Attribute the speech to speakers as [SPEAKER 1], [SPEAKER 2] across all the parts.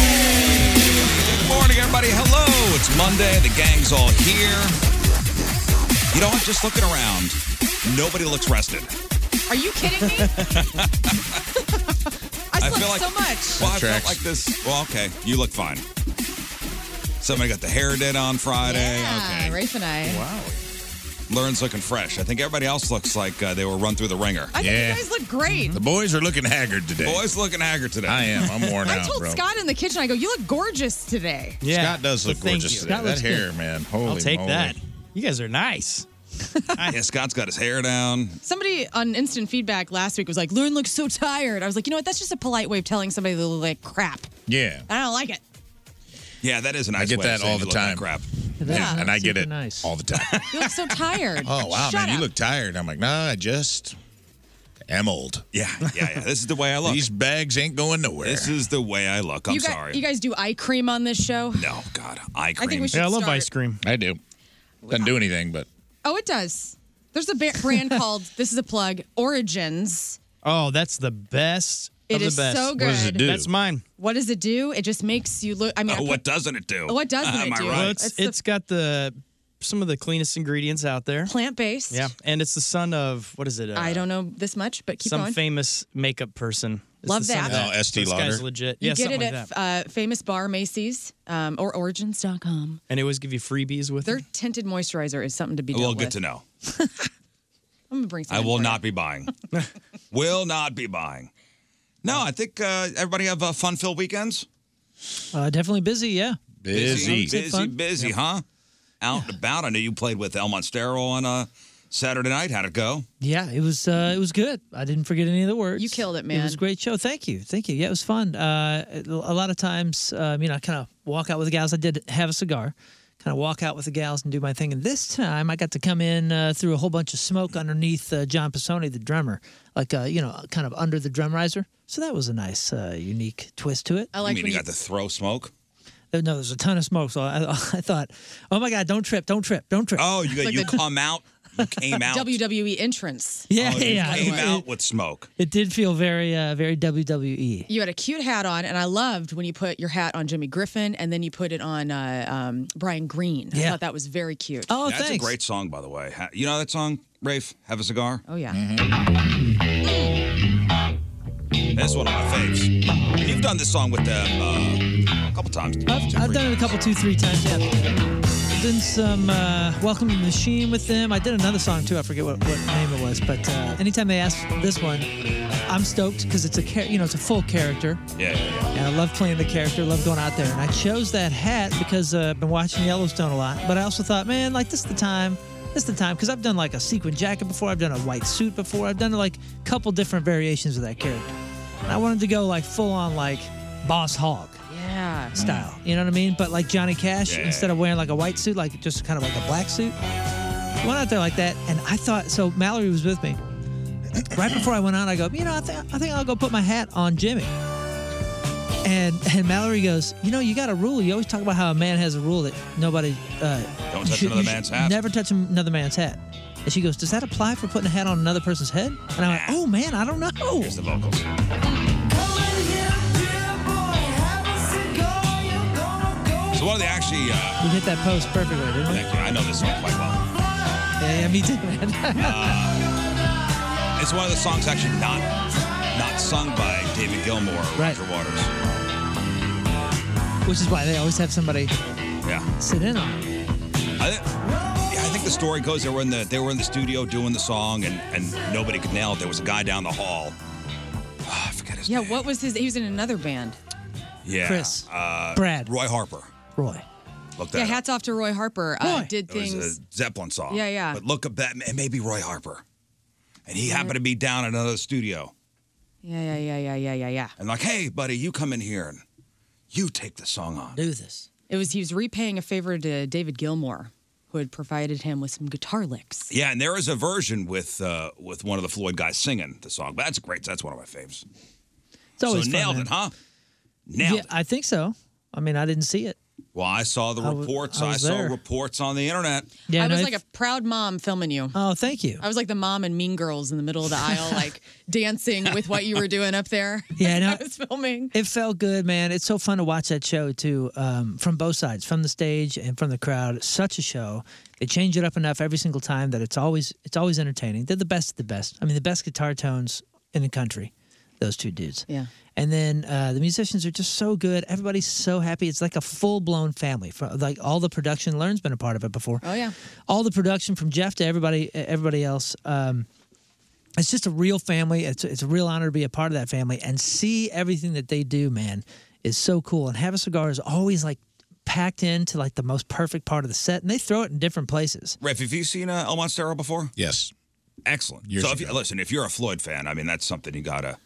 [SPEAKER 1] Good morning, everybody. Hello. It's Monday. The gang's all here. You know what? Just looking around, nobody looks rested.
[SPEAKER 2] Are you kidding me? I slept so much.
[SPEAKER 1] Well, I felt like this. Well, okay. You look fine. Somebody got the hair did on Friday.
[SPEAKER 2] yeah, Rafe and I.
[SPEAKER 1] Wow. Lauren's looking fresh. I think everybody else looks like uh, they were run through the ringer.
[SPEAKER 2] I think you guys look great.
[SPEAKER 1] boys are looking haggard today. Boys looking haggard today. I am. I'm worn
[SPEAKER 2] I told Scott in the kitchen, I go, you look gorgeous today.
[SPEAKER 3] Yeah.
[SPEAKER 4] Scott does look
[SPEAKER 3] But thank
[SPEAKER 4] gorgeous
[SPEAKER 3] you.
[SPEAKER 4] today.
[SPEAKER 3] That
[SPEAKER 4] That,
[SPEAKER 3] looks
[SPEAKER 4] hair,
[SPEAKER 3] good.
[SPEAKER 4] man. Holy
[SPEAKER 3] I'll take
[SPEAKER 4] moly.
[SPEAKER 3] that. You guys are nice.
[SPEAKER 1] yeah, Scott's got his hair down.
[SPEAKER 2] Somebody on instant feedback last week was like, Lauren looks so tired. I was like, you know what? That's just a polite way of telling somebody they look like crap.
[SPEAKER 4] Yeah.
[SPEAKER 2] I don't like it.
[SPEAKER 1] Yeah, that is a
[SPEAKER 4] I
[SPEAKER 1] nice
[SPEAKER 4] get
[SPEAKER 1] way of
[SPEAKER 4] that
[SPEAKER 1] saying
[SPEAKER 4] all
[SPEAKER 1] you
[SPEAKER 4] the
[SPEAKER 1] look like
[SPEAKER 4] time.
[SPEAKER 1] crap.
[SPEAKER 4] Yeah, and I get it
[SPEAKER 3] nice.
[SPEAKER 4] all the time.
[SPEAKER 2] You look so tired.
[SPEAKER 4] oh, wow,
[SPEAKER 2] Shut
[SPEAKER 4] man.
[SPEAKER 2] up.
[SPEAKER 4] You look tired. I'm like, nah, I just am old.
[SPEAKER 1] Yeah, yeah, yeah. This is the way I look.
[SPEAKER 4] These bags ain't going nowhere.
[SPEAKER 1] This is the way I look. I'm
[SPEAKER 2] you, guys,
[SPEAKER 1] sorry.
[SPEAKER 2] you guys do eye cream on this show?
[SPEAKER 1] no, God, eye
[SPEAKER 2] think
[SPEAKER 1] cream.
[SPEAKER 2] we should Yeah, I love start- ice
[SPEAKER 3] cream.
[SPEAKER 4] I do. Doesn't do anything, but
[SPEAKER 2] Oh, it does. There's a ba- brand called, this is a plug, Origins.
[SPEAKER 3] Oh, that's the best.
[SPEAKER 2] It
[SPEAKER 3] of
[SPEAKER 2] is
[SPEAKER 3] the best.
[SPEAKER 2] so good. What does it do?
[SPEAKER 3] That's mine.
[SPEAKER 2] What does it do? It just makes you look. I mean, I
[SPEAKER 1] Oh,
[SPEAKER 2] put- Uh,
[SPEAKER 1] what doesn't it do?
[SPEAKER 2] What doesn't
[SPEAKER 1] Am
[SPEAKER 2] it
[SPEAKER 1] I
[SPEAKER 2] do?
[SPEAKER 1] right?
[SPEAKER 3] Well, it's
[SPEAKER 2] It's
[SPEAKER 3] it's
[SPEAKER 2] the-
[SPEAKER 3] got the some of the cleanest ingredients out there.
[SPEAKER 2] plant based.
[SPEAKER 3] Yeah, and it's the son of what is it? Uh,
[SPEAKER 2] I don't know this much, but keep
[SPEAKER 3] some
[SPEAKER 2] going.
[SPEAKER 3] famous makeup person. It's
[SPEAKER 2] Love
[SPEAKER 3] the son
[SPEAKER 2] that.
[SPEAKER 3] of
[SPEAKER 2] Oh,
[SPEAKER 4] Estee
[SPEAKER 3] So this Guy's
[SPEAKER 4] Lauder.
[SPEAKER 3] legit.
[SPEAKER 2] You
[SPEAKER 3] yeah,
[SPEAKER 2] get it
[SPEAKER 3] something like
[SPEAKER 2] at
[SPEAKER 3] that.
[SPEAKER 2] uh, famous bar Macy's um, or origins.com.
[SPEAKER 3] and it always give you freebies with
[SPEAKER 2] Their
[SPEAKER 3] it.
[SPEAKER 2] tinted moisturizer is something to be dealt
[SPEAKER 1] Well,
[SPEAKER 2] with.
[SPEAKER 1] good to know.
[SPEAKER 2] I'm gonna bring some.
[SPEAKER 1] I
[SPEAKER 2] in
[SPEAKER 1] will
[SPEAKER 2] for you.
[SPEAKER 1] not be buying. will not be buying. No, I think uh, everybody have uh, fun-filled weekends.
[SPEAKER 5] Uh, definitely busy, yeah.
[SPEAKER 4] busy.
[SPEAKER 1] busy, busy,
[SPEAKER 5] fun?
[SPEAKER 1] huh? Out and about. I know you played with El Monstero on uh, Saturday night. How'd it go?
[SPEAKER 5] Yeah, it was uh, it was good. I didn't forget any of the words.
[SPEAKER 2] You killed it,
[SPEAKER 5] It
[SPEAKER 2] man.
[SPEAKER 5] was a great show. Thank you, thank you. Yeah, it was fun. Uh, a lot of times, um, you know, I kind of walk out with the gals. I did have a cigar, kind of walk out with the gals and do my thing. And this time, I got to come in uh, through a whole bunch of smoke underneath uh, John Pisoni, the drummer, like uh, you know, kind of under the drum riser. So that was a nice, uh, unique twist to it.
[SPEAKER 2] I like
[SPEAKER 1] you mean
[SPEAKER 2] when
[SPEAKER 1] you
[SPEAKER 2] you,
[SPEAKER 1] got to throw smoke?
[SPEAKER 5] There- No, there's a ton of smoke, so I, I thought, oh my god, don't trip, don't trip, don't trip.
[SPEAKER 1] Oh, you got
[SPEAKER 2] like
[SPEAKER 1] you
[SPEAKER 2] the-
[SPEAKER 1] come out. You came out.
[SPEAKER 2] WWE E entrance.
[SPEAKER 5] yeah,
[SPEAKER 1] Oh, you
[SPEAKER 5] yeah.
[SPEAKER 1] came
[SPEAKER 5] it-
[SPEAKER 1] out with smoke.
[SPEAKER 5] It did feel very, uh, very E. WWE.
[SPEAKER 2] You had a cute hat on, and I loved when you put your hat on Jimmy Griffin, and then you put it on uh, um, Brian Green. I
[SPEAKER 5] Yeah.
[SPEAKER 2] thought that was very cute.
[SPEAKER 5] Oh,
[SPEAKER 1] That's
[SPEAKER 5] thanks.
[SPEAKER 1] a great song, by the way. Ha- You know that song, Rafe? Have a cigar.
[SPEAKER 2] Oh, yeah.
[SPEAKER 1] That's one of my faves. You've done this song with them uh, a couple times.
[SPEAKER 5] I've, I've done it a couple, two, three times. Yeah. done some uh, Welcome to the Machine with them. I did another song too. I forget what, what name it was, but uh, anytime they ask this one, I'm stoked because it's a char- you know it's a full character.
[SPEAKER 1] Yeah, yeah,
[SPEAKER 5] And I love playing the character, love going out there. And I chose that hat because uh, I've been watching Yellowstone a lot. But I also thought, man, like this is the time, this is the time because I've done like a sequin jacket before, I've done a white suit before, I've done like a couple different variations of that character. And I wanted to go like full on like Boss Hog
[SPEAKER 2] Yeah.
[SPEAKER 5] style. You know what I mean? But like Johnny Cash,
[SPEAKER 2] Yeah.
[SPEAKER 5] instead of wearing like a white suit, like just kind of like a black suit, went out there like that. And I thought, so Mallory was with me. Right before I went out, I go, you know, I, th- I think I'll go put my hat on Jimmy. And and Mallory goes, you know, you got a rule. You always talk about how a man has a rule that nobody uh,
[SPEAKER 1] Don't
[SPEAKER 5] you
[SPEAKER 1] touch
[SPEAKER 5] should-
[SPEAKER 1] another
[SPEAKER 5] you should
[SPEAKER 1] man's hat.
[SPEAKER 5] Never touch another man's hat. And she goes, does that apply for putting a hat on another person's head? And I'm like, oh man, I don't know. Here's
[SPEAKER 1] the vocals. So one of the actually, uh,
[SPEAKER 5] You hit that post perfectly, didn't you?
[SPEAKER 1] thank you. I know this song quite well.
[SPEAKER 5] Yeah, yeah, me too, man.
[SPEAKER 1] Uh, It's one of the songs actually not not sung by David Gilmour or
[SPEAKER 5] Right.
[SPEAKER 1] Roger Waters.
[SPEAKER 5] Which is why they always have somebody
[SPEAKER 1] Yeah.
[SPEAKER 5] sit in on it.
[SPEAKER 1] I, thi- yeah, I think the story goes they were in the they were in the studio doing the song and and nobody could nail it. There was a guy down the hall.
[SPEAKER 2] Yeah, what was his? He was in another band.
[SPEAKER 1] Yeah,
[SPEAKER 5] Chris.
[SPEAKER 1] uh,
[SPEAKER 5] Brad.
[SPEAKER 1] Roy Harper.
[SPEAKER 5] Roy.
[SPEAKER 1] Look that.
[SPEAKER 2] Yeah,
[SPEAKER 1] up.
[SPEAKER 2] hats off to Roy Harper. Uh, did
[SPEAKER 1] It was
[SPEAKER 2] things.
[SPEAKER 1] a Zeppelin song.
[SPEAKER 2] Yeah, yeah.
[SPEAKER 1] But look up that it may be Roy Harper, and he happened to be down at another studio
[SPEAKER 2] yeah, yeah, yeah, yeah, yeah, yeah, yeah.
[SPEAKER 1] and like, hey, buddy, you come in here and you take the song on.
[SPEAKER 5] Do this.
[SPEAKER 2] It was he was repaying a favor to David Gilmour, who had provided him with some guitar licks.
[SPEAKER 1] Yeah, and there is a version with uh, with one of the Floyd guys singing the song. But that's great. That's one of my faves.
[SPEAKER 5] It's always
[SPEAKER 1] so
[SPEAKER 5] fun,
[SPEAKER 1] nailed
[SPEAKER 5] man.
[SPEAKER 1] it, huh? Nailed
[SPEAKER 5] yeah, I think so. I mean, I didn't see it.
[SPEAKER 1] Well, I saw the
[SPEAKER 5] I was-
[SPEAKER 1] reports.
[SPEAKER 5] I
[SPEAKER 1] I,
[SPEAKER 5] was
[SPEAKER 1] saw
[SPEAKER 5] there.
[SPEAKER 1] reports on the internet.
[SPEAKER 2] I was like a proud mom filming you.
[SPEAKER 5] Oh, thank you.
[SPEAKER 2] I was like the mom and Mean Girls in the middle of the aisle, like dancing with what you were doing up there.
[SPEAKER 5] Yeah, I know.
[SPEAKER 2] I was filming.
[SPEAKER 5] It felt good, man. It's so fun to watch that show too, um, from both sides, from the stage and from the crowd. It's such a show. They change it up enough every single time that it's always it's always entertaining. They're the best of the best. I mean, the best guitar tones in the country. Those two dudes.
[SPEAKER 2] Yeah.
[SPEAKER 5] And then uh, the musicians are just so good. Everybody's so happy. It's like a full blown family. For, like all the production, Learn's been a part of it before.
[SPEAKER 2] Oh yeah.
[SPEAKER 5] all the production from Jeff to everybody everybody else. Um, it's just a real family. It's it's a real honor to be a part of that family and see everything that they do, man, is so cool. And have a cigar is always like packed into like the most perfect part of the set, and they throw it in different places.
[SPEAKER 1] Ref, have you seen uh, El Monstero before?
[SPEAKER 4] Yes.
[SPEAKER 1] Excellent.
[SPEAKER 4] Years
[SPEAKER 1] so if you,
[SPEAKER 4] ago.
[SPEAKER 1] listen, if you're a Floyd fan, I mean that's something you gotta.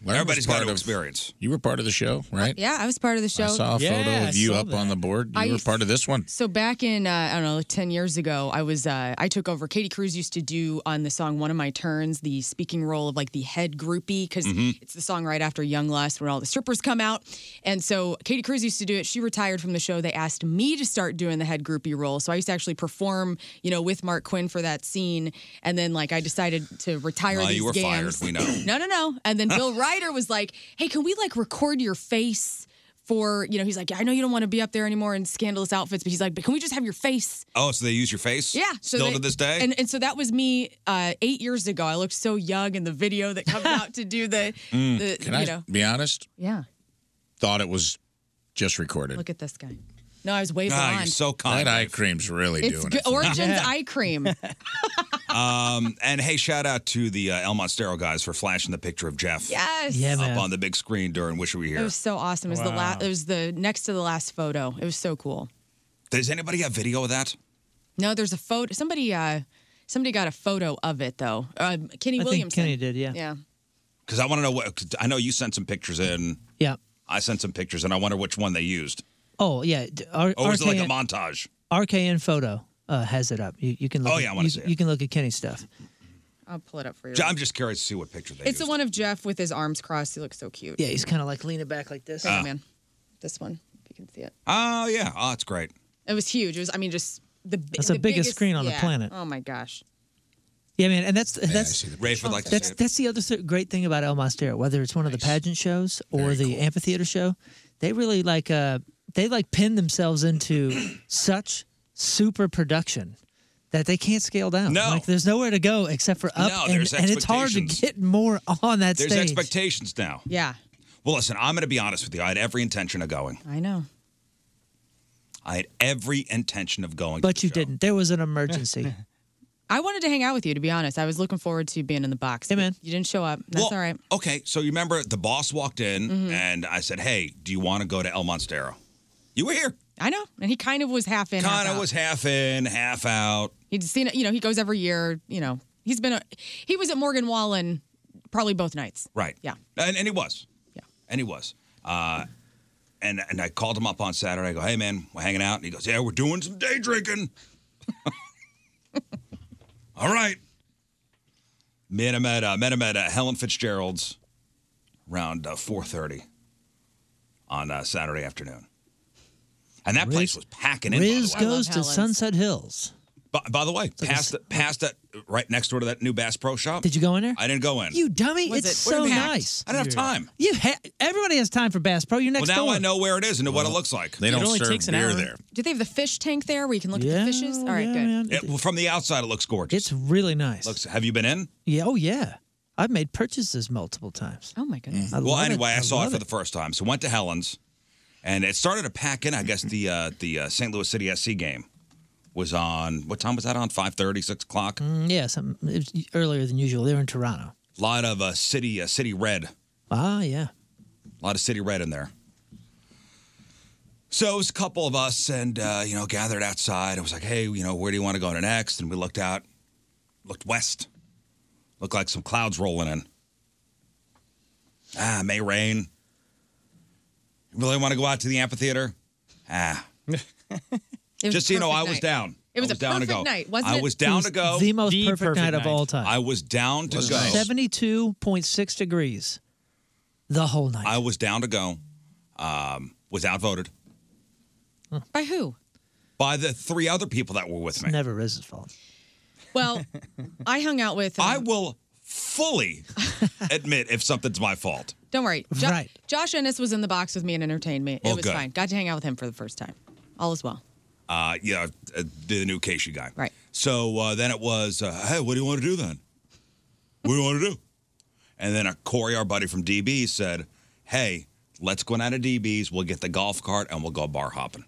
[SPEAKER 4] Well, I was
[SPEAKER 1] everybody's got
[SPEAKER 4] part
[SPEAKER 1] to
[SPEAKER 4] of-
[SPEAKER 1] experience.
[SPEAKER 4] You were part of the show, right?
[SPEAKER 2] Yeah, I was part of the show.
[SPEAKER 4] I saw a photo of you up on the board. You
[SPEAKER 2] I-
[SPEAKER 4] were part of this one.
[SPEAKER 2] So back in uh, I don't know, like ten years ago, I was uh, I took over. Katie Cruz used to do on the song "One of My Turns" the speaking role of like the head groupie because
[SPEAKER 1] Mm-hmm.
[SPEAKER 6] Mhm.
[SPEAKER 2] it's the song right after Young Lust when all the strippers come out, and so Katie Cruz used to do it. She retired from the show. They asked me to start doing the head groupie role, so I used to actually perform, you know, with Mark Quinn for that scene, and then like I decided to retire.
[SPEAKER 1] Well,
[SPEAKER 2] these
[SPEAKER 1] you were fired.
[SPEAKER 2] gams.
[SPEAKER 1] We know.
[SPEAKER 2] no, no, no. And then Bill Ryder was like, hey, can we like record your face for, you know, he's like, I know you don't want to be up there anymore in scandalous outfits, but he's like, but can we just have your face?
[SPEAKER 1] Oh, so they use your face?
[SPEAKER 2] Yeah.
[SPEAKER 1] Still
[SPEAKER 2] they-
[SPEAKER 1] to this day.
[SPEAKER 2] And, and so that was me uh, eight years ago. I looked so young in the video that comes out to do the,
[SPEAKER 4] Mm.
[SPEAKER 2] the
[SPEAKER 4] Can
[SPEAKER 2] you
[SPEAKER 4] I
[SPEAKER 2] know.
[SPEAKER 4] be honest?
[SPEAKER 2] Yeah.
[SPEAKER 4] Thought it was just recorded.
[SPEAKER 2] Look at this guy. No, I was way
[SPEAKER 4] Ah,
[SPEAKER 2] blonde.
[SPEAKER 4] kind. That eye cream's really
[SPEAKER 2] it's
[SPEAKER 4] doing
[SPEAKER 2] good.
[SPEAKER 4] it. for me.
[SPEAKER 2] Origins eye cream.
[SPEAKER 1] um, and hey, shout out to the uh, El Monstero guys for flashing the picture of Jeff.
[SPEAKER 2] Yes. Yeah,
[SPEAKER 1] up
[SPEAKER 2] man.
[SPEAKER 1] on the big screen during Wish We Were
[SPEAKER 2] It
[SPEAKER 1] Here.
[SPEAKER 2] was so awesome. It was the
[SPEAKER 1] Wow.
[SPEAKER 2] last. It was the next to the last photo. It was so cool.
[SPEAKER 1] Does anybody have video of that?
[SPEAKER 2] No, there's a photo. Somebody, uh, somebody got a photo of it though. Um, Kenny
[SPEAKER 5] I think
[SPEAKER 2] Williamson.
[SPEAKER 5] Kenny did, yeah.
[SPEAKER 2] Yeah.
[SPEAKER 1] Because I want to know what. 'cause I know you sent some pictures in.
[SPEAKER 5] Yeah.
[SPEAKER 1] I sent some pictures, and I wonder which one they used.
[SPEAKER 5] Oh yeah, d- R-
[SPEAKER 1] Or was it like a
[SPEAKER 5] RKN
[SPEAKER 1] montage?
[SPEAKER 5] RKN photo uh, has it up. You, you can look.
[SPEAKER 1] Oh,
[SPEAKER 5] at,
[SPEAKER 1] yeah, I wanna
[SPEAKER 5] you,
[SPEAKER 1] see it.
[SPEAKER 5] you can look at Kenny's stuff.
[SPEAKER 2] I'll pull it up for you.
[SPEAKER 1] I'm just curious to see what picture they
[SPEAKER 2] It's
[SPEAKER 1] used.
[SPEAKER 2] the one of Jeff with his arms crossed. He looks so cute.
[SPEAKER 5] Yeah, he's kind of like leaning back like this.
[SPEAKER 2] Hey,
[SPEAKER 1] Ah.
[SPEAKER 2] man, this one. If you can see it,
[SPEAKER 1] Oh yeah. Oh, that's great.
[SPEAKER 2] it was huge. It was. I mean, just the. bi-
[SPEAKER 5] That's the biggest screen on the
[SPEAKER 2] yeah.
[SPEAKER 5] planet.
[SPEAKER 2] Oh my gosh.
[SPEAKER 5] Yeah, man, and that's that's
[SPEAKER 1] Rafe would like to
[SPEAKER 5] that's
[SPEAKER 1] see it.
[SPEAKER 5] that's the other th- great thing about El Mastero, whether it's one of the pageant shows or the amphitheater show, they really like uh they like pin themselves into such super production that they can't scale down.
[SPEAKER 1] No.
[SPEAKER 5] like there's nowhere to go except for up,
[SPEAKER 1] No,
[SPEAKER 5] and,
[SPEAKER 1] there's
[SPEAKER 5] and it's hard to
[SPEAKER 1] expectations.
[SPEAKER 5] get more on that
[SPEAKER 1] There's
[SPEAKER 5] stage.
[SPEAKER 1] expectations now.
[SPEAKER 2] Yeah,
[SPEAKER 1] Well, listen, I'm going to be honest with you. I had every intention of going.
[SPEAKER 2] I know.
[SPEAKER 1] I had every intention of going.
[SPEAKER 5] But you didn't. There was an emergency.
[SPEAKER 2] I wanted to hang out with you, to be honest. I was looking forward to being in the box. Hey, man. You didn't show up. That's all right.
[SPEAKER 1] Okay, so you remember the boss walked in
[SPEAKER 2] Mhm.
[SPEAKER 1] and I said, "Hey, do you want to go to El Monstero?" You were here.
[SPEAKER 2] I know. And he kind of was half in. half
[SPEAKER 1] Kind of
[SPEAKER 2] out.
[SPEAKER 1] was half in, half out.
[SPEAKER 2] He'd seen it. You know, he goes every year. You know, he's been. A, he was at Morgan Wallen probably both nights.
[SPEAKER 1] Right.
[SPEAKER 2] Yeah.
[SPEAKER 1] And, and he was. Yeah. And he was. Uh, and and I called him up on Saturday. I go, hey man, we're hanging out. And he goes, yeah, we're doing some day drinking. All right. Met him at uh, met him at uh, Helen Fitzgerald's around uh, four thirty on uh, Saturday afternoon. And that place was packing in. by the
[SPEAKER 5] Riz
[SPEAKER 1] way.
[SPEAKER 5] goes to Sunset Hills.
[SPEAKER 1] By, by the way, past the, past that right next door to that new Bass Pro Shop.
[SPEAKER 5] Did you go in there?
[SPEAKER 1] I didn't go in.
[SPEAKER 5] You dummy!
[SPEAKER 1] Was
[SPEAKER 5] it's
[SPEAKER 1] it
[SPEAKER 5] so
[SPEAKER 1] packed?
[SPEAKER 5] nice.
[SPEAKER 1] I don't have time.
[SPEAKER 5] You ha- everybody has time for Bass Pro. You're
[SPEAKER 1] Well,
[SPEAKER 5] next
[SPEAKER 1] now
[SPEAKER 5] door.
[SPEAKER 1] I know where it is and what it looks like.
[SPEAKER 5] They It don't only serve takes an beer hour. there.
[SPEAKER 2] Do they have the fish tank there where you can look at the fishes? All right, good.
[SPEAKER 1] It- well, from the outside, it looks gorgeous.
[SPEAKER 5] It's really nice.
[SPEAKER 1] Looks. Have you been in?
[SPEAKER 5] Yeah. Oh yeah. I've made purchases multiple times. Mm.
[SPEAKER 2] Oh my goodness.
[SPEAKER 5] I
[SPEAKER 1] well,
[SPEAKER 5] love it.
[SPEAKER 1] anyway, I saw it
[SPEAKER 5] love
[SPEAKER 1] for the first time. So went to Helen's, and it started to pack in. I guess the uh, the uh, St. Louis City SC game was on. What time was that on? 5.30, 6 o'clock.
[SPEAKER 5] Mm, yeah, some it was earlier than usual. They were in Toronto.
[SPEAKER 1] A lot of uh, city uh, city red.
[SPEAKER 5] Ah, yeah.
[SPEAKER 1] A lot of city red in there. So it was a couple of us, and uh, you know, gathered outside. I was like, "Hey, you know, where do you want to go to next?" And we looked out, looked west, looked like some clouds rolling in. Ah, may rain. You really want to go out to the amphitheater? Ah,
[SPEAKER 2] was
[SPEAKER 1] just
[SPEAKER 2] a
[SPEAKER 1] so you know, I
[SPEAKER 2] perfect
[SPEAKER 1] was
[SPEAKER 2] night.
[SPEAKER 1] down.
[SPEAKER 2] It was
[SPEAKER 1] I
[SPEAKER 2] a
[SPEAKER 1] was down to
[SPEAKER 2] perfect
[SPEAKER 1] go.
[SPEAKER 2] night, wasn't
[SPEAKER 1] I
[SPEAKER 2] it?
[SPEAKER 1] was
[SPEAKER 2] It
[SPEAKER 1] down
[SPEAKER 2] was
[SPEAKER 1] to go.
[SPEAKER 5] the most The perfect perfect night of night. all time.
[SPEAKER 1] I was down to go.
[SPEAKER 5] Seventy-two point six degrees. The whole night.
[SPEAKER 1] I was down to go. Um, was outvoted
[SPEAKER 5] Mm.
[SPEAKER 2] By who?
[SPEAKER 1] by the three other people that were with me.
[SPEAKER 5] Never Riz's fault.
[SPEAKER 2] Well, I hung out with. um,
[SPEAKER 1] I will fully admit if something's my fault.
[SPEAKER 2] Don't worry. Jo-
[SPEAKER 1] Right.
[SPEAKER 2] Josh Ennis was in the box with me and entertained me. It
[SPEAKER 1] Oh,
[SPEAKER 2] was
[SPEAKER 1] good.
[SPEAKER 2] fine. Got to hang out with him for the first time. All is well.
[SPEAKER 1] Uh, yeah, uh, the new Casey guy.
[SPEAKER 2] Right.
[SPEAKER 1] So uh, then it was, uh, hey, what do you want to do then? What do you want to do? And then a Corey, our buddy from DB, said, hey, let's go down to DB's. We'll get the golf cart and we'll go bar hopping.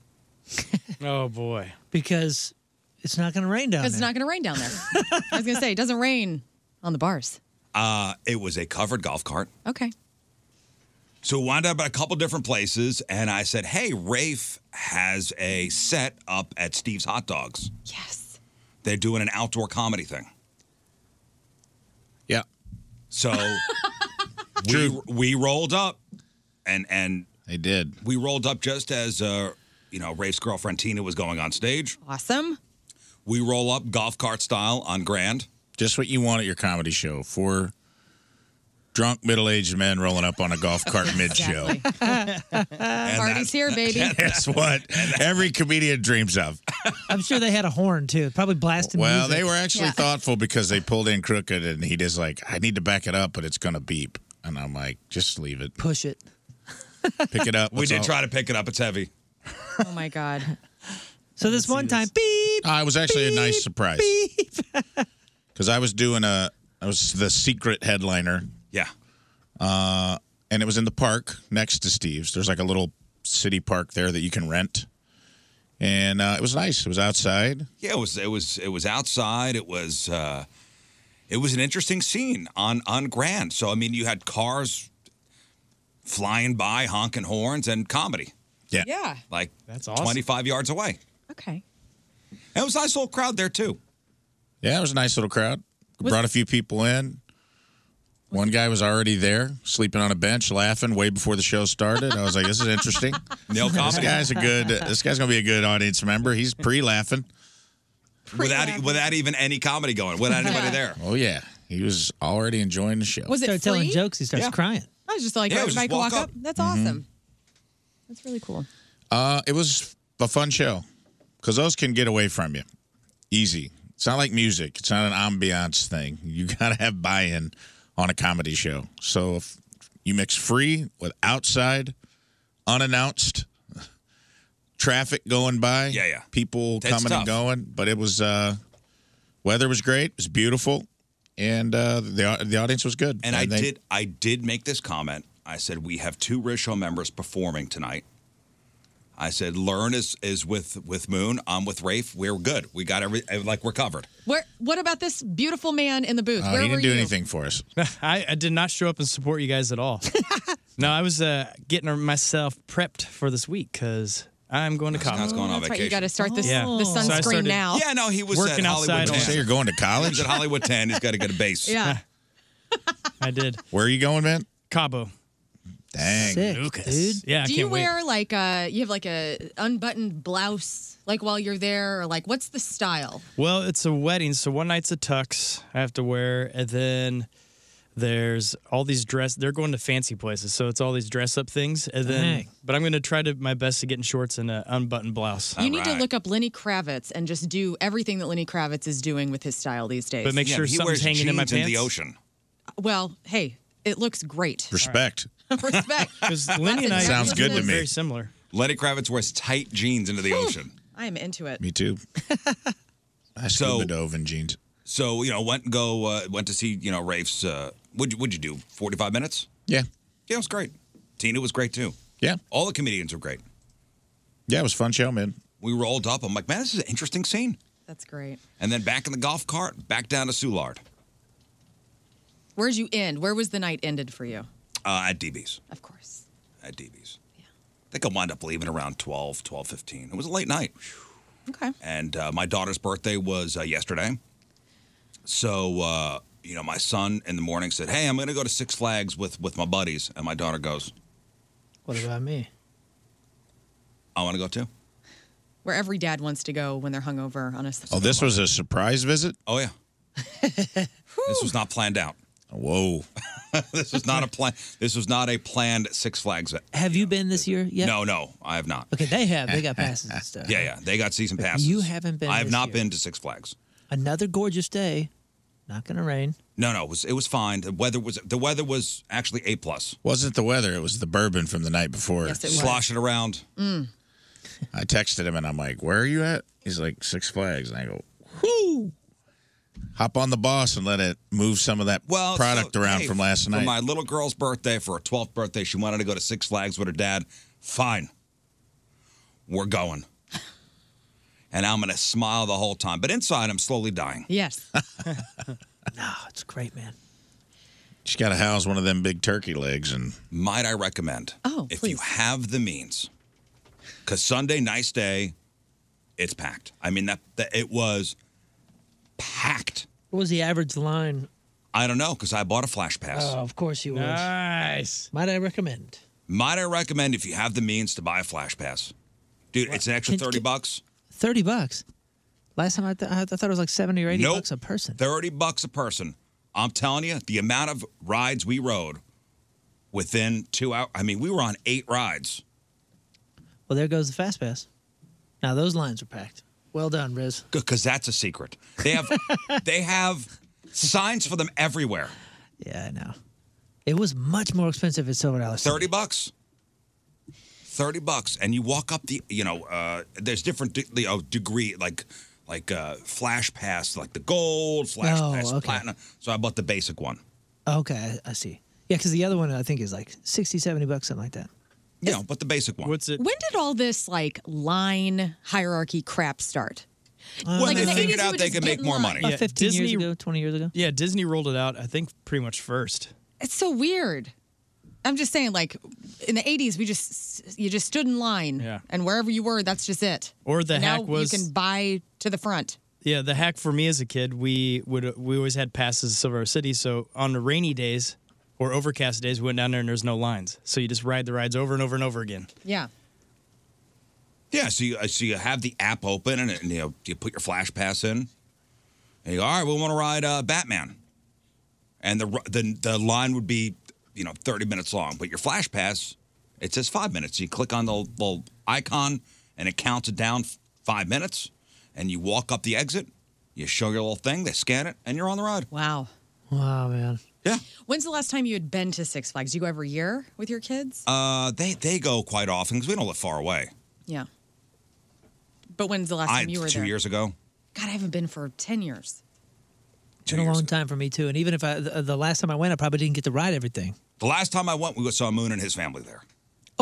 [SPEAKER 5] Oh boy. Because it's not going to rain down
[SPEAKER 2] Because it's
[SPEAKER 5] there.
[SPEAKER 2] not going to rain down there. I was going to say, it doesn't rain on the bars.
[SPEAKER 1] Uh, it was a covered golf cart.
[SPEAKER 2] Okay.
[SPEAKER 1] So we wound up at a couple different places, and I said, "Hey, Rafe has a set up at Steve's Hot Dogs.
[SPEAKER 2] Yes,
[SPEAKER 1] they're doing an outdoor comedy thing.
[SPEAKER 4] Yeah.
[SPEAKER 1] So we we rolled up, and and
[SPEAKER 4] they did.
[SPEAKER 1] We rolled up just as uh, you know Rafe's girlfriend Tina was going on stage.
[SPEAKER 2] Awesome.
[SPEAKER 1] We roll up golf cart style on Grand.
[SPEAKER 4] Just what you want at your comedy show. Four drunk middle-aged men rolling up on a golf cart mid-show.
[SPEAKER 2] Party's here, baby.
[SPEAKER 4] That's what every comedian dreams of.
[SPEAKER 5] I'm sure they had a horn too. It Probably blasting.
[SPEAKER 4] Well,
[SPEAKER 5] music.
[SPEAKER 4] they were actually thoughtful because they pulled in crooked, and he just like, I need to back it up, but it's gonna beep, and I'm like, just leave it,
[SPEAKER 5] push it,
[SPEAKER 4] pick it up.
[SPEAKER 1] We did try to pick it up. It's heavy.
[SPEAKER 2] Oh my God.
[SPEAKER 5] So this one time, beep.
[SPEAKER 4] Uh, it was actually a nice surprise because I was doing a, I was the secret headliner.
[SPEAKER 1] Yeah.
[SPEAKER 4] Uh, and it was in the park next to Steve's. There's like a little city park there that you can rent, and uh, it was nice. It was outside.
[SPEAKER 1] Yeah, it was it was it was outside. It was uh, it was an interesting scene on on Grand. So I mean, you had cars flying by, honking horns, and comedy.
[SPEAKER 4] Yeah,
[SPEAKER 2] Yeah.
[SPEAKER 1] like
[SPEAKER 2] That's
[SPEAKER 1] that's
[SPEAKER 2] awesome.
[SPEAKER 1] twenty five yards away.
[SPEAKER 2] Okay.
[SPEAKER 1] And it was a nice little crowd there too.
[SPEAKER 4] Yeah, it was a nice little crowd. Brought a few people in. One guy was already there, sleeping on a bench, laughing way before the show started. I was like, "This is interesting."
[SPEAKER 1] No
[SPEAKER 4] This
[SPEAKER 1] comedy.
[SPEAKER 4] guy's a good. This guy's gonna be a good audience member. He's pre-laughing.
[SPEAKER 1] Without without even any comedy going, without anybody there.
[SPEAKER 4] Oh yeah, he was already enjoying the show.
[SPEAKER 2] Was it Started telling free? jokes, he starts Yeah.
[SPEAKER 5] crying.
[SPEAKER 2] I was just like,
[SPEAKER 4] Yeah, it
[SPEAKER 2] right,
[SPEAKER 4] was
[SPEAKER 2] if I
[SPEAKER 4] just
[SPEAKER 2] could walk,
[SPEAKER 4] walk
[SPEAKER 2] up.
[SPEAKER 4] up.
[SPEAKER 2] That's
[SPEAKER 4] Mhm.
[SPEAKER 2] awesome. That's really cool.
[SPEAKER 4] Uh, it was a fun show because those can get away from you easy. It's not like music. It's not an ambiance thing. You got to have buy-in on a comedy show. So if you mix free with outside, unannounced traffic going by, yeah, yeah, people
[SPEAKER 1] That's
[SPEAKER 4] coming
[SPEAKER 1] tough.
[SPEAKER 4] and going. But it was uh, weather was great. It was beautiful, and uh, the au- the audience was good.
[SPEAKER 1] And, I
[SPEAKER 4] they-
[SPEAKER 1] did I did make this comment. I said we have two Rish Show members performing tonight. I said, Learn is, is with, with Moon. I'm with Rafe. We're good. We got every, eh, like, we're covered.
[SPEAKER 2] Where? What about this beautiful man in the booth?
[SPEAKER 3] Uh,
[SPEAKER 2] Where were you?
[SPEAKER 4] for us.
[SPEAKER 3] I, I did not show up and support you guys at all. no, I was uh, getting myself prepped for this week because I'm going to college.
[SPEAKER 1] Scott's going on
[SPEAKER 2] That's right. You got to start this the
[SPEAKER 3] So I
[SPEAKER 2] sunscreen
[SPEAKER 3] started-
[SPEAKER 2] now.
[SPEAKER 1] Yeah, no, he was
[SPEAKER 3] Working
[SPEAKER 1] at Hollywood
[SPEAKER 3] outside
[SPEAKER 1] 10.
[SPEAKER 3] all- Did you say you're
[SPEAKER 4] going to college?
[SPEAKER 1] He was at Hollywood 10. He's got to get a base.
[SPEAKER 2] Yeah.
[SPEAKER 3] I did.
[SPEAKER 4] Where are you going, man?
[SPEAKER 3] Cabo.
[SPEAKER 4] Dang.
[SPEAKER 3] Sick, Lucas. Yeah, I
[SPEAKER 2] Do
[SPEAKER 3] can't
[SPEAKER 2] you
[SPEAKER 3] wait.
[SPEAKER 2] wear like a you have like a unbuttoned blouse like while you're there or like what's the style?
[SPEAKER 3] Well, it's a wedding, so one night's a tux I have to wear, and then there's all these dress. They're going to fancy places, so it's all these dress up things, and then.
[SPEAKER 2] Dang.
[SPEAKER 3] But I'm going to try to my best to get in shorts and an unbuttoned blouse.
[SPEAKER 2] you need to look up Lenny Kravitz and just do everything that Lenny Kravitz is doing with his style these days.
[SPEAKER 3] But make sure something's hanging in my pants.
[SPEAKER 2] Well, hey, it looks great.
[SPEAKER 4] Respect.
[SPEAKER 2] Respect.
[SPEAKER 3] Lenny and I
[SPEAKER 2] That's
[SPEAKER 4] Sounds good to
[SPEAKER 2] exactly-
[SPEAKER 4] me.
[SPEAKER 3] Very similar.
[SPEAKER 1] Lenny Kravitz wears tight jeans into the ocean.
[SPEAKER 2] I am into it.
[SPEAKER 4] Me too. I
[SPEAKER 1] so,
[SPEAKER 4] dove in jeans.
[SPEAKER 1] So you know, went and go uh, went to see you know Rafe's. Uh, would you would you do forty five minutes?
[SPEAKER 4] Yeah.
[SPEAKER 1] Yeah, it was great. Tina was great too.
[SPEAKER 4] Yeah.
[SPEAKER 1] All the comedians were great.
[SPEAKER 4] Yeah, it was a fun show, man.
[SPEAKER 1] We rolled up. I'm like, man, this is an interesting scene.
[SPEAKER 2] That's great.
[SPEAKER 1] And then back in the golf cart, back down to Soulard
[SPEAKER 2] Where'd you end? Where was the night ended for you?
[SPEAKER 1] uh, at DB's.
[SPEAKER 2] Of course.
[SPEAKER 1] At DB's. Yeah. I think I wound up leaving around 12, 12, It was a late night.
[SPEAKER 2] Okay.
[SPEAKER 1] And uh, my daughter's birthday was uh, yesterday. So, uh, you know, my son in the morning said, hey, I'm going to go to Six Flags with, with my buddies. And my daughter goes,
[SPEAKER 5] What about me?
[SPEAKER 1] I want to go too.
[SPEAKER 2] Where every dad wants to go when they're hungover on a s-
[SPEAKER 4] Oh, this was a surprise visit?
[SPEAKER 1] Oh, yeah. This was not planned out.
[SPEAKER 4] Whoa.
[SPEAKER 1] this was not a plan. This was not a planned Six Flags.
[SPEAKER 5] Have you been this year yet?
[SPEAKER 1] No, no, I have not.
[SPEAKER 5] Okay, they have. They got passes and stuff.
[SPEAKER 1] Yeah, yeah. They got season
[SPEAKER 5] But
[SPEAKER 1] passes.
[SPEAKER 5] you haven't been
[SPEAKER 1] I have
[SPEAKER 5] this
[SPEAKER 1] not
[SPEAKER 5] year.
[SPEAKER 1] been to Six Flags.
[SPEAKER 5] Another gorgeous day. Not gonna rain.
[SPEAKER 1] No, no, it was it was fine. The weather was the weather was actually a plus.
[SPEAKER 4] Wasn't the weather, it was the bourbon from the night before.
[SPEAKER 1] Yes, it was. Sloshing around.
[SPEAKER 4] Mm. I texted him and I'm like, Where are you at? He's like, Six Flags. And I go, Whoo. Hop on the boss and let it move some of that
[SPEAKER 1] Well,
[SPEAKER 4] product
[SPEAKER 1] Oh, so,
[SPEAKER 4] around
[SPEAKER 1] hey,
[SPEAKER 4] from last
[SPEAKER 1] for
[SPEAKER 4] night.
[SPEAKER 1] my little girl's birthday, for her twelfth birthday, she wanted to go to Six Flags with her dad. Fine, we're going. And I'm gonna smile the whole time, but inside I'm slowly dying.
[SPEAKER 2] Yes.
[SPEAKER 5] no, it's great, man.
[SPEAKER 4] Just got to house one of them big turkey legs and.
[SPEAKER 1] Might I recommend?
[SPEAKER 2] Oh,
[SPEAKER 1] if you have the means, because Sunday, nice day, it's packed. I mean that, that it was packed.
[SPEAKER 5] What was the average line?
[SPEAKER 1] I don't know because I bought a flash pass.
[SPEAKER 5] Oh, of course you was.
[SPEAKER 3] Nice.
[SPEAKER 5] Might I recommend?
[SPEAKER 1] Might I recommend if you have the means to buy a flash pass, dude? It's an extra thirty bucks.
[SPEAKER 5] Thirty bucks. Last time I, th- I thought it was like seventy or eighty
[SPEAKER 1] Nope.
[SPEAKER 5] bucks a person.
[SPEAKER 1] Thirty bucks a person. I'm telling you, the amount of rides we rode within two hours. I mean, we were on eight rides.
[SPEAKER 5] Well, there goes the fast pass. Now those lines are packed. Well done, Riz.
[SPEAKER 1] Good, because that's a secret. They have they have signs for them everywhere.
[SPEAKER 5] Yeah, I know. It was much more expensive at Silver Dollar.
[SPEAKER 1] Thirty bucks. Thirty bucks, and you walk up the. You know, uh, there's different de- you know, degree like like uh, flash pass, like the gold flash
[SPEAKER 5] Oh,
[SPEAKER 1] pass,
[SPEAKER 5] okay.
[SPEAKER 1] platinum. So I bought the basic one.
[SPEAKER 5] Okay, I, I see. Yeah, because the other one I think is like 60, 70 bucks, something like that.
[SPEAKER 1] Yeah, but the basic one. What's
[SPEAKER 3] it?
[SPEAKER 2] When did all this like line hierarchy crap start?
[SPEAKER 1] When
[SPEAKER 2] Like,
[SPEAKER 1] they
[SPEAKER 2] in the 80s,
[SPEAKER 1] figured
[SPEAKER 2] you
[SPEAKER 1] out
[SPEAKER 2] would
[SPEAKER 1] they
[SPEAKER 2] just
[SPEAKER 1] could
[SPEAKER 2] get
[SPEAKER 1] make
[SPEAKER 2] in
[SPEAKER 1] more
[SPEAKER 2] line.
[SPEAKER 1] money.
[SPEAKER 3] Yeah,
[SPEAKER 5] 15 years
[SPEAKER 3] Disney-
[SPEAKER 5] ago, 20 years ago?
[SPEAKER 3] Yeah, Disney rolled it out. I think pretty much first.
[SPEAKER 2] It's so weird. I'm just saying, like in the '80s, we just you just stood in line,
[SPEAKER 3] Yeah.
[SPEAKER 2] and wherever you were, that's just it.
[SPEAKER 3] Or the
[SPEAKER 2] And
[SPEAKER 3] hack
[SPEAKER 2] now
[SPEAKER 3] was-
[SPEAKER 2] you can buy to the front.
[SPEAKER 3] Yeah, the hack for me as a kid, we would we always had passes to Silver City. So on the rainy days or overcast days, we went down there and there's no lines. So you just ride the rides over and over and over again.
[SPEAKER 2] Yeah.
[SPEAKER 1] Yeah, so you uh, so you have the app open and, it, and you know, you put your flash pass in, and you go, all right, we want to ride uh, Batman, and the, ru- the the line would be you know thirty minutes long, but your flash pass it says five minutes. You click on the little icon and it counts it down f- five minutes, and you walk up the exit, you show your little thing, they scan it, and you're on the ride.
[SPEAKER 2] Wow.
[SPEAKER 5] Wow, man.
[SPEAKER 2] When's the last time you had been to Six Flags? Do you go every year with your kids?
[SPEAKER 1] Uh, they they go quite often because we don't live far away.
[SPEAKER 2] Yeah. But when's the last
[SPEAKER 1] I
[SPEAKER 2] time you were
[SPEAKER 1] two
[SPEAKER 2] there?
[SPEAKER 1] years ago.
[SPEAKER 2] God, I haven't been for ten years.
[SPEAKER 5] It's been a long time for me, too. And even if I, the, the last time I went, I probably didn't get to ride everything.
[SPEAKER 1] The last time I went, we saw Moon and his family there.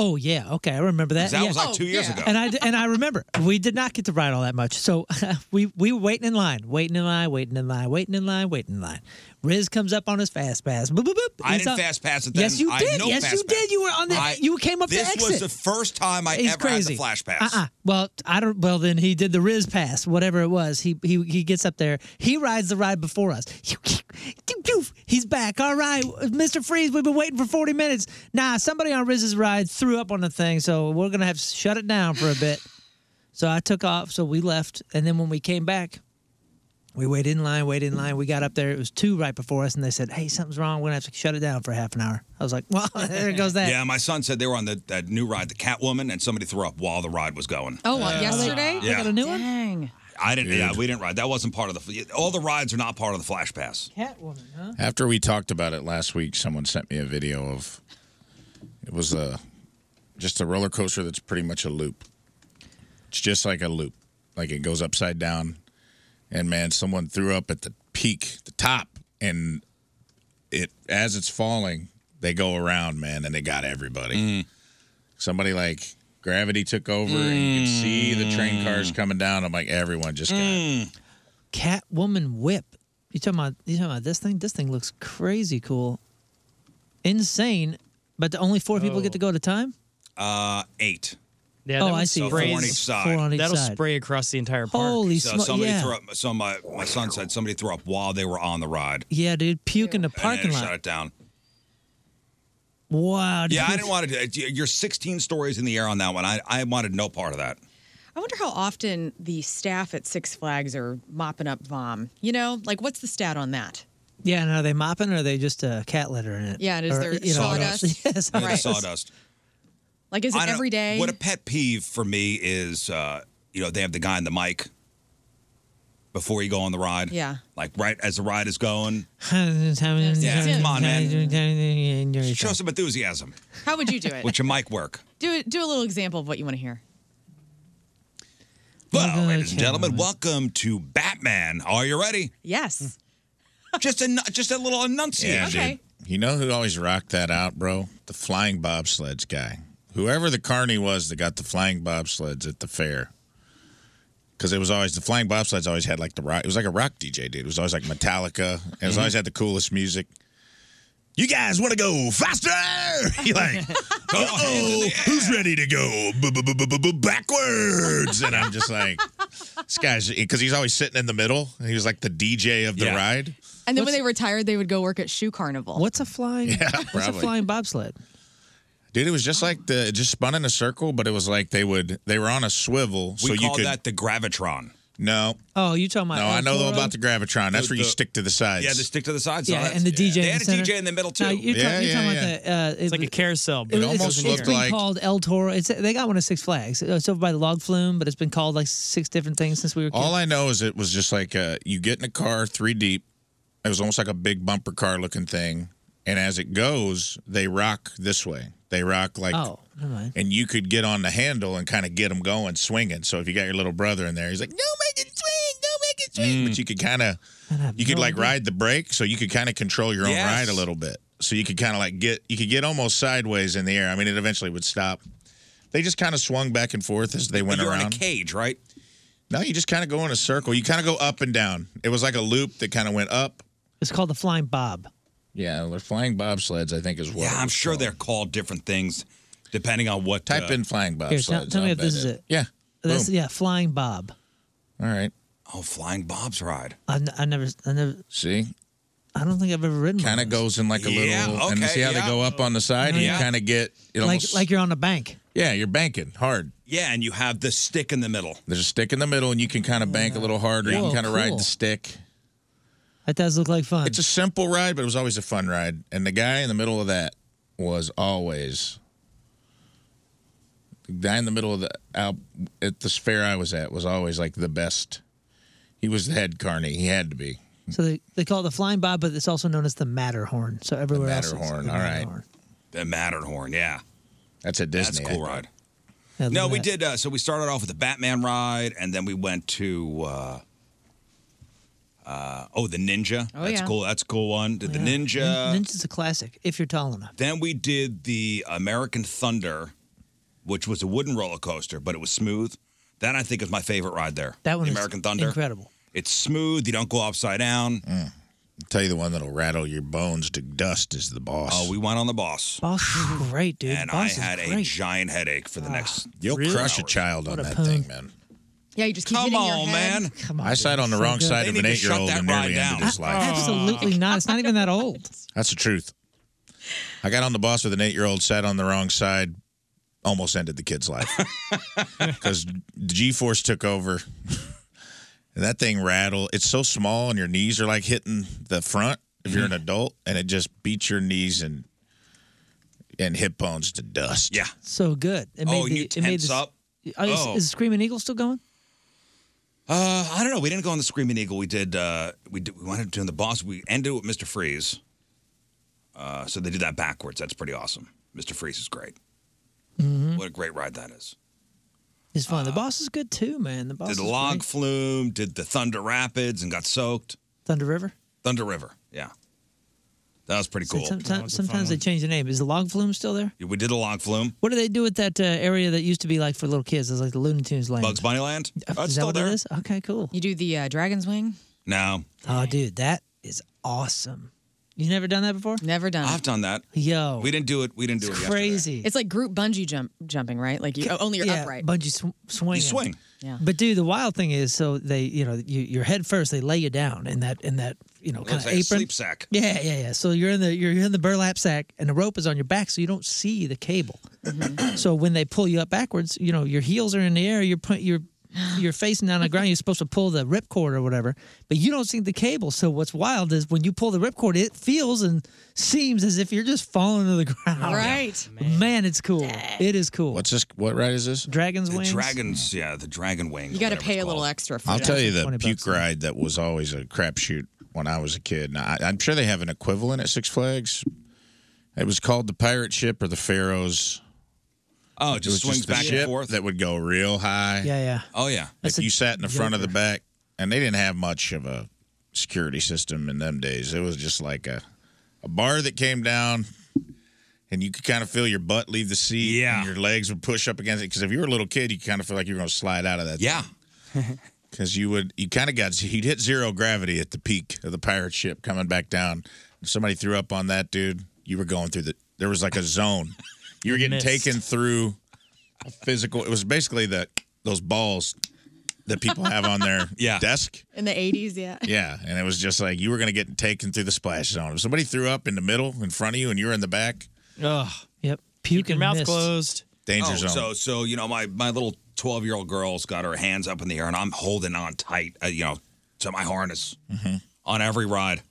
[SPEAKER 5] Oh yeah, okay, I remember that.
[SPEAKER 1] That
[SPEAKER 5] yeah.
[SPEAKER 1] was like two
[SPEAKER 5] two
[SPEAKER 1] years ago.
[SPEAKER 5] And I and I remember we did not get to ride all that much. So we we were waiting in line, waiting in line, waiting in line, waiting in line, waiting in line. Riz comes up on his fast pass. Boop, boop, boop.
[SPEAKER 1] I
[SPEAKER 5] He's
[SPEAKER 1] didn't
[SPEAKER 5] on-
[SPEAKER 1] fast pass it then.
[SPEAKER 5] Yes, you
[SPEAKER 1] I
[SPEAKER 5] did.
[SPEAKER 1] know
[SPEAKER 5] yes,
[SPEAKER 1] fast
[SPEAKER 5] you
[SPEAKER 1] pass.
[SPEAKER 5] did. You were on the.
[SPEAKER 1] I-
[SPEAKER 5] you came up.
[SPEAKER 1] This
[SPEAKER 5] the
[SPEAKER 1] was
[SPEAKER 5] exit.
[SPEAKER 1] the first time I
[SPEAKER 5] He's
[SPEAKER 1] ever had the
[SPEAKER 5] crazy.
[SPEAKER 1] flash pass.
[SPEAKER 5] Uh-uh. Well, I don't. Well, then he did the Riz pass, whatever it was. He he he gets up there. He rides the ride before us. He's back. All right, Mr. Freeze. We've been waiting for forty minutes. Nah, somebody on Riz's ride threw up on the thing, so we're gonna have to shut it down for a bit. So I took off. So we left, and then when we came back, we waited in line, waited in line. We got up there. It was two right before us, and they said, "Hey, something's wrong. We're gonna have to shut it down for half an hour." I was like, "Well,
[SPEAKER 2] Oh,
[SPEAKER 5] there goes that."
[SPEAKER 1] Yeah, my son said they were on the, that new ride, the Catwoman, and somebody threw up while the ride was going.
[SPEAKER 2] Oh, well, yesterday?
[SPEAKER 1] Yeah.
[SPEAKER 5] new one?
[SPEAKER 2] Dang.
[SPEAKER 1] I didn't. Yeah, we didn't ride. That wasn't part of the. All the rides are not part of the flash pass.
[SPEAKER 5] Catwoman, huh?
[SPEAKER 4] After we talked about it last week, someone sent me a video of it was a just a roller coaster that's pretty much a loop. It's just like a loop, like it goes upside down. And man, someone threw up at the peak, the top, and it as it's falling, they go around, man, and they got everybody. Somebody like gravity took over, and you can see the train cars coming down. I'm like, everyone just got
[SPEAKER 1] Mm.
[SPEAKER 5] Catwoman whip. You talking about you talking about this thing? This thing looks crazy cool, insane. But the only four people
[SPEAKER 1] Oh.
[SPEAKER 5] get to go at a time.
[SPEAKER 1] Uh, eight.
[SPEAKER 5] Yeah, Oh, that I would see.
[SPEAKER 1] So
[SPEAKER 5] spray-
[SPEAKER 1] four on each side.
[SPEAKER 5] four on each
[SPEAKER 3] That'll
[SPEAKER 5] side.
[SPEAKER 3] spray across the entire park.
[SPEAKER 1] so somebody threw up. So my, my son said somebody threw up while they were on the ride.
[SPEAKER 5] Yeah, dude, puke in the
[SPEAKER 1] And then
[SPEAKER 5] parking
[SPEAKER 1] they
[SPEAKER 5] lot.
[SPEAKER 1] shut it down.
[SPEAKER 5] Wow.
[SPEAKER 1] yeah, I
[SPEAKER 5] dude.
[SPEAKER 1] didn't want to. do it. You're 16 stories in the air on that one. I, I wanted no part of that.
[SPEAKER 2] I wonder how often the staff at Six Flags are mopping up vom. You know, like what's the stat on that?
[SPEAKER 5] Yeah, and are they mopping or are they just uh, cat litter in it?
[SPEAKER 2] Yeah, and is
[SPEAKER 5] Or,
[SPEAKER 2] there
[SPEAKER 5] you know,
[SPEAKER 2] sawdust?
[SPEAKER 5] yes,
[SPEAKER 1] Yeah, the
[SPEAKER 2] Right.
[SPEAKER 1] sawdust.
[SPEAKER 2] Like, is
[SPEAKER 1] I
[SPEAKER 2] it
[SPEAKER 1] don't-
[SPEAKER 2] every day?
[SPEAKER 1] What a pet peeve for me is, uh, you know, they have the guy in the mic before you go on the ride.
[SPEAKER 2] Yeah.
[SPEAKER 1] Like right as the ride is going,
[SPEAKER 5] yeah,
[SPEAKER 1] come on,
[SPEAKER 5] man.
[SPEAKER 1] show some enthusiasm
[SPEAKER 2] How would you do it?
[SPEAKER 1] with your mic work.
[SPEAKER 2] do it. Do a little example of what you want to hear.
[SPEAKER 1] Well, ladies and gentlemen, welcome to Batman. Are you ready?
[SPEAKER 2] Yes.
[SPEAKER 1] Just a just a little enunciation.
[SPEAKER 4] Yeah, dude. You know who always rocked that out, bro? The flying bobsleds guy. Whoever the carny was that got the flying bobsleds at the fair. Because it was always the flying bobsleds always had like the rock. It was like a rock DJ, dude. It was always like Metallica. and It was always had the coolest music. You guys want to go faster? You're like, oh, who's ready to go backwards? And I'm just like, this guy's because he's always sitting in the middle. And he was like the DJ of the ride.
[SPEAKER 2] And then when they retired, they would go work at Shoe Carnival.
[SPEAKER 5] What's a flying?
[SPEAKER 4] Yeah,
[SPEAKER 5] what's a
[SPEAKER 4] probably.
[SPEAKER 5] flying bobsled?
[SPEAKER 4] Dude, it was just like the it just spun in a circle, but it was like they would they were on a swivel, so
[SPEAKER 1] We
[SPEAKER 4] you
[SPEAKER 1] call
[SPEAKER 4] could.
[SPEAKER 1] that the gravitron.
[SPEAKER 4] no,
[SPEAKER 5] Oh, you talking
[SPEAKER 4] no,
[SPEAKER 5] about?
[SPEAKER 4] I know
[SPEAKER 5] Elforo?
[SPEAKER 4] about the gravitron. That's
[SPEAKER 1] The-
[SPEAKER 4] where you
[SPEAKER 1] the-
[SPEAKER 4] stick to the sides.
[SPEAKER 1] Yeah, they stick to the side. So
[SPEAKER 5] Yeah,
[SPEAKER 1] that's-
[SPEAKER 5] and the DJ.
[SPEAKER 1] They
[SPEAKER 5] in
[SPEAKER 1] had a
[SPEAKER 5] the
[SPEAKER 1] DJ in the middle too.
[SPEAKER 5] No, you're
[SPEAKER 4] Yeah,
[SPEAKER 5] talking, you're talking
[SPEAKER 4] yeah,
[SPEAKER 5] about the. Uh, it's
[SPEAKER 3] like a carousel.
[SPEAKER 4] It almost
[SPEAKER 5] it's
[SPEAKER 4] looked
[SPEAKER 5] been
[SPEAKER 4] like
[SPEAKER 5] called El Toro. It's they got one at Six Flags. It's over by the Log Flume, but it's been called like six different things since we were. Kids.
[SPEAKER 4] all I know is it was just like uh, you get in a car three deep. It was almost like a big bumper car looking thing, and as it goes, they rock this way. They rock like
[SPEAKER 5] oh, never mind.
[SPEAKER 4] and you could get on the handle and kind of get them going swinging. So if you got your little brother in there, he's like, "No, make it swing! No, make it swing!"
[SPEAKER 1] Mm.
[SPEAKER 4] But you could kind of, you could like ride the brake, so you could kind of control your own
[SPEAKER 1] Yes.
[SPEAKER 4] ride a little bit. So you could kind of like get, you could get almost sideways in the air. I mean, it eventually would stop. They just kind of swung back and forth as they went
[SPEAKER 1] You're in a
[SPEAKER 4] around.
[SPEAKER 1] cage, right?
[SPEAKER 4] no, you just kind of go in a circle. You kind of go up and down. It was like a loop that kind of went up.
[SPEAKER 5] It's called the Flying Bob.
[SPEAKER 4] Yeah, they're flying bobsleds, I think, as well.
[SPEAKER 1] Yeah, I'm sure they're called different things depending on what.
[SPEAKER 4] Type
[SPEAKER 1] uh,
[SPEAKER 4] in flying bobsleds.
[SPEAKER 5] Here, tell, tell me
[SPEAKER 4] I'll
[SPEAKER 5] if this
[SPEAKER 4] bet
[SPEAKER 5] is it.
[SPEAKER 4] Yeah.
[SPEAKER 5] That's,
[SPEAKER 4] Boom.
[SPEAKER 5] yeah, Flying Bob.
[SPEAKER 4] All right.
[SPEAKER 1] Oh, Flying Bob's ride.
[SPEAKER 5] I've, n- I never, I never,
[SPEAKER 4] See,
[SPEAKER 5] I don't think I've ever ridden. one
[SPEAKER 4] kind
[SPEAKER 5] of
[SPEAKER 4] of
[SPEAKER 5] those.
[SPEAKER 4] goes in like a
[SPEAKER 1] Oh, Yeah,
[SPEAKER 4] little, and you
[SPEAKER 1] okay,
[SPEAKER 4] see how
[SPEAKER 1] yeah.
[SPEAKER 4] they go up on the side, and
[SPEAKER 1] Yeah.
[SPEAKER 4] you kind of get it
[SPEAKER 5] Oh, like
[SPEAKER 4] almost,
[SPEAKER 5] like you're on a bank.
[SPEAKER 4] yeah, you're banking hard.
[SPEAKER 1] Yeah, and you have the stick in the middle.
[SPEAKER 4] There's a stick in the middle, and you can kind of bank a little harder. you
[SPEAKER 5] Whoa,
[SPEAKER 4] can kind of ride
[SPEAKER 5] cool.
[SPEAKER 4] the stick.
[SPEAKER 5] That does look like fun.
[SPEAKER 4] It's a simple ride, but it was always a fun ride. And the guy in the middle of that was always the guy in the middle of the out at this fair I was at was always like the best. He was the head carney. He had to be.
[SPEAKER 5] so they, they call it the Flying Bob, but it's also known as the Matterhorn. So everywhere else, it's
[SPEAKER 4] Matterhorn,
[SPEAKER 5] the
[SPEAKER 4] all right.
[SPEAKER 1] The Matterhorn. Yeah,
[SPEAKER 4] That's at
[SPEAKER 1] that's
[SPEAKER 4] Disney.
[SPEAKER 1] a
[SPEAKER 4] I
[SPEAKER 1] cool
[SPEAKER 4] think.
[SPEAKER 1] ride.
[SPEAKER 5] Yeah, look
[SPEAKER 1] No,
[SPEAKER 5] at
[SPEAKER 1] we
[SPEAKER 5] that.
[SPEAKER 1] did. Uh, so we started off with the Batman ride, and then we went to uh, uh, oh the Ninja.
[SPEAKER 2] Oh,
[SPEAKER 1] that's
[SPEAKER 2] yeah.
[SPEAKER 1] cool. That's a cool one. Did the
[SPEAKER 5] Nin-
[SPEAKER 1] Ninja.
[SPEAKER 5] Ninja's a classic if you're tall enough.
[SPEAKER 1] Then we did the American Thunder which was a wooden roller coaster, but it was smooth. That I think is my favorite ride there.
[SPEAKER 5] That one
[SPEAKER 1] the
[SPEAKER 5] is
[SPEAKER 1] American Thunder.
[SPEAKER 5] incredible.
[SPEAKER 1] It's smooth. You don't go upside down.
[SPEAKER 4] Mm. I'll tell you the one that'll rattle your bones to dust is the boss.
[SPEAKER 1] Oh, we went on the boss.
[SPEAKER 5] Boss is great, dude.
[SPEAKER 1] and
[SPEAKER 5] Boss
[SPEAKER 1] I had
[SPEAKER 5] is
[SPEAKER 1] a
[SPEAKER 5] great. Ah,
[SPEAKER 1] giant headache for the next.
[SPEAKER 4] You'll
[SPEAKER 1] four
[SPEAKER 4] crush a
[SPEAKER 1] hours.
[SPEAKER 4] child on
[SPEAKER 1] What a
[SPEAKER 4] that
[SPEAKER 1] pun.
[SPEAKER 4] thing, man.
[SPEAKER 2] Yeah, you just keep
[SPEAKER 1] Come
[SPEAKER 2] hitting your
[SPEAKER 1] on,
[SPEAKER 2] head.
[SPEAKER 1] man.
[SPEAKER 5] Come
[SPEAKER 4] I sat on the
[SPEAKER 5] so
[SPEAKER 4] wrong
[SPEAKER 5] good.
[SPEAKER 4] side
[SPEAKER 5] They
[SPEAKER 4] of an
[SPEAKER 5] need to
[SPEAKER 4] eight
[SPEAKER 5] shut
[SPEAKER 4] year old
[SPEAKER 5] that
[SPEAKER 4] and
[SPEAKER 5] ride
[SPEAKER 4] nearly ended his life.
[SPEAKER 5] Absolutely not. It's not even that old.
[SPEAKER 4] That's the truth. I got on the bus with an eight year old, sat on the wrong side, almost ended the kid's life because G force took over. And that thing rattled. It's so small, and your knees are like hitting the front if you're an
[SPEAKER 1] Mm-hmm.
[SPEAKER 4] adult, and it just beats your knees and and hip bones to dust.
[SPEAKER 1] Yeah.
[SPEAKER 5] So good. It
[SPEAKER 1] Oh,
[SPEAKER 5] made the,
[SPEAKER 1] you
[SPEAKER 5] it made
[SPEAKER 1] tense
[SPEAKER 5] this,
[SPEAKER 1] up.
[SPEAKER 5] Oh, is,
[SPEAKER 1] Oh.
[SPEAKER 5] is Screaming Eagle still going?
[SPEAKER 1] Uh, I don't know. We didn't go on the Screaming Eagle. We did. Uh, we did, we wanted to do the boss. We ended with Mr. Freeze. Uh, so they did that backwards. That's pretty awesome. Mr. Freeze is great.
[SPEAKER 5] Mm-hmm.
[SPEAKER 1] What a great ride that is.
[SPEAKER 5] It's fun. the boss is good too, man. The boss.
[SPEAKER 1] Uh, did
[SPEAKER 5] is
[SPEAKER 1] the log
[SPEAKER 5] great.
[SPEAKER 1] flume. Did the Thunder Rapids and got soaked.
[SPEAKER 5] Thunder River.
[SPEAKER 1] Thunder River. Yeah, that was pretty
[SPEAKER 5] So
[SPEAKER 1] cool.
[SPEAKER 5] Sometimes, sometimes they change the name. Is the log flume still there?
[SPEAKER 1] we did the log flume.
[SPEAKER 5] What do they do with that uh, area that used to be like for little kids? It's like the Looney Tunes land. Uh,
[SPEAKER 1] Bugs Bunny Land. Oh, it's
[SPEAKER 5] is that
[SPEAKER 1] still
[SPEAKER 5] what
[SPEAKER 1] there.
[SPEAKER 5] it is? Okay, cool.
[SPEAKER 2] You do the uh, Dragon's Wing?
[SPEAKER 1] No,
[SPEAKER 5] Oh, dude, that is awesome. You never done that before?
[SPEAKER 2] Never done.
[SPEAKER 1] I've done that.
[SPEAKER 5] Yo,
[SPEAKER 1] We didn't do it. We didn't do it. yesterday.
[SPEAKER 5] crazy.
[SPEAKER 2] It's like group bungee jump jumping, right? Like you oh, only you're
[SPEAKER 5] yeah,
[SPEAKER 2] upright.
[SPEAKER 5] Bungee sw- swing.
[SPEAKER 1] You swing.
[SPEAKER 2] Yeah.
[SPEAKER 5] But dude, the wild thing is, so they, you know, you, your head first, they lay you down in that in that you know
[SPEAKER 1] It
[SPEAKER 5] kind
[SPEAKER 1] looks
[SPEAKER 5] of
[SPEAKER 1] like a
[SPEAKER 5] apron.
[SPEAKER 1] sleep sack.
[SPEAKER 5] Yeah, yeah, yeah. So you're in the you're in the burlap sack, and the rope is on your back, so you don't see the cable.
[SPEAKER 2] Mm-hmm.
[SPEAKER 5] so when they pull you up backwards, you know your heels are in the air. You're put, you're you're facing down the ground. You're supposed to pull the ripcord or whatever, but you don't see the cable. So what's wild is when you pull the ripcord, it feels and seems as if you're just falling to the ground.
[SPEAKER 2] Right.
[SPEAKER 5] Oh, man, it's cool. It is cool.
[SPEAKER 4] What's this? What ride is this?
[SPEAKER 5] Dragon's
[SPEAKER 1] The
[SPEAKER 5] wings.
[SPEAKER 1] dragons. Yeah, the dragon wings.
[SPEAKER 2] You got to
[SPEAKER 1] whatever it's
[SPEAKER 2] pay a little
[SPEAKER 1] called.
[SPEAKER 2] extra for
[SPEAKER 4] I'll
[SPEAKER 2] that.
[SPEAKER 4] tell you the
[SPEAKER 5] 20 bucks,
[SPEAKER 4] puke ride that was always a crapshoot when I was a kid. Now, I, I'm sure they have an equivalent at Six Flags. It was called the Pirate Ship or the Pharaohs.
[SPEAKER 1] Oh, it
[SPEAKER 4] It was
[SPEAKER 1] just swings
[SPEAKER 4] just the
[SPEAKER 1] back and
[SPEAKER 4] ship
[SPEAKER 1] forth.
[SPEAKER 4] that would go real high.
[SPEAKER 5] Yeah, yeah.
[SPEAKER 1] Oh yeah.
[SPEAKER 5] That's
[SPEAKER 4] If
[SPEAKER 5] a
[SPEAKER 4] you sat in the front of the back, and they didn't have much of a security system in them days. It was just like a a bar that came down, and you could kind of feel your butt leave the seat.
[SPEAKER 1] Yeah.
[SPEAKER 4] and your legs would push up against it because if you were a little kid, you kind of feel like you were going to slide out of that.
[SPEAKER 1] Yeah.
[SPEAKER 4] because you would you kind of got you'd hit zero gravity at the peak of the pirate ship coming back down. If somebody threw up on that dude, you were going through the there was like a zone. You were getting
[SPEAKER 3] Missed.
[SPEAKER 4] taken through a physical. It was basically the those balls that people have on their
[SPEAKER 1] Yeah.
[SPEAKER 4] desk.
[SPEAKER 2] In the 80s, yeah.
[SPEAKER 4] Yeah, and it was just like you were going to get taken through the splash zone. If somebody threw up in the middle in front of you and you were in the back,
[SPEAKER 3] Ugh.
[SPEAKER 5] Yep.
[SPEAKER 3] Keep
[SPEAKER 5] Puke
[SPEAKER 3] your
[SPEAKER 5] and
[SPEAKER 3] mouth
[SPEAKER 5] mist.
[SPEAKER 3] closed.
[SPEAKER 4] danger
[SPEAKER 1] Oh,
[SPEAKER 4] zone.
[SPEAKER 1] so so you know my my little twelve year old girl's got her hands up in the air and I'm holding on tight, uh, you know, to my harness
[SPEAKER 5] Mm-hmm.
[SPEAKER 1] on every ride.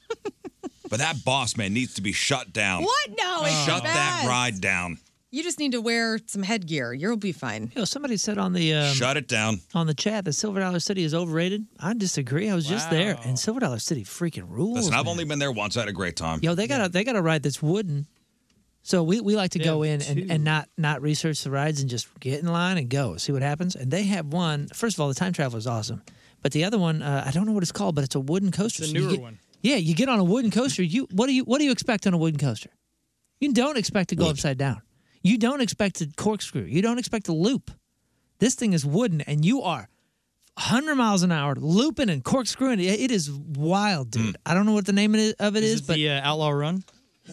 [SPEAKER 1] but that boss man needs to be shut down.
[SPEAKER 2] What?
[SPEAKER 5] Oh,
[SPEAKER 2] No, it's
[SPEAKER 1] Shut
[SPEAKER 2] the best.
[SPEAKER 1] that ride down.
[SPEAKER 2] You just need to wear some headgear. You'll be fine.
[SPEAKER 5] You know, somebody said on the um,
[SPEAKER 1] shut it down.
[SPEAKER 5] on the chat that Silver Dollar City is overrated. I disagree. I was just there, and Silver Dollar City freaking rules.
[SPEAKER 1] Listen, I've
[SPEAKER 5] man.
[SPEAKER 1] only been there once. I had a great time.
[SPEAKER 5] Yo, they got a they got a ride that's wooden. So we, we like to go
[SPEAKER 3] Yeah,
[SPEAKER 5] in
[SPEAKER 3] two.
[SPEAKER 5] and, and not not research the rides and just get in line and go see what happens. And they have one. First of all, the time travel is awesome, but the other one uh, I don't know what it's called, but it's a wooden coaster.
[SPEAKER 3] It's a
[SPEAKER 5] So you
[SPEAKER 3] newer
[SPEAKER 5] get-
[SPEAKER 3] one.
[SPEAKER 5] Yeah, you get on a wooden coaster. You what do you what do you expect on a wooden coaster? You don't expect to go upside down. You don't expect to corkscrew. You don't expect to loop. This thing is wooden, and you are 100 miles an hour looping and corkscrewing. It, it is wild,
[SPEAKER 4] Hmm.
[SPEAKER 5] dude. I don't know what the name of it of it is,
[SPEAKER 3] Is it
[SPEAKER 5] but
[SPEAKER 3] the uh, Outlaw Run?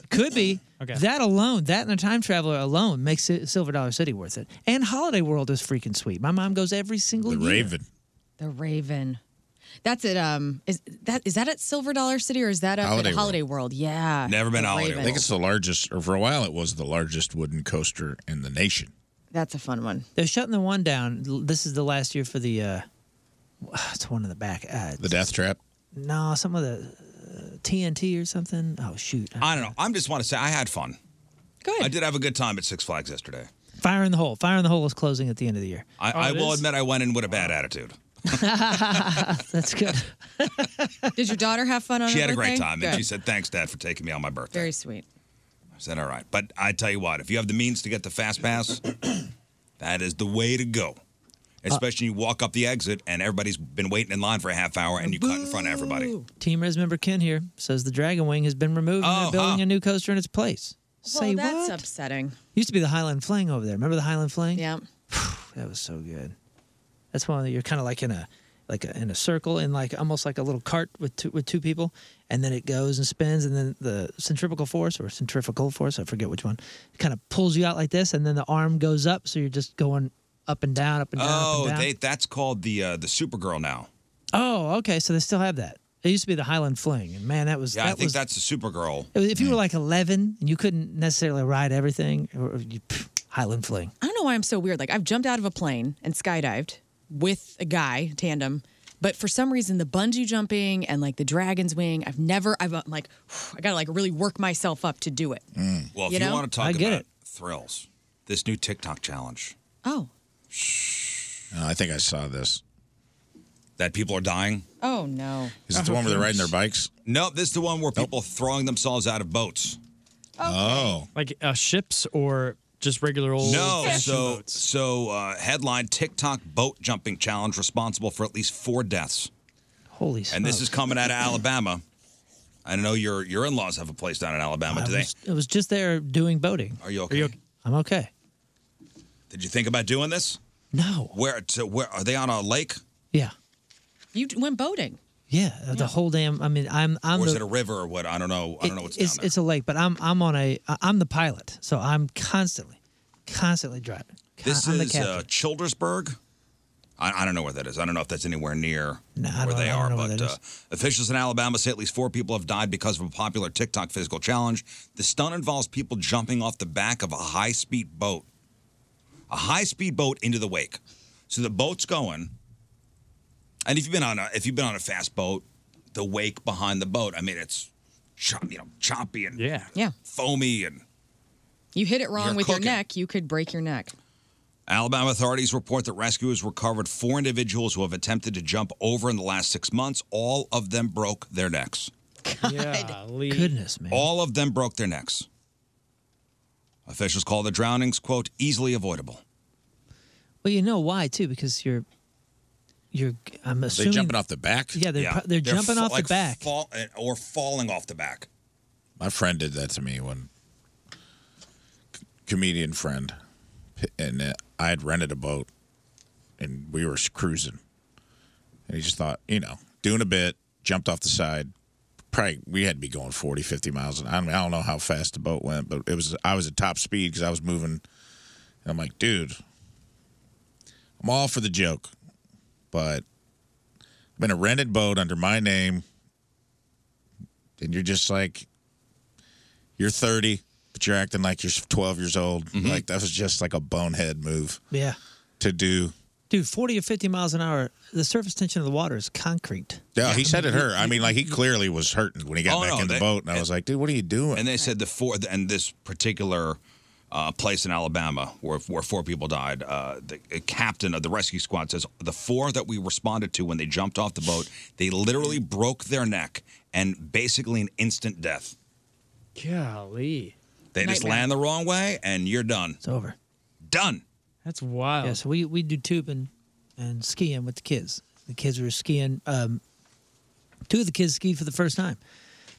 [SPEAKER 5] could be.
[SPEAKER 3] Okay.
[SPEAKER 5] That alone, that and the time traveler alone makes it Silver Dollar City worth it. And Holiday World is freaking sweet. My mom goes every single
[SPEAKER 4] the
[SPEAKER 5] year.
[SPEAKER 4] Raven.
[SPEAKER 2] The Raven. That's it. Um, is that is that at Silver Dollar City or is that up
[SPEAKER 4] Holiday
[SPEAKER 2] at
[SPEAKER 4] World.
[SPEAKER 2] Holiday World? Yeah.
[SPEAKER 1] Never
[SPEAKER 2] The
[SPEAKER 1] been to Holiday
[SPEAKER 2] Raven.
[SPEAKER 4] I think it's the largest, or for a while it was the largest wooden coaster in the nation.
[SPEAKER 2] That's a fun one.
[SPEAKER 5] They're shutting the one down. L- This is the last year for the. uh It's one in the back. Uh,
[SPEAKER 4] The Death Trap.
[SPEAKER 5] no, some of the uh, TNT or something. Oh shoot!
[SPEAKER 1] I don't know. I'm just want to say I had fun.
[SPEAKER 2] Good.
[SPEAKER 1] I did have a good time at Six Flags yesterday.
[SPEAKER 5] Fire in the hole. Fire in the hole is closing at the end of the year.
[SPEAKER 1] I, I will admit I went in with a bad attitude.
[SPEAKER 5] That's good.
[SPEAKER 2] Did your daughter have fun on
[SPEAKER 1] She
[SPEAKER 2] her
[SPEAKER 1] had a great
[SPEAKER 2] birthday?
[SPEAKER 1] time, and
[SPEAKER 2] Good.
[SPEAKER 1] she said, "Thanks, Dad, for taking me on my birthday."
[SPEAKER 2] Very sweet.
[SPEAKER 1] I said, all right. But I tell you what, if you have the means to get the fast pass, that is the way to go. Especially you walk up the exit and everybody's been waiting in line for a half hour and you cut in front of everybody.
[SPEAKER 5] Team Res member Ken here says the Dragon Wing has been removed and
[SPEAKER 1] Oh,
[SPEAKER 5] they're building
[SPEAKER 1] huh.
[SPEAKER 5] a new coaster in its place. Say
[SPEAKER 2] well, that's
[SPEAKER 5] what?
[SPEAKER 2] upsetting.
[SPEAKER 5] Used to be the Highland Fling over there. Remember the Highland Fling?
[SPEAKER 2] Yeah.
[SPEAKER 5] that was so good. That's one that you're kind of like in a like a, in a circle in like almost like a little cart with two with two people, and then it goes and spins, and then the centrifugal force or centrifugal force I forget which one kind of pulls you out like this, and then the arm goes up, so you're just going up and down, up and down. up
[SPEAKER 1] Oh,
[SPEAKER 5] and down.
[SPEAKER 1] they, that's called the uh, the Supergirl now.
[SPEAKER 5] Oh, okay. So they still have that. It used to be the Highland Fling, and man, that was
[SPEAKER 1] Yeah,
[SPEAKER 5] that
[SPEAKER 1] I think
[SPEAKER 5] was.
[SPEAKER 1] that's the Supergirl.
[SPEAKER 5] it was- if you were like 11 and you couldn't necessarily ride everything, or or you, pff, Highland Fling.
[SPEAKER 2] I don't know why I'm so weird. Like I've jumped out of a plane and skydived with a guy tandem, but for some reason the bungee jumping and like the dragon's wing, I've never. I've uh, like I gotta like really work myself up to do it.
[SPEAKER 4] Mm.
[SPEAKER 1] Well, if
[SPEAKER 2] You
[SPEAKER 1] you,
[SPEAKER 2] know?
[SPEAKER 1] want to talk
[SPEAKER 2] I get
[SPEAKER 1] about
[SPEAKER 2] it.
[SPEAKER 1] thrills, this new TikTok challenge
[SPEAKER 2] Oh,
[SPEAKER 4] Oh, I think I saw this.
[SPEAKER 1] that people are dying.
[SPEAKER 2] oh no.
[SPEAKER 4] Is it the one where they're riding their bikes?
[SPEAKER 1] No, this is the one where people are throwing themselves out of boats.
[SPEAKER 4] Oh.
[SPEAKER 3] Like uh, ships or just regular old.
[SPEAKER 1] No,
[SPEAKER 3] fashioned
[SPEAKER 1] so
[SPEAKER 3] boats?
[SPEAKER 1] so uh, headline TikTok boat jumping challenge responsible for at least four deaths.
[SPEAKER 5] Holy
[SPEAKER 1] And this
[SPEAKER 5] smokes.
[SPEAKER 1] is coming out of Alabama. I know your your in laws have a place down in Alabama
[SPEAKER 5] I
[SPEAKER 1] today.
[SPEAKER 5] was, I was just there doing boating.
[SPEAKER 1] Are you okay?
[SPEAKER 5] I'm okay.
[SPEAKER 1] Did you think about doing this?
[SPEAKER 5] No.
[SPEAKER 1] Where to where are they on a lake
[SPEAKER 5] Yeah.
[SPEAKER 2] You d- went boating.
[SPEAKER 5] Yeah, uh, the whole damn. I mean, I'm. I'm.
[SPEAKER 1] or is
[SPEAKER 5] the-
[SPEAKER 1] it a river or what? I don't know. I don't know what's
[SPEAKER 5] it's,
[SPEAKER 1] down there.
[SPEAKER 5] it's a lake, but I'm. I'm on a. I- I'm the pilot, so I'm constantly, constantly driving. Con-
[SPEAKER 1] This
[SPEAKER 5] I'm
[SPEAKER 1] is
[SPEAKER 5] the
[SPEAKER 1] uh,
[SPEAKER 5] captain.
[SPEAKER 1] Childersburg. I, I don't know where that is. I don't know if that's anywhere near
[SPEAKER 5] I
[SPEAKER 1] where
[SPEAKER 5] don't-
[SPEAKER 1] they
[SPEAKER 5] I don't
[SPEAKER 1] are.
[SPEAKER 5] know where
[SPEAKER 1] But
[SPEAKER 5] that
[SPEAKER 1] uh, officials in Alabama say at least four people have died because of a popular TikTok physical challenge. The stunt involves people jumping off the back of a high speed boat, a high speed boat into the wake. So the boat's going, and if you've been on a if you've been on a fast boat, the wake behind the boat. I mean, it's chop, you know choppy and yeah.
[SPEAKER 2] Yeah.
[SPEAKER 1] foamy and
[SPEAKER 2] You hit it wrong
[SPEAKER 1] You're
[SPEAKER 2] with
[SPEAKER 1] cooking.
[SPEAKER 2] your neck, you could break your neck.
[SPEAKER 1] Alabama authorities report that rescuers recovered four individuals who have attempted to jump over in the last six months. All of them broke their necks.
[SPEAKER 5] Goodness, man.
[SPEAKER 1] All of them broke their necks. Officials call the drownings, quote, easily avoidable.
[SPEAKER 5] Well, you know why too, because you're. You're. I'm assuming.
[SPEAKER 4] jumping off the back?
[SPEAKER 5] Yeah, they're pro- they're, jumping
[SPEAKER 1] fa-
[SPEAKER 5] off
[SPEAKER 1] like
[SPEAKER 5] the back.
[SPEAKER 1] fall- eh, or falling off the back.
[SPEAKER 4] My friend did that to me when comedian friend, and uh, I had rented a boat, and we were cruising, and he just thought, you know, doing a bit, jumped off the side. Probably we had to be going 40, 50 miles. an- I mean, I don't know how fast the boat went, but it was I was at top speed because I was moving. And I'm like, dude, I'm all for the joke, but I'm in a rented boat under my name, and you're just like, you're 30, but you're acting like you're 12 years old. Like that was just like a bonehead move
[SPEAKER 5] Yeah,
[SPEAKER 4] to do.
[SPEAKER 5] dude, 40 or 50 miles an hour. The surface tension of the water is concrete.
[SPEAKER 4] Yeah, he said it hurt. I mean, like he clearly was hurting when he got
[SPEAKER 1] Oh,
[SPEAKER 4] back
[SPEAKER 1] no,
[SPEAKER 4] in the
[SPEAKER 1] they-
[SPEAKER 4] boat, and I was like, dude, what are you doing?
[SPEAKER 1] And they said the four, and this particular uh, place in Alabama where, where four people died, uh, the uh, captain of the rescue squad says the four that we responded to when they jumped off the boat, they literally broke their neck and basically an instant death.
[SPEAKER 3] Golly.
[SPEAKER 1] They just
[SPEAKER 3] Nightmare.
[SPEAKER 1] land the wrong way and you're done. It's
[SPEAKER 5] over.
[SPEAKER 1] Done.
[SPEAKER 3] That's wild.
[SPEAKER 5] Yeah, so we we do tubing and skiing with the kids. The kids were skiing. Um, two of the kids skied for the first time.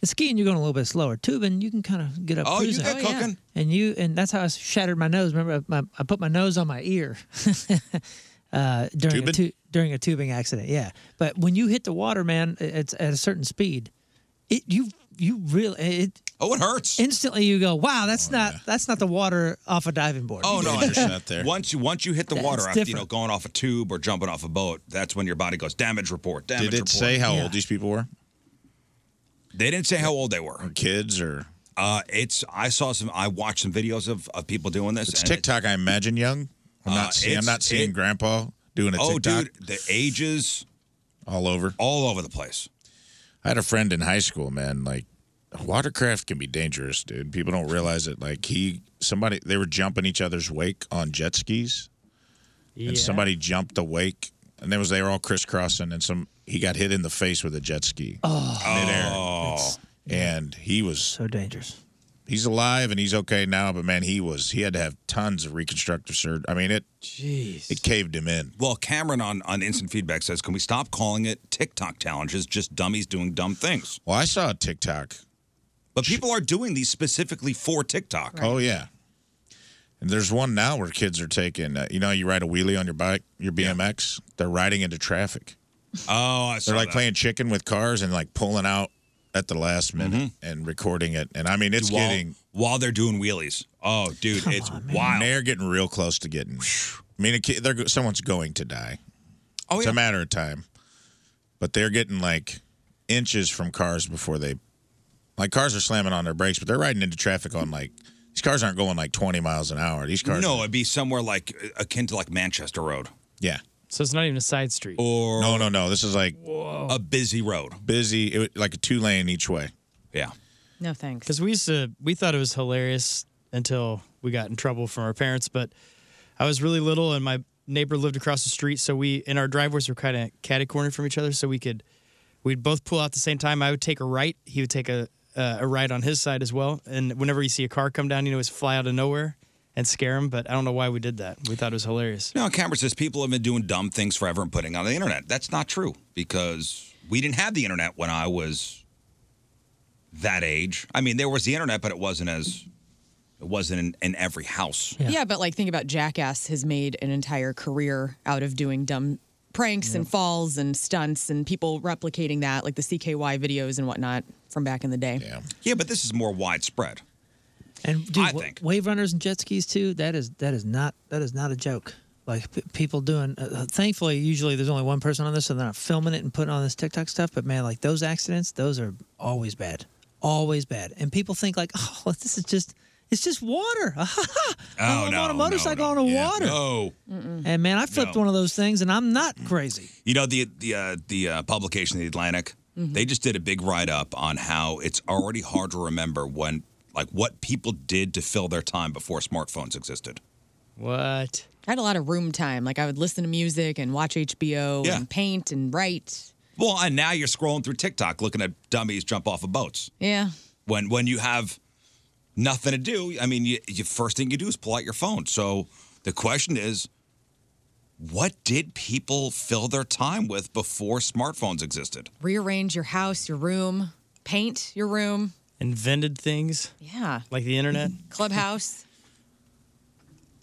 [SPEAKER 5] The skiing, you're going a little bit slower. Tubing, you can kind of get up.
[SPEAKER 1] Oh, you
[SPEAKER 5] cruising.
[SPEAKER 1] got Oh, yeah. cooking.
[SPEAKER 5] And you and that's how I shattered my nose. Remember, I, my, I put my nose on my ear uh, during a
[SPEAKER 4] Tubing?
[SPEAKER 5] tu- during a tubing accident. Yeah, but when you hit the water, man, it- it's at a certain speed. It you you really it
[SPEAKER 1] Oh, it hurts.
[SPEAKER 5] instantly you go wow that's not that's not the water off a diving board.
[SPEAKER 1] Oh no!
[SPEAKER 4] You're shot there.
[SPEAKER 1] Once you once you hit the water
[SPEAKER 5] That's
[SPEAKER 1] after you know
[SPEAKER 5] different.
[SPEAKER 1] going off a tube or jumping off a boat, that's when your body goes damage report. Damage
[SPEAKER 4] Did it
[SPEAKER 1] report.
[SPEAKER 4] say how
[SPEAKER 5] Yeah.
[SPEAKER 4] old these people were?
[SPEAKER 1] They didn't say how old they were.
[SPEAKER 4] Kids or
[SPEAKER 1] Uh, it's I saw some I watched some videos of, of people doing this.
[SPEAKER 4] it's
[SPEAKER 1] and
[SPEAKER 4] TikTok? I imagine young. I'm
[SPEAKER 1] Uh,
[SPEAKER 4] not seeing. I'm
[SPEAKER 1] it's-
[SPEAKER 4] not seeing
[SPEAKER 1] it-
[SPEAKER 4] Grandpa doing a
[SPEAKER 1] oh,
[SPEAKER 4] TikTok
[SPEAKER 1] dude, the ages
[SPEAKER 4] all over.
[SPEAKER 1] all over the place.
[SPEAKER 4] I had a friend in high school, man. Like watercraft can be dangerous, dude. People don't realize it. Like he, somebody, they were jumping each other's wake on jet skis,
[SPEAKER 3] Yeah.
[SPEAKER 4] and somebody jumped a wake, and there was they were all crisscrossing, and some he got hit in the face with a jet ski
[SPEAKER 7] Oh.
[SPEAKER 5] Oh.
[SPEAKER 4] midair, and he was
[SPEAKER 5] so dangerous.
[SPEAKER 4] he's alive and he's okay now, but man, he was he had to have tons of reconstructive surgery. I mean, it
[SPEAKER 3] Jeez.
[SPEAKER 4] it caved him in.
[SPEAKER 1] Well, Cameron on on instant feedback says, "Can we stop calling it TikTok challenges? Just dummies doing dumb things."
[SPEAKER 4] Well, I saw a TikTok
[SPEAKER 1] But people are doing these specifically for TikTok.
[SPEAKER 4] Oh yeah. And there's one now where kids are taking. Uh, you know, you ride a wheelie on your bike, your BMX. They're riding into traffic.
[SPEAKER 1] Oh, I saw
[SPEAKER 4] They're like
[SPEAKER 1] that.
[SPEAKER 4] playing chicken with cars and like pulling out at the last minute and recording it. And I mean, it's
[SPEAKER 1] Mm-hmm. While-
[SPEAKER 4] getting
[SPEAKER 1] while they're doing wheelies. Oh, dude, it's
[SPEAKER 4] wow.
[SPEAKER 1] wild.
[SPEAKER 4] They're getting real close to getting. I mean, a kid, they're go- someone's going to die.
[SPEAKER 1] Oh,
[SPEAKER 4] it's a matter of time. But they're getting like inches from cars before they, like cars are slamming on their brakes, but they're riding into traffic on like these cars aren't going like 20 miles an hour. These cars,
[SPEAKER 1] No, it'd be somewhere like uh, akin to like Manchester Road.
[SPEAKER 4] yeah.
[SPEAKER 3] So it's not even a side street.
[SPEAKER 1] Or
[SPEAKER 4] no, no, no. This is like
[SPEAKER 1] a busy road.
[SPEAKER 4] Busy, it, was like a two lane each way.
[SPEAKER 1] Yeah.
[SPEAKER 2] No thanks.
[SPEAKER 3] Because we used to, we thought it was hilarious until we got in trouble from our parents. But I was really little, and my neighbor lived across the street, so we and our driveways were kind of catty cornered from each other, so we could, we'd both pull out at the same time. I would take a right, he would take a uh, a right on his side as well. And whenever you see a car come down, you know, it's fly out of nowhere and scare him. But I don't know why we did that. We thought it was hilarious.
[SPEAKER 1] No, Cameron says people have been doing dumb things forever and putting on the internet. That's not true because we didn't have the internet when I was that age. I mean, there was the internet, but it wasn't as it wasn't in, in every house.
[SPEAKER 2] Yeah. but like think about Jackass has made an entire career out of doing dumb pranks and falls and stunts and people replicating that, like the CKY videos and whatnot from back in the day.
[SPEAKER 4] Yeah.
[SPEAKER 1] Yeah, but this is more widespread.
[SPEAKER 5] And dude, wa- wave runners and jet skis too. That is that is not that is not a joke. Like p- people doing. Uh, uh, thankfully, usually there's only one person on this, so they're not filming it and putting on this TikTok stuff. But man, like those accidents, those are always bad, always bad. And people think like, oh, this is just it's just water.
[SPEAKER 1] Oh,
[SPEAKER 5] I'm
[SPEAKER 1] no,
[SPEAKER 5] on a
[SPEAKER 1] no,
[SPEAKER 5] motorcycle
[SPEAKER 1] no.
[SPEAKER 5] on a
[SPEAKER 1] Yeah.
[SPEAKER 5] water.
[SPEAKER 1] No.
[SPEAKER 5] And man, I flipped
[SPEAKER 1] No.
[SPEAKER 5] one of those things, and I'm not crazy.
[SPEAKER 1] You know the the uh, the uh, publication, The Atlantic. They just did a big write up on how it's already hard to remember when, like, what people did to fill their time before smartphones existed.
[SPEAKER 3] What?
[SPEAKER 2] I had a lot of room time. Like I would listen to music and watch HBO
[SPEAKER 1] Yeah.
[SPEAKER 2] and paint and write.
[SPEAKER 1] Well, and now you're scrolling through TikTok looking at dummies jump off of boats.
[SPEAKER 2] Yeah.
[SPEAKER 1] When when you have nothing to do, I mean, you, you first thing you do is pull out your phone. So the question is, what did people fill their time with before smartphones existed?
[SPEAKER 2] Rearrange your house, your room, paint your room.
[SPEAKER 3] Invented things
[SPEAKER 2] Yeah.
[SPEAKER 3] like the internet.
[SPEAKER 2] Clubhouse.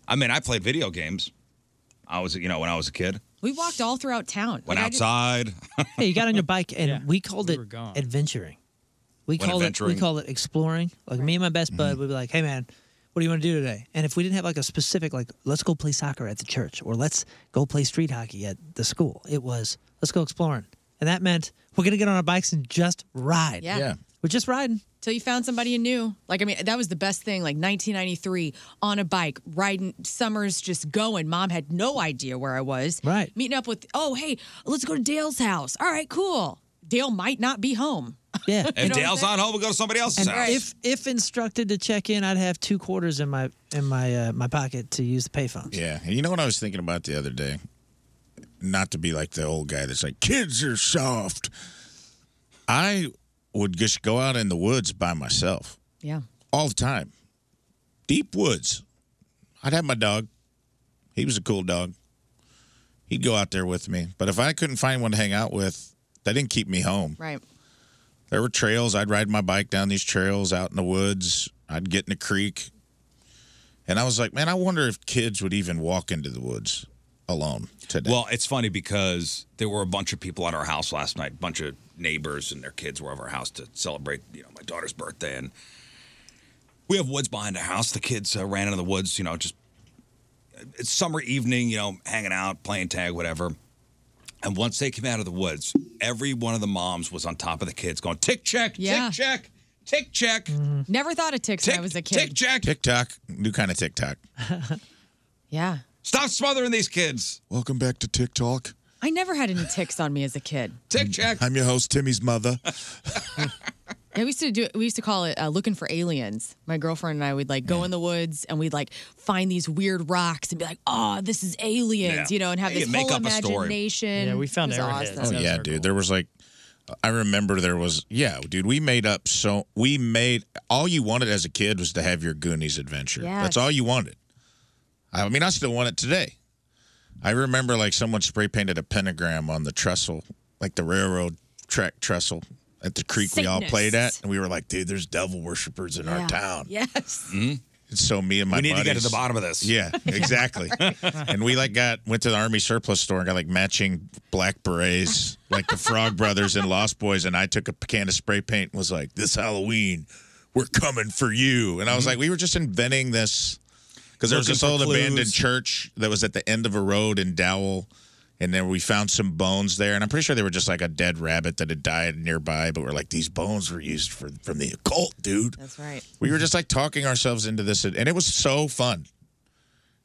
[SPEAKER 1] I mean, I played video games. I was, you know, when I was a kid,
[SPEAKER 2] We walked all throughout town. Like,
[SPEAKER 1] went
[SPEAKER 2] I did-
[SPEAKER 1] outside.
[SPEAKER 5] hey, you got on your bike, and we called it adventuring. We
[SPEAKER 1] Went
[SPEAKER 5] called it we
[SPEAKER 1] adventuring.
[SPEAKER 5] called it exploring. Like me and my best bud would be like, "Hey man, what do you want to do today?" And if we didn't have like a specific like, "Let's go play soccer at the church," or "Let's go play street hockey at the school," it was "Let's go exploring," and that meant we're gonna get on our bikes and just ride.
[SPEAKER 2] Yeah. Yeah.
[SPEAKER 5] we're just riding.
[SPEAKER 2] Till you found somebody you knew. Like, I mean, that was the best thing. Like, 1993, on a bike, riding, summers just going. Mom had no idea where I was. Right. Meeting up with, oh, hey, let's go to Dale's house. All right, cool. Dale might not be home.
[SPEAKER 5] Yeah.
[SPEAKER 1] If Dale's not home, we'll go to somebody else's
[SPEAKER 5] And
[SPEAKER 1] house.
[SPEAKER 5] if if instructed to check in, I'd have two quarters in my in my uh, my pocket to use the payphone.
[SPEAKER 4] Yeah. And you know what I was thinking about the other day? Not to be like the old guy that's like, kids are soft. I would just go out in the woods by myself
[SPEAKER 2] Yeah.
[SPEAKER 4] all the time. Deep woods. I'd have my dog. He was a cool dog. He'd go out there with me. But if I couldn't find one to hang out with, that didn't keep me home.
[SPEAKER 2] Right.
[SPEAKER 4] There were trails. I'd ride my bike down these trails out in the woods. I'd get in a creek. And I was like, man, I wonder if kids would even walk into the woods alone today.
[SPEAKER 1] Well, it's funny because there were a bunch of people at our house last night, a bunch of neighbors and their kids were over our house to celebrate, you know, my daughter's birthday. And we have woods behind our house. The kids uh, ran into the woods, you know, just uh, it's summer evening, you know, hanging out, playing tag, whatever. And once they came out of the woods, every one of the moms was on top of the kids going, tick check,
[SPEAKER 2] Yeah.
[SPEAKER 1] tick check, tick check.
[SPEAKER 2] Never thought of ticks when I was a kid.
[SPEAKER 1] Tick check.
[SPEAKER 4] TikTok, new kind of TikTok.
[SPEAKER 2] Yeah.
[SPEAKER 1] Stop smothering these kids.
[SPEAKER 4] Welcome back to TikTok.
[SPEAKER 2] I never had any ticks on me as a kid.
[SPEAKER 1] Tick check.
[SPEAKER 4] I'm your host, Timmy's mother.
[SPEAKER 2] Yeah, we used to do. We used to call it uh, looking for aliens. My girlfriend and I would like go in the woods and we'd like find these weird rocks and be like, "Oh, this is aliens,"
[SPEAKER 4] Yeah.
[SPEAKER 2] you know, and have
[SPEAKER 4] You
[SPEAKER 2] this
[SPEAKER 4] make
[SPEAKER 2] whole
[SPEAKER 4] up a story.
[SPEAKER 2] imagination.
[SPEAKER 3] Yeah, we found
[SPEAKER 2] It was
[SPEAKER 3] arrowheads.
[SPEAKER 2] awesome.
[SPEAKER 4] Oh yeah, dude. There was like, I remember there was yeah, dude. We made up so we made all you wanted as a kid was to have your Goonies adventure.
[SPEAKER 6] Yes.
[SPEAKER 4] That's all you wanted. I mean, I still want it today. I remember like someone spray painted a pentagram on the trestle, like the railroad track trestle at the creek we all played
[SPEAKER 2] Satanists.
[SPEAKER 4] at, and we were like, dude, there's devil worshippers in
[SPEAKER 2] Yeah.
[SPEAKER 4] our town.
[SPEAKER 2] Yes.
[SPEAKER 4] And Mm-hmm. so me and my
[SPEAKER 1] We need to get to
[SPEAKER 4] buddies-
[SPEAKER 1] the bottom of this.
[SPEAKER 4] Yeah, exactly. and we like got went to the army surplus store and got like matching black berets, like the Frog Brothers and Lost Boys. And I took a can of spray paint and was like, "This Halloween, we're coming for you." And I
[SPEAKER 1] Mm-hmm.
[SPEAKER 4] was like, "We were just inventing this because there was
[SPEAKER 6] Looking
[SPEAKER 4] this
[SPEAKER 6] for
[SPEAKER 4] old
[SPEAKER 6] clues.
[SPEAKER 4] abandoned church that was at the end of a road in Dowell." And then we found some bones there, and I'm pretty sure they were just like a dead rabbit that had died nearby. But we're like, these bones were used for from the occult, dude.
[SPEAKER 2] That's right.
[SPEAKER 4] We were just like talking ourselves into this, and it was so fun.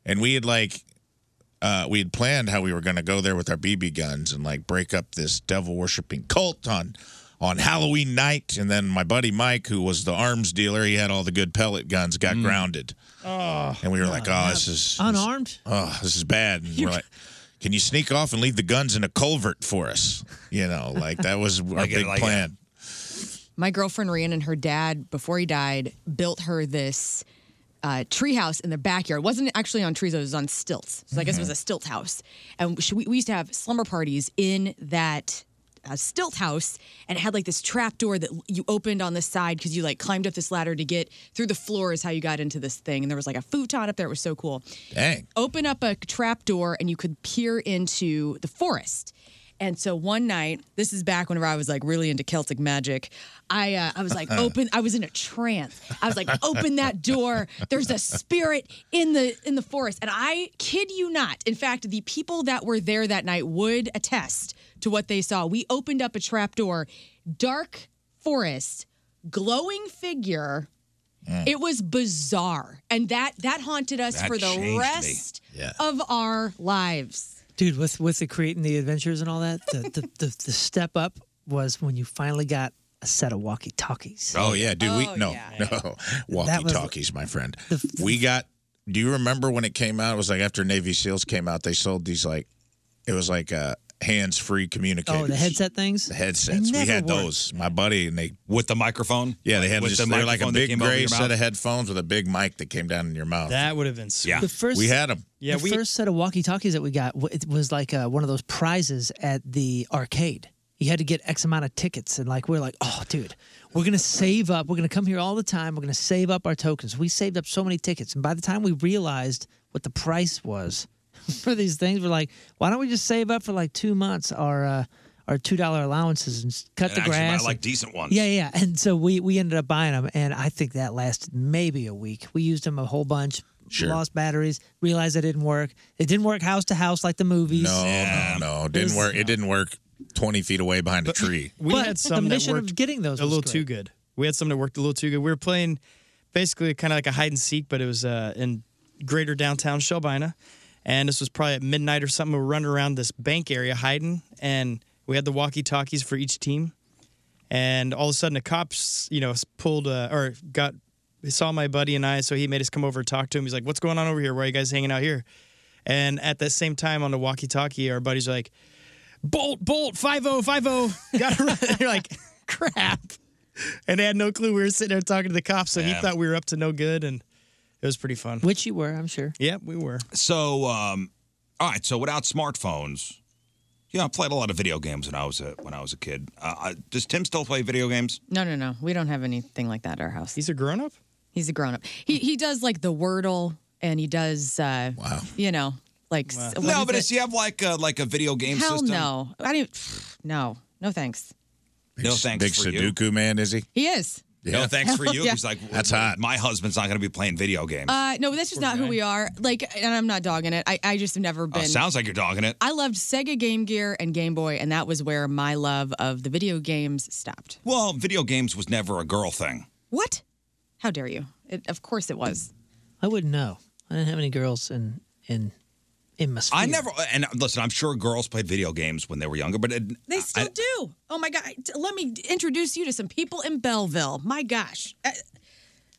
[SPEAKER 4] And we had like, uh, we had planned how we were going to go there with our BB guns and like break up this devil worshipping cult on on Halloween night. And then my buddy Mike, who was the arms dealer, he had all the good pellet guns, got
[SPEAKER 1] Mm.
[SPEAKER 4] grounded,
[SPEAKER 1] Ah.
[SPEAKER 5] Oh,
[SPEAKER 4] and we were like, oh, this is
[SPEAKER 5] Ah. unarmed.
[SPEAKER 4] oh, this is bad. And we're like, can you sneak off and leave the guns in a culvert for us? You know, like that was our
[SPEAKER 1] Like it,
[SPEAKER 4] big
[SPEAKER 1] like it.
[SPEAKER 4] plan.
[SPEAKER 2] My girlfriend Rhian and her dad, before he died, built her this uh, treehouse in the backyard. It wasn't actually on trees; it was on stilts. So I guess it was a stilt house. And she, we we used to have slumber parties in that uh, stilt house, and it had like this trap door that you opened on the side because you like climbed up this ladder to get through the floor is how you got into this thing. And there was like a futon up there; it was so cool.
[SPEAKER 4] Dang.
[SPEAKER 2] Open up a trap door and you could peer into the forest. And so one night, this is back whenever I was like really into Celtic magic. I uh, I was like open. I was in a trance. I was like open that door. There's a spirit in the in the forest. And I kid you not. In fact, the people that were there that night would attest to what they saw. We opened up a trap door, dark forest, glowing figure.
[SPEAKER 8] Mm.
[SPEAKER 2] It was bizarre, and that that haunted us
[SPEAKER 5] That
[SPEAKER 2] for
[SPEAKER 5] changed me.
[SPEAKER 2] the rest
[SPEAKER 5] Yeah.
[SPEAKER 2] of our lives.
[SPEAKER 5] dude with with the creating the adventures and all that the the, the, the step up was when you finally got a set of walkie talkies
[SPEAKER 4] Oh yeah, dude. we no no walkie talkies, my friend. we got. Do you remember when it came out? It was like after Navy SEALs came out. They sold these like, it was like uh, hands free communicators.
[SPEAKER 5] oh the headset things
[SPEAKER 4] The headsets. We
[SPEAKER 5] never
[SPEAKER 4] had
[SPEAKER 5] worked.
[SPEAKER 4] those. My buddy and they with the microphone. Yeah, they had
[SPEAKER 1] With
[SPEAKER 4] just,
[SPEAKER 1] the
[SPEAKER 4] they were like a
[SPEAKER 1] microphone that
[SPEAKER 4] big
[SPEAKER 1] came over
[SPEAKER 4] gray
[SPEAKER 1] your
[SPEAKER 4] set
[SPEAKER 1] mouth?
[SPEAKER 4] of headphones with a big mic that came down in your mouth.
[SPEAKER 3] That would have been sweet.
[SPEAKER 4] yeah, we had them.
[SPEAKER 5] yeah the first set of walkie talkies that we got w- it was like uh, one of those prizes at the arcade you had to get x amount of tickets and like we're like oh dude we're gonna save up we're gonna come here all the time we're gonna save up our tokens we saved up so many tickets and by the time we realized what the price was for these things we're like why don't we just save up for like two months our uh, our two dollar allowances and s- cut
[SPEAKER 1] And
[SPEAKER 5] the
[SPEAKER 1] actually buy,
[SPEAKER 5] grass
[SPEAKER 1] like,
[SPEAKER 5] and-
[SPEAKER 1] decent ones.
[SPEAKER 5] yeah yeah and so we we ended up buying them and i think that lasted maybe a week we used them a whole bunch
[SPEAKER 4] Sure.
[SPEAKER 5] lost batteries realized it didn't work it didn't work house to house like the movies
[SPEAKER 4] Oh, No, no, no, didn't
[SPEAKER 5] was-
[SPEAKER 4] work. It didn't work. Twenty feet away behind a tree.
[SPEAKER 3] We
[SPEAKER 5] But
[SPEAKER 3] had
[SPEAKER 5] the
[SPEAKER 3] some that
[SPEAKER 5] mission of
[SPEAKER 3] worked
[SPEAKER 5] getting those
[SPEAKER 3] a
[SPEAKER 5] was
[SPEAKER 3] little
[SPEAKER 5] great.
[SPEAKER 3] too good. We had some that worked a little too good. We were playing basically kind of like a hide and seek, but it was uh, in greater downtown Shelbina, and this was probably at midnight or something. We were running around this bank area hiding, and we had the walkie talkies for each team. And all of a sudden, a cop, s- you know, s- pulled uh, or got he saw my buddy and I, so he made us come over and talk to him. He's like, "What's going on over here? Why are you guys hanging out here?" And at the same time, on the walkie-talkie, our buddies are like, bolt, bolt, oh, 5050. Got to run. You're like, crap. And they had no clue we were sitting there talking to the cops, so
[SPEAKER 1] Yeah.
[SPEAKER 3] he thought we were up to no good, and it was pretty fun.
[SPEAKER 5] Which you were, I'm sure.
[SPEAKER 3] Yeah, we were.
[SPEAKER 1] So, um, all right. So without smartphones, you know, I played a lot of video games when I was a when I was a kid. Uh, I, does Tim still play video games?
[SPEAKER 2] No, no, no. We don't have anything like that at our house. He's
[SPEAKER 3] a grown up.
[SPEAKER 2] He's a grown up. He he does like the Wordle, and he does. Uh, wow. You know, like s- what
[SPEAKER 1] no,
[SPEAKER 2] is
[SPEAKER 1] but
[SPEAKER 2] it?
[SPEAKER 1] does he have like a, like a video game
[SPEAKER 2] hell
[SPEAKER 1] system?
[SPEAKER 2] no. I don't. No, no thanks.
[SPEAKER 1] No thanks
[SPEAKER 4] Big
[SPEAKER 1] for you.
[SPEAKER 4] Sudoku man, is he?
[SPEAKER 2] He is.
[SPEAKER 1] No thanks for
[SPEAKER 2] Hell
[SPEAKER 1] you.
[SPEAKER 2] yeah.
[SPEAKER 1] He's like that's hot. My husband's not going to be playing video games.
[SPEAKER 2] Uh, no, that's just not who we are. Like, and I'm not dogging it. I I just have never
[SPEAKER 1] Oh,
[SPEAKER 2] been.
[SPEAKER 1] sounds like you're dogging it.
[SPEAKER 2] I loved Sega Game Gear and Game Boy, and that was where my love of the video games stopped.
[SPEAKER 1] Well, video games was never a girl thing.
[SPEAKER 2] What? How dare you? It, of course it was.
[SPEAKER 5] i wouldn't know i didn't have any girls in in in my
[SPEAKER 1] I
[SPEAKER 5] sphere.
[SPEAKER 1] never. And listen, I'm sure girls played video games when they were younger, but it,
[SPEAKER 2] They still
[SPEAKER 1] I-
[SPEAKER 2] do. Oh my God. T- Let me introduce you to some people in Belleville. My gosh. Uh,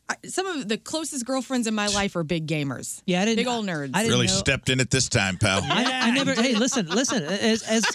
[SPEAKER 2] I- some of the closest girlfriends in my life are big gamers.
[SPEAKER 5] Yeah, I didn't-
[SPEAKER 2] Big old nerds.
[SPEAKER 4] really stepped in it this time, pal.
[SPEAKER 5] I, I never. Hey, listen, listen. As as,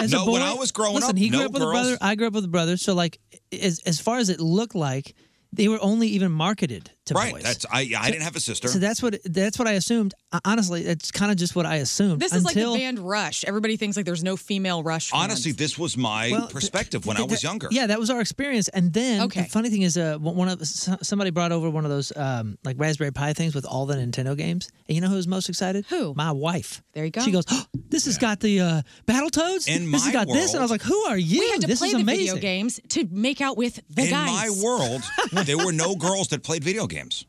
[SPEAKER 5] as a
[SPEAKER 4] No,
[SPEAKER 5] boy,
[SPEAKER 4] when I was growing
[SPEAKER 5] listen,
[SPEAKER 4] up,
[SPEAKER 5] he grew
[SPEAKER 4] no
[SPEAKER 5] up with a
[SPEAKER 4] girls.
[SPEAKER 5] brother. I grew up with a brother. So like, as as far as it looked like, they were only even marketed to
[SPEAKER 1] right.
[SPEAKER 5] boys.
[SPEAKER 1] That's I. I didn't have a sister.
[SPEAKER 5] So that's what that's what I assumed. Uh, Honestly, that's kind of just what I assumed.
[SPEAKER 2] This is like the band Rush. Everybody thinks like there's no female Rush. fans.
[SPEAKER 1] Honestly, this was my
[SPEAKER 5] Well, th-
[SPEAKER 1] perspective when I
[SPEAKER 5] Th-
[SPEAKER 1] was
[SPEAKER 5] that-
[SPEAKER 1] younger.
[SPEAKER 5] Yeah, that was our experience. And then the funny thing is, uh, one of so- somebody brought over one of those um, like Raspberry Pi things with all the Nintendo games. And you know who was most excited? Who? My wife. There you
[SPEAKER 2] go.
[SPEAKER 5] She goes, oh, "This has got the uh, Battletoads.
[SPEAKER 1] In
[SPEAKER 5] this
[SPEAKER 1] my
[SPEAKER 5] has got this." And I was like, "Who are you?
[SPEAKER 2] We had to
[SPEAKER 5] this
[SPEAKER 2] play
[SPEAKER 5] is
[SPEAKER 2] the
[SPEAKER 5] amazing."
[SPEAKER 2] video games to make out with the
[SPEAKER 1] In
[SPEAKER 2] guys.
[SPEAKER 1] my world, there were no girls that played video games.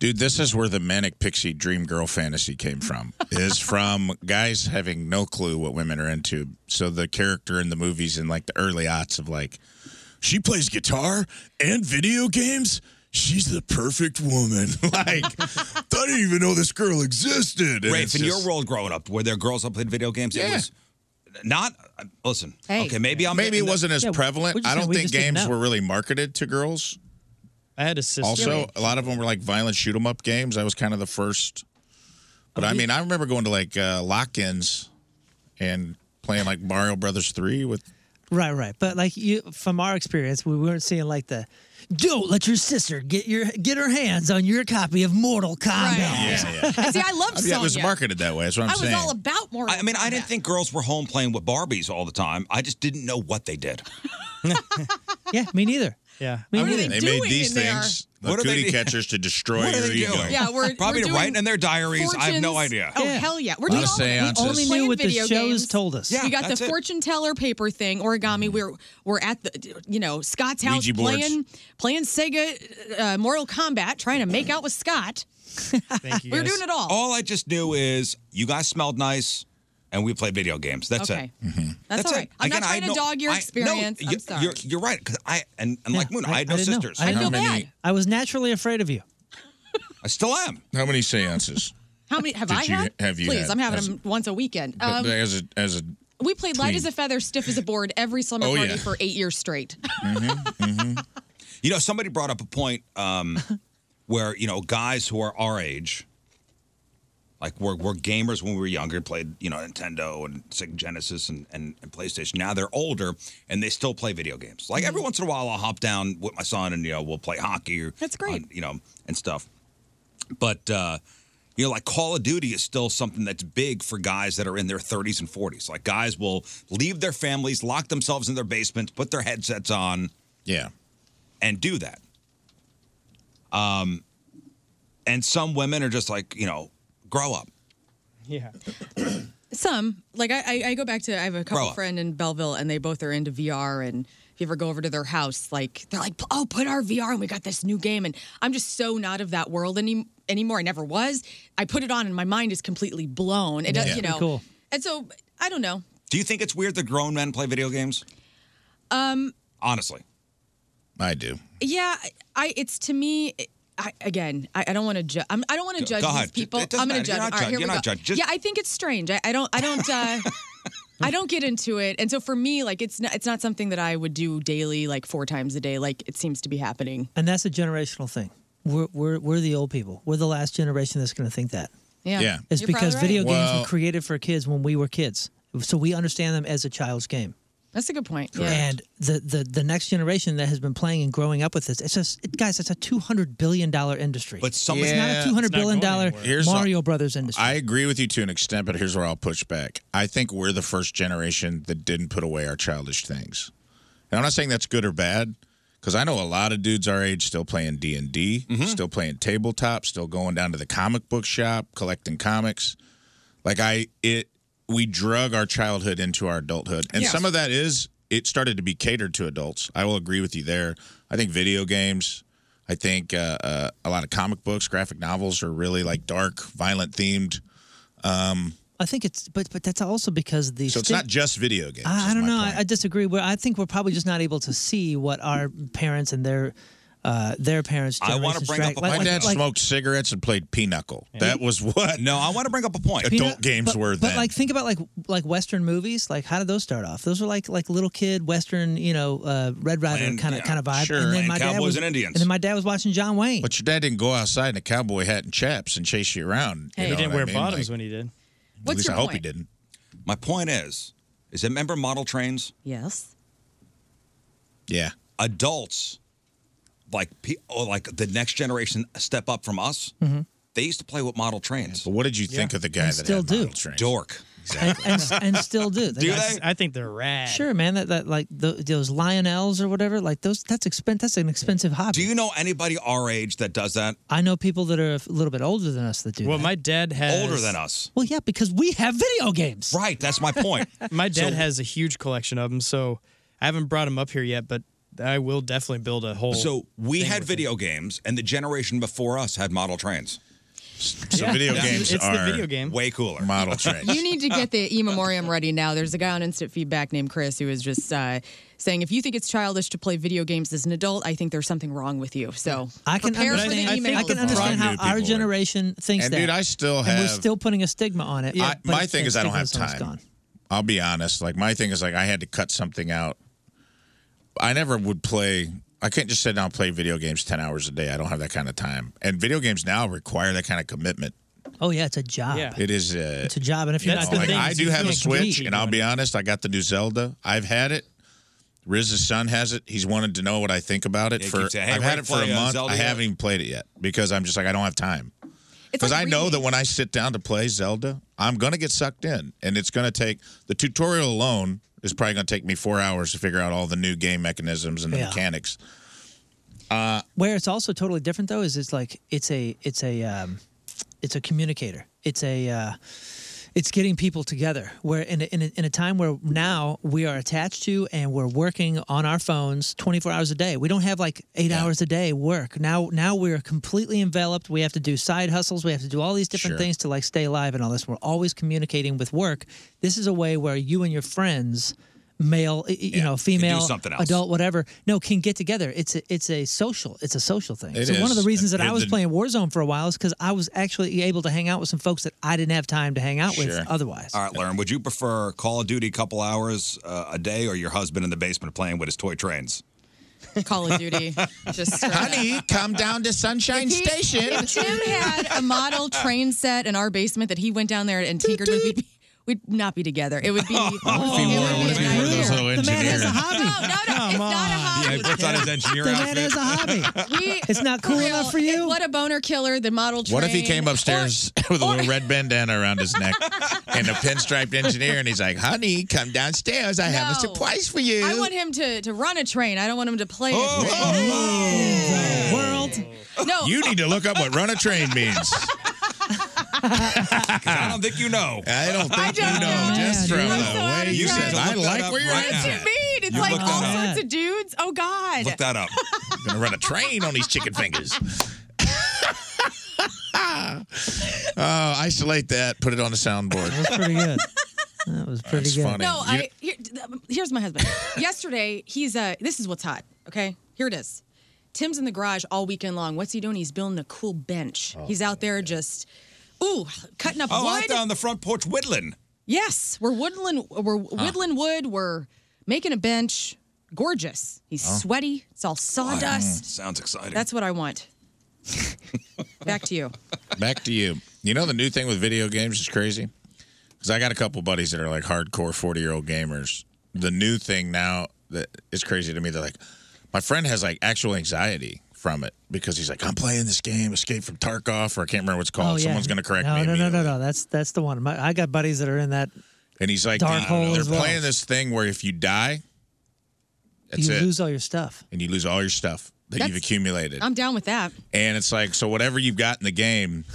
[SPEAKER 4] Dude, this is where the manic pixie dream girl fantasy came from. is from guys having no clue what women are into. So the character in the movies in like the early aughts of like, she plays guitar and video games. She's the perfect woman. like, I didn't even know this girl existed. And
[SPEAKER 1] Rafe,
[SPEAKER 4] it's
[SPEAKER 1] in
[SPEAKER 4] just-
[SPEAKER 1] your world growing up, were there girls that played video games? It
[SPEAKER 4] Yeah.
[SPEAKER 1] was not. uh, Listen,
[SPEAKER 4] Hey.
[SPEAKER 1] okay, maybe I'm
[SPEAKER 4] maybe
[SPEAKER 1] in
[SPEAKER 4] it
[SPEAKER 1] the-
[SPEAKER 4] wasn't as prevalent. I don't think games were really marketed to girls.
[SPEAKER 3] I had a sister.
[SPEAKER 4] Also, a lot of them were like violent shoot 'em up games. I was kind of the first. But I mean, I remember going to like uh, lock-ins and playing like Mario Brothers three with.
[SPEAKER 5] Right, right. But like you, from our experience, we weren't seeing like the. Don't let your sister get your get her hands on your copy of Mortal Kombat.
[SPEAKER 2] And see, I loved
[SPEAKER 4] mean, it was
[SPEAKER 2] Sonya.
[SPEAKER 4] marketed that way. That's what I'm
[SPEAKER 2] I was
[SPEAKER 4] saying.
[SPEAKER 2] all about more.
[SPEAKER 1] I mean, I didn't think girls were home playing with Barbies all the time. I just didn't know what they did.
[SPEAKER 5] Yeah, me neither.
[SPEAKER 3] Yeah,
[SPEAKER 5] me
[SPEAKER 1] What are
[SPEAKER 5] neither.
[SPEAKER 1] they They made doing these in there?
[SPEAKER 4] things, the cootie catchers to destroy
[SPEAKER 1] What are
[SPEAKER 4] your
[SPEAKER 1] they
[SPEAKER 4] ego.
[SPEAKER 1] doing? Yeah, we're- Probably we're doing writing in their diaries. I have no
[SPEAKER 2] fortunes.
[SPEAKER 1] idea.
[SPEAKER 2] Oh
[SPEAKER 1] Yeah.
[SPEAKER 2] hell yeah!
[SPEAKER 1] A
[SPEAKER 2] We're
[SPEAKER 1] lot
[SPEAKER 2] doing
[SPEAKER 1] of
[SPEAKER 2] all the
[SPEAKER 1] seances.
[SPEAKER 2] We only
[SPEAKER 5] Playing
[SPEAKER 2] knew what the
[SPEAKER 5] video
[SPEAKER 2] shows
[SPEAKER 5] games. told us.
[SPEAKER 2] we
[SPEAKER 5] Yeah,
[SPEAKER 2] got the
[SPEAKER 5] that's it.
[SPEAKER 2] fortune teller paper thing,
[SPEAKER 1] Mm-hmm.
[SPEAKER 2] origami. We were we're at the you know Scott's house
[SPEAKER 5] Ouija boards.
[SPEAKER 2] playing playing Sega uh, Mortal Kombat, trying to make out with Scott.
[SPEAKER 3] Thank
[SPEAKER 2] you We're guys. doing it all.
[SPEAKER 1] All I just knew is you guys smelled nice, and we played video games. That's
[SPEAKER 2] Okay.
[SPEAKER 1] it.
[SPEAKER 2] That's, all right. I'm
[SPEAKER 1] Again,
[SPEAKER 2] not
[SPEAKER 1] I
[SPEAKER 2] trying to
[SPEAKER 1] had no-
[SPEAKER 2] dog your
[SPEAKER 1] I- no,
[SPEAKER 2] experience.
[SPEAKER 1] you-
[SPEAKER 2] I'm sorry.
[SPEAKER 1] You're, you're right. Because I and, and like Moon, I, had no
[SPEAKER 5] didn't know.
[SPEAKER 1] sisters.
[SPEAKER 5] I, didn't know. I was naturally afraid of you.
[SPEAKER 1] I still am.
[SPEAKER 4] How many seances?
[SPEAKER 2] How many have
[SPEAKER 4] Did
[SPEAKER 2] I
[SPEAKER 4] you-
[SPEAKER 2] had?
[SPEAKER 4] have you
[SPEAKER 2] Please,
[SPEAKER 4] had-
[SPEAKER 2] I'm having
[SPEAKER 4] has-
[SPEAKER 2] them once a weekend. Um,
[SPEAKER 4] But as a as a.
[SPEAKER 2] we played light
[SPEAKER 4] tween.
[SPEAKER 2] as a feather, stiff as a board every summer
[SPEAKER 1] Oh,
[SPEAKER 2] party
[SPEAKER 1] yeah.
[SPEAKER 2] for eight years straight.
[SPEAKER 1] Mm-hmm, You know, somebody brought up a point um, where you know guys who are our age, like we're, we're gamers when we were younger, played you know Nintendo and Sega Genesis and, and, and PlayStation. Now they're older and they still play video games.
[SPEAKER 2] Mm-hmm.
[SPEAKER 1] Like every once in a while, I'll hop down with my son and you know we'll play hockey or that's great, you know, and stuff. But uh, you know, like Call of Duty is still something that's big for guys that are in their 30s and 40s. Like guys will leave their families, lock themselves in their basements, put their headsets on,
[SPEAKER 4] yeah,
[SPEAKER 1] and do that. Um, and some women are just like, you know, grow up.
[SPEAKER 3] Yeah.
[SPEAKER 2] Some like I, I, I go back to I have a
[SPEAKER 1] Grow
[SPEAKER 2] couple
[SPEAKER 1] up.
[SPEAKER 2] friend in Belleville and they both are into VR and if you ever go over to their house like they're like oh put our VR and we got this new game and I'm just so not of that world any, anymore I never was I put it on and my mind is completely blown it does
[SPEAKER 1] Yeah.
[SPEAKER 2] you know
[SPEAKER 1] Cool.
[SPEAKER 2] and so I don't know
[SPEAKER 1] Do you think it's weird that grown men play video games?
[SPEAKER 2] um
[SPEAKER 1] Honestly,
[SPEAKER 4] I do.
[SPEAKER 2] yeah I, I it's to me. I, again, I, I don't want to judge. I don't want to
[SPEAKER 1] Go-
[SPEAKER 2] judge
[SPEAKER 1] go
[SPEAKER 2] these
[SPEAKER 1] ahead.
[SPEAKER 2] people.
[SPEAKER 1] It doesn't
[SPEAKER 2] I'm going
[SPEAKER 1] matter.
[SPEAKER 2] to judge. them. All right, here
[SPEAKER 1] You're not judge- you're
[SPEAKER 2] we
[SPEAKER 1] not
[SPEAKER 2] go.
[SPEAKER 1] judge. Just-
[SPEAKER 2] yeah, I think it's strange. I, I don't. I don't. Uh, I don't get into it, and so for me, like it's not, it's not something that I would do daily, like four times a day, like it seems to be happening.
[SPEAKER 5] And that's a generational thing. We're, we're, we're the old people. We're the last generation that's going to think that.
[SPEAKER 2] Yeah. Yeah.
[SPEAKER 5] It's
[SPEAKER 2] You're
[SPEAKER 5] because
[SPEAKER 2] probably
[SPEAKER 5] video
[SPEAKER 2] right.
[SPEAKER 5] games
[SPEAKER 2] Well-
[SPEAKER 5] were created for kids when we were kids. So we understand them as a child's game.
[SPEAKER 2] That's a good point. Yeah.
[SPEAKER 5] And the, the, the next generation that has been playing and growing up with this, it's just, it, guys, it's a $200 billion industry. But
[SPEAKER 1] some-
[SPEAKER 5] it's
[SPEAKER 4] Yeah.
[SPEAKER 5] not a $200
[SPEAKER 4] It's not going
[SPEAKER 5] billion dollar
[SPEAKER 4] anywhere. Here's
[SPEAKER 5] Mario Brothers industry.
[SPEAKER 4] I agree with you to an extent, but here's where I'll push back. I think we're the first generation that didn't put away our childish things, and I'm not saying that's good or bad, because I know a lot of dudes our age still playing D and D, still playing tabletop, still going down to the comic book shop collecting comics. Like I, it, we drug our childhood into our adulthood, and
[SPEAKER 6] Yes.
[SPEAKER 4] some of that is it started to be catered to adults. I will agree with you there. I think video games. I think uh, uh, a lot of comic books, graphic novels are really like dark, violent themed. Um,
[SPEAKER 5] I think it's, but but that's also because the
[SPEAKER 4] so it's
[SPEAKER 5] sti-
[SPEAKER 4] not just video games.
[SPEAKER 5] I, I don't know. I, I disagree. Where I think we're probably just not able to see what our parents and their uh, their parents.
[SPEAKER 4] I want to
[SPEAKER 5] generations
[SPEAKER 4] bring up
[SPEAKER 5] drank.
[SPEAKER 4] a
[SPEAKER 5] Like-
[SPEAKER 4] point. My
[SPEAKER 5] like-
[SPEAKER 4] dad
[SPEAKER 5] like-
[SPEAKER 4] smoked cigarettes and played pinochle. That was what.
[SPEAKER 1] No, I want to bring up a point.
[SPEAKER 5] you
[SPEAKER 4] Adult
[SPEAKER 5] know,
[SPEAKER 4] games
[SPEAKER 5] but,
[SPEAKER 4] were
[SPEAKER 5] But
[SPEAKER 4] then.
[SPEAKER 5] like, think about like like Western movies. Like, how did those start off? Those were like like little kid Western, you know, uh, Red Rider
[SPEAKER 4] Land-
[SPEAKER 5] kind of
[SPEAKER 4] yeah,
[SPEAKER 5] kind of vibe.
[SPEAKER 4] sure, and
[SPEAKER 5] dad
[SPEAKER 4] Cowboys
[SPEAKER 5] was,
[SPEAKER 4] and Indians.
[SPEAKER 5] And then my dad was watching John Wayne.
[SPEAKER 4] but your dad didn't go outside in a cowboy hat and chaps and chase you around. you
[SPEAKER 5] Hey. He
[SPEAKER 4] know
[SPEAKER 5] didn't
[SPEAKER 4] what I
[SPEAKER 5] wear
[SPEAKER 4] mean?
[SPEAKER 5] bottoms
[SPEAKER 4] Like,
[SPEAKER 3] when he did.
[SPEAKER 4] What's least your I hope he point? didn't.
[SPEAKER 1] My point is, is that remember model trains?
[SPEAKER 2] Yes.
[SPEAKER 4] Yeah.
[SPEAKER 1] Adults like pe- oh, like the next generation step up from us.
[SPEAKER 5] Mhm.
[SPEAKER 1] They used to play with model trains. But
[SPEAKER 4] what did you think of the guy
[SPEAKER 5] And that still had do. model
[SPEAKER 1] trains? Dork.
[SPEAKER 5] and, and, and still do.
[SPEAKER 3] Do
[SPEAKER 5] I-
[SPEAKER 3] they? I think they're rad.
[SPEAKER 5] Sure, man. That, that like tho- those Lionels or whatever. Like those. That's expen- That's an expensive hobby.
[SPEAKER 1] Do you know Oh, anybody our age that does that?
[SPEAKER 5] I know people that are a little bit older than us that do.
[SPEAKER 3] Well,
[SPEAKER 5] that.
[SPEAKER 3] my dad has
[SPEAKER 1] Older than us.
[SPEAKER 5] Well, yeah, because we have video games.
[SPEAKER 1] Right. That's my point.
[SPEAKER 3] my dad
[SPEAKER 1] So-
[SPEAKER 3] has a huge collection of them, so I haven't brought them up here yet, but I will definitely build a whole.
[SPEAKER 1] So we
[SPEAKER 3] thing
[SPEAKER 1] had
[SPEAKER 3] with it.
[SPEAKER 1] video games, and the generation before us had model trains. So
[SPEAKER 3] Yeah. video It's- games it's the are video game.
[SPEAKER 1] way cooler. Model trains.
[SPEAKER 2] You need to get the e memoriam ready now. There's a guy on instant feedback named Chris who is just uh, saying if you think it's childish to play video games as an adult, I think there's something wrong with you. So
[SPEAKER 5] I can
[SPEAKER 2] prepare
[SPEAKER 5] understand.
[SPEAKER 2] for the
[SPEAKER 5] I,
[SPEAKER 2] email.
[SPEAKER 5] can understand how our generation thinks
[SPEAKER 4] And
[SPEAKER 5] that.
[SPEAKER 4] dude, I still
[SPEAKER 5] And we're
[SPEAKER 4] have-
[SPEAKER 5] still putting a stigma on it.
[SPEAKER 4] I,
[SPEAKER 5] but
[SPEAKER 4] my
[SPEAKER 5] it's-
[SPEAKER 4] thing
[SPEAKER 5] that
[SPEAKER 4] is I don't have
[SPEAKER 5] stigma's almost
[SPEAKER 4] time. I'll be honest. Like my thing is like I had to cut something out. I never would play. I can't just sit down and play video games ten hours a day. I don't have that kind of time. And video games now require that kind of commitment.
[SPEAKER 5] gone. Oh yeah, it's a job.
[SPEAKER 4] It is. Uh,
[SPEAKER 5] It's a job, and if you're
[SPEAKER 4] you
[SPEAKER 5] not
[SPEAKER 4] know, like,
[SPEAKER 5] doing it,
[SPEAKER 4] I
[SPEAKER 5] you
[SPEAKER 4] do have a
[SPEAKER 5] can't
[SPEAKER 4] Switch,
[SPEAKER 5] compete.
[SPEAKER 4] and I'll be honest, I got the new Zelda. I've had it. Riz's son has it. He's wanted to know what I think about it
[SPEAKER 1] Yeah, he
[SPEAKER 4] for.
[SPEAKER 1] keeps saying, "Hey,
[SPEAKER 4] I've
[SPEAKER 1] we're
[SPEAKER 4] had
[SPEAKER 1] gonna
[SPEAKER 4] it for a
[SPEAKER 1] play, uh,
[SPEAKER 4] month.
[SPEAKER 1] Zelda
[SPEAKER 4] I
[SPEAKER 1] yet."
[SPEAKER 4] haven't even played it yet because I'm just like I don't have time. Because I know that when I sit down to play Zelda, I'm gonna get sucked in, and it's gonna take the tutorial alone is probably gonna take me four hours to figure out all the new game mechanisms and the
[SPEAKER 5] Yeah.
[SPEAKER 4] mechanics. Uh,
[SPEAKER 5] Where it's also totally different though is it's like it's a it's a um, it's a communicator. It's a uh, it's getting people together. Where in a, in, a, in a time where now we are attached to and we're working on our phones 24 hours a day. We don't have like eight hours a day work. Now now we're completely enveloped. We have to do side hustles. We have to do all these different
[SPEAKER 4] Sure.
[SPEAKER 5] things to like stay alive and all this. We're always communicating with work. This is a way where you and your friends. Male, y- y- you know, female,
[SPEAKER 4] something else.
[SPEAKER 5] adult, whatever. No, can get together. It's a, it's a social. It's a social thing.
[SPEAKER 4] It
[SPEAKER 5] so one of the
[SPEAKER 4] is.
[SPEAKER 5] reasons that
[SPEAKER 4] And
[SPEAKER 5] I was
[SPEAKER 4] the-
[SPEAKER 5] playing Warzone for a while is because I was actually able to hang out with some folks that I didn't have time to hang out with otherwise.
[SPEAKER 1] All right, Lauren, would you prefer Call of Duty a couple hours uh, a day or your husband in the basement playing with his toy trains?
[SPEAKER 2] Call of Duty. Just straight up.
[SPEAKER 4] Honey, come down to Sunshine
[SPEAKER 2] If he-
[SPEAKER 4] Station.
[SPEAKER 2] If Jim had a model train set in our basement that he went down there and tinkered with, we'd, be, we'd not be together. It
[SPEAKER 5] Oh,
[SPEAKER 2] would be.
[SPEAKER 4] Oh,
[SPEAKER 5] The man has a hobby.
[SPEAKER 2] No, no, no.
[SPEAKER 1] Yeah, he puts on his engineer
[SPEAKER 5] The
[SPEAKER 1] outfit.
[SPEAKER 5] man has a hobby.
[SPEAKER 2] We,
[SPEAKER 5] It's not cool enough for you.
[SPEAKER 2] What a boner killer! The model train.
[SPEAKER 4] What if he came upstairs with a little red bandana around his neck and a pinstriped engineer, and he's like, "Honey, come downstairs. I have
[SPEAKER 2] No.
[SPEAKER 4] a surprise for you." Oh,
[SPEAKER 2] I want him to, to run a train. I don't want him to play a train. world. No,
[SPEAKER 4] You need to look up what run a train means. I
[SPEAKER 1] don't think you know.
[SPEAKER 4] I don't think you know. oh, Just from the way you said, I like where you're
[SPEAKER 2] what
[SPEAKER 4] at.
[SPEAKER 2] do you mean? It's
[SPEAKER 4] You
[SPEAKER 2] like
[SPEAKER 4] look
[SPEAKER 2] all
[SPEAKER 4] that up.
[SPEAKER 2] sorts of dudes. Oh God.
[SPEAKER 4] Look that up. I'm gonna run a train on these chicken fingers. oh, isolate that. Put it on the soundboard. That
[SPEAKER 5] was pretty good. That was pretty
[SPEAKER 4] That's
[SPEAKER 5] good.
[SPEAKER 4] Funny.
[SPEAKER 2] No,
[SPEAKER 4] You-
[SPEAKER 2] I here, th- um, here's my husband. Yesterday, he's uh this is what's hot. Okay, here it is. Tim's in the garage all weekend long. What's he doing? He's building a cool bench. he's out there just, ooh, cutting up
[SPEAKER 1] Oh,
[SPEAKER 2] wood.
[SPEAKER 1] out there on the front porch whittling.
[SPEAKER 2] Yes, we're woodland. We're woodland wood. We're making a bench. Gorgeous. He's
[SPEAKER 1] Oh.
[SPEAKER 2] sweaty. It's all sawdust.
[SPEAKER 1] Sounds exciting.
[SPEAKER 2] That's what I want. Back to you.
[SPEAKER 4] Back to you. You know the new thing with video games is crazy? Because I got a couple buddies that are like hardcore 40 year old gamers. The new thing now that is crazy to me, they're like, my friend has like actual anxiety from it because he's like, I'm playing this game, Escape from Tarkov, or I can't remember what it's called. Someone's going to correct
[SPEAKER 5] Oh, no,
[SPEAKER 4] me.
[SPEAKER 5] No, no, no, no. That's that's the one. My, I got buddies that are in that.
[SPEAKER 4] And he's like,
[SPEAKER 5] Dark hole
[SPEAKER 4] they're
[SPEAKER 5] as well.
[SPEAKER 4] playing this thing where if you die, that's
[SPEAKER 5] you
[SPEAKER 4] it.
[SPEAKER 5] lose all your stuff.
[SPEAKER 4] and you lose all your stuff that you've
[SPEAKER 2] That's-
[SPEAKER 4] accumulated.
[SPEAKER 2] I'm down with that.
[SPEAKER 4] And it's like, so whatever you've got in the game,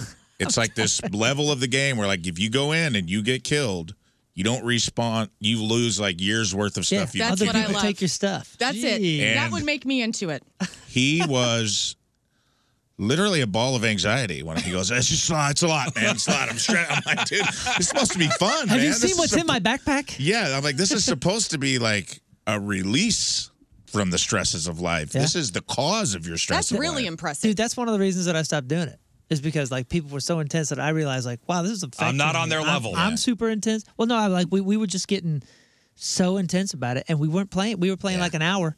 [SPEAKER 4] it's like this level of the game where, like, if you go in and you get killed, you don't respawn, you lose like years worth of stuff.
[SPEAKER 5] yeah,
[SPEAKER 4] you
[SPEAKER 5] other
[SPEAKER 2] That's what I
[SPEAKER 5] people
[SPEAKER 2] love.
[SPEAKER 5] take your stuff.
[SPEAKER 2] That's it.
[SPEAKER 4] Jeez.
[SPEAKER 2] That
[SPEAKER 4] And-
[SPEAKER 2] would make me into it.
[SPEAKER 4] He was literally a ball of anxiety when he goes, it's just a lot, it's a lot, man. It's a lot. I'm stressed. I'm like, dude, it's supposed to be fun,
[SPEAKER 5] Have
[SPEAKER 4] man.
[SPEAKER 5] you
[SPEAKER 4] This
[SPEAKER 5] seen
[SPEAKER 4] is
[SPEAKER 5] what's
[SPEAKER 4] supp-
[SPEAKER 5] in my backpack?
[SPEAKER 4] Yeah, I'm like, this is supposed to be like a release from the stresses of life. This is the cause of your stress
[SPEAKER 2] That's
[SPEAKER 4] of
[SPEAKER 2] really
[SPEAKER 4] life.
[SPEAKER 2] impressive.
[SPEAKER 5] Dude, that's one of the reasons that I stopped doing it. Is because like people were so intense that I realized like, wow, this is a.
[SPEAKER 1] I'm not on their level.
[SPEAKER 5] I'm
[SPEAKER 1] Yeah.
[SPEAKER 5] super intense. Well, no, I like we, we were just getting so intense about it, and we weren't playing. We were playing like an hour,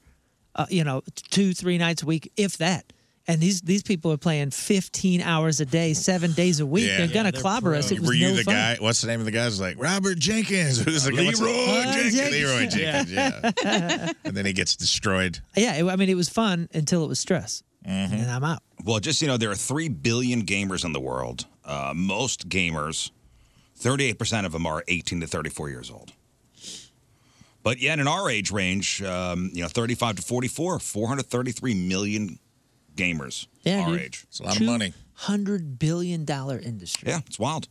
[SPEAKER 5] uh, you know, t- two three nights a week, if that. And these these people are playing 15 hours a day, seven days a week.
[SPEAKER 4] Yeah.
[SPEAKER 5] They're
[SPEAKER 4] Yeah,
[SPEAKER 5] gonna
[SPEAKER 4] they're
[SPEAKER 5] clobber us. It was
[SPEAKER 4] Were you
[SPEAKER 5] no
[SPEAKER 4] the
[SPEAKER 5] fun.
[SPEAKER 4] guy? What's the name of the guy? Who's like Robert Jenkins? Who's the guy? What's the-
[SPEAKER 5] Leroy
[SPEAKER 4] Robert
[SPEAKER 5] Jenkins.
[SPEAKER 4] Leroy Jenkins.
[SPEAKER 5] Yeah.
[SPEAKER 4] Yeah. and then he gets destroyed.
[SPEAKER 5] Yeah, it, I mean, it was fun until it was stress.
[SPEAKER 4] Mm-hmm.
[SPEAKER 5] and I'm out.
[SPEAKER 1] Well, just you know, there are three billion gamers in the world. Uh, most gamers, thirty-eight percent of them are eighteen to thirty-four years old. But yet, in our age range, um, you know, thirty-five to forty-four, four hundred thirty-three million gamers.
[SPEAKER 5] Yeah,
[SPEAKER 1] our
[SPEAKER 5] dude.
[SPEAKER 1] age. It's a lot of money.
[SPEAKER 5] Hundred billion dollar industry.
[SPEAKER 1] Yeah, it's wild.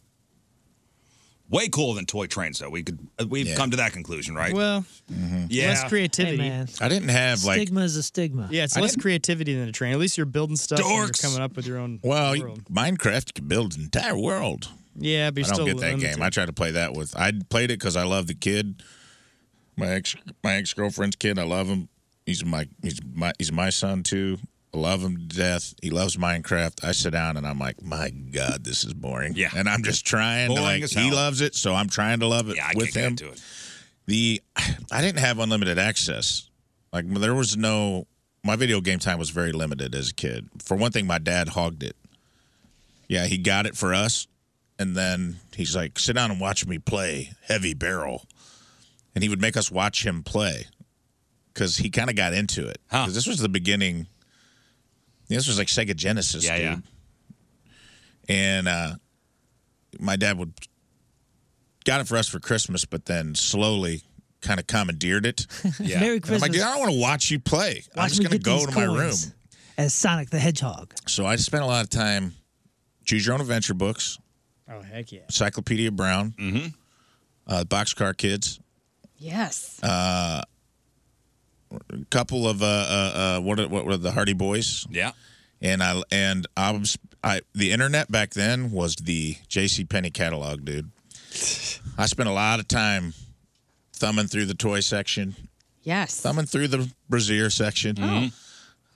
[SPEAKER 1] Way cooler than toy trains, though. We could uh, we've come to that conclusion, right?
[SPEAKER 3] Well,
[SPEAKER 4] Mm.
[SPEAKER 1] yeah,
[SPEAKER 3] less creativity.
[SPEAKER 5] Hey, man.
[SPEAKER 1] Mm-hmm. I didn't have, like-
[SPEAKER 5] stigma is a stigma.
[SPEAKER 3] Yeah, it's
[SPEAKER 4] I
[SPEAKER 3] less
[SPEAKER 4] didn't-
[SPEAKER 3] creativity than the train. At least you're building stuff. and you're
[SPEAKER 4] Dorks.
[SPEAKER 3] coming up with your own.
[SPEAKER 4] Well, you-
[SPEAKER 3] world.
[SPEAKER 4] Minecraft you can build an entire world.
[SPEAKER 3] Yeah,
[SPEAKER 4] I
[SPEAKER 3] but you're
[SPEAKER 4] don't
[SPEAKER 3] still
[SPEAKER 4] get that
[SPEAKER 3] limited.
[SPEAKER 4] game. I tried to play that with. I played it because I love the kid, my ex my ex girlfriend's kid. I love him. He's my he's my he's my son too. I love him to death. He loves Minecraft. I sit down and I'm like, my God, this is boring. Yeah, and I'm just trying to
[SPEAKER 1] Boring
[SPEAKER 4] like.
[SPEAKER 1] as
[SPEAKER 4] He
[SPEAKER 1] hell.
[SPEAKER 4] loves it, so I'm trying to love it with him.
[SPEAKER 1] to it.
[SPEAKER 4] The I didn't have unlimited access. Like there was no my video game time was very limited as a kid. For one thing, my dad hogged it. Yeah, he got it for us, and then he's like, "Sit down and watch me play Heavy Barrel," and he would make us watch him play because he kind of got into it. 'Cause This was the beginning. This was like Sega Genesis, yeah, dude. Yeah. And uh, my dad would got it for us for Christmas, but then slowly kind of commandeered it.
[SPEAKER 5] Yeah. Merry
[SPEAKER 4] And I'm like,
[SPEAKER 5] Christmas.
[SPEAKER 4] dude, I don't want to watch you play. I'm
[SPEAKER 5] Watch
[SPEAKER 4] just
[SPEAKER 5] me
[SPEAKER 4] going to
[SPEAKER 5] get
[SPEAKER 4] go
[SPEAKER 5] these
[SPEAKER 4] to my room.
[SPEAKER 5] coins As Sonic the Hedgehog.
[SPEAKER 4] So I spent a lot of time choose your own adventure books,
[SPEAKER 3] Oh heck yeah!
[SPEAKER 4] Encyclopedia Brown, mm-hmm. uh, Boxcar Kids,
[SPEAKER 2] Yes.
[SPEAKER 4] uh, a couple of uh, uh, uh, what are- what were the Hardy Boys?
[SPEAKER 1] Yeah.
[SPEAKER 4] And I and I was I the internet back then was the J.C. Penney catalog, dude. I spent a lot of time thumbing through the toy section,
[SPEAKER 2] Yes.
[SPEAKER 4] thumbing through the brassiere section.
[SPEAKER 1] Mm-hmm.
[SPEAKER 2] Oh.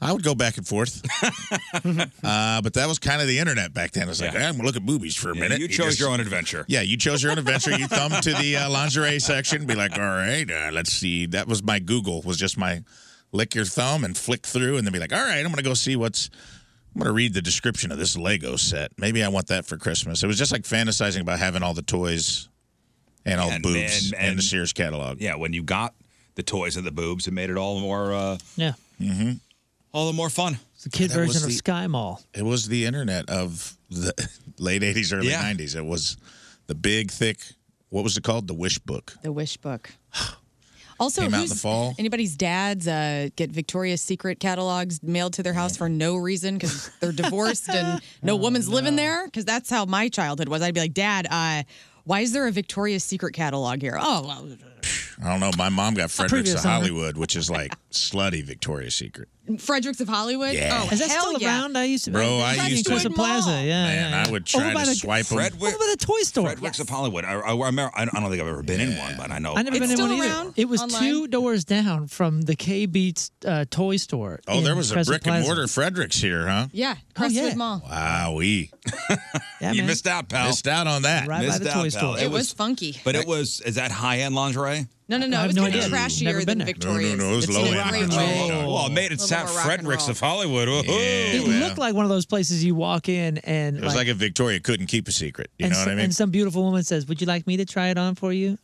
[SPEAKER 4] I would go back and forth, uh, but that was kind of the internet back then. It was like, "Ah,
[SPEAKER 1] Yeah.
[SPEAKER 4] I'm gonna look at boobies for a
[SPEAKER 1] Yeah,
[SPEAKER 4] minute.
[SPEAKER 1] you chose
[SPEAKER 4] just-
[SPEAKER 1] your own adventure.
[SPEAKER 4] Yeah, you chose your own adventure. You thumb to the uh, lingerie section, be like, all right, uh, let's see. That was my Google. Was just my lick your thumb and flick through, and then be like, all right, I'm gonna go see what's. I'm gonna read the description of this Lego set. Maybe I want that for Christmas. It was just like fantasizing about having all the toys and all
[SPEAKER 1] And-
[SPEAKER 4] the boobs
[SPEAKER 1] and-
[SPEAKER 4] and,
[SPEAKER 1] and-
[SPEAKER 4] the Sears catalog.
[SPEAKER 1] Yeah, when you got the toys and the boobs, it made it all the more uh,
[SPEAKER 5] Yeah.
[SPEAKER 4] Mm-hmm.
[SPEAKER 1] all the more fun.
[SPEAKER 5] It's the kid
[SPEAKER 4] That was
[SPEAKER 5] version of
[SPEAKER 4] the-
[SPEAKER 5] Sky Mall.
[SPEAKER 4] It was the internet of the late 80s, early 90s. It was the big, thick, what was it called? The Wish Book.
[SPEAKER 2] The wish book. Also,
[SPEAKER 4] Came out in
[SPEAKER 2] who's-
[SPEAKER 4] the fall.
[SPEAKER 2] anybody's dads uh, get Victoria's Secret catalogs mailed to their house for no reason because they're divorced and no
[SPEAKER 4] Oh,
[SPEAKER 2] woman's living there? Because that's how my childhood was. I'd be like, Dad, uh, why is there a Victoria's Secret catalog here? Oh, well,
[SPEAKER 4] I don't know. My mom got Fredericks
[SPEAKER 2] previous
[SPEAKER 4] of
[SPEAKER 2] owner.
[SPEAKER 4] Hollywood, which is like slutty Victoria's Secret.
[SPEAKER 2] Fredericks of Hollywood?
[SPEAKER 4] Yeah.
[SPEAKER 2] Oh,
[SPEAKER 5] Is that
[SPEAKER 2] hell
[SPEAKER 5] still
[SPEAKER 2] yeah.
[SPEAKER 5] around? I used to.
[SPEAKER 4] Bro, I
[SPEAKER 5] That's
[SPEAKER 4] used to-
[SPEAKER 5] Costa Plaza. Yeah,
[SPEAKER 4] Man,
[SPEAKER 5] yeah, yeah.
[SPEAKER 4] I would try
[SPEAKER 5] Over
[SPEAKER 4] to
[SPEAKER 5] by the-
[SPEAKER 4] swipe 'em.
[SPEAKER 1] Fred
[SPEAKER 5] Over by the toy store.
[SPEAKER 1] Frederick's of Hollywood. I, I, I, remember, I don't think I've ever been in one, but I
[SPEAKER 4] Oh.
[SPEAKER 1] know.
[SPEAKER 5] I never
[SPEAKER 1] know.
[SPEAKER 5] been in one either. It was two doors down from the K Beats uh, toy store.
[SPEAKER 4] Oh, there
[SPEAKER 5] in
[SPEAKER 4] was a
[SPEAKER 5] Crescent
[SPEAKER 4] brick and
[SPEAKER 5] Plaza. Oh,
[SPEAKER 4] mortar Fredericks here, huh? e-
[SPEAKER 2] Yeah,
[SPEAKER 5] yeah.
[SPEAKER 2] Crestwood Mall.
[SPEAKER 4] Wowee.
[SPEAKER 1] you
[SPEAKER 5] man.
[SPEAKER 1] missed out, pal.
[SPEAKER 4] Missed out on that.
[SPEAKER 5] Right by
[SPEAKER 1] missed
[SPEAKER 5] the
[SPEAKER 1] out, pal.
[SPEAKER 5] toy store.
[SPEAKER 2] It was funky.
[SPEAKER 1] But it was, is that high end lingerie?
[SPEAKER 2] No, no, no. It
[SPEAKER 5] I have
[SPEAKER 2] was
[SPEAKER 5] no
[SPEAKER 2] kind of
[SPEAKER 5] idea. Never
[SPEAKER 2] trashier than
[SPEAKER 5] been there.
[SPEAKER 4] No, no,
[SPEAKER 2] Victoria's.
[SPEAKER 4] no. It was
[SPEAKER 2] It's
[SPEAKER 4] low
[SPEAKER 2] in a
[SPEAKER 4] end.
[SPEAKER 2] great
[SPEAKER 4] lingerie.
[SPEAKER 2] way.
[SPEAKER 5] Oh.
[SPEAKER 1] Well, it made it
[SPEAKER 2] A little
[SPEAKER 1] sound
[SPEAKER 2] more rock and
[SPEAKER 1] Fredericks
[SPEAKER 2] roll.
[SPEAKER 1] of Hollywood. Whoa.
[SPEAKER 5] It looked like one of those places you walk in and
[SPEAKER 4] It was like if Victoria couldn't keep a secret. You
[SPEAKER 5] and,
[SPEAKER 4] know what
[SPEAKER 5] so-
[SPEAKER 4] I mean?
[SPEAKER 5] and some beautiful woman says, "Would you like me to try it on for you?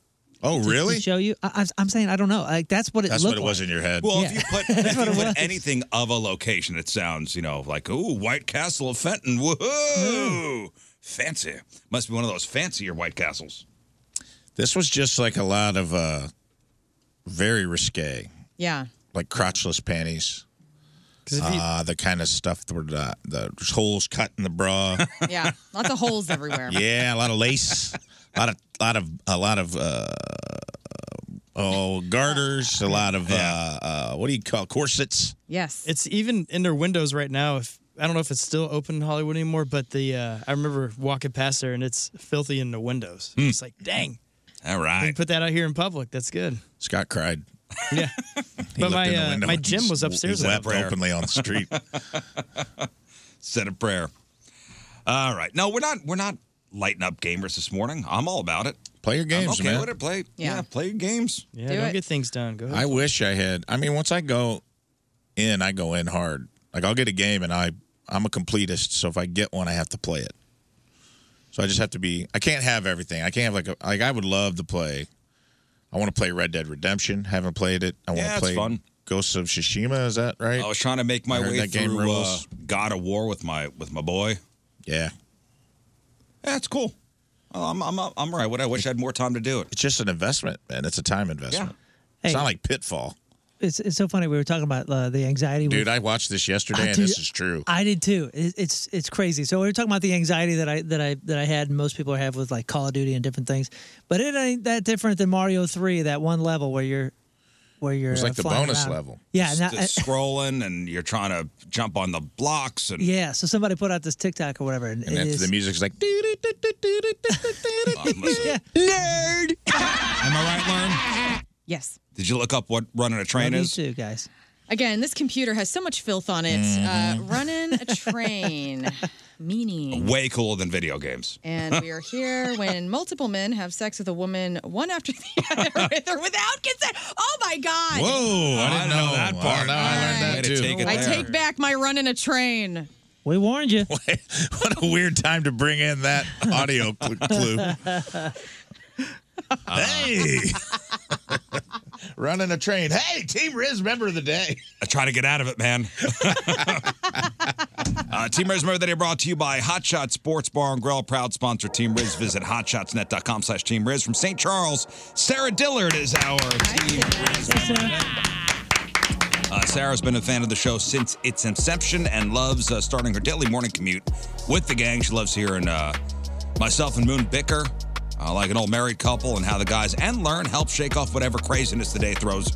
[SPEAKER 4] oh,
[SPEAKER 5] To- to
[SPEAKER 4] really?
[SPEAKER 5] show you?" I, I'm- I'm saying I don't know. Like that's what it
[SPEAKER 4] That's what
[SPEAKER 5] looked
[SPEAKER 4] it was
[SPEAKER 5] like.
[SPEAKER 4] in your head.
[SPEAKER 1] Well, if
[SPEAKER 5] Yeah.
[SPEAKER 1] you put, if you
[SPEAKER 5] what it
[SPEAKER 1] put
[SPEAKER 5] was.
[SPEAKER 1] anything of a location, it sounds, you know, like, ooh, White Castle of Fenton. Woohoo! Fancy. Must be one of those fancier White Castles.
[SPEAKER 4] This was just like a lot of uh, very risque,
[SPEAKER 2] Yeah.
[SPEAKER 4] like crotchless panties.
[SPEAKER 3] 'Cause if you-
[SPEAKER 4] uh, the kind of stuff that were the, the there's holes cut in the bra.
[SPEAKER 2] Yeah. Lots of holes everywhere.
[SPEAKER 4] yeah, a lot of lace, a lot of lot of a lot of uh, oh garters, a lot of uh, uh, what do you call corsets?
[SPEAKER 2] Yes.
[SPEAKER 3] It's even in their windows right now. If I don't know if it's still open in Hollywood anymore, but the uh, I remember walking past there and it's filthy in the windows.
[SPEAKER 4] Hmm.
[SPEAKER 3] It's like, dang,
[SPEAKER 1] All
[SPEAKER 3] we can
[SPEAKER 1] right.
[SPEAKER 3] put that out here in public. That's good.
[SPEAKER 4] Scott cried.
[SPEAKER 3] Yeah,
[SPEAKER 4] He
[SPEAKER 3] but
[SPEAKER 4] looked
[SPEAKER 3] my
[SPEAKER 4] in the
[SPEAKER 3] uh,
[SPEAKER 4] window
[SPEAKER 3] my
[SPEAKER 4] and
[SPEAKER 3] gym
[SPEAKER 4] he
[SPEAKER 3] was
[SPEAKER 4] s-
[SPEAKER 3] upstairs.
[SPEAKER 4] He wept
[SPEAKER 3] at the time.
[SPEAKER 4] openly on the street.
[SPEAKER 1] Said a prayer. All right. No, we're not we're not lighting up gamers this morning. I'm all about it.
[SPEAKER 4] Play your
[SPEAKER 1] I'm
[SPEAKER 4] games,
[SPEAKER 1] okay
[SPEAKER 4] man.
[SPEAKER 1] with it. Play yeah.
[SPEAKER 2] Yeah.
[SPEAKER 1] play your games.
[SPEAKER 3] Yeah,
[SPEAKER 2] Do
[SPEAKER 3] do not
[SPEAKER 2] it.
[SPEAKER 3] get things done. Go ahead.
[SPEAKER 4] I wish I had. I mean, once I go in, I go in hard. Like I'll get a game, and I I'm a completist. So if I get one, I have to play it. So I just have to be. I can't have everything. I can't have like a, like I would love to play. I want to play Red Dead Redemption. Haven't played it. I want
[SPEAKER 1] Yeah,
[SPEAKER 4] to
[SPEAKER 1] it's
[SPEAKER 4] play
[SPEAKER 1] fun.
[SPEAKER 4] Ghost of Shishima. Is that right?
[SPEAKER 1] I was trying to make my
[SPEAKER 4] I heard
[SPEAKER 1] way
[SPEAKER 4] that
[SPEAKER 1] through
[SPEAKER 4] game
[SPEAKER 1] uh,
[SPEAKER 4] rules.
[SPEAKER 1] God of War with my with my boy.
[SPEAKER 4] Yeah.
[SPEAKER 1] Yeah, it's cool. Oh, I'm I'm I'm right. What I wish I had more time to do it.
[SPEAKER 4] It's just an investment, man. It's a time investment.
[SPEAKER 5] Hey.
[SPEAKER 4] It's not like Pitfall,
[SPEAKER 5] It's, it's so funny. We were talking about uh, the anxiety. we-
[SPEAKER 4] dude. I watched this yesterday,
[SPEAKER 5] I
[SPEAKER 4] and
[SPEAKER 5] do-
[SPEAKER 4] this is true.
[SPEAKER 5] I did too. It, it's it's crazy. So we were talking about the anxiety that I that I that I had, and most people have with like Call of Duty and different things. But it ain't that different than Mario Three. That one level where you're where you're
[SPEAKER 1] It was
[SPEAKER 5] uh,
[SPEAKER 1] like the
[SPEAKER 5] flying
[SPEAKER 1] bonus
[SPEAKER 5] around.
[SPEAKER 1] level.
[SPEAKER 5] Yeah, and
[SPEAKER 1] Just,
[SPEAKER 5] I-
[SPEAKER 1] uh, scrolling and you're trying to jump on the blocks and
[SPEAKER 5] yeah. So somebody put out this TikTok or whatever, and,
[SPEAKER 1] And
[SPEAKER 5] it
[SPEAKER 1] that's
[SPEAKER 5] is
[SPEAKER 1] the music's like,
[SPEAKER 5] nerd.
[SPEAKER 1] Am I right, Lauren?
[SPEAKER 2] Yes.
[SPEAKER 1] Did you look up what running a train
[SPEAKER 5] Love you
[SPEAKER 1] is?
[SPEAKER 5] Oh, too, guys.
[SPEAKER 2] Again, this computer has so much filth on it.
[SPEAKER 4] Mm-hmm.
[SPEAKER 2] Uh, running a train. Meaning.
[SPEAKER 1] Way cooler than video games.
[SPEAKER 2] And we are here when multiple men have sex with a woman, one after the other, with or without consent. Oh my God.
[SPEAKER 4] Whoa, I didn't know, that part. No, I learned that too.
[SPEAKER 2] I take back my running a train.
[SPEAKER 5] we warned you.
[SPEAKER 4] what a weird time to bring in that audio cl- clue. Uh-huh. Hey, running a train. Hey, Team Riz, member of the day.
[SPEAKER 1] I try to get out of it, man. uh, Team Riz, remember that they brought to you by Hot Shot Sports Bar and Grill, proud sponsor of Team Riz. Visit hotshotsnet.com slash Team Riz. From St. Charles, Sarah Dillard is our Team Riz. Uh, Sarah's been a fan of the show since its inception and loves uh, starting her daily morning commute with the gang. She loves hearing uh, myself and Moon bicker uh, like an old married couple and how the guys and learn help shake off whatever craziness the day throws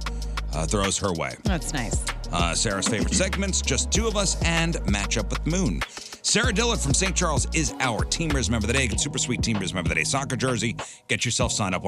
[SPEAKER 1] uh, throws her way.
[SPEAKER 2] That's nice.
[SPEAKER 1] Uh, Sarah's favorite segments, just two of us, and match up with Moon. Sarah Dillard from St. Charles is our Teamers Member of the Day. Get super sweet Teamers Member of the Day soccer jersey. Get yourself signed up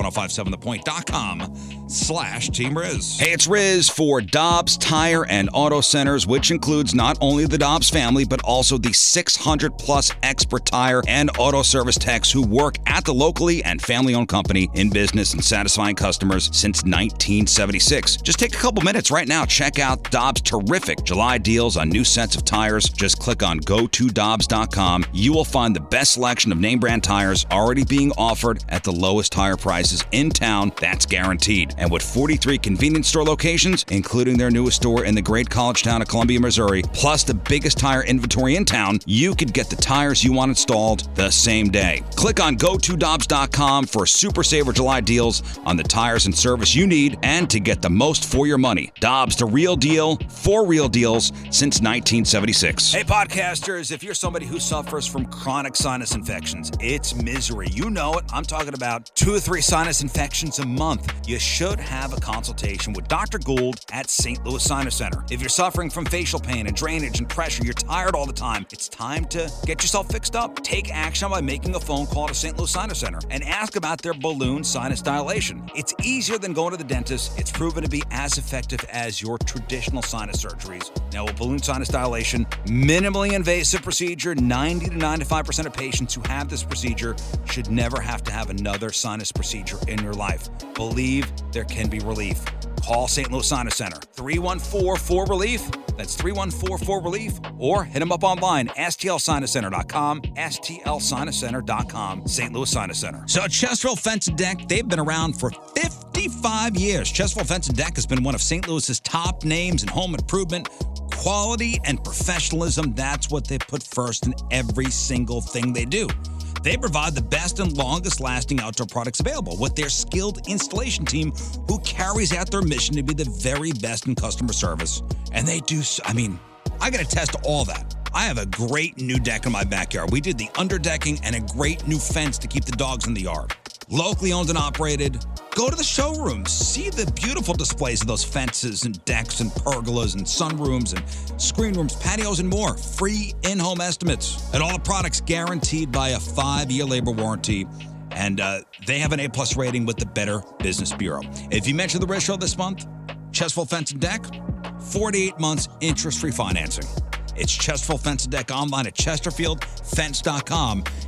[SPEAKER 1] 1057thepoint.com slash Team Riz. Hey, it's Riz for Dobbs Tire and Auto Centers, which includes not only the Dobbs family, but also the 600 plus expert tire and auto service techs who work at the locally and family owned company in business and satisfying customers since 1976. Just take a couple minutes right now. Check out Dobbs' terrific July deals on new sets of tires. Just click on go to Dobbs.com. You will find the best selection of name brand tires already being offered at the lowest tire prices in town. That's guaranteed. And with 43 convenience store locations, including their newest store in the great college town of Columbia, Missouri, plus the biggest tire inventory in town, you could get the tires you want installed the same day. Click on go to Dobbs.com for Super Saver July deals on the tires and service you need and to get the most for your money. Dobbs, the real deal for real deals since 1976. Hey, podcasters, if you're somebody who suffers from chronic sinus infections, it's misery. You know it. I'm talking about two or three sinus infections a month. You should have a consultation with Dr. Gould at St. Louis Sinus Center. If you're suffering from facial pain and drainage and pressure, you're tired all the time, it's time to get yourself fixed up. Take action by making a phone call to St. Louis Sinus Center and ask about their balloon sinus dilation. It's easier than going to the dentist. It's proven to be as effective as your traditional sinus surgeries. Now, a balloon sinus dilation, minimally invasive procedure, 90 to 95% of patients who have this procedure should never have to have another sinus procedure in your life. Believe there can be relief. Call St. Louis Sinus Center, 314 relief That's 314 relief Or hit them up online, stlsinuscenter.com, stlsinuscenter.com, St. Louis Sinus Center. So Chesterfield Fence and Deck, they've been around for 55 years. Chesterfield Fence and Deck has been one of St. Louis's top names in home improvement, quality, and professionalism. That's what they put first in every single thing they do. They provide the best and longest lasting outdoor products available with their skilled installation team who carries out their mission to be the very best in customer service. And they do, s- I mean, I got to test all that. I have a great new deck in my backyard. We did the underdecking and a great new fence to keep the dogs in the yard. Locally owned and operated. Go to the showroom, see the beautiful displays of those fences and decks and pergolas and sunrooms and screen rooms, patios, and more. Free in home estimates. And all the products guaranteed by a five year labor warranty and uh, they have an A plus rating with the Better Business Bureau. If you mention the Red Show this month, Chesville Fence and Deck, 48 months interest free financing. It's Chesterfield Fence and Deck online at chesterfieldfence.com.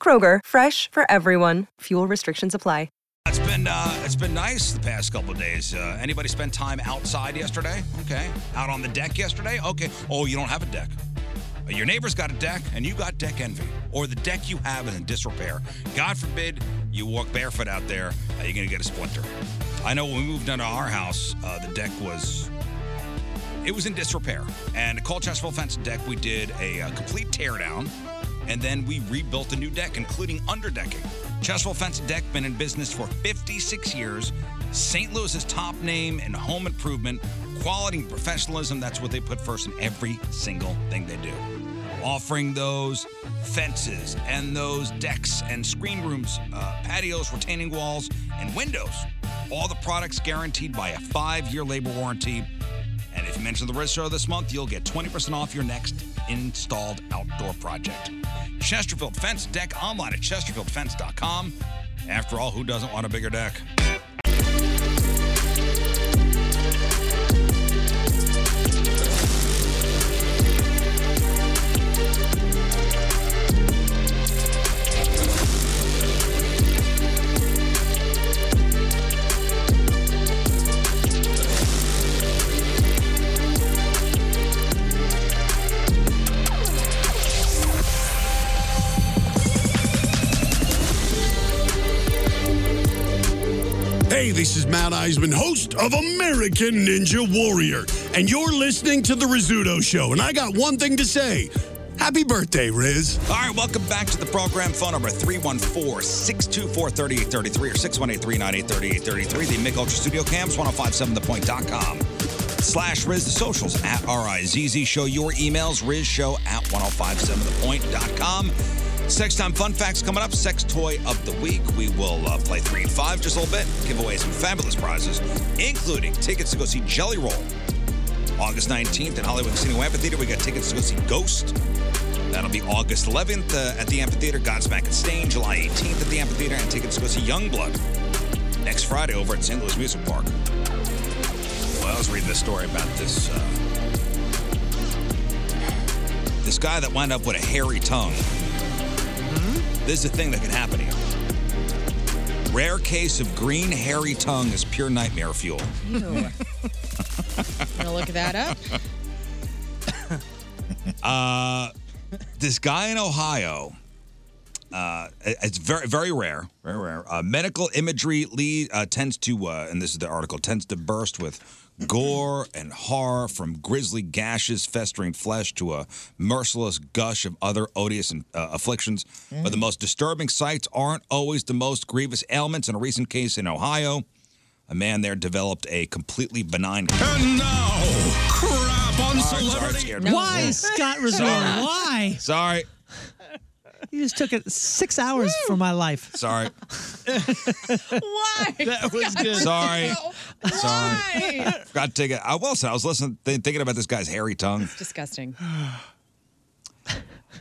[SPEAKER 6] Kroger, fresh for everyone. Fuel restrictions apply.
[SPEAKER 1] It's been uh, it's been nice the past couple of days. Uh, anybody spend time outside yesterday? Okay, out on the deck yesterday? Okay. Oh, you don't have a deck. Uh, Your neighbor's got a deck, and you got deck envy, or the deck you have is in disrepair. God forbid you walk barefoot out there. Uh, you're gonna get a splinter. I know when we moved into our house, uh, the deck was it was in disrepair. And the Colchesterville Fence and Deck, we did a uh, complete teardown, and then we rebuilt a new deck, including underdecking. Chesterville Fence and Deck been in business for 56 years. St. Louis's top name in home improvement, quality and professionalism. That's what they put first in every single thing they do. Offering those fences and those decks and screen rooms, uh, patios, retaining walls, and windows. All the products guaranteed by a five year labor warranty. And if you mention the Red Show this month, you'll get 20% off your next installed outdoor project. Chesterfield Fence Deck online at chesterfieldfence.com. After all, who doesn't want a bigger deck?
[SPEAKER 8] Hey, this is Matt Eisman, host of American Ninja Warrior, and you're listening to The Rizzuto Show. And I got one thing to say Happy birthday, Riz.
[SPEAKER 1] All right, welcome back to the program. Phone number 314 624 3833 or 618 398 3833. The Mick Ultra Studio Cams, 1057thepoint.com. Slash Riz, the socials at RIZZ Show. Your emails, RizShow at 1057thepoint.com. Sex time fun facts coming up. Sex toy of the week. We will uh, play three and five just a little bit. Give away some fabulous prizes, including tickets to go see Jelly Roll August 19th at Hollywood Casino Amphitheater. We got tickets to go see Ghost. That'll be August 11th uh, at the Amphitheater, Godsmack at Stain, July 18th at the Amphitheater, and tickets to go see Youngblood next Friday over at St. Louis Music Park. Well, I was reading this story about this uh, this guy that wound up with a hairy tongue. This is a thing that can happen to you. Rare case of green hairy tongue is pure nightmare fuel.
[SPEAKER 2] Ew. gonna look that up.
[SPEAKER 1] Uh, this guy in Ohio, uh, it- it's very, very rare, very rare. Uh, medical imagery lead, uh, tends to, uh, and this is the article, tends to burst with gore and horror from grisly gashes, festering flesh to a merciless gush of other odious and, uh, afflictions. But the most disturbing sights aren't always the most grievous ailments. In a recent case in Ohio, a man there developed a completely benign. And now, crap on celebrity.
[SPEAKER 5] Why Scott Resort? Why?
[SPEAKER 1] Sorry.
[SPEAKER 5] You just took it six hours from my life.
[SPEAKER 1] Sorry.
[SPEAKER 2] Why?
[SPEAKER 5] That was
[SPEAKER 2] Scott
[SPEAKER 5] good.
[SPEAKER 1] Sorry. Sorry.
[SPEAKER 2] Why?
[SPEAKER 1] Forgot to take it. I will say, I was listening, th- thinking about this guy's hairy tongue.
[SPEAKER 2] Disgusting.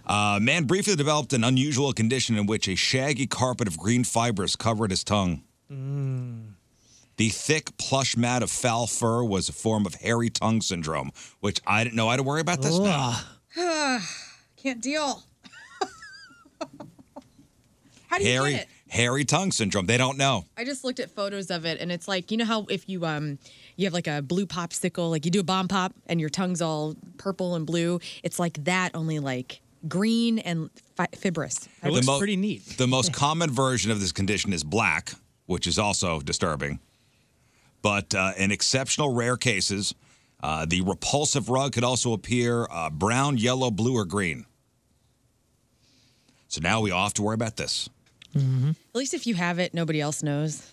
[SPEAKER 1] Uh, man briefly developed an unusual condition in which a shaggy carpet of green fibers covered his tongue.
[SPEAKER 2] Mm.
[SPEAKER 1] The thick, plush mat of foul fur was a form of hairy tongue syndrome, which I didn't know I had to worry about this now.
[SPEAKER 2] Can't deal. How do you get
[SPEAKER 1] Hairy,
[SPEAKER 2] it?
[SPEAKER 1] hairy tongue syndrome. They don't know.
[SPEAKER 2] I just looked at photos of it, and it's like you know how if you um you have like a blue popsicle, like you do a bomb pop, and your tongue's all purple and blue. It's like that, only like green and fi- fibrous.
[SPEAKER 1] The mo- The most common version of this condition is black, which is also disturbing. But uh, in exceptional rare cases, uh, the repulsive rug could also appear uh, brown, yellow, blue, or green. So now we all have to worry about this.
[SPEAKER 5] Mm-hmm.
[SPEAKER 2] At least if you have it, nobody else knows.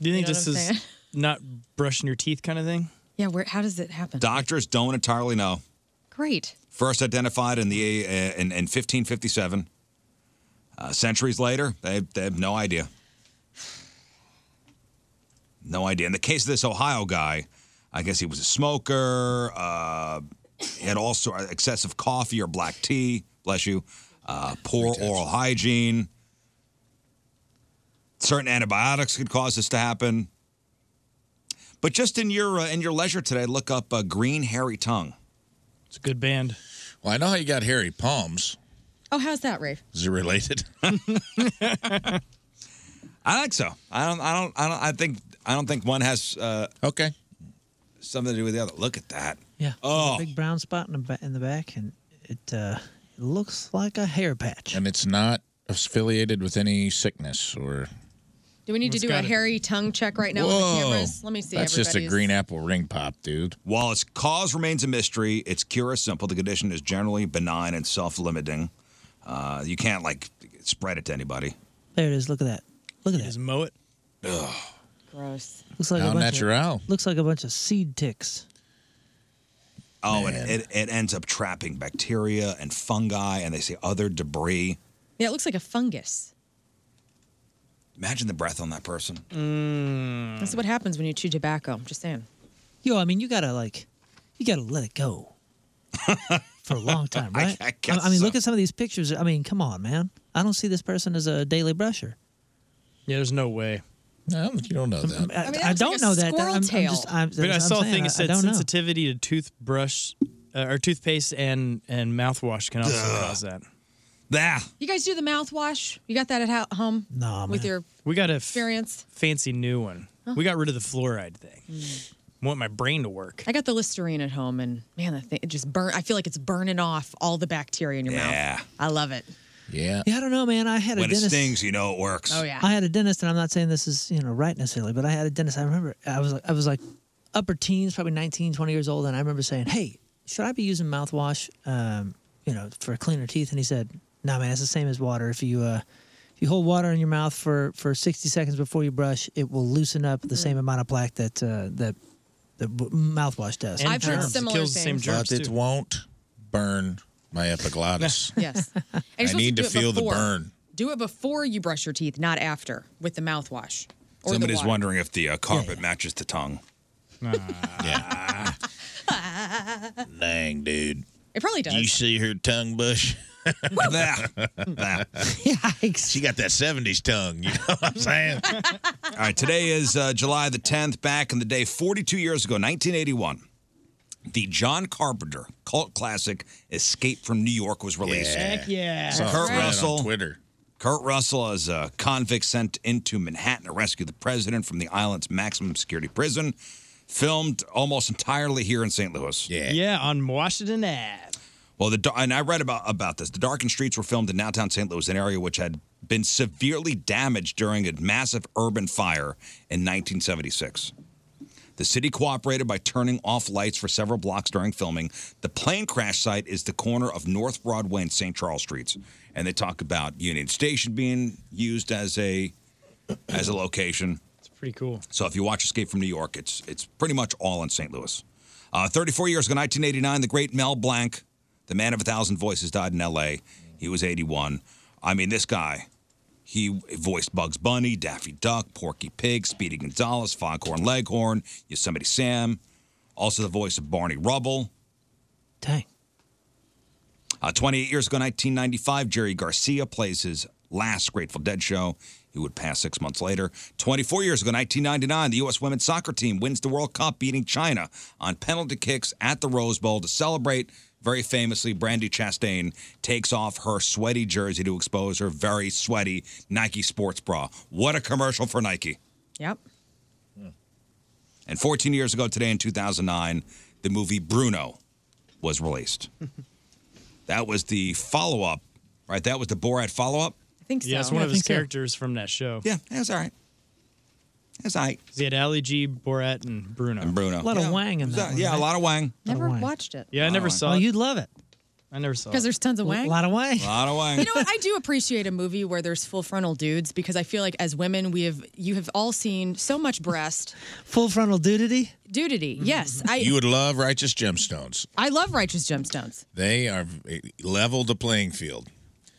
[SPEAKER 3] Do you think
[SPEAKER 2] know
[SPEAKER 3] this
[SPEAKER 2] what
[SPEAKER 3] is
[SPEAKER 2] I'm saying?
[SPEAKER 3] not brushing your teeth kind of thing?
[SPEAKER 2] Yeah, where? How does it happen?
[SPEAKER 1] Doctors don't entirely know.
[SPEAKER 2] Great.
[SPEAKER 1] First identified in the uh, in, in 1557. Uh, centuries later, they, they have no idea. No idea. In the case of this Ohio guy, I guess he was a smoker, uh, he had all sort excessive coffee or black tea, bless you, uh, poor oral hygiene. Certain antibiotics could cause this to happen. But just in your uh, in your leisure today, look up uh, green hairy tongue.
[SPEAKER 3] It's a good band.
[SPEAKER 4] Well, I know how you got hairy palms.
[SPEAKER 2] Oh, how's that, Rafe?
[SPEAKER 4] Is it related?
[SPEAKER 1] I think so. I don't. I don't. I don't. I think. I don't think one has. Uh,
[SPEAKER 4] okay.
[SPEAKER 1] Something to do with the other. Look at that.
[SPEAKER 5] Yeah.
[SPEAKER 1] Oh.
[SPEAKER 5] Big brown spot in the, ba- in the back, and it uh, it looks like a hair patch.
[SPEAKER 4] And it's not affiliated with any sickness or.
[SPEAKER 2] Do we need
[SPEAKER 4] It's
[SPEAKER 2] to do a
[SPEAKER 4] gotta-
[SPEAKER 2] hairy tongue check right now with the cameras? Let me see.
[SPEAKER 4] That's just a
[SPEAKER 2] everybody's-
[SPEAKER 4] green apple ring pop, dude.
[SPEAKER 1] While its cause remains a mystery, its cure is simple. The condition is generally benign and self-limiting. Uh, you can't like spread it to anybody.
[SPEAKER 5] There it is. Look at that. Look at that.
[SPEAKER 3] Just mow it.
[SPEAKER 1] Ugh.
[SPEAKER 2] Gross.
[SPEAKER 5] Looks like
[SPEAKER 1] How
[SPEAKER 5] a bunch
[SPEAKER 1] natural.
[SPEAKER 5] Of, looks like a bunch of seed ticks.
[SPEAKER 1] Oh, and it, it ends up trapping bacteria and fungi, and they say other debris.
[SPEAKER 2] Yeah, it looks like a fungus.
[SPEAKER 1] Imagine the breath on that person.
[SPEAKER 3] Mm.
[SPEAKER 2] That's what happens when you chew tobacco. I'm just saying.
[SPEAKER 5] Yo, I mean, you gotta like, you gotta let it go for a long time,
[SPEAKER 2] I-
[SPEAKER 5] right?
[SPEAKER 2] I guess
[SPEAKER 5] mean, look at some of these pictures. I mean, come on, man. I don't see this person as a daily brusher.
[SPEAKER 3] Yeah, there's no way.
[SPEAKER 4] No, you don't know that.
[SPEAKER 5] I,
[SPEAKER 3] mean,
[SPEAKER 5] I
[SPEAKER 3] that looks
[SPEAKER 5] don't
[SPEAKER 3] like a
[SPEAKER 5] know that. that-
[SPEAKER 3] squirrel
[SPEAKER 5] I'm, I'm
[SPEAKER 3] tail.
[SPEAKER 5] just, I'm,
[SPEAKER 3] but I
[SPEAKER 5] I'm
[SPEAKER 3] saw a
[SPEAKER 5] saying,
[SPEAKER 3] thing
[SPEAKER 5] I-
[SPEAKER 3] that
[SPEAKER 5] I
[SPEAKER 3] said
[SPEAKER 5] don't know.
[SPEAKER 3] sensitivity to toothbrush uh, or toothpaste and and mouthwash can also
[SPEAKER 1] Ugh.
[SPEAKER 3] cause that.
[SPEAKER 1] That
[SPEAKER 2] You guys do the mouthwash? You got that at ho- home?
[SPEAKER 5] No,
[SPEAKER 2] With your
[SPEAKER 3] we got a f-
[SPEAKER 2] experience?
[SPEAKER 3] fancy new one.
[SPEAKER 2] Huh? Mm.
[SPEAKER 3] We got rid of the fluoride thing. Want my brain to work.
[SPEAKER 2] I got the Listerine at home, and man, that thing it just burn. I feel like it's burning off all the bacteria in your
[SPEAKER 1] Yeah.
[SPEAKER 2] mouth. I love it.
[SPEAKER 4] Yeah.
[SPEAKER 5] Yeah, I don't know, man. I had
[SPEAKER 1] when
[SPEAKER 5] a dentist.
[SPEAKER 1] it stings, you know it works.
[SPEAKER 2] Oh, yeah.
[SPEAKER 5] I had a dentist, and I'm not saying this is you know right necessarily, but I had a dentist. I remember I was like I was like upper teens, probably 19, 20 years old, and I remember saying, "Hey, should I be using mouthwash, um, you know, for cleaner teeth?" And he said, "No, man, it's the same as water. If you uh, if you hold water in your mouth for for 60 seconds before you brush, it will loosen up the
[SPEAKER 2] Mm-hmm.
[SPEAKER 5] same amount of plaque that uh, that the w- mouthwash does."
[SPEAKER 2] I've heard similar things.
[SPEAKER 4] but it won't burn my epiglottis.
[SPEAKER 2] Yes. And you're
[SPEAKER 4] I
[SPEAKER 2] supposed
[SPEAKER 4] need
[SPEAKER 2] do
[SPEAKER 4] to
[SPEAKER 2] it
[SPEAKER 4] feel the
[SPEAKER 2] before.
[SPEAKER 4] burn.
[SPEAKER 2] Do it before you brush your teeth, not after, with the mouthwash. Or
[SPEAKER 1] Somebody's
[SPEAKER 2] the water.
[SPEAKER 1] wondering if the uh, carpet matches the tongue.
[SPEAKER 4] yeah. Dang, dude.
[SPEAKER 2] It probably does.
[SPEAKER 4] You see her tongue bush?
[SPEAKER 5] Yikes.
[SPEAKER 4] She got that 70s tongue. You know what I'm saying?
[SPEAKER 1] All right, today is uh, July the 10th. Back in the day, 42 years ago, 1981, the John Carpenter cult classic "Escape from New York" was released.
[SPEAKER 4] Heck
[SPEAKER 3] yeah.
[SPEAKER 4] Saw
[SPEAKER 1] Kurt
[SPEAKER 4] that on
[SPEAKER 1] Russell.
[SPEAKER 4] Twitter.
[SPEAKER 1] Kurt Russell is a convict sent into Manhattan to rescue the president from the island's maximum security prison. Filmed almost entirely here in St. Louis.
[SPEAKER 3] Yeah, on Washington Ave.
[SPEAKER 1] Well, the and I read about about this. The darkened streets were filmed in downtown St. Louis, an area which had been severely damaged during a massive urban fire in 1976. The city cooperated by turning off lights for several blocks during filming. The plane crash site is the corner of North Broadway and St. Charles Streets, and they talk about Union Station being used as a as a location.
[SPEAKER 3] It's pretty cool.
[SPEAKER 1] So if you watch Escape from New York, it's it's pretty much all in St. Louis. Uh, 34 years ago, 1989, the great Mel Blanc, the man of a thousand voices, died in L.A. He was 81. I mean, this guy, he voiced Bugs Bunny, Daffy Duck, Porky Pig, Speedy Gonzales, Foghorn Leghorn, Yosemite Sam. Also the voice of Barney Rubble.
[SPEAKER 5] Dang.
[SPEAKER 1] Uh, 28 years ago, 1995, Jerry Garcia plays his last Grateful Dead show. He would pass six months later. 24 years ago, 1999, the U.S. women's soccer team wins the World Cup, beating China on penalty kicks at the Rose Bowl to celebrate. Very famously, Brandy Chastain takes off her sweaty jersey to expose her very sweaty Nike sports bra. What a commercial for Nike.
[SPEAKER 2] Yep.
[SPEAKER 1] And 14 years ago today in 2009, the movie Bruno was released. that was the follow up, right? That was the Borat follow up.
[SPEAKER 2] I think so.
[SPEAKER 3] Yeah, it's one of his characters from that show.
[SPEAKER 1] Yeah, that's all right. That's all right.
[SPEAKER 3] He had Ali G, Borat, and Bruno. And
[SPEAKER 1] Bruno.
[SPEAKER 5] A lot of wang in
[SPEAKER 3] Yeah,
[SPEAKER 5] that. one,
[SPEAKER 3] yeah, a
[SPEAKER 5] right?
[SPEAKER 3] lot
[SPEAKER 1] of wang.
[SPEAKER 2] Never watched it.
[SPEAKER 3] Yeah, I never saw
[SPEAKER 5] Oh,
[SPEAKER 3] it.
[SPEAKER 5] you'd love it.
[SPEAKER 3] I never saw it.
[SPEAKER 2] Because there's tons of wang.
[SPEAKER 5] A lot of wang.
[SPEAKER 1] lot of
[SPEAKER 2] You know what? I do appreciate a movie where there's full frontal dudes because I feel like as women we have you have all seen so much breast
[SPEAKER 5] Full frontal dudity.
[SPEAKER 2] dudity. Yes, I
[SPEAKER 4] you would love Righteous Gemstones.
[SPEAKER 2] I love righteous gemstones
[SPEAKER 4] They are level the playing field.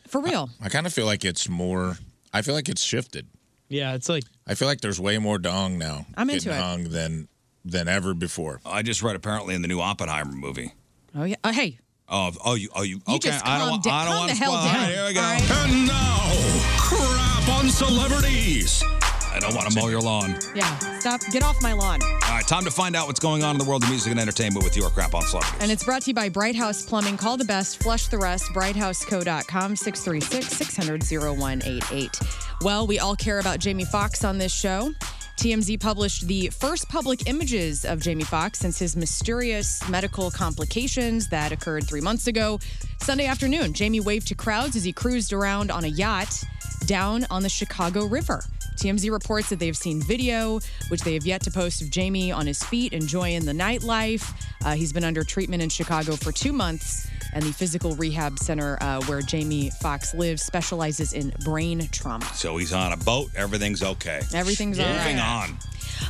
[SPEAKER 2] for real.
[SPEAKER 4] I kind of feel like it's more. I feel like it's shifted.
[SPEAKER 3] Yeah, it's like
[SPEAKER 4] I feel like there's way more dong now.
[SPEAKER 2] I'm into
[SPEAKER 4] getting
[SPEAKER 2] it.
[SPEAKER 4] hung than than ever before.
[SPEAKER 1] I just read apparently in the new Oppenheimer movie.
[SPEAKER 2] Oh yeah. Oh, hey,
[SPEAKER 1] Oh, oh, you, oh, you.
[SPEAKER 2] You
[SPEAKER 1] okay,
[SPEAKER 2] just
[SPEAKER 1] I don't,
[SPEAKER 2] calm
[SPEAKER 1] want-
[SPEAKER 2] da-
[SPEAKER 1] I don't
[SPEAKER 2] calm
[SPEAKER 1] want
[SPEAKER 2] the
[SPEAKER 1] to
[SPEAKER 2] hell
[SPEAKER 1] spoil.
[SPEAKER 2] down.
[SPEAKER 1] All right, here we go.
[SPEAKER 2] All right.
[SPEAKER 1] And now, crap on celebrities. I don't want to mow your lawn.
[SPEAKER 2] yeah. Stop. Get off my lawn.
[SPEAKER 1] All right, time to find out what's going on in the world of music and entertainment with your crap on celebrities.
[SPEAKER 2] And it's brought to you by Bright House Plumbing. Call the best, flush the rest. BrightHouseCo.com, 636 600 0188. Well, we all care about Jamie Foxx on this show. TMZ published the first public images of Jamie Foxx since his mysterious medical complications that occurred three months ago. Sunday afternoon, Jamie waved to crowds as he cruised around on a yacht down on the Chicago River. TMZ reports that they have seen video, which they have yet to post, of Jamie on his feet enjoying the nightlife. Uh, he's been under treatment in Chicago for two months, and the physical rehab center uh, where Jamie Fox lives specializes in brain trauma.
[SPEAKER 1] so he's on a boat. Everything's okay.
[SPEAKER 2] Everything's all right.
[SPEAKER 1] Moving on.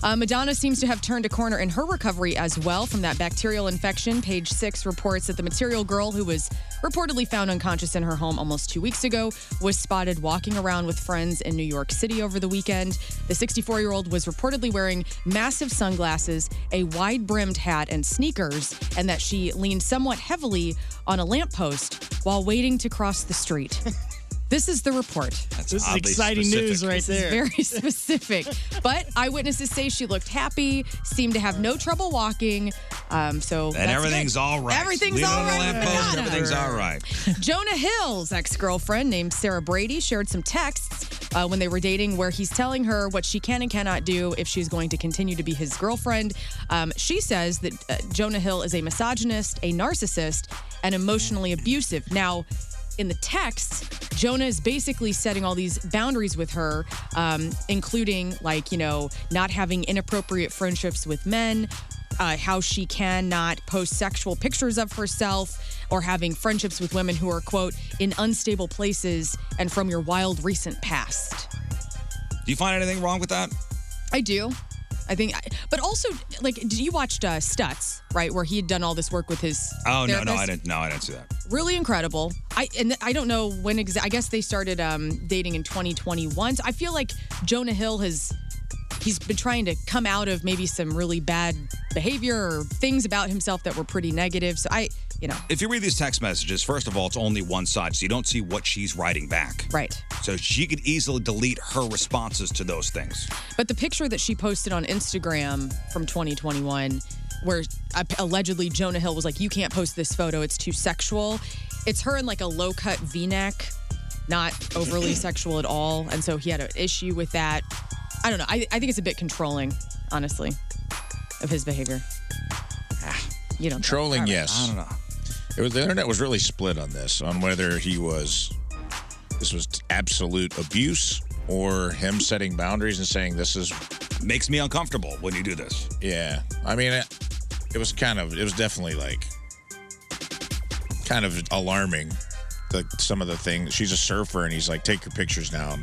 [SPEAKER 2] Uh, Madonna seems to have turned a corner in her recovery as well from that bacterial infection. Page six reports that the material girl, who was reportedly found unconscious in her home almost two weeks ago, was spotted walking around with friends in New York City over the weekend. The 64 year old was reportedly wearing massive sunglasses, a wide brimmed hat, and sneakers, and that she leaned somewhat heavily on a lamppost while waiting to cross the street. This is the report.
[SPEAKER 1] That's
[SPEAKER 3] This is oddly exciting specific. news right
[SPEAKER 2] This is
[SPEAKER 3] there.
[SPEAKER 2] very specific. but eyewitnesses say she looked happy, seemed to have no trouble walking. Um, so
[SPEAKER 1] And
[SPEAKER 2] that's
[SPEAKER 1] everything's
[SPEAKER 2] good.
[SPEAKER 1] all right.
[SPEAKER 2] Everything's
[SPEAKER 1] Leave it
[SPEAKER 2] all
[SPEAKER 1] on
[SPEAKER 2] right.
[SPEAKER 1] the
[SPEAKER 2] with
[SPEAKER 1] lamppost.
[SPEAKER 2] Madonna.
[SPEAKER 1] Everything's all right.
[SPEAKER 2] Jonah Hill's ex girlfriend named Sarah Brady shared some texts uh, when they were dating where he's telling her what she can and cannot do if she's going to continue to be his girlfriend. Um, she says that uh, Jonah Hill is a misogynist, a narcissist, and emotionally abusive. Now, in the text, Jonah is basically setting all these boundaries with her, um, including, like, you know, not having inappropriate friendships with men, uh, how she cannot post sexual pictures of herself or having friendships with women who are, quote, in unstable places and from your wild recent past.
[SPEAKER 1] Do you find anything wrong with that?
[SPEAKER 2] I do. I think, but also, like, did you watched uh, Stutz, right? Where he had done all this work with his.
[SPEAKER 1] Oh no, no,
[SPEAKER 2] therapist?
[SPEAKER 1] I didn't. No, I didn't see that.
[SPEAKER 2] really incredible. I and I don't know when exactly. I guess they started um, dating in 2021. So I feel like Jonah Hill has he's been trying to come out of maybe some really bad behavior or things about himself that were pretty negative. So I, you know,
[SPEAKER 1] If you read these text messages, first of all, it's only one side, so you don't see what she's writing back.
[SPEAKER 2] right.
[SPEAKER 1] So she could easily delete her responses to those things.
[SPEAKER 2] But the picture that she posted on Instagram from 2021, where ap- allegedly Jonah Hill was like, "You can't post this photo; it's too sexual." It's her in like a low-cut V-neck, not overly sexual at all, and so he had an issue with that. I don't know. I, I think it's a bit controlling, honestly, of his behavior. You don't
[SPEAKER 4] Trolling, yes. I don't know. It was, the internet was really split on this, on whether he was this was absolute abuse or him setting boundaries and saying this is
[SPEAKER 1] makes me uncomfortable when you do this.
[SPEAKER 4] Yeah, I mean, it, it was kind of it was definitely like kind of alarming. Like some of the things she's a surfer and he's like, take your pictures now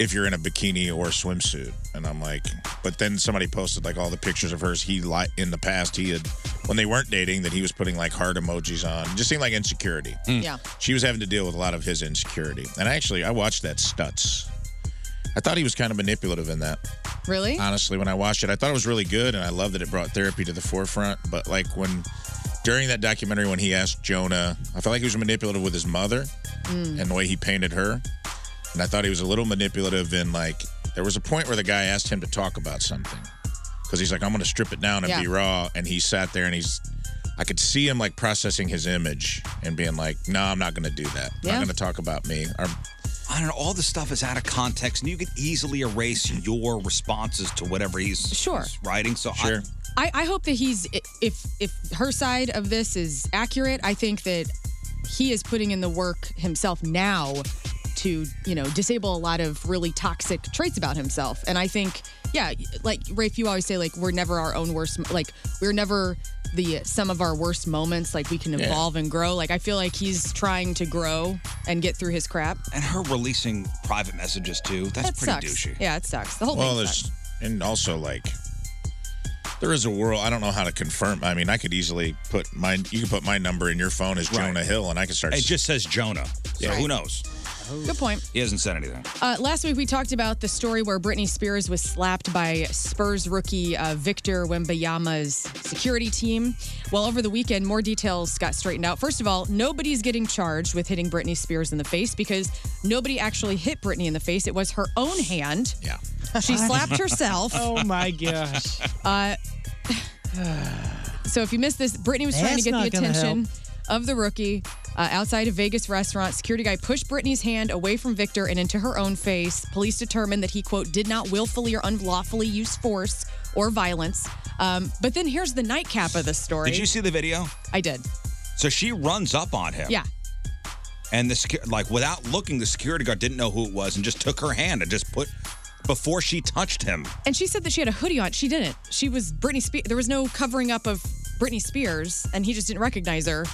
[SPEAKER 4] if you're in a bikini or a swimsuit. And I'm like, but then somebody posted like all the pictures of hers he li- in the past he had when they weren't dating that he was putting like heart emojis on. It just seemed like insecurity.
[SPEAKER 2] Yeah.
[SPEAKER 4] She was having to deal with a lot of his insecurity. And actually, I watched that Stutz. I thought he was kind of manipulative in that.
[SPEAKER 2] Really?
[SPEAKER 4] Honestly, when I watched it, I thought it was really good, and I love that it brought therapy to the forefront. But like when during that documentary, when he asked Jonah, I felt like he was manipulative with his mother
[SPEAKER 9] Mm.
[SPEAKER 4] and the way he painted her, and I thought he was a little manipulative in like there was a point where the guy asked him to talk about something because he's like, I'm going to strip it down and be
[SPEAKER 9] Yeah.
[SPEAKER 4] raw, and he sat there and he's. I could see him like processing his image and being like, "No, I'm not going to do that. I'm
[SPEAKER 1] Yeah.
[SPEAKER 4] not going to talk about me." Or,
[SPEAKER 1] I don't know. All this stuff is out of context, and you could easily erase your responses to whatever he's
[SPEAKER 2] Sure.
[SPEAKER 1] he's writing. So sure.
[SPEAKER 2] I, I hope that he's i- if if her side of this is accurate, I think that he is putting in the work himself now to, you know, disable a lot of really toxic traits about himself. And I think, yeah, like Rafe, you always say like we're never our own worst m- like we're never the sum of our worst moments. Like we can
[SPEAKER 1] Yeah.
[SPEAKER 2] evolve and grow. Like I feel like he's trying to grow and get through his crap.
[SPEAKER 1] and her releasing private messages too. That's
[SPEAKER 2] that
[SPEAKER 1] pretty
[SPEAKER 2] sucks.
[SPEAKER 1] douchey.
[SPEAKER 2] Yeah, it sucks. The whole
[SPEAKER 4] well,
[SPEAKER 2] thing.
[SPEAKER 4] there's
[SPEAKER 2] Sucks.
[SPEAKER 4] and also like there is a world. I don't know how to confirm. I mean, I could easily put my you can put my number in your phone as Jonah Hill, and I can start.
[SPEAKER 1] It just says Jonah. So who knows?
[SPEAKER 2] Good point.
[SPEAKER 1] He hasn't said anything.
[SPEAKER 2] Uh, last week we talked about the story where Britney Spears was slapped by Spurs rookie uh, Victor Wembayama's security team. Well, over the weekend, more details got straightened out. First of all, nobody's getting charged with hitting Britney Spears in the face because nobody actually hit Britney in the face. It was her own hand.
[SPEAKER 4] Yeah.
[SPEAKER 2] She slapped herself.
[SPEAKER 5] Oh my gosh.
[SPEAKER 2] Uh, so if you missed this, Brittany was trying
[SPEAKER 5] That's
[SPEAKER 2] to get the
[SPEAKER 5] not gonna
[SPEAKER 2] attention of the rookie uh, outside a Vegas restaurant. Security guy pushed Brittany's hand away from Victor and into her own face. Police determined that he quote did not willfully or unlawfully use force or violence. Um, but then here's the nightcap of the story.
[SPEAKER 1] Did you see the video?
[SPEAKER 2] I did.
[SPEAKER 1] So she runs up on him.
[SPEAKER 2] Yeah.
[SPEAKER 1] And the secu- like without looking, the security guard didn't know who it was and just took her hand and just put before she touched him.
[SPEAKER 2] And she said that she had a hoodie on. She didn't. She was Britney Spears. There was no covering up of Britney Spears, and he just didn't recognize her.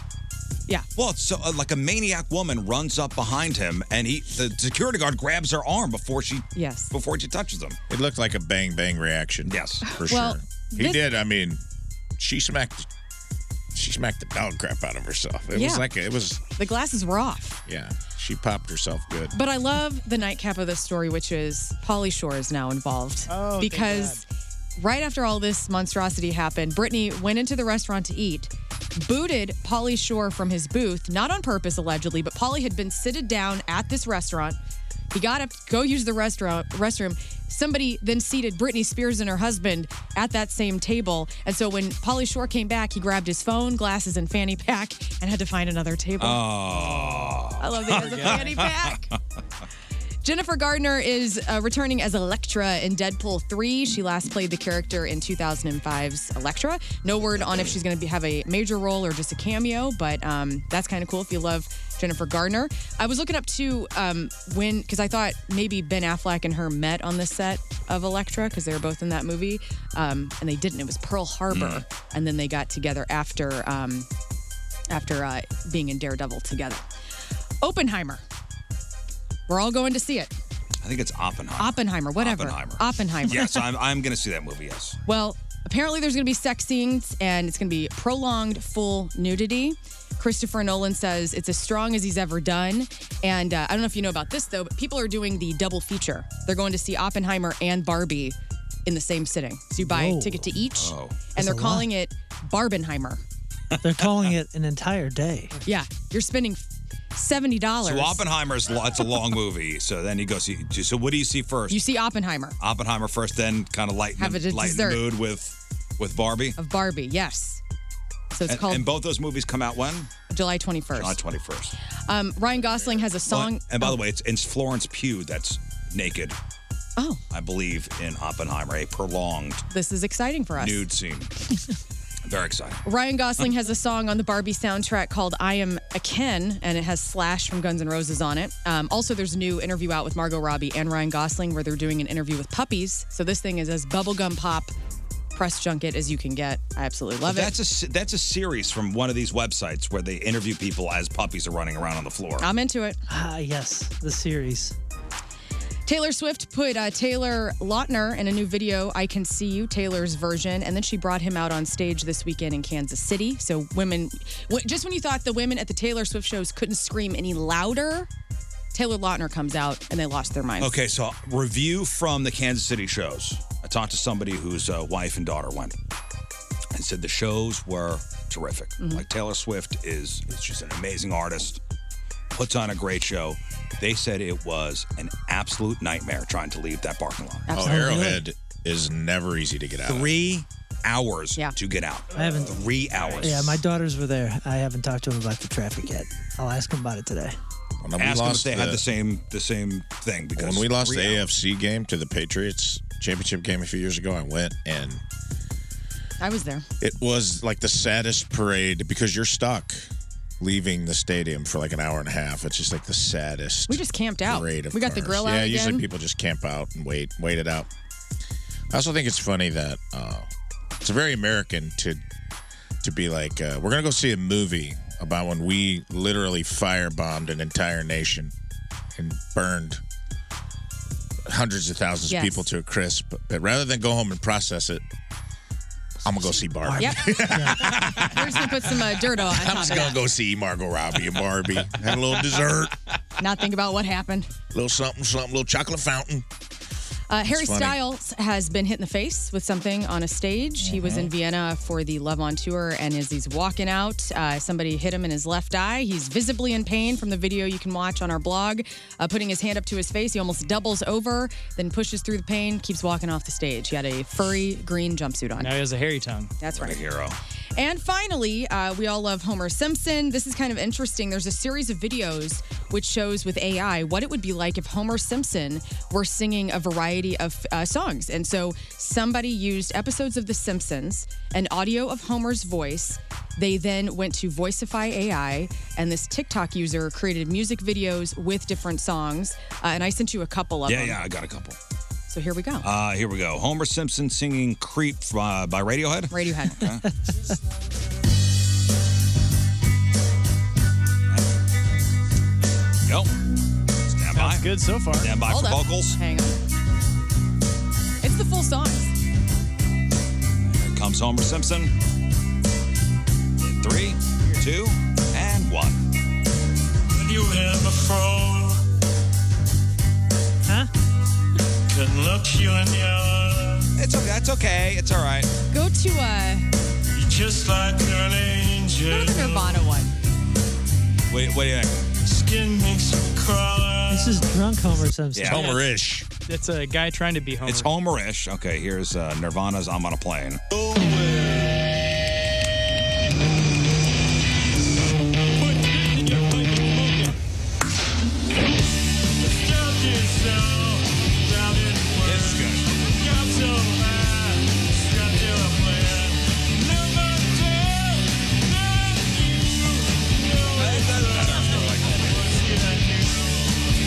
[SPEAKER 2] Yeah.
[SPEAKER 1] Well, it's so uh, like a maniac woman runs up behind him and he the security guard grabs her arm before she
[SPEAKER 2] Yes.
[SPEAKER 1] before she touches him.
[SPEAKER 4] It looked like a bang bang reaction.
[SPEAKER 1] Yes,
[SPEAKER 4] for
[SPEAKER 2] Well,
[SPEAKER 4] sure. He
[SPEAKER 2] this-
[SPEAKER 4] did. I mean, she smacked. She smacked the dog crap out of herself. It
[SPEAKER 2] Yeah.
[SPEAKER 4] was like a, it was.
[SPEAKER 2] The glasses were off.
[SPEAKER 4] Yeah, she popped herself good.
[SPEAKER 2] But I love the nightcap of this story, which is Polly Shore is now involved.
[SPEAKER 4] Oh, thank
[SPEAKER 2] because right after all this monstrosity happened, Brittany went into the restaurant to eat, booted Polly Shore from his booth, not on purpose allegedly, but Polly had been sitted down at this restaurant. He got up, to go use the restaurant restroom. Somebody then seated Britney Spears and her husband at that same table. And so when Polly Shore came back, he grabbed his phone, glasses, and fanny pack and had to find another table.
[SPEAKER 1] Oh.
[SPEAKER 2] I love that he has a fanny pack. Jennifer Gardner is uh, returning as Electra in Deadpool 3. She last played the character in 2005's Electra. No word on if she's going to have a major role or just a cameo, but um, that's kind of cool if you love Jennifer Gardner. I was looking up to um, when, because I thought maybe Ben Affleck and her met on the set of Electra because they were both in that movie, um, and they didn't. It was Pearl Harbor, and then they got together after um, after uh, being in Daredevil together. Oppenheimer. We're all going to see it.
[SPEAKER 1] I think it's Oppenheimer.
[SPEAKER 2] Oppenheimer, whatever.
[SPEAKER 1] Oppenheimer.
[SPEAKER 2] Oppenheimer.
[SPEAKER 1] yes, I'm I'm gonna see that movie, yes.
[SPEAKER 2] Well, apparently there's going to be sex scenes and it's going to be prolonged full nudity. Christopher Nolan says it's as strong as he's ever done. And uh, I don't know if you know about this though, but people are doing the double feature. They're going to see Oppenheimer and Barbie in the same sitting. So you buy
[SPEAKER 5] Whoa.
[SPEAKER 2] a ticket to each,
[SPEAKER 5] Oh.
[SPEAKER 2] and
[SPEAKER 5] That's
[SPEAKER 2] they're
[SPEAKER 5] a lot.
[SPEAKER 2] calling it Barbenheimer.
[SPEAKER 5] They're calling it an entire day.
[SPEAKER 2] Yeah, you're spending seventy dollars.
[SPEAKER 1] So Oppenheimer's lo- it's a long movie. So then you go see so what do you see first?
[SPEAKER 2] You see Oppenheimer
[SPEAKER 1] Oppenheimer first, then kind of lighten,
[SPEAKER 2] Have a
[SPEAKER 1] the,
[SPEAKER 2] dessert.
[SPEAKER 1] lighten the mood with with Barbie.
[SPEAKER 2] of Barbie. Yes. So it's
[SPEAKER 1] and,
[SPEAKER 2] called
[SPEAKER 1] and both those movies come out when?
[SPEAKER 2] July 21st.
[SPEAKER 1] July 21st.
[SPEAKER 2] Um, Ryan Gosling has a song.
[SPEAKER 1] Well, and by the way, it's, it's Florence Pugh that's naked.
[SPEAKER 2] Oh.
[SPEAKER 1] I believe in Oppenheimer, a prolonged
[SPEAKER 2] This is exciting for us.
[SPEAKER 1] nude scene. Very exciting.
[SPEAKER 2] Ryan Gosling has a song on the Barbie soundtrack called I Am a Ken, and it has Slash from Guns N' Roses on it. Um, also, there's a new interview out with Margot Robbie and Ryan Gosling where they're doing an interview with puppies. So this thing is as bubblegum pop press junket as you can get. I absolutely love
[SPEAKER 1] But
[SPEAKER 2] it.
[SPEAKER 1] that's a s- that's a series from one of these websites where they interview people as puppies are running around on the floor.
[SPEAKER 2] I'm into it.
[SPEAKER 5] Ah, yes, the series.
[SPEAKER 2] Taylor Swift put uh, Taylor Lautner in a new video, I Can See You, Taylor's version, and then she brought him out on stage this weekend in Kansas City. So, women, w- just when you thought the women at the Taylor Swift shows couldn't scream any louder, Taylor Lautner comes out and they lost their minds.
[SPEAKER 1] Okay, so review from the Kansas City shows. I talked to somebody whose uh, wife and daughter went and said the shows were terrific.
[SPEAKER 9] Mhm.
[SPEAKER 1] Like Taylor Swift is, is just an amazing artist, puts on a great show. They said it was an absolute nightmare trying to leave that parking lot.
[SPEAKER 4] Oh, Arrowhead is never easy to get out. of.
[SPEAKER 1] Three hours to get out.
[SPEAKER 5] I haven't-
[SPEAKER 1] Three hours.
[SPEAKER 5] Yeah, my daughters were there. I haven't talked to them about the traffic yet. I'll ask them about it today.
[SPEAKER 4] When we
[SPEAKER 1] Ask them if
[SPEAKER 4] lost
[SPEAKER 1] they had
[SPEAKER 4] the-
[SPEAKER 1] the same the same thing because
[SPEAKER 4] when we lost the
[SPEAKER 1] three hours.
[SPEAKER 4] AFC game to the Patriots championship game a few years ago, I went and
[SPEAKER 2] I was there.
[SPEAKER 4] it was like the saddest parade because you're stuck leaving the stadium for like an hour and a half. It's just like the saddest.
[SPEAKER 2] We just camped out.
[SPEAKER 4] parade of
[SPEAKER 2] We got the
[SPEAKER 4] cars.
[SPEAKER 2] grill out
[SPEAKER 4] Yeah,
[SPEAKER 2] again.
[SPEAKER 4] usually people just camp out and wait, wait it out. I also think it's funny that uh, it's very American to to be like, uh, we're gonna go see a movie about when we literally firebombed an entire nation and burned hundreds of thousands
[SPEAKER 2] Yes.
[SPEAKER 4] of people to a crisp. But rather than go home and process it, I'm gonna go see Barbie.
[SPEAKER 2] Yep. We're just gonna put some uh, dirt on
[SPEAKER 4] I'm
[SPEAKER 2] top
[SPEAKER 4] just
[SPEAKER 2] of
[SPEAKER 4] gonna
[SPEAKER 2] that.
[SPEAKER 4] go see Margot Robbie and Barbie. Have a little dessert.
[SPEAKER 2] not think about what happened.
[SPEAKER 4] little something, something, little chocolate fountain.
[SPEAKER 2] Uh, Harry
[SPEAKER 4] funny.
[SPEAKER 2] Styles has been hit in the face with something on a stage. He was in Vienna for the Love on Tour, and as he's walking out, uh, somebody hit him in his left eye. He's visibly in pain from the video you can watch on our blog. Uh, putting his hand up to his face, he almost doubles over, then pushes through the pain, keeps walking off the stage. He had a furry green jumpsuit on.
[SPEAKER 3] Now he has a hairy tongue.
[SPEAKER 2] That's
[SPEAKER 1] right. hero.
[SPEAKER 2] And finally, uh, we all love Homer Simpson. This is kind of interesting. There's a series of videos which shows with AI what it would be like if Homer Simpson were singing a variety of uh, songs. And so somebody used episodes of The Simpsons, an audio of Homer's voice. They then went to Voiceify AI, and this TikTok user created music videos with different songs. Uh, and I sent you a couple of
[SPEAKER 1] Yeah,
[SPEAKER 2] them.
[SPEAKER 1] yeah, I got a couple.
[SPEAKER 2] So here we go.
[SPEAKER 1] Uh, here we go. Homer Simpson singing "Creep" uh, by Radiohead.
[SPEAKER 2] Radiohead.
[SPEAKER 1] Go. Stand by.
[SPEAKER 3] good so far.
[SPEAKER 1] Stand by
[SPEAKER 2] Hold
[SPEAKER 1] for
[SPEAKER 2] up.
[SPEAKER 1] vocals.
[SPEAKER 2] Hang on. It's the full song.
[SPEAKER 1] Here comes Homer Simpson. In three, two, and one.
[SPEAKER 9] When you ever fall,
[SPEAKER 5] huh?
[SPEAKER 9] Can look you in the eye.
[SPEAKER 1] It's okay. That's okay. It's all right.
[SPEAKER 2] Go to uh,
[SPEAKER 9] You're just like an angel.
[SPEAKER 2] go to the Nirvana one.
[SPEAKER 1] Wait, what do you think?
[SPEAKER 9] Skin makes me cry.
[SPEAKER 5] This is drunk Homer Simpson.
[SPEAKER 1] Yeah. Homerish.
[SPEAKER 3] It's a guy trying to be Homer.
[SPEAKER 1] It's Homerish. Okay, here's uh, Nirvana's "I'm on a Plane."
[SPEAKER 9] Stop yourself. Stop it. It's good. Stop so bad. Stop your plan. Never tell. Not you. No, it doesn't. What's it I do?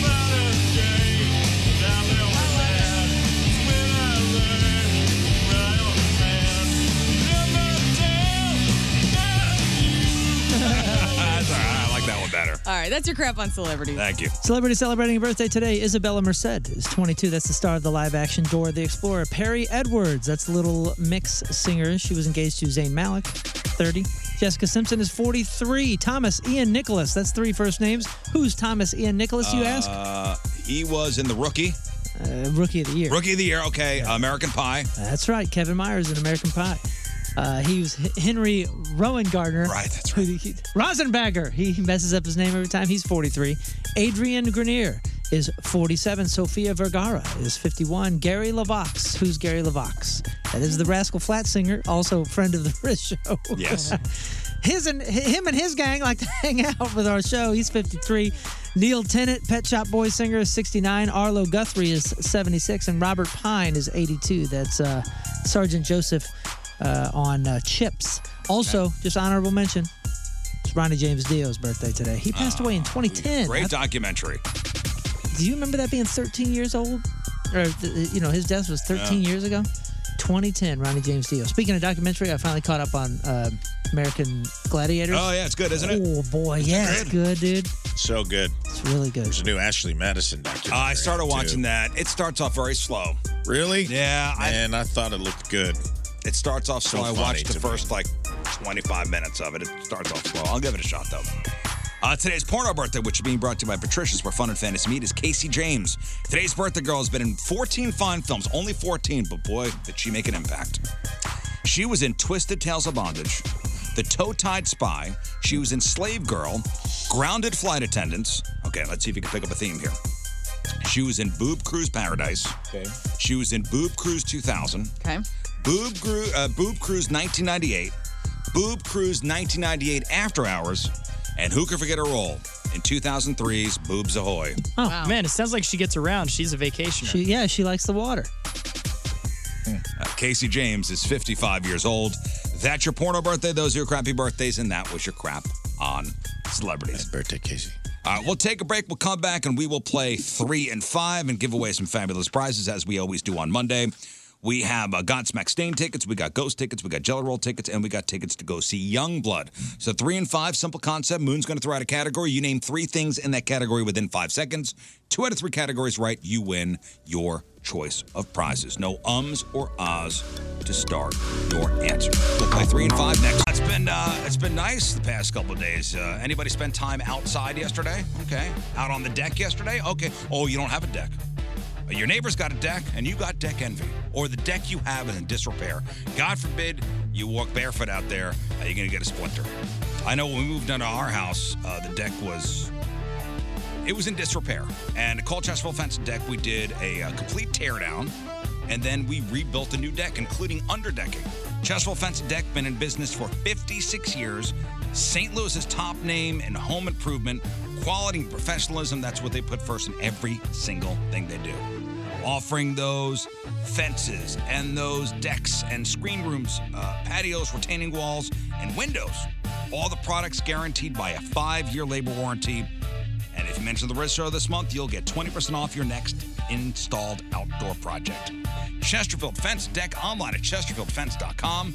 [SPEAKER 9] About a day. Now there was that. When I learned. Right on the man. Never tell. Not you.
[SPEAKER 1] That's all right. I like that one better.
[SPEAKER 2] All right, that's your crap on celebrities.
[SPEAKER 1] Thank you.
[SPEAKER 5] Celebrity celebrating a birthday today, Isabella Merced is 22. That's the star of the live action Dora the Explorer. Perry Edwards, that's the little mix singer. She was engaged to Zayn Malik, 30. Jessica Simpson is 43. Thomas Ian Nicholas, that's three first names. Who's Thomas Ian Nicholas, you ask?
[SPEAKER 1] Uh, he was in the Rookie.
[SPEAKER 5] Uh, rookie of the year.
[SPEAKER 1] Rookie of the Year. Okay, American Pie.
[SPEAKER 5] That's right, Kevin Myers in American Pie. Uh, he was H- Henry Rowan Gardner. Right, that's right. Rosenbagger. He messes up his name every time. He's 43. Adrian Grenier is 47. Sofia Vergara is 51. Gary LaVox. Who's Gary LaVox? That is the Rascal Flat singer, also friend of the Riz Show.
[SPEAKER 9] Yes.
[SPEAKER 5] His and him and his gang like to hang out with our show. He's 53. Neil Tennant, Pet Shop Boy singer, is 69. Arlo Guthrie is 76, and Robert Pine is 82. That's uh, Sergeant Joseph uh, on uh, Chips. Also, just honorable mention, it's Ronnie James Dio's birthday today. He passed
[SPEAKER 4] Oh.
[SPEAKER 5] away in 2010.
[SPEAKER 1] Uh, Great documentary.
[SPEAKER 5] Do you remember that being 13 years old? Or, th- uh, you know, his death was 13
[SPEAKER 1] Yeah.
[SPEAKER 5] years ago? 2010, Ronnie James Dio. Speaking of documentary, I finally caught up on uh, American Gladiators.
[SPEAKER 4] Oh, yeah, it's good, isn't it?
[SPEAKER 5] Oh, boy, yeah, it's good, dude.
[SPEAKER 4] So good.
[SPEAKER 5] It's really good.
[SPEAKER 4] There's a new Ashley Madison documentary.
[SPEAKER 1] I started watching that. It starts off very slow.
[SPEAKER 4] Really?
[SPEAKER 1] Yeah.
[SPEAKER 4] And I thought it looked good.
[SPEAKER 1] It starts off
[SPEAKER 4] So
[SPEAKER 1] slow. I
[SPEAKER 4] funny
[SPEAKER 1] watched the
[SPEAKER 4] to
[SPEAKER 1] first like 25 minutes of it. It starts off slow. I'll give it a shot though. Uh, today's porno birthday, which is being brought to you by Patricia's, where fun and fantasy meet, is Casey James. Today's birthday girl has been in 14 fine films, only 14, but boy, did she make an impact. She was in Twisted Tales of Bondage, The Toe Tied Spy. She was in Slave Girl, Grounded Flight Attendants. Okay, let's see if you can pick up a theme here. She was in Boob Cruise Paradise. Okay. She was in Boob Cruise 2000.
[SPEAKER 2] Okay.
[SPEAKER 1] Boob, Gru- uh, Boob Cruise 1998, Boob Cruise 1998 After Hours, and who can forget her role in 2003's Boobs Ahoy?
[SPEAKER 5] Oh
[SPEAKER 3] man, it sounds like she gets around. She's a vacationer.
[SPEAKER 5] She, yeah, she likes the water.
[SPEAKER 1] Uh, Casey James is 55 years old. That's your porno birthday. Those are your crappy birthdays, and that was your crap on celebrities.
[SPEAKER 4] birthday, Casey.
[SPEAKER 1] All right, we'll take a break. We'll come back and we will play three and five and give away some fabulous prizes as we always do on Monday. We have uh, Godsmack Stain tickets, we got Ghost tickets, we got Jelly Roll tickets, and we got tickets to go see Youngblood. So three and five, simple concept. Moon's going to throw out a category. You name three things in that category within five seconds. Two out of three categories right, you win your choice of prizes. No ums or ahs to start your answer. We'll play three and five next. It's been uh, it's been nice the past couple of days. Uh, anybody spend time outside yesterday? Okay, out on the deck yesterday? Okay. Oh, you don't have a deck. Your neighbor's got a deck, and you got deck envy, or the deck you have is in disrepair. God forbid you walk barefoot out there, uh, you're gonna get a splinter. I know when we moved into our house, uh, the deck was it was in disrepair. And at Colchesterville Fence and Deck, we did a uh, complete teardown, and then we rebuilt a new deck, including underdecking. Chesterville Fence and Deck been in business for 56 years. St. Louis's top name in home improvement, quality and professionalism. That's what they put first in every single thing they do. Offering those fences and those decks and screen rooms, uh, patios, retaining walls, and windows. All the products guaranteed by a five-year labor warranty. And if you mention the Red Show this month, you'll get 20% off your next installed outdoor project. Chesterfield Fence Deck online at chesterfieldfence.com.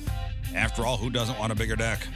[SPEAKER 1] After all, who doesn't want a bigger deck?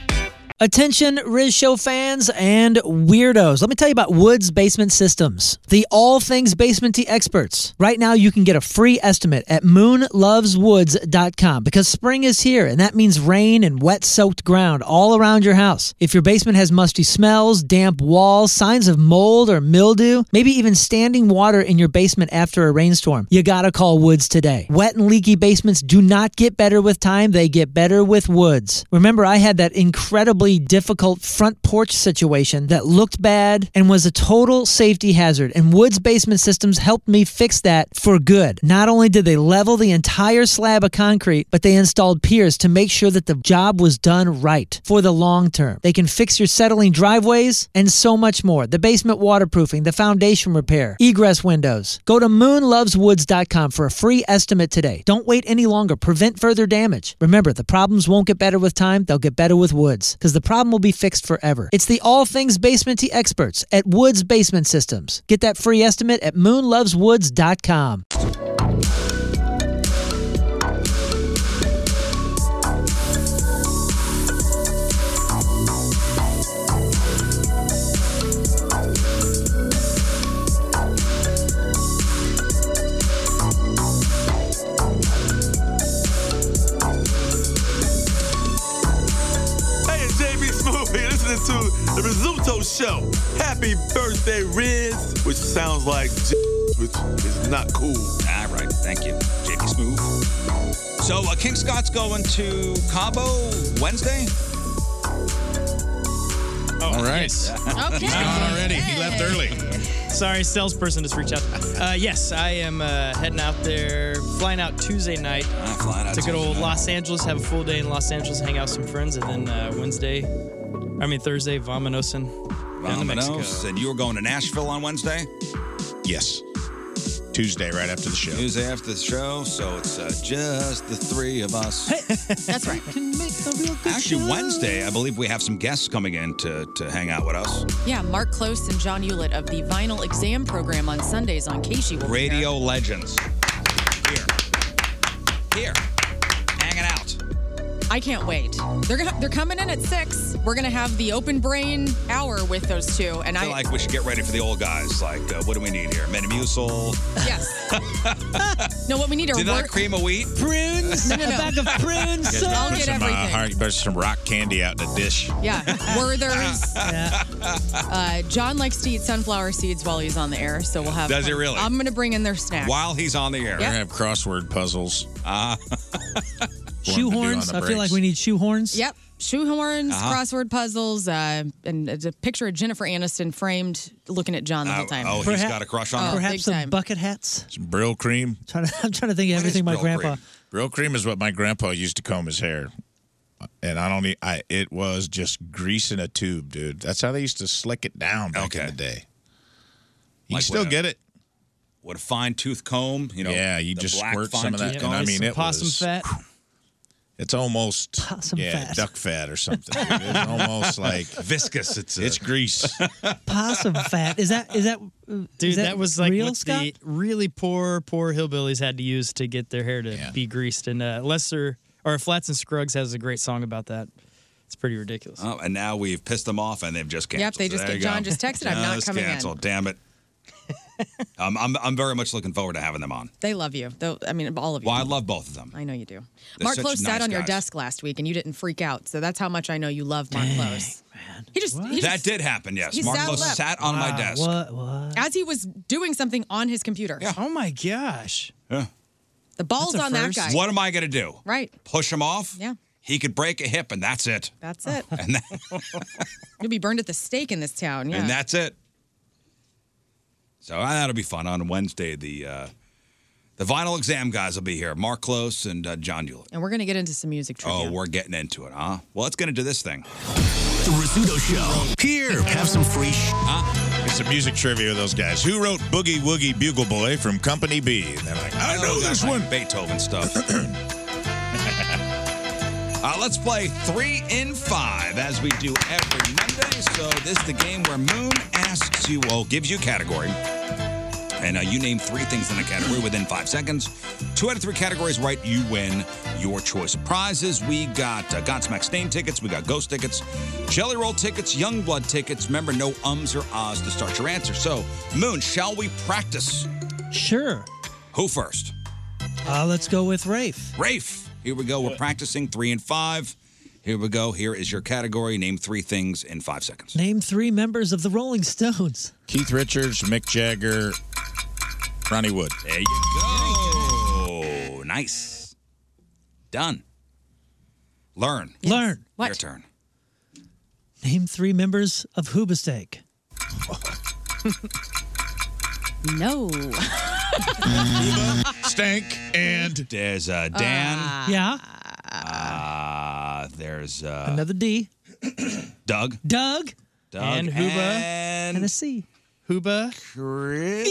[SPEAKER 5] Attention, Riz Show fans and weirdos. Let me tell you about Woods Basement Systems, the all things basement tea experts. Right now, you can get a free estimate at moonloveswoods.com because spring is here, and that means rain and wet soaked ground all around your house. If your basement has musty smells, damp walls, signs of mold or mildew, maybe even standing water in your basement after a rainstorm, you gotta call Woods today. Wet and leaky basements do not get better with time, they get better with Woods. Remember, I had that incredibly difficult front porch situation that looked bad and was a total safety hazard, and Woods Basement Systems helped me fix that for good. Not only did they level the entire slab of concrete, but they installed piers to make sure that the job was done right for the long term. They can fix your settling driveways and so much more. The basement waterproofing, the foundation repair, egress windows. Go to moonloveswoods.com for a free estimate today. Don't wait any longer. Prevent further damage. Remember, the problems won't get better with time, they'll get better with Woods because the problem will be fixed forever. It's the all things basement experts at Woods Basement Systems. Get that free estimate at moonloveswoods.com.
[SPEAKER 10] Hey, it's JB Smooth here, listening to the Rizzuto Show. Happy birthday, Riz, which sounds like j- which is not cool.
[SPEAKER 1] All right, thank you, JB Smooth. So uh, King Scott's going to Cabo Wednesday.
[SPEAKER 3] Oh,
[SPEAKER 4] All right. He's gone already. He left early.
[SPEAKER 3] Sorry, salesperson just reached out. Uh, yes, I am uh, heading out there, flying out Tuesday night
[SPEAKER 1] flying out
[SPEAKER 3] to
[SPEAKER 1] Tuesday
[SPEAKER 3] good old
[SPEAKER 1] night.
[SPEAKER 3] Los Angeles, have a full day in Los Angeles, hang out with some friends, and then uh, Wednesday, I mean Thursday, Vamanosin. down to Mexico.
[SPEAKER 1] Vamonos, and you were going to Nashville on Wednesday.
[SPEAKER 4] Yes. Tuesday, right after the show.
[SPEAKER 1] Tuesday after the show, so it's uh, just the three of us.
[SPEAKER 2] That's right.
[SPEAKER 1] Actually, Wednesday, I believe we have some guests coming in to, to hang out with us.
[SPEAKER 2] Yeah, Mark Close and John Hewlett of the Vinyl Exam Program on Sundays on Casey will be
[SPEAKER 1] Radio legends. Here. Here. Hanging out.
[SPEAKER 2] I can't wait. They're gonna they're coming in at six. We're gonna have the open brain hour with those two, and
[SPEAKER 1] I
[SPEAKER 2] I
[SPEAKER 1] feel like we should get ready for the old guys. Like, uh, what do we need here? Metamucil.
[SPEAKER 2] no what we need are
[SPEAKER 1] Did
[SPEAKER 2] wor-
[SPEAKER 1] that cream of wheat?
[SPEAKER 2] prunes. No, no, no.
[SPEAKER 5] bag of prunes.
[SPEAKER 4] Guys,
[SPEAKER 2] I'll
[SPEAKER 4] put
[SPEAKER 2] get
[SPEAKER 4] some, uh,
[SPEAKER 2] everything.
[SPEAKER 4] hard- put some rock candy out in a dish.
[SPEAKER 2] Yeah, Werther's. Uh, John likes to eat sunflower seeds while he's on the air, so we'll have.
[SPEAKER 4] Does he
[SPEAKER 2] fun.
[SPEAKER 4] really?
[SPEAKER 2] I'm gonna bring in their snack.
[SPEAKER 1] While he's on the air.
[SPEAKER 4] We're gonna have crossword puzzles.
[SPEAKER 1] Ah.
[SPEAKER 5] Shoehorns. I feel like we need shoehorns.
[SPEAKER 2] Yep, shoehorns,
[SPEAKER 4] Uh-huh.
[SPEAKER 2] crossword puzzles, uh, and it's a picture of Jennifer Aniston framed, looking at John the
[SPEAKER 1] Uh,
[SPEAKER 2] whole time. Oh, big
[SPEAKER 5] Perhaps some
[SPEAKER 2] time.
[SPEAKER 5] bucket hats.
[SPEAKER 4] Some Brill cream.
[SPEAKER 5] Trying to, I'm trying to think of everything my
[SPEAKER 4] Brill
[SPEAKER 5] grandpa.
[SPEAKER 4] Cream? Brill cream is what my grandpa used to comb his hair. And I don't. e- I it was just grease in a tube, dude. That's how they used to slick it down back in the day. You
[SPEAKER 1] Like
[SPEAKER 4] still
[SPEAKER 1] with a-
[SPEAKER 4] get it.
[SPEAKER 1] What a fine tooth comb, you know.
[SPEAKER 4] Yeah, you
[SPEAKER 1] the
[SPEAKER 4] just
[SPEAKER 1] black
[SPEAKER 4] squirt some
[SPEAKER 1] fine
[SPEAKER 4] of that,
[SPEAKER 1] tooth
[SPEAKER 4] and I
[SPEAKER 1] comb.
[SPEAKER 4] mean, it
[SPEAKER 3] possum
[SPEAKER 4] was-
[SPEAKER 3] fat.
[SPEAKER 4] It's almost yeah,
[SPEAKER 5] fat.
[SPEAKER 4] duck fat or something. It's almost like
[SPEAKER 1] viscous. It's
[SPEAKER 4] it's grease.
[SPEAKER 5] Possum fat. Is that is that dude?
[SPEAKER 3] Dude, that, was like
[SPEAKER 5] real,
[SPEAKER 3] what
[SPEAKER 5] Scott?
[SPEAKER 3] the really poor, poor hillbillies had to use to get their hair to be greased. And uh, Lester or Flats and Scruggs has a great song about that. It's pretty ridiculous.
[SPEAKER 4] Uh,
[SPEAKER 1] Oh, and now we've pissed them off, and they've just
[SPEAKER 3] Yep,
[SPEAKER 1] canceled.
[SPEAKER 3] they just
[SPEAKER 1] so
[SPEAKER 3] get-
[SPEAKER 1] there you go.
[SPEAKER 3] John just texted, "I'm not
[SPEAKER 1] Just
[SPEAKER 2] coming in."
[SPEAKER 1] canceled. Damn it. um, I'm I'm very much looking forward to having them on.
[SPEAKER 2] They love you. Though I mean, all of you.
[SPEAKER 1] Well, I love both of them.
[SPEAKER 2] I know you do.
[SPEAKER 1] They're
[SPEAKER 2] Mark
[SPEAKER 1] such
[SPEAKER 2] Close
[SPEAKER 1] nice
[SPEAKER 2] sat on your
[SPEAKER 1] guys.
[SPEAKER 2] desk last week, and you didn't freak out. So that's how much I know you love Mark Close. Man, he just, he
[SPEAKER 1] That
[SPEAKER 2] just
[SPEAKER 1] did happen. Yes,
[SPEAKER 2] he
[SPEAKER 1] Mark
[SPEAKER 2] saddled
[SPEAKER 1] Close
[SPEAKER 2] up.
[SPEAKER 1] sat on my desk.
[SPEAKER 2] as he was doing something on his computer.
[SPEAKER 3] Oh my gosh!
[SPEAKER 1] Yeah.
[SPEAKER 2] The balls on that guy.
[SPEAKER 1] What am I going to do?
[SPEAKER 2] Right.
[SPEAKER 1] Push him off?
[SPEAKER 2] Yeah.
[SPEAKER 1] He could break a hip, and that's it.
[SPEAKER 2] That's it.
[SPEAKER 1] And, that,
[SPEAKER 2] You'll be burned at the stake in this town. Yeah.
[SPEAKER 1] and that's it. So uh, that'll be fun on Wednesday. The uh, the vinyl exam guys will be here. Mark Close and uh, John Hewlett.
[SPEAKER 2] and we're gonna get into some music trivia.
[SPEAKER 1] Oh, we're getting into it, huh? Well, let's get into this thing.
[SPEAKER 11] The Rizzuto Show. Here, have some free sh.
[SPEAKER 4] Ah, It's a music trivia with those guys. Who wrote Boogie Woogie Bugle Boy from Company B? And they're like, I know this one.
[SPEAKER 1] Beethoven stuff. Uh, let's play three in five as we do every Monday. So this is the game where Moon asks you, well, gives you a category, and uh, you name three things in a category within five seconds. Two out of three categories right, you win your choice of prizes. We got uh, Godsmack Stain tickets, we got Ghost tickets, Jelly Roll tickets, Youngblood tickets. Remember, no ums or ahs to start your answer. So, Moon, shall we practice?
[SPEAKER 5] Sure.
[SPEAKER 1] Who first?
[SPEAKER 5] Uh, let's go with Rafe.
[SPEAKER 1] Rafe. Here we go. We're practicing three and five. Here we go. Here is your category. Name three things in five seconds.
[SPEAKER 5] Name three members of the Rolling Stones.
[SPEAKER 4] Keith Richards, Mick Jagger, Ronnie Wood.
[SPEAKER 1] There you go. Nice. Done. Learn.
[SPEAKER 5] Learn.
[SPEAKER 1] What? Your turn.
[SPEAKER 5] Name three members of Hoobastank.
[SPEAKER 2] no.
[SPEAKER 4] Stank and
[SPEAKER 1] there's uh, Dan.
[SPEAKER 5] Ah. yeah.
[SPEAKER 1] Uh, there's uh,
[SPEAKER 5] Another D.
[SPEAKER 1] Doug.
[SPEAKER 5] Doug.
[SPEAKER 1] Doug
[SPEAKER 5] And Huba.
[SPEAKER 1] and-
[SPEAKER 5] And a C.
[SPEAKER 3] Huba.
[SPEAKER 1] Chris.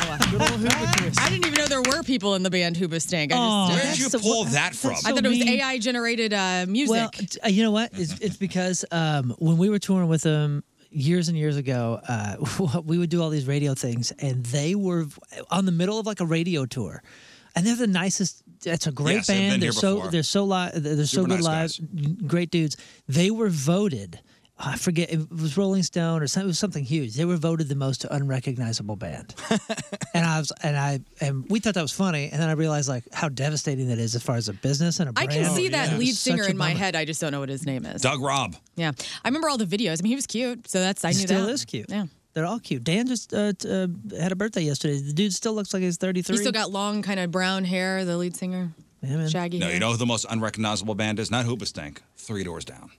[SPEAKER 2] I didn't even know there were people in the band Hoobastank. Stank.
[SPEAKER 5] Oh,
[SPEAKER 2] I just,
[SPEAKER 5] Where'd that's you the- pull that that's from?
[SPEAKER 2] I thought
[SPEAKER 5] so
[SPEAKER 2] it was
[SPEAKER 5] mean.
[SPEAKER 2] AI generated uh, music.
[SPEAKER 5] Well, t- uh, you know what? It's, it's because um, when we were touring with them years and years ago, uh, we would do all these radio things, and they were on the middle of like a radio tour, and they're the nicest. That's a great
[SPEAKER 4] Yes, they've been
[SPEAKER 5] band.
[SPEAKER 4] here
[SPEAKER 5] They're so
[SPEAKER 4] before.
[SPEAKER 5] they're so live. They're they're so
[SPEAKER 4] Super
[SPEAKER 5] good
[SPEAKER 4] nice
[SPEAKER 5] live. Great dudes. They were voted. I forget it was Rolling Stone or something. It was something huge. They were voted the most unrecognizable band, and I was and I and we thought that was funny. And then I realized like how devastating that is as far as a business and a
[SPEAKER 2] I
[SPEAKER 5] brand.
[SPEAKER 2] can see
[SPEAKER 4] Oh,
[SPEAKER 2] that
[SPEAKER 5] It was
[SPEAKER 2] lead
[SPEAKER 5] oh, such
[SPEAKER 2] singer
[SPEAKER 5] a
[SPEAKER 2] in my
[SPEAKER 5] bummer.
[SPEAKER 2] head. I just don't know what his name is.
[SPEAKER 1] Doug Robb.
[SPEAKER 2] Yeah, I remember all the videos. I mean, he was cute, so that's I knew
[SPEAKER 5] still
[SPEAKER 2] that.
[SPEAKER 5] is cute.
[SPEAKER 2] Yeah.
[SPEAKER 5] They're all cute. Dan just uh, t- uh, had a birthday yesterday. The dude still looks like he's 33.
[SPEAKER 2] He still got long, kind of brown hair. The lead singer, shaggy.
[SPEAKER 1] No,
[SPEAKER 2] hair.
[SPEAKER 1] you know who the most unrecognizable band is? Not Hoobastank. Three Doors Down.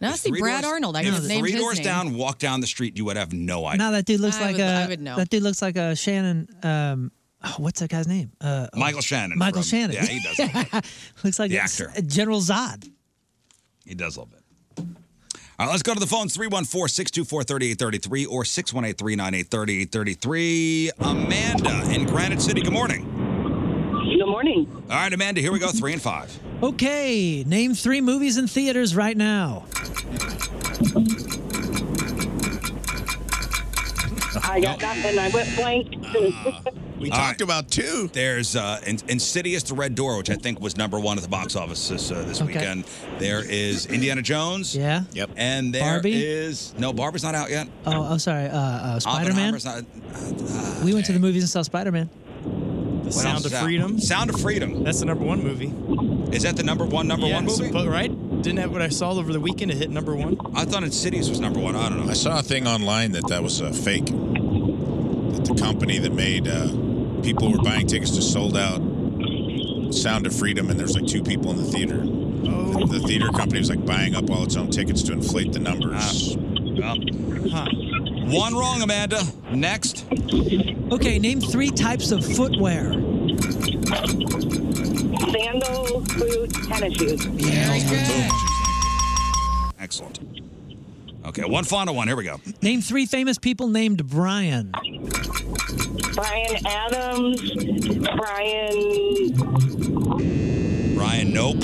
[SPEAKER 2] Now I see Brad Arnold. I
[SPEAKER 1] if
[SPEAKER 2] just named
[SPEAKER 1] Three
[SPEAKER 2] his
[SPEAKER 1] Doors
[SPEAKER 2] name.
[SPEAKER 1] Down walk down the street, you would have no idea.
[SPEAKER 5] No, that dude looks
[SPEAKER 2] I
[SPEAKER 5] like
[SPEAKER 2] would-
[SPEAKER 5] a.
[SPEAKER 2] I would know.
[SPEAKER 5] That dude looks like a Shannon. Um, oh, what's that guy's name? Uh, oh,
[SPEAKER 1] Michael Shannon.
[SPEAKER 5] Michael
[SPEAKER 1] from-
[SPEAKER 5] Shannon.
[SPEAKER 1] Yeah, he does. look-
[SPEAKER 5] looks like
[SPEAKER 1] The
[SPEAKER 5] it's-
[SPEAKER 1] actor.
[SPEAKER 5] uh, General Zod.
[SPEAKER 1] He does a little bit. All right, let's go to the phones 314 624 3833 or 618 398 3833. Amanda in Granite City, good morning.
[SPEAKER 12] Good morning.
[SPEAKER 1] All right, Amanda, here we go. Three and five.
[SPEAKER 5] Okay, name three movies in theaters right now.
[SPEAKER 12] I got nothing. I went blank.
[SPEAKER 1] We talked about two. There's uh, In- Insidious The Red Door, which I think was number one at the box office this, uh, this
[SPEAKER 5] Okay.
[SPEAKER 1] weekend. There is Indiana Jones.
[SPEAKER 5] Yeah.
[SPEAKER 1] Yep. And there is
[SPEAKER 5] Barbie?
[SPEAKER 1] No, Barbie's not out yet.
[SPEAKER 5] Oh, I'm sorry. Uh, uh, Spider Man.
[SPEAKER 1] Oppenheimer's not.
[SPEAKER 5] We went to the movies and saw Spider Man.
[SPEAKER 1] The
[SPEAKER 3] Sound of Freedom.
[SPEAKER 1] Sound of Freedom.
[SPEAKER 3] That's the number one movie.
[SPEAKER 1] Is that the number one, number
[SPEAKER 3] Yeah,
[SPEAKER 1] one
[SPEAKER 3] so-
[SPEAKER 1] movie?
[SPEAKER 3] but- right? Didn't that what I saw over the weekend? It hit number one.
[SPEAKER 1] I thought Insidious was number one. I don't know.
[SPEAKER 4] I saw a thing online that that was uh, fake. That the company that made uh, people were buying tickets to sold out Sound of Freedom, and there's like two people in the theater.
[SPEAKER 1] Oh.
[SPEAKER 4] The, the theater company was like buying up all its own tickets to inflate the numbers.
[SPEAKER 1] Ah. One wrong, Amanda. Next.
[SPEAKER 5] Okay, name three types of footwear.
[SPEAKER 12] Sandals, boots, tennis shoes.
[SPEAKER 1] Excellent. Okay, one final one. Here we go.
[SPEAKER 5] Name three famous people named Brian.
[SPEAKER 4] Ah.
[SPEAKER 12] Brian Adams, Brian
[SPEAKER 1] Brian, nope.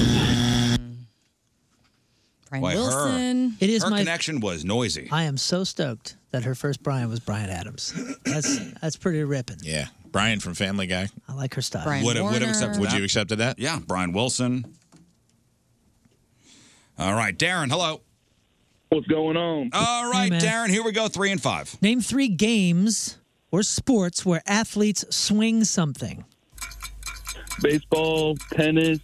[SPEAKER 2] Brian
[SPEAKER 1] Why,
[SPEAKER 2] Wilson.
[SPEAKER 1] Her,
[SPEAKER 5] It is
[SPEAKER 1] her
[SPEAKER 5] my-
[SPEAKER 1] connection was noisy.
[SPEAKER 5] I am so stoked that her first Brian was Brian Adams. That's that's pretty ripping.
[SPEAKER 4] Yeah, Brian from Family Guy.
[SPEAKER 5] I like her style.
[SPEAKER 1] would have, would have accepted
[SPEAKER 4] Would
[SPEAKER 1] that.
[SPEAKER 4] you accepted that?
[SPEAKER 1] Uh, Yeah, Brian Wilson. All right, Darren, hello. What's going on? All right,
[SPEAKER 5] man.
[SPEAKER 1] Darren, here we go. Three and five.
[SPEAKER 5] Name three games or sports where athletes swing something.
[SPEAKER 13] Baseball, tennis,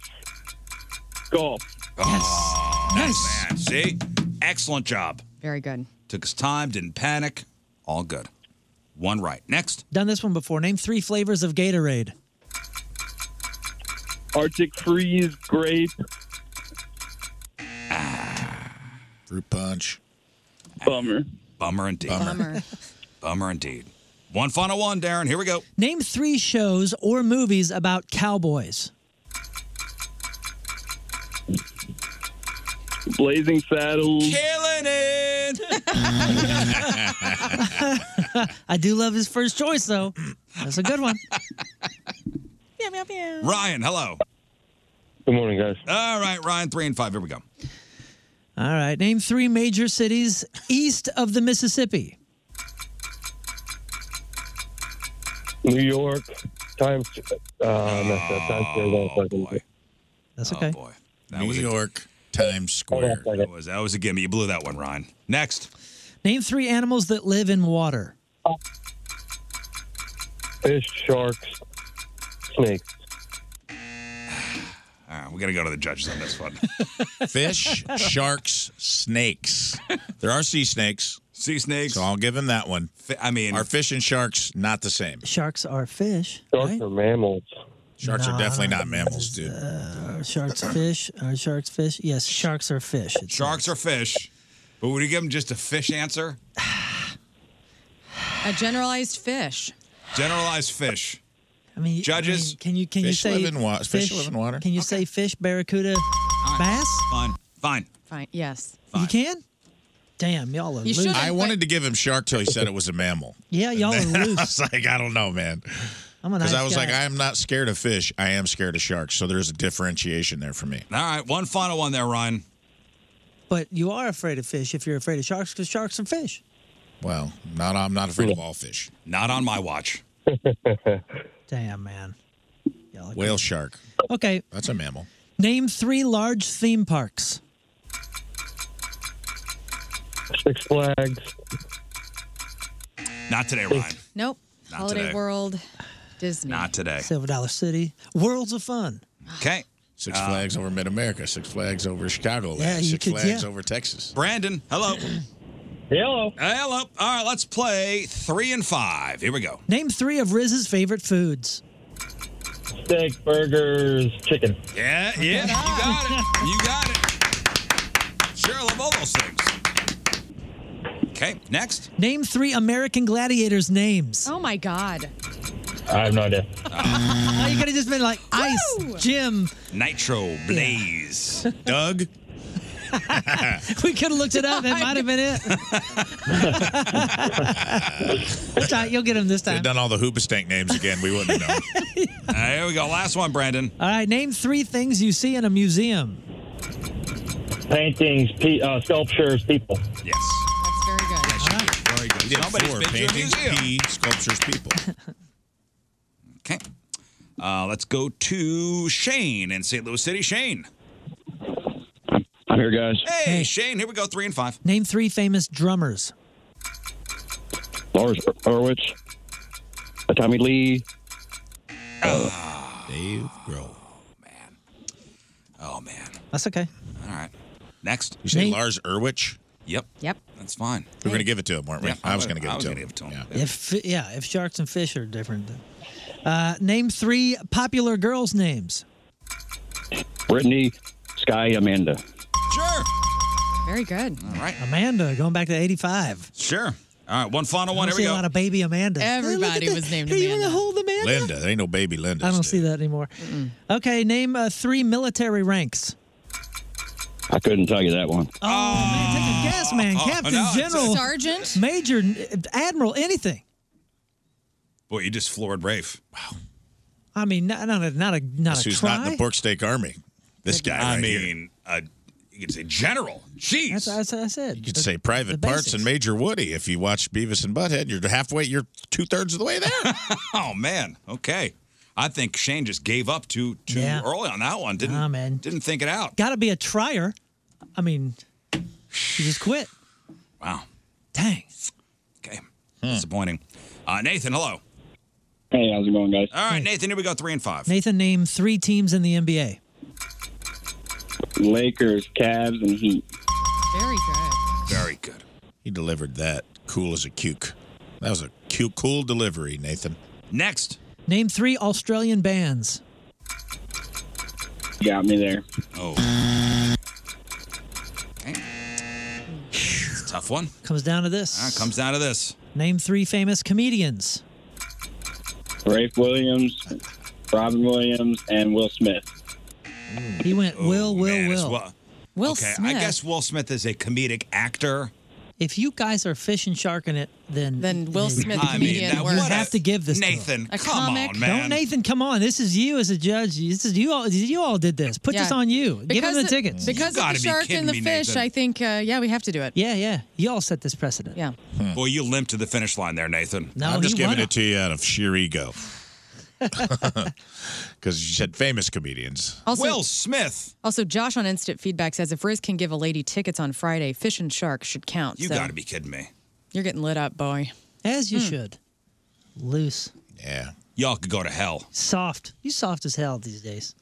[SPEAKER 13] golf.
[SPEAKER 1] Yes. Oh, Nice. Man. See? Excellent job.
[SPEAKER 2] Very good.
[SPEAKER 1] Took his time, didn't panic. All good. One right. Next.
[SPEAKER 5] Done this one before. Name three flavors of Gatorade.
[SPEAKER 13] Arctic freeze, grape.
[SPEAKER 4] Fruit punch.
[SPEAKER 1] Bummer. Bummer indeed.
[SPEAKER 2] Bummer.
[SPEAKER 1] Bummer indeed. One final one, Darren. Here we go.
[SPEAKER 5] Name three shows or movies about cowboys.
[SPEAKER 13] Blazing Saddles.
[SPEAKER 1] Killing it.
[SPEAKER 5] I do love his first choice though. That's a good one.
[SPEAKER 1] Ryan, hello.
[SPEAKER 13] Good morning, guys.
[SPEAKER 1] All right, Ryan, three and five. Here we go.
[SPEAKER 5] All right. Name three major cities east of the Mississippi.
[SPEAKER 13] New York. Times. Uh, messed up. Times Square. don't
[SPEAKER 4] Oh.
[SPEAKER 13] fucking-
[SPEAKER 1] Oh,
[SPEAKER 5] That's okay.
[SPEAKER 1] New York Times Square. That was, that was a gimme. You blew that one, Ryan. Next.
[SPEAKER 5] Name three animals that live in water.
[SPEAKER 13] Fish, sharks, snakes.
[SPEAKER 1] All right, we got to go to the judges on this one.
[SPEAKER 4] Fish, sharks, snakes. There are sea snakes.
[SPEAKER 1] Sea snakes.
[SPEAKER 4] So I'll give him that one.
[SPEAKER 1] I mean,
[SPEAKER 4] are fish and sharks not the same?
[SPEAKER 5] Sharks are fish.
[SPEAKER 13] Sharks are mammals.
[SPEAKER 4] Sharks
[SPEAKER 5] Nah,
[SPEAKER 4] are definitely not mammals, dude.
[SPEAKER 5] Are Uh, sharks fish? Are sharks fish? Yes, sharks are fish. It's-
[SPEAKER 1] Sharks are fish. But would you give them just a fish answer?
[SPEAKER 2] A generalized fish.
[SPEAKER 1] Generalized fish.
[SPEAKER 5] I mean,
[SPEAKER 1] Judges?
[SPEAKER 5] I mean, can you can
[SPEAKER 1] Fish
[SPEAKER 5] you say
[SPEAKER 1] live in wa- fish live in water?
[SPEAKER 5] Can you say fish, barracuda, bass?
[SPEAKER 1] Fine. Fine.
[SPEAKER 2] Fine. Yes.
[SPEAKER 5] You can. Damn, y'all are loose.
[SPEAKER 4] I wanted to give him shark till he said it was a mammal.
[SPEAKER 5] Yeah, y'all are
[SPEAKER 4] And then
[SPEAKER 5] Oh, loose.
[SPEAKER 4] I was like, I don't know, man.
[SPEAKER 5] I'm a
[SPEAKER 4] Because
[SPEAKER 5] nice
[SPEAKER 4] I was
[SPEAKER 5] guy.
[SPEAKER 4] like, I am not scared of fish. I am scared of sharks. So there's a differentiation there for me.
[SPEAKER 1] All right, one final one there, Ryan.
[SPEAKER 5] But you are afraid of fish if you're afraid of sharks because sharks are fish.
[SPEAKER 4] Well, not I'm not afraid of all fish.
[SPEAKER 1] Not on my watch.
[SPEAKER 5] Damn, Oh, man.
[SPEAKER 4] Whale shark.
[SPEAKER 5] Okay.
[SPEAKER 4] That's a mammal.
[SPEAKER 5] Name three large theme parks.
[SPEAKER 13] Six Flags.
[SPEAKER 1] Not today, Ryan.
[SPEAKER 2] Nope.
[SPEAKER 1] Not
[SPEAKER 2] Holiday
[SPEAKER 1] today.
[SPEAKER 2] World. Disney.
[SPEAKER 1] Not today.
[SPEAKER 5] Silver Dollar City. Worlds of Fun.
[SPEAKER 1] Okay.
[SPEAKER 4] Six flags over Mid America. Six flags over Chicago.
[SPEAKER 5] Yeah, you
[SPEAKER 4] six
[SPEAKER 5] could-
[SPEAKER 4] flags
[SPEAKER 5] yeah.
[SPEAKER 4] over Texas.
[SPEAKER 1] Brandon, hello.
[SPEAKER 13] hello.
[SPEAKER 1] Hello. All right, let's play three and five. Here we go.
[SPEAKER 5] Name three of Riz's favorite foods.
[SPEAKER 13] Steak, burgers, chicken.
[SPEAKER 1] Yeah, yeah. You got it. You got it. Sure, I love all those things. Okay, next.
[SPEAKER 5] Name three American gladiators' names.
[SPEAKER 2] Oh my God.
[SPEAKER 13] I have no idea.
[SPEAKER 5] Oh, you could have just been like Ice, Jim.
[SPEAKER 1] Nitro Blaze. Doug.
[SPEAKER 5] We could have looked it up. That might have been it. That's all right, You'll get him this
[SPEAKER 4] If they'd
[SPEAKER 5] time.
[SPEAKER 4] done all the Hoobastank names again, we wouldn't know.
[SPEAKER 1] All right, here we go. Last one, Brandon.
[SPEAKER 5] All right. Name three things you see in a museum.
[SPEAKER 13] Paintings, pe- uh, sculptures, people.
[SPEAKER 1] Yes.
[SPEAKER 2] That's very good.
[SPEAKER 1] Very good.
[SPEAKER 4] did
[SPEAKER 1] Somebody's
[SPEAKER 4] four.
[SPEAKER 1] been to a
[SPEAKER 4] Paintings,
[SPEAKER 1] museum.
[SPEAKER 4] pea, sculptures, people.
[SPEAKER 1] Okay. Uh, let's go to Shane in St. Louis City. Shane.
[SPEAKER 13] I'm here, guys.
[SPEAKER 1] Hey, Shane. Here we go. Three and five.
[SPEAKER 5] Name three famous drummers.
[SPEAKER 13] Lars Erwich, Tommy Lee. uh,
[SPEAKER 4] Dave Grohl.
[SPEAKER 1] Oh man.
[SPEAKER 5] That's okay.
[SPEAKER 1] All right. Next.
[SPEAKER 4] You say
[SPEAKER 5] Nate-
[SPEAKER 4] Lars Erwich?
[SPEAKER 1] Yep.
[SPEAKER 2] Yep.
[SPEAKER 1] That's fine.
[SPEAKER 4] We were going to give it to him, weren't we?
[SPEAKER 1] Yeah,
[SPEAKER 4] I was going to give
[SPEAKER 1] I
[SPEAKER 4] it
[SPEAKER 1] was
[SPEAKER 4] to
[SPEAKER 1] gonna
[SPEAKER 4] him.
[SPEAKER 1] give it to him.
[SPEAKER 5] If yeah, if sharks and fish are different. then- Uh, name three popular girls' names.
[SPEAKER 13] Brittany, Sky, Amanda.
[SPEAKER 1] Sure.
[SPEAKER 2] Very good.
[SPEAKER 1] All right.
[SPEAKER 5] Amanda, going back to '85.
[SPEAKER 1] Sure. All right. One final
[SPEAKER 5] I
[SPEAKER 1] one.
[SPEAKER 5] don't
[SPEAKER 1] Here
[SPEAKER 5] see
[SPEAKER 1] we
[SPEAKER 5] a lot
[SPEAKER 1] go.
[SPEAKER 5] of baby Amanda.
[SPEAKER 2] Everybody was named
[SPEAKER 5] Hey, you want to
[SPEAKER 2] Amanda.
[SPEAKER 5] hold Amanda?
[SPEAKER 4] Linda. There ain't no baby Linda.
[SPEAKER 5] I don't see that anymore. Okay, name uh, three military ranks.
[SPEAKER 13] I couldn't tell you that one.
[SPEAKER 5] Oh, man, take a guess, man.
[SPEAKER 1] oh,
[SPEAKER 5] Captain,
[SPEAKER 1] no, it's-
[SPEAKER 5] General,
[SPEAKER 2] Sergeant?
[SPEAKER 5] Major, n- Admiral, anything.
[SPEAKER 1] Boy, you just floored Rafe.
[SPEAKER 5] I mean, not, not a not a not a
[SPEAKER 4] Who's
[SPEAKER 5] try.
[SPEAKER 4] not in the Pork Steak Army? This guy,
[SPEAKER 1] I
[SPEAKER 4] right here.
[SPEAKER 1] mean, uh, you could say general. Jeez.
[SPEAKER 5] That's, that's what I said.
[SPEAKER 4] You could say private
[SPEAKER 5] the
[SPEAKER 4] parts and Major Woody. If you watch Beavis and Butthead, you're halfway. You're two thirds of the way there.
[SPEAKER 1] oh man. Okay. I think Shane just gave up too too
[SPEAKER 5] Yeah.
[SPEAKER 1] early on that one. Didn't
[SPEAKER 5] Nah, man.
[SPEAKER 1] didn't think it out.
[SPEAKER 5] Got to be a trier. I mean, you just quit.
[SPEAKER 1] Wow.
[SPEAKER 5] Dang.
[SPEAKER 1] Okay.
[SPEAKER 5] Hmm.
[SPEAKER 1] Disappointing. Uh, Nathan, hello.
[SPEAKER 14] Hey, how's it going, guys?
[SPEAKER 1] All right, Nathan. Here we go. Three and five.
[SPEAKER 5] Nathan named three teams in the NBA.
[SPEAKER 14] Lakers, Cavs, and Heat.
[SPEAKER 2] Very good.
[SPEAKER 4] Very good. He delivered that cool as a cuke. That was a cute, cool delivery, Nathan.
[SPEAKER 1] Next.
[SPEAKER 5] Name three Australian bands.
[SPEAKER 14] Got me there.
[SPEAKER 1] Oh. It's a tough one.
[SPEAKER 5] Comes down to
[SPEAKER 1] All right,
[SPEAKER 5] this.
[SPEAKER 1] comes down to this.
[SPEAKER 5] Name three famous comedians.
[SPEAKER 14] Rafe Williams, Robin Williams, and Will Smith.
[SPEAKER 5] He went Will, Will,
[SPEAKER 1] As
[SPEAKER 5] Will.
[SPEAKER 1] well.
[SPEAKER 5] Will
[SPEAKER 1] okay,
[SPEAKER 5] Smith.
[SPEAKER 1] I guess Will Smith is a comedic actor.
[SPEAKER 5] If you guys are fish and sharking it, then then
[SPEAKER 2] Will Smith, the I mean, comedian, now
[SPEAKER 5] you
[SPEAKER 2] what a-
[SPEAKER 5] have to give this to him.
[SPEAKER 1] Nathan,
[SPEAKER 2] A come comic? on, man.
[SPEAKER 5] Don't Nathan, come on. This is you as a judge. This is you all. You all did this. Put this
[SPEAKER 2] Yeah.
[SPEAKER 5] on you. give him
[SPEAKER 2] Because
[SPEAKER 5] the
[SPEAKER 2] of-
[SPEAKER 5] tickets.
[SPEAKER 2] Because of the shark and the fish, I think, uh, yeah, we have to do it.
[SPEAKER 5] Yeah, yeah. You all set this precedent.
[SPEAKER 2] Yeah.
[SPEAKER 5] Hmm.
[SPEAKER 1] Boy, you limped to the finish line there, Nathan.
[SPEAKER 5] No,
[SPEAKER 4] I'm just
[SPEAKER 5] he
[SPEAKER 4] giving
[SPEAKER 5] won.
[SPEAKER 4] it to you out of sheer ego. Because you said famous comedians.
[SPEAKER 2] Also- Will
[SPEAKER 1] Smith.
[SPEAKER 2] Also, Josh on instant feedback says if Riz can give a lady tickets on Friday, fish and shark should count.
[SPEAKER 1] You
[SPEAKER 2] so
[SPEAKER 1] got to be kidding me.
[SPEAKER 2] You're getting lit up, boy. Hmm.
[SPEAKER 5] As you should. Loose,
[SPEAKER 1] Yeah. Y'all could go to hell.
[SPEAKER 5] soft. You soft as hell these days.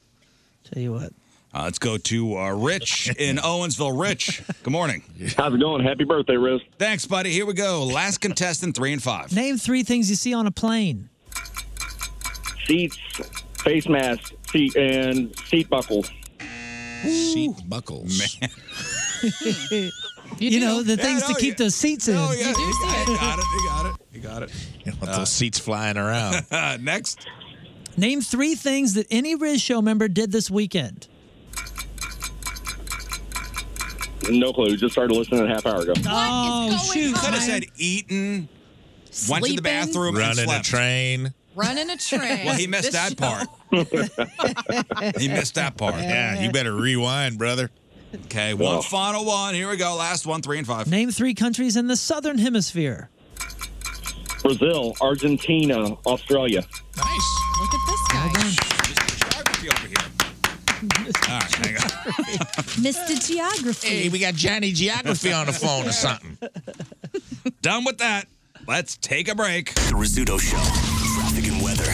[SPEAKER 5] Tell you what.
[SPEAKER 1] Uh, let's go to uh, Rich in Owensville. Rich, good morning.
[SPEAKER 14] How's it going? Happy birthday, Riz.
[SPEAKER 1] Thanks, buddy. Here we go. Last contestant, three and five.
[SPEAKER 5] Name three things you see on a plane.
[SPEAKER 14] Seats, face masks, seat, and seat buckles.
[SPEAKER 4] Seat buckles. Man.
[SPEAKER 5] you, know the
[SPEAKER 4] Yeah,
[SPEAKER 5] things
[SPEAKER 1] oh,
[SPEAKER 4] no,
[SPEAKER 5] to keep
[SPEAKER 4] yeah.
[SPEAKER 5] the seats in.
[SPEAKER 4] No, yeah, You do you
[SPEAKER 1] got it. Got it. You got it. You got it. Uh,
[SPEAKER 4] With those seats flying around.
[SPEAKER 1] Next.
[SPEAKER 5] Name three things that any Riz show member did this weekend.
[SPEAKER 14] No clue. Just started listening a half hour ago.
[SPEAKER 5] oh shoot!
[SPEAKER 1] Could have
[SPEAKER 5] Ryan.
[SPEAKER 1] said eaten, went to the
[SPEAKER 2] Sleeping.
[SPEAKER 1] bathroom, and
[SPEAKER 4] Running a
[SPEAKER 1] slept.
[SPEAKER 4] train.
[SPEAKER 2] Running a train.
[SPEAKER 1] Well, he missed
[SPEAKER 2] This
[SPEAKER 1] that
[SPEAKER 2] show-
[SPEAKER 1] part. he missed that part.
[SPEAKER 4] Yeah, you
[SPEAKER 1] better rewind, brother. Okay, one
[SPEAKER 14] Oh.
[SPEAKER 1] final one. Here we go. Last one, three and five.
[SPEAKER 5] Name three countries in the southern hemisphere.
[SPEAKER 14] Brazil, Argentina, Australia.
[SPEAKER 2] Look at this guy.
[SPEAKER 1] Geography over here. All right, hang on.
[SPEAKER 2] Mr. Geography.
[SPEAKER 4] Hey, we got Johnny Geography on the phone or something.
[SPEAKER 1] Done with that. Let's take a break.
[SPEAKER 11] The Rizzuto Show. Traffic and weather.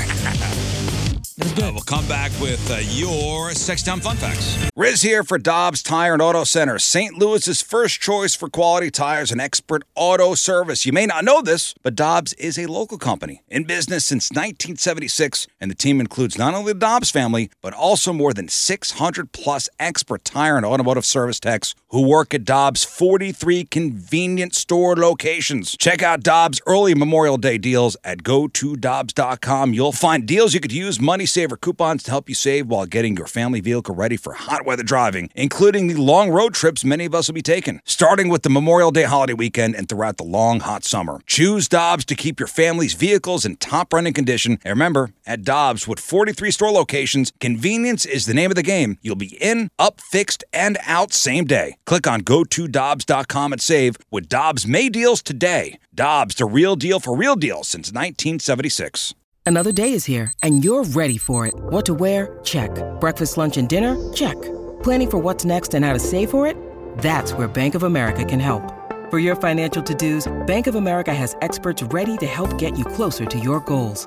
[SPEAKER 1] Uh, we'll come back with uh, your sex time fun facts. Riz here for Dobbs Tire and Auto Center, St. Louis's first choice for quality tires and expert auto service. You may not know this, but Dobbs is a local company in business since 1976, and the team includes not only the Dobbs family, but also more than 600 plus expert tire and automotive service techs who work at Dobbs' 43 convenient store locations. Check out Dobbs' early Memorial Day deals at gotodobbs.com. You'll find deals you could use, money saver coupons to help you save while getting your family vehicle ready for hot weather driving, including the long road trips many of us will be taking, starting with the Memorial Day holiday weekend and throughout the long, hot summer. Choose Dobbs to keep your family's vehicles in top running condition. And remember, at Dobbs, with 43 store locations, convenience is the name of the game. You'll be in, up, fixed, and out same day. Click on gotodobbs.com and save with Dobbs May deals today. Dobbs, the real deal for real deals since 1976.
[SPEAKER 15] Another day is here, and you're ready for it. What to wear? Check. Breakfast, lunch, and dinner? Check. Planning for what's next and how to save for it? That's where Bank of America can help. For your financial to dos, Bank of America has experts ready to help get you closer to your goals.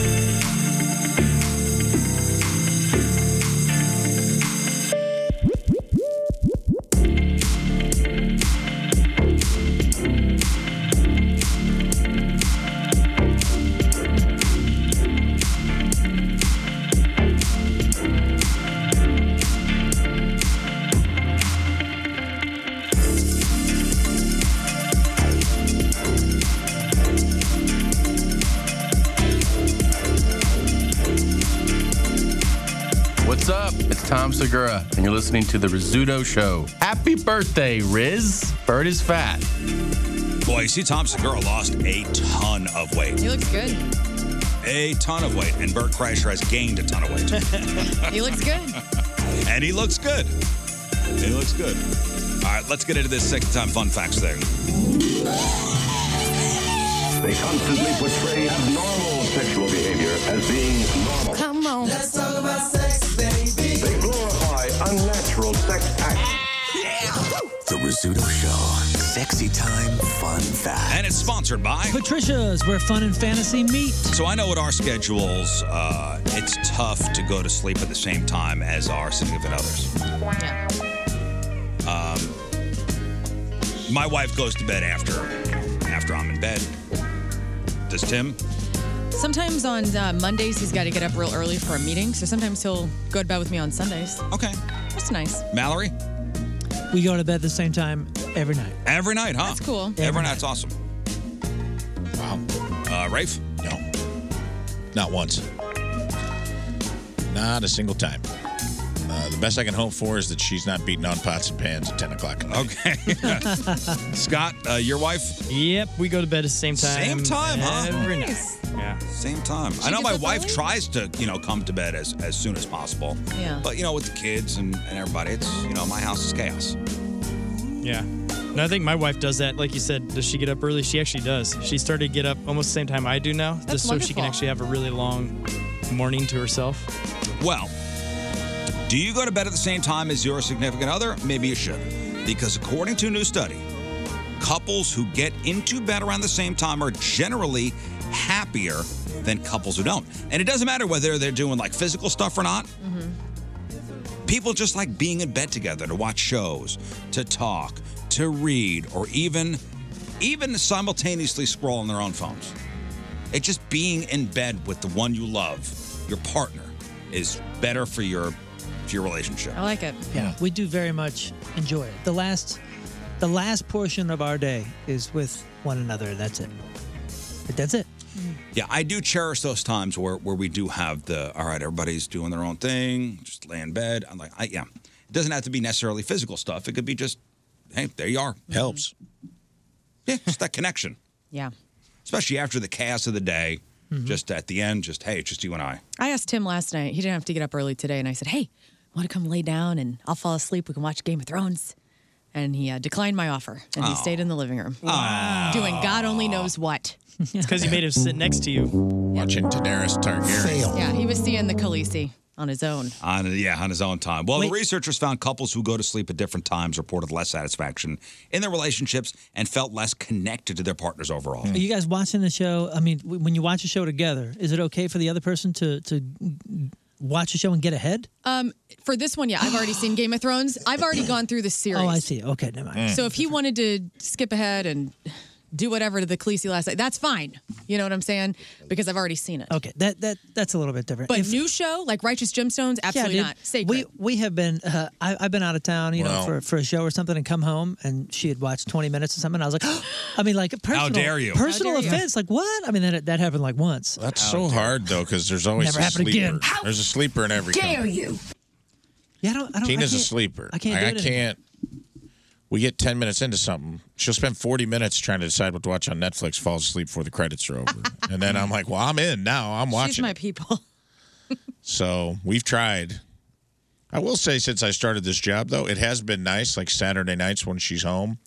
[SPEAKER 16] Tom Segura, and you're listening to The Rizzuto Show. Happy birthday, Riz. Bird is fat.
[SPEAKER 1] Boy, you see, Tom Segura lost a ton of weight.
[SPEAKER 2] He looks good.
[SPEAKER 1] A ton of weight. And Bert Kreischer has gained a ton of weight.
[SPEAKER 2] he looks good.
[SPEAKER 1] and he looks good. He looks good. All right, let's get into this second time fun facts thing.
[SPEAKER 17] They constantly portray abnormal sexual behavior as being normal.
[SPEAKER 9] Come on. Let's talk about sex, baby.
[SPEAKER 17] They glorify unnatural sex acts.
[SPEAKER 18] The Rizzuto Show. Sexy time, fun fact.
[SPEAKER 1] And it's sponsored by.
[SPEAKER 5] Patricia's, where fun and fantasy meet.
[SPEAKER 1] So I know what our schedules, uh, it's tough to go to sleep at the same time as our significant others. Um, my wife goes to bed after after I'm in bed. Does Tim?
[SPEAKER 2] Sometimes on uh, Mondays, he's got to get up real early for a meeting. So sometimes he'll go to bed with me on Sundays.
[SPEAKER 1] Okay.
[SPEAKER 2] That's nice.
[SPEAKER 1] Mallory?
[SPEAKER 5] We go to bed at the same time every night.
[SPEAKER 1] Every night, huh?
[SPEAKER 2] That's cool.
[SPEAKER 1] Every,
[SPEAKER 2] Every
[SPEAKER 1] night's awesome. Wow. Uh, Rafe?
[SPEAKER 4] No. Not once. Not a single time. Uh, the best I can hope for is that she's not beating on pots and pans at 10 o'clock at night.
[SPEAKER 1] Okay. Scott, uh, your wife?
[SPEAKER 3] Yep, we go to bed at the same time.
[SPEAKER 1] Same time, huh?
[SPEAKER 3] Every night.
[SPEAKER 1] Yeah. Same time. I
[SPEAKER 3] She
[SPEAKER 1] know
[SPEAKER 3] gets
[SPEAKER 1] my
[SPEAKER 3] up
[SPEAKER 1] wife
[SPEAKER 3] early?
[SPEAKER 1] tries to, you know, come to bed as, as soon as possible.
[SPEAKER 3] Yeah.
[SPEAKER 1] But, you know, with the kids and, and everybody, it's, you know, my house is chaos.
[SPEAKER 3] Yeah. And I think my wife does that. Like you said, does she get up early? She actually does. She started to get up almost the same time I do now,
[SPEAKER 2] That's
[SPEAKER 3] just so she
[SPEAKER 2] wonderful.
[SPEAKER 3] can actually have a really long morning to herself.
[SPEAKER 1] Well, do you go to bed at the same time as your significant other? Maybe you should. Because according to a new study, couples who get into bed around the same time are generally happier than couples who don't. And it doesn't matter whether they're doing like physical stuff or not.
[SPEAKER 2] Mm-hmm.
[SPEAKER 1] People just like being in bed together to watch shows, to talk, to read, or even even simultaneously scroll on their own phones. It's just being in bed with the one you love, your partner, is better for your for your relationship.
[SPEAKER 2] I like it.
[SPEAKER 5] Yeah, we do very much enjoy it. The last, the last portion of our day is with one another. and That's it. But that's it.
[SPEAKER 1] Yeah, I do cherish those times where where we do have the all right, everybody's doing their own thing, just lay in bed. I'm like, I, yeah, it doesn't have to be necessarily physical stuff. It could be just, hey, there you are,
[SPEAKER 2] Mm-hmm.
[SPEAKER 1] helps. Yeah, just that connection,
[SPEAKER 2] Yeah.
[SPEAKER 1] especially after the chaos of the day. Just at the end, just hey, it's just you and I.
[SPEAKER 2] I asked Tim last night. He didn't have to get up early today, and I said, "Hey, want to come lay down and I'll fall asleep. We can watch Game of Thrones." And he uh, declined my offer, and he
[SPEAKER 3] Aw.
[SPEAKER 2] stayed in the living room doing God only knows what.
[SPEAKER 3] It's because you made him sit next to you.
[SPEAKER 4] Watching Daenerys Targaryen.
[SPEAKER 2] Yeah, he was seeing the Khaleesi on his own.
[SPEAKER 1] On yeah, on his own time. Well, the researchers found couples who go to sleep at different times reported less satisfaction in their relationships and felt less connected to their partners overall.
[SPEAKER 4] Mm.
[SPEAKER 5] Are you guys watching the show? I mean, w- when you watch a show together, is it okay for the other person to to watch a show and get ahead?
[SPEAKER 2] Um, for this one, yeah, I've already seen Game of Thrones. I've already gone through the series.
[SPEAKER 5] Oh, I see. Mm. Okay, never mind.
[SPEAKER 2] Mm. So if he wanted to skip ahead and do whatever to the Khaleesi last night, that's fine. You know what I'm saying? Because I've already seen it.
[SPEAKER 5] okay, that that that's a little bit different.
[SPEAKER 2] But
[SPEAKER 5] If-
[SPEAKER 2] new show like Righteous Gemstones, absolutely
[SPEAKER 5] dude.
[SPEAKER 2] not. Sacred.
[SPEAKER 5] We we have been. Uh, I, I've been out of town, you
[SPEAKER 2] Wow.
[SPEAKER 5] know, for, for a show or something, and come home, and she had watched twenty minutes or something. And I was like, I mean, like a personal,
[SPEAKER 4] dare you. How
[SPEAKER 5] Personal
[SPEAKER 4] dare you.
[SPEAKER 5] offense, like what? I mean, that that happened like once.
[SPEAKER 4] That's so hard, though, because there's always
[SPEAKER 5] Never
[SPEAKER 4] a
[SPEAKER 5] happened
[SPEAKER 4] sleeper.
[SPEAKER 5] again.
[SPEAKER 4] There's a sleeper in every company.
[SPEAKER 5] you? Yeah, I don't. I don't
[SPEAKER 4] Tina's
[SPEAKER 5] I
[SPEAKER 4] a
[SPEAKER 5] can't-
[SPEAKER 4] sleeper.
[SPEAKER 5] I can't.
[SPEAKER 4] Like,
[SPEAKER 5] do it
[SPEAKER 4] I
[SPEAKER 5] anymore.
[SPEAKER 4] can't. We get ten minutes into something. She'll spend forty minutes trying to decide what to watch on Netflix. Falls asleep before the credits are over, and then I'm like, "Well, I'm in now. I'm
[SPEAKER 2] She's
[SPEAKER 4] watching."
[SPEAKER 2] my people.
[SPEAKER 4] So we've tried. I will say, since I started this job, though, it has been nice. Like Saturday nights when she's home,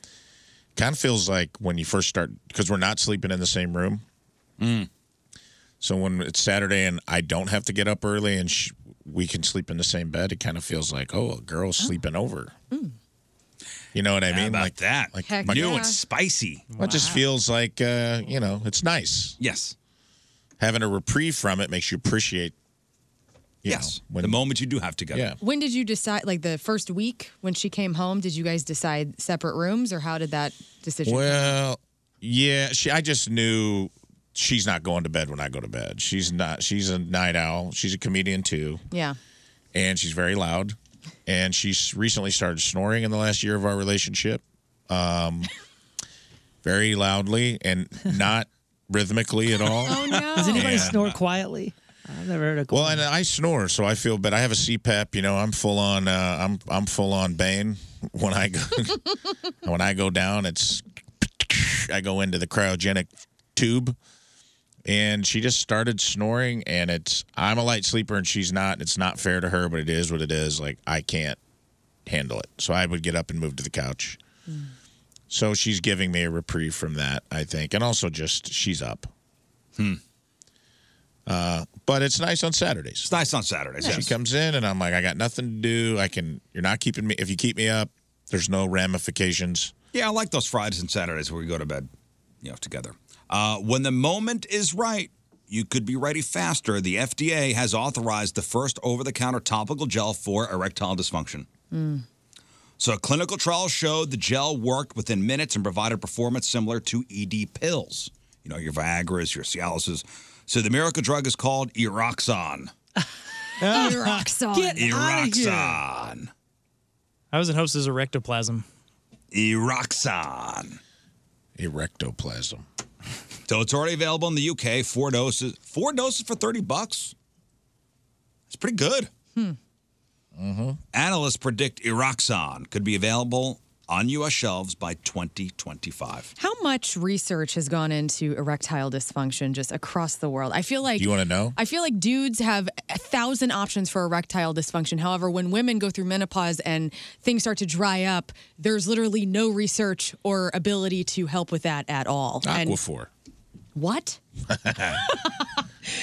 [SPEAKER 4] kind of feels like when you first start because we're not sleeping in the same room.
[SPEAKER 1] Mm.
[SPEAKER 4] So when it's Saturday and I don't have to get up early and sh we can sleep in the same bed, it kind of feels like, oh, a girl's sleeping over. You know what I mean? like
[SPEAKER 1] that,
[SPEAKER 4] like
[SPEAKER 1] Heck New yeah. and spicy.
[SPEAKER 4] Well, It just feels like uh, you know, it's nice.
[SPEAKER 1] Yes,
[SPEAKER 4] having a reprieve from it makes you appreciate. yes,
[SPEAKER 1] the moment you do have together.
[SPEAKER 4] Yeah,
[SPEAKER 2] When did you decide? Like the first week when she came home, did you guys decide separate rooms, or how did that decision?
[SPEAKER 4] Well, yeah, she. I just knew she's not going to bed when I go to bed. She's not. She's a night owl. She's a comedian too,
[SPEAKER 2] yeah.
[SPEAKER 4] and she's very loud. And she's recently started snoring in the last year of our relationship, um, very loudly and not rhythmically at all. Oh,
[SPEAKER 5] Oh, Does anybody
[SPEAKER 4] And-
[SPEAKER 5] snore quietly? I've never heard of.
[SPEAKER 4] Well, and I snore, so I feel bad. I have a CPAP. You know, I'm full on. Uh, I'm I'm full on Bane when I go when I go down. It's I go into the cryogenic tube, and she just started snoring. And it's I'm a light sleeper, and she's not. It's not fair to her, but it is what it is. Like I can't handle it, so I would get up and move to the couch. So she's giving me a reprieve from that, I think, and also just she's up.
[SPEAKER 1] Hmm.
[SPEAKER 4] Uh, but it's nice on Saturdays. It's
[SPEAKER 1] nice on Saturdays.
[SPEAKER 4] She comes in and I'm like, I got nothing to do. I can. You're not keeping me. If you keep me up, there's no ramifications.
[SPEAKER 1] Yeah, I like those Fridays and Saturdays where we go to bed, you know, together. Uh, when the moment is right, you could be ready faster. The FDA has authorized the first over-the-counter topical gel for erectile dysfunction.
[SPEAKER 2] Mm.
[SPEAKER 1] So, clinical trials showed the gel worked within minutes and provided performance similar to ED pills. You know, your Viagra's, your Cialis's. So, the miracle drug is called Eroxon.
[SPEAKER 2] Eroxon.
[SPEAKER 3] Ah. Get outta here.
[SPEAKER 1] Eroxon.
[SPEAKER 3] I was in hopes as erectoplasm.
[SPEAKER 1] Eroxon.
[SPEAKER 4] Erectoplasm.
[SPEAKER 1] So it's already available in the UK. Four doses. Four doses for thirty bucks. It's pretty good.
[SPEAKER 9] Hmm.
[SPEAKER 4] Mm-hmm.
[SPEAKER 1] Analysts predict Eroxon could be available on U.S. shelves by 2025.
[SPEAKER 2] How much research has gone into erectile dysfunction just across the world? I feel like
[SPEAKER 1] You wanna know?
[SPEAKER 2] I feel like dudes have a thousand options for erectile dysfunction. However, when women go through menopause and things start to dry up, there's literally no research or ability to help with that at all. And-
[SPEAKER 4] Aquaphor.
[SPEAKER 2] what?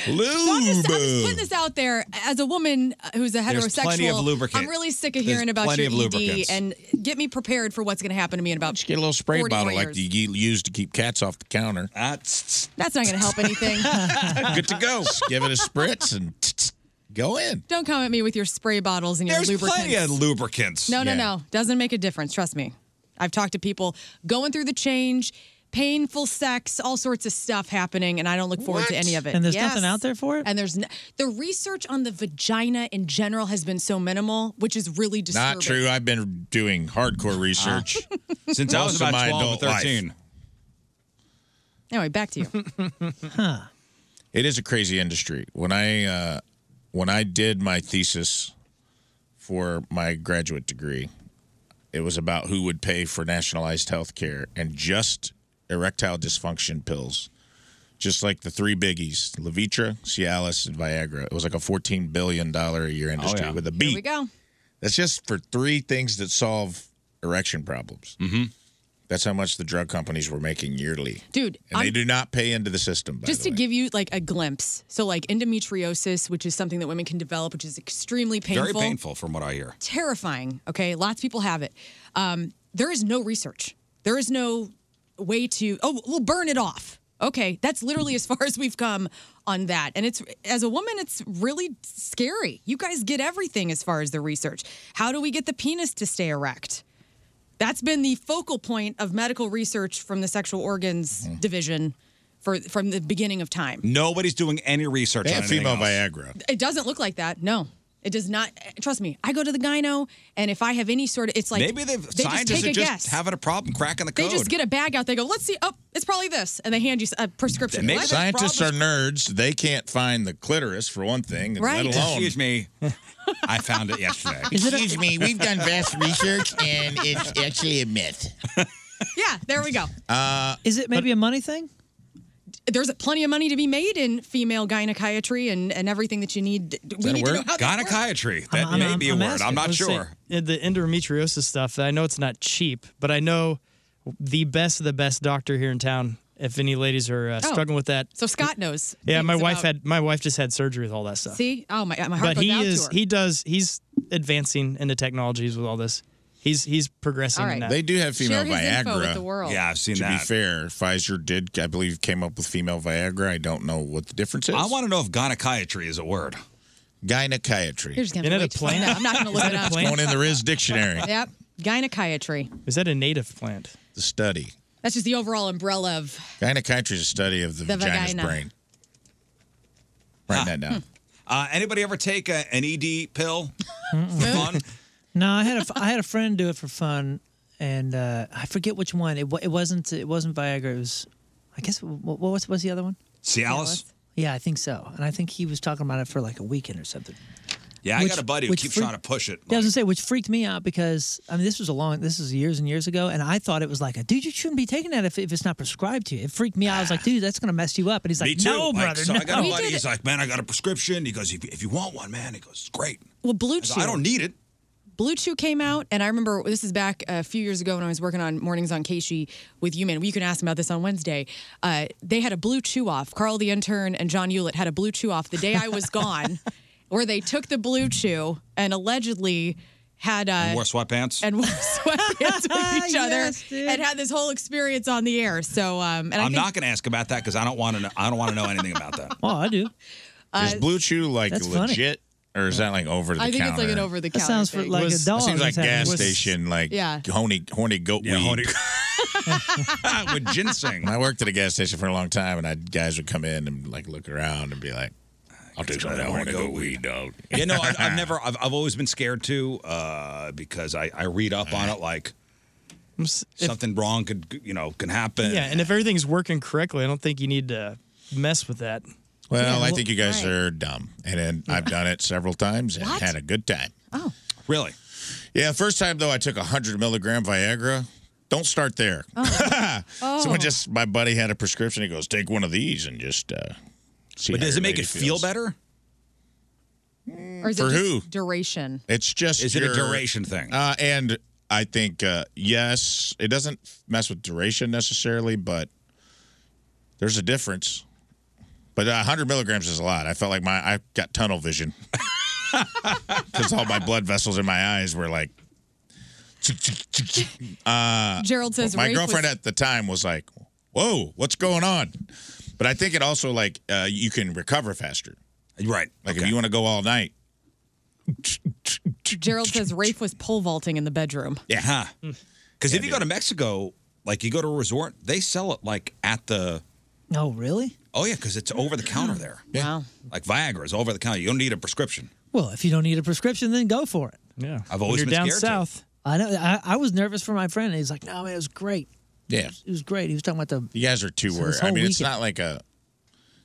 [SPEAKER 4] Lube.
[SPEAKER 2] Putting this out there as a woman uh, who's a
[SPEAKER 1] There's
[SPEAKER 2] heterosexual,
[SPEAKER 1] plenty of lubricant.
[SPEAKER 2] I'm really sick of
[SPEAKER 1] There's
[SPEAKER 2] hearing about
[SPEAKER 1] plenty
[SPEAKER 2] your
[SPEAKER 1] of
[SPEAKER 2] ED
[SPEAKER 1] lubricants.
[SPEAKER 2] and get me prepared for what's going to happen to me in about
[SPEAKER 4] Get a little spray
[SPEAKER 2] 40 more
[SPEAKER 4] bottle like
[SPEAKER 2] years.
[SPEAKER 4] you you use to keep cats off the counter.
[SPEAKER 1] Ah, That's
[SPEAKER 2] That's not going to help anything.
[SPEAKER 4] good to go. Just give it a spritz and go in.
[SPEAKER 2] Don't come at me with your spray bottles and your
[SPEAKER 1] There's
[SPEAKER 2] lubricants.
[SPEAKER 1] plenty of lubricants.
[SPEAKER 2] No, no, no. Doesn't make a difference. Trust me. I've talked to people going through the change, painful sex, all sorts of stuff happening, and I don't look forward to
[SPEAKER 5] What?
[SPEAKER 2] any of it.
[SPEAKER 5] And there's nothing out there for it?
[SPEAKER 2] And there's n- the research on the vagina in general has been so minimal, which is really disturbing.
[SPEAKER 4] Not true. I've been doing hardcore research
[SPEAKER 1] Ah. Since I was
[SPEAKER 4] most of
[SPEAKER 1] about
[SPEAKER 4] my
[SPEAKER 1] 12 or
[SPEAKER 4] adult life.
[SPEAKER 1] 13.
[SPEAKER 2] Anyway, back to you. huh.
[SPEAKER 4] It is a crazy industry. When I uh, when I did my thesis for my graduate degree, it was about who would pay for nationalized health care and just erectile dysfunction pills, just like the three biggies: Levitra, Cialis, and Viagra. It was like a fourteen billion dollar a year
[SPEAKER 1] Oh,
[SPEAKER 4] industry with a B.
[SPEAKER 2] Oh, Here we go.
[SPEAKER 4] That's just for three things that solve erection problems. Mm-hmm. That's how much the drug companies were making yearly,
[SPEAKER 2] Dude,
[SPEAKER 4] and
[SPEAKER 2] I'm-
[SPEAKER 4] they do not pay into the system. By
[SPEAKER 2] just to
[SPEAKER 4] the way.
[SPEAKER 2] give you like a glimpse. So, like endometriosis, which is something that women can develop, which is extremely painful.
[SPEAKER 1] Very painful from what I hear.
[SPEAKER 2] terrifying. Okay, lots of people have it. Um, there is no research. There is no way to. Oh, we'll burn it off. Okay, that's literally as far as we've come on that. And it's as a woman, it's really scary. You guys get everything as far as the research. How do we get the penis to stay erect? That's been the focal point of medical research from the sexual organs division for from the beginning of time.
[SPEAKER 1] Nobody's doing any research
[SPEAKER 4] They
[SPEAKER 1] on
[SPEAKER 4] have female
[SPEAKER 1] Viagra.
[SPEAKER 2] It doesn't look like that. No. It does not. Trust me. I go to the gyno, and if I have any sort of, it's like
[SPEAKER 1] Maybe they've,
[SPEAKER 2] they just
[SPEAKER 1] scientists
[SPEAKER 2] take
[SPEAKER 1] are
[SPEAKER 2] a
[SPEAKER 1] just
[SPEAKER 2] guess.
[SPEAKER 1] having a problem cracking the
[SPEAKER 2] they
[SPEAKER 1] code.
[SPEAKER 2] just get a bag out. They go, let's see. Oh, it's probably this, and they hand you a prescription. What?
[SPEAKER 4] Scientists are nerds. They can't find the clitoris for one thing, and
[SPEAKER 2] Right.
[SPEAKER 4] let alone.
[SPEAKER 2] Excuse
[SPEAKER 1] me. I found it yesterday.
[SPEAKER 4] Excuse me. We've done vast research, and it's actually a myth.
[SPEAKER 2] yeah. There we go.
[SPEAKER 4] Uh,
[SPEAKER 5] Is it maybe a money thing?
[SPEAKER 2] There's plenty of money to be made in female gynecology and, and everything that you need. we need to know how that works.
[SPEAKER 1] Gynecology. That may be a word. I'm not
[SPEAKER 3] Let's say,
[SPEAKER 1] sure.
[SPEAKER 3] uh, the endometriosis stuff, I know it's not cheap, but I know the best of the best doctor here in town. If any ladies are uh,
[SPEAKER 2] Oh.
[SPEAKER 3] struggling with that,
[SPEAKER 2] So Scott knows.
[SPEAKER 3] yeah, my
[SPEAKER 2] things
[SPEAKER 3] wife
[SPEAKER 2] about-
[SPEAKER 3] had my wife just had surgery with all that stuff.
[SPEAKER 2] See, oh my, my heart
[SPEAKER 3] but
[SPEAKER 2] goes
[SPEAKER 3] he
[SPEAKER 2] out
[SPEAKER 3] is
[SPEAKER 2] to her.
[SPEAKER 3] he does he's advancing into technologies with all this. He's he's progressing.
[SPEAKER 2] All right.
[SPEAKER 3] In that.
[SPEAKER 4] They do have female Viagra.
[SPEAKER 1] Yeah, I've seen
[SPEAKER 4] to
[SPEAKER 1] that.
[SPEAKER 4] be fair, Pfizer did, I believe, came up with female Viagra. I don't know what the difference is.
[SPEAKER 1] I want to know if gynecology is a word.
[SPEAKER 4] Gynecology.
[SPEAKER 2] You're just gonna have to wait to find out. I'm not gonna look it up.
[SPEAKER 4] It's going in the Riz dictionary.
[SPEAKER 2] Yep. Gynecology.
[SPEAKER 3] Is that a native plant?
[SPEAKER 4] The study.
[SPEAKER 2] That's just the overall umbrella of
[SPEAKER 4] Gynecology is a study of the,
[SPEAKER 2] The
[SPEAKER 4] vagina's
[SPEAKER 2] vagina.
[SPEAKER 4] brain. Write that down.
[SPEAKER 1] Uh, anybody ever take a, an ED pill?
[SPEAKER 5] No, I had a f- I had a friend do it for fun, and uh, I forget which one. It, wa- it wasn't it wasn't Viagra. It was, I guess what, what was was the other one?
[SPEAKER 1] Cialis?
[SPEAKER 5] Yeah, I think so. And I think he was talking about it for like a weekend or something.
[SPEAKER 1] Yeah, I
[SPEAKER 5] Which-
[SPEAKER 1] got a buddy who
[SPEAKER 5] which
[SPEAKER 1] keeps
[SPEAKER 5] freak-
[SPEAKER 1] trying to push it.
[SPEAKER 5] Yeah, I was gonna say, which freaked me out because I mean, this was a long, this is years and years ago, and I thought it was like, dude, you shouldn't be taking that if, if it's not prescribed to you. It freaked me out. I was like, dude, that's gonna mess you up. And he's like,
[SPEAKER 1] Me too.
[SPEAKER 5] no,
[SPEAKER 1] Like,
[SPEAKER 5] brother,
[SPEAKER 1] so
[SPEAKER 5] no.
[SPEAKER 1] I got a buddy. He's like, man, I got a prescription. He goes, if, if you want one, man, he goes, it's great.
[SPEAKER 2] Well, Blue
[SPEAKER 1] I, said, I don't need it.
[SPEAKER 2] Blue Chew came out, and I remember this is back a few years ago when I was working on Mornings on Casey with you, man. You can ask him about this on Wednesday. Uh, they had a Blue Chew off. Carl the intern and John Hewlett had a Blue Chew off the day I was gone, where they took the Blue Chew and allegedly had uh,
[SPEAKER 1] and wore sweatpants.
[SPEAKER 2] and wore sweatpants with each
[SPEAKER 9] Yes,
[SPEAKER 2] other and had this whole experience on the air. So, um, and I
[SPEAKER 1] I'm
[SPEAKER 2] think-
[SPEAKER 1] not going to ask about that because I don't want to. know I don't want to know anything about that.
[SPEAKER 5] Oh, I do.
[SPEAKER 2] Uh,
[SPEAKER 4] is Blue Chew like
[SPEAKER 1] that's funny.
[SPEAKER 4] legit, or is that like over the
[SPEAKER 2] I think
[SPEAKER 4] counter?
[SPEAKER 2] it's like an over the counter.
[SPEAKER 5] sounds for- like a Was- dog
[SPEAKER 4] It seems
[SPEAKER 5] or
[SPEAKER 4] like
[SPEAKER 5] something.
[SPEAKER 4] gas
[SPEAKER 5] Was-
[SPEAKER 4] station, like
[SPEAKER 2] Yeah.
[SPEAKER 4] horny, horny goat weed.
[SPEAKER 1] with ginseng.
[SPEAKER 4] I worked at a gas station for a long time, and I guys would come in and like look around and be like, "I'll take some of that horny goat weed, dog."
[SPEAKER 1] Yeah, no, I, I've never. I've, I've always been scared too uh, because I, I read up on it like something wrong could you know can happen.
[SPEAKER 3] yeah, and if everything's working correctly, I don't think you need to mess with that.
[SPEAKER 4] Well, I think you guys are dumb, and then I've done it several times and had a good time.
[SPEAKER 2] Oh,
[SPEAKER 4] really? Yeah. First time though, I took a hundred milligram Viagra. Don't start there.
[SPEAKER 2] Oh.
[SPEAKER 7] Oh.
[SPEAKER 4] Someone just my buddy had a prescription. He goes, "Take one of these and just uh, see."
[SPEAKER 1] But
[SPEAKER 4] how
[SPEAKER 1] does
[SPEAKER 4] your
[SPEAKER 1] it make
[SPEAKER 4] lady
[SPEAKER 1] it feel
[SPEAKER 4] feels."
[SPEAKER 1] better?
[SPEAKER 2] or is it
[SPEAKER 4] For
[SPEAKER 2] just
[SPEAKER 4] who?
[SPEAKER 2] Duration.
[SPEAKER 4] It's just
[SPEAKER 1] Is it a
[SPEAKER 4] your-
[SPEAKER 1] duration thing?
[SPEAKER 4] Uh, and I think uh, yes, it doesn't mess with duration necessarily, but there's a difference. But uh, 100 milligrams is a lot. I felt like my I got tunnel vision because all my blood vessels in my eyes were like. Uh,
[SPEAKER 2] Gerald says
[SPEAKER 4] my
[SPEAKER 2] Rafe
[SPEAKER 4] girlfriend
[SPEAKER 2] was-
[SPEAKER 4] at the time was like, "Whoa, what's going on?" But I think it also like uh, you can recover faster.
[SPEAKER 1] Right.
[SPEAKER 4] Like if you want to go all night,
[SPEAKER 2] Gerald says Rafe was pole vaulting in the bedroom.
[SPEAKER 1] Yeah. Because if you go to Mexico, like you go to a resort, they sell it like at the.
[SPEAKER 5] No, really?
[SPEAKER 1] Oh yeah, because it's over the counter there.
[SPEAKER 2] Wow.
[SPEAKER 1] Like Viagra is over the counter. You don't need a prescription.
[SPEAKER 5] Well, if you don't need a prescription, then go for it.
[SPEAKER 3] Yeah.
[SPEAKER 1] I've always been scared. to.
[SPEAKER 5] I know. I, I was nervous for my friend. And he's like, no, man, it was great.
[SPEAKER 4] yeah,
[SPEAKER 5] It was great. He was talking about the.
[SPEAKER 4] You guys are too
[SPEAKER 5] So
[SPEAKER 4] worried.
[SPEAKER 5] this
[SPEAKER 4] I
[SPEAKER 5] whole
[SPEAKER 4] mean, it's
[SPEAKER 5] weekend-
[SPEAKER 4] not like a,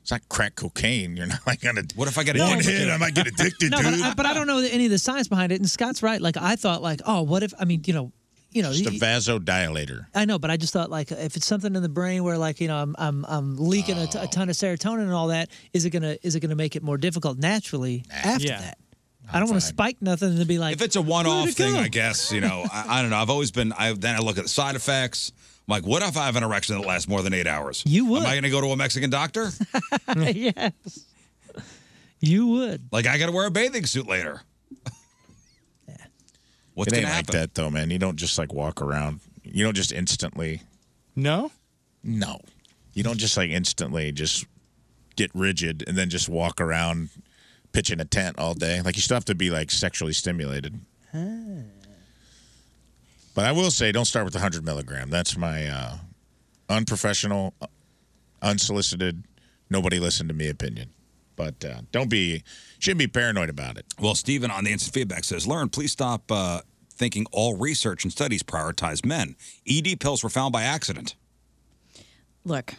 [SPEAKER 4] it's not crack cocaine. You're not like gonna. What
[SPEAKER 1] if I
[SPEAKER 4] get
[SPEAKER 5] No,
[SPEAKER 4] one
[SPEAKER 5] but-
[SPEAKER 4] hit? I might get addicted,
[SPEAKER 5] No, but
[SPEAKER 4] dude.
[SPEAKER 5] I, but I don't know any of the science behind it. And Scott's right. Like I thought, like, oh, what if? I mean, you know, you know,
[SPEAKER 4] Just a vasodilator.
[SPEAKER 5] I know, but I just thought like if it's something in the brain where like you know I'm I'm, I'm leaking a, t-
[SPEAKER 1] Oh.
[SPEAKER 5] a ton of serotonin and all that, is it gonna is it gonna make it more difficult naturally after
[SPEAKER 1] Yeah.
[SPEAKER 5] that? I don't want to spike nothing and then be like
[SPEAKER 1] If it's a one-off
[SPEAKER 5] Where'd it
[SPEAKER 1] thing,
[SPEAKER 5] go?
[SPEAKER 1] I guess you know. I, I don't know. I've always been. I then I look at the side effects. I'm like, what if I have an erection that lasts more than eight hours? You would. Am I going to go to a Mexican doctor?
[SPEAKER 5] yes, you would.
[SPEAKER 1] like I got to wear a bathing suit later. What's
[SPEAKER 4] it ain't
[SPEAKER 1] gonna
[SPEAKER 4] like that though, man. You don't just like walk around. You don't just instantly.
[SPEAKER 3] No.
[SPEAKER 4] No, you don't just like instantly just get rigid and then just walk around pitching a tent all day. Like you still have to be like sexually stimulated. But I will say, don't start with the 100 milligram. That's my uh, unprofessional, uh, unsolicited, nobody listened to me opinion. But uh, don't be, shouldn't be paranoid about it.
[SPEAKER 1] Well, Stephen on the instant feedback says, "Learn, please stop uh, thinking all research and studies prioritize men. ED pills were found by accident.
[SPEAKER 2] Look,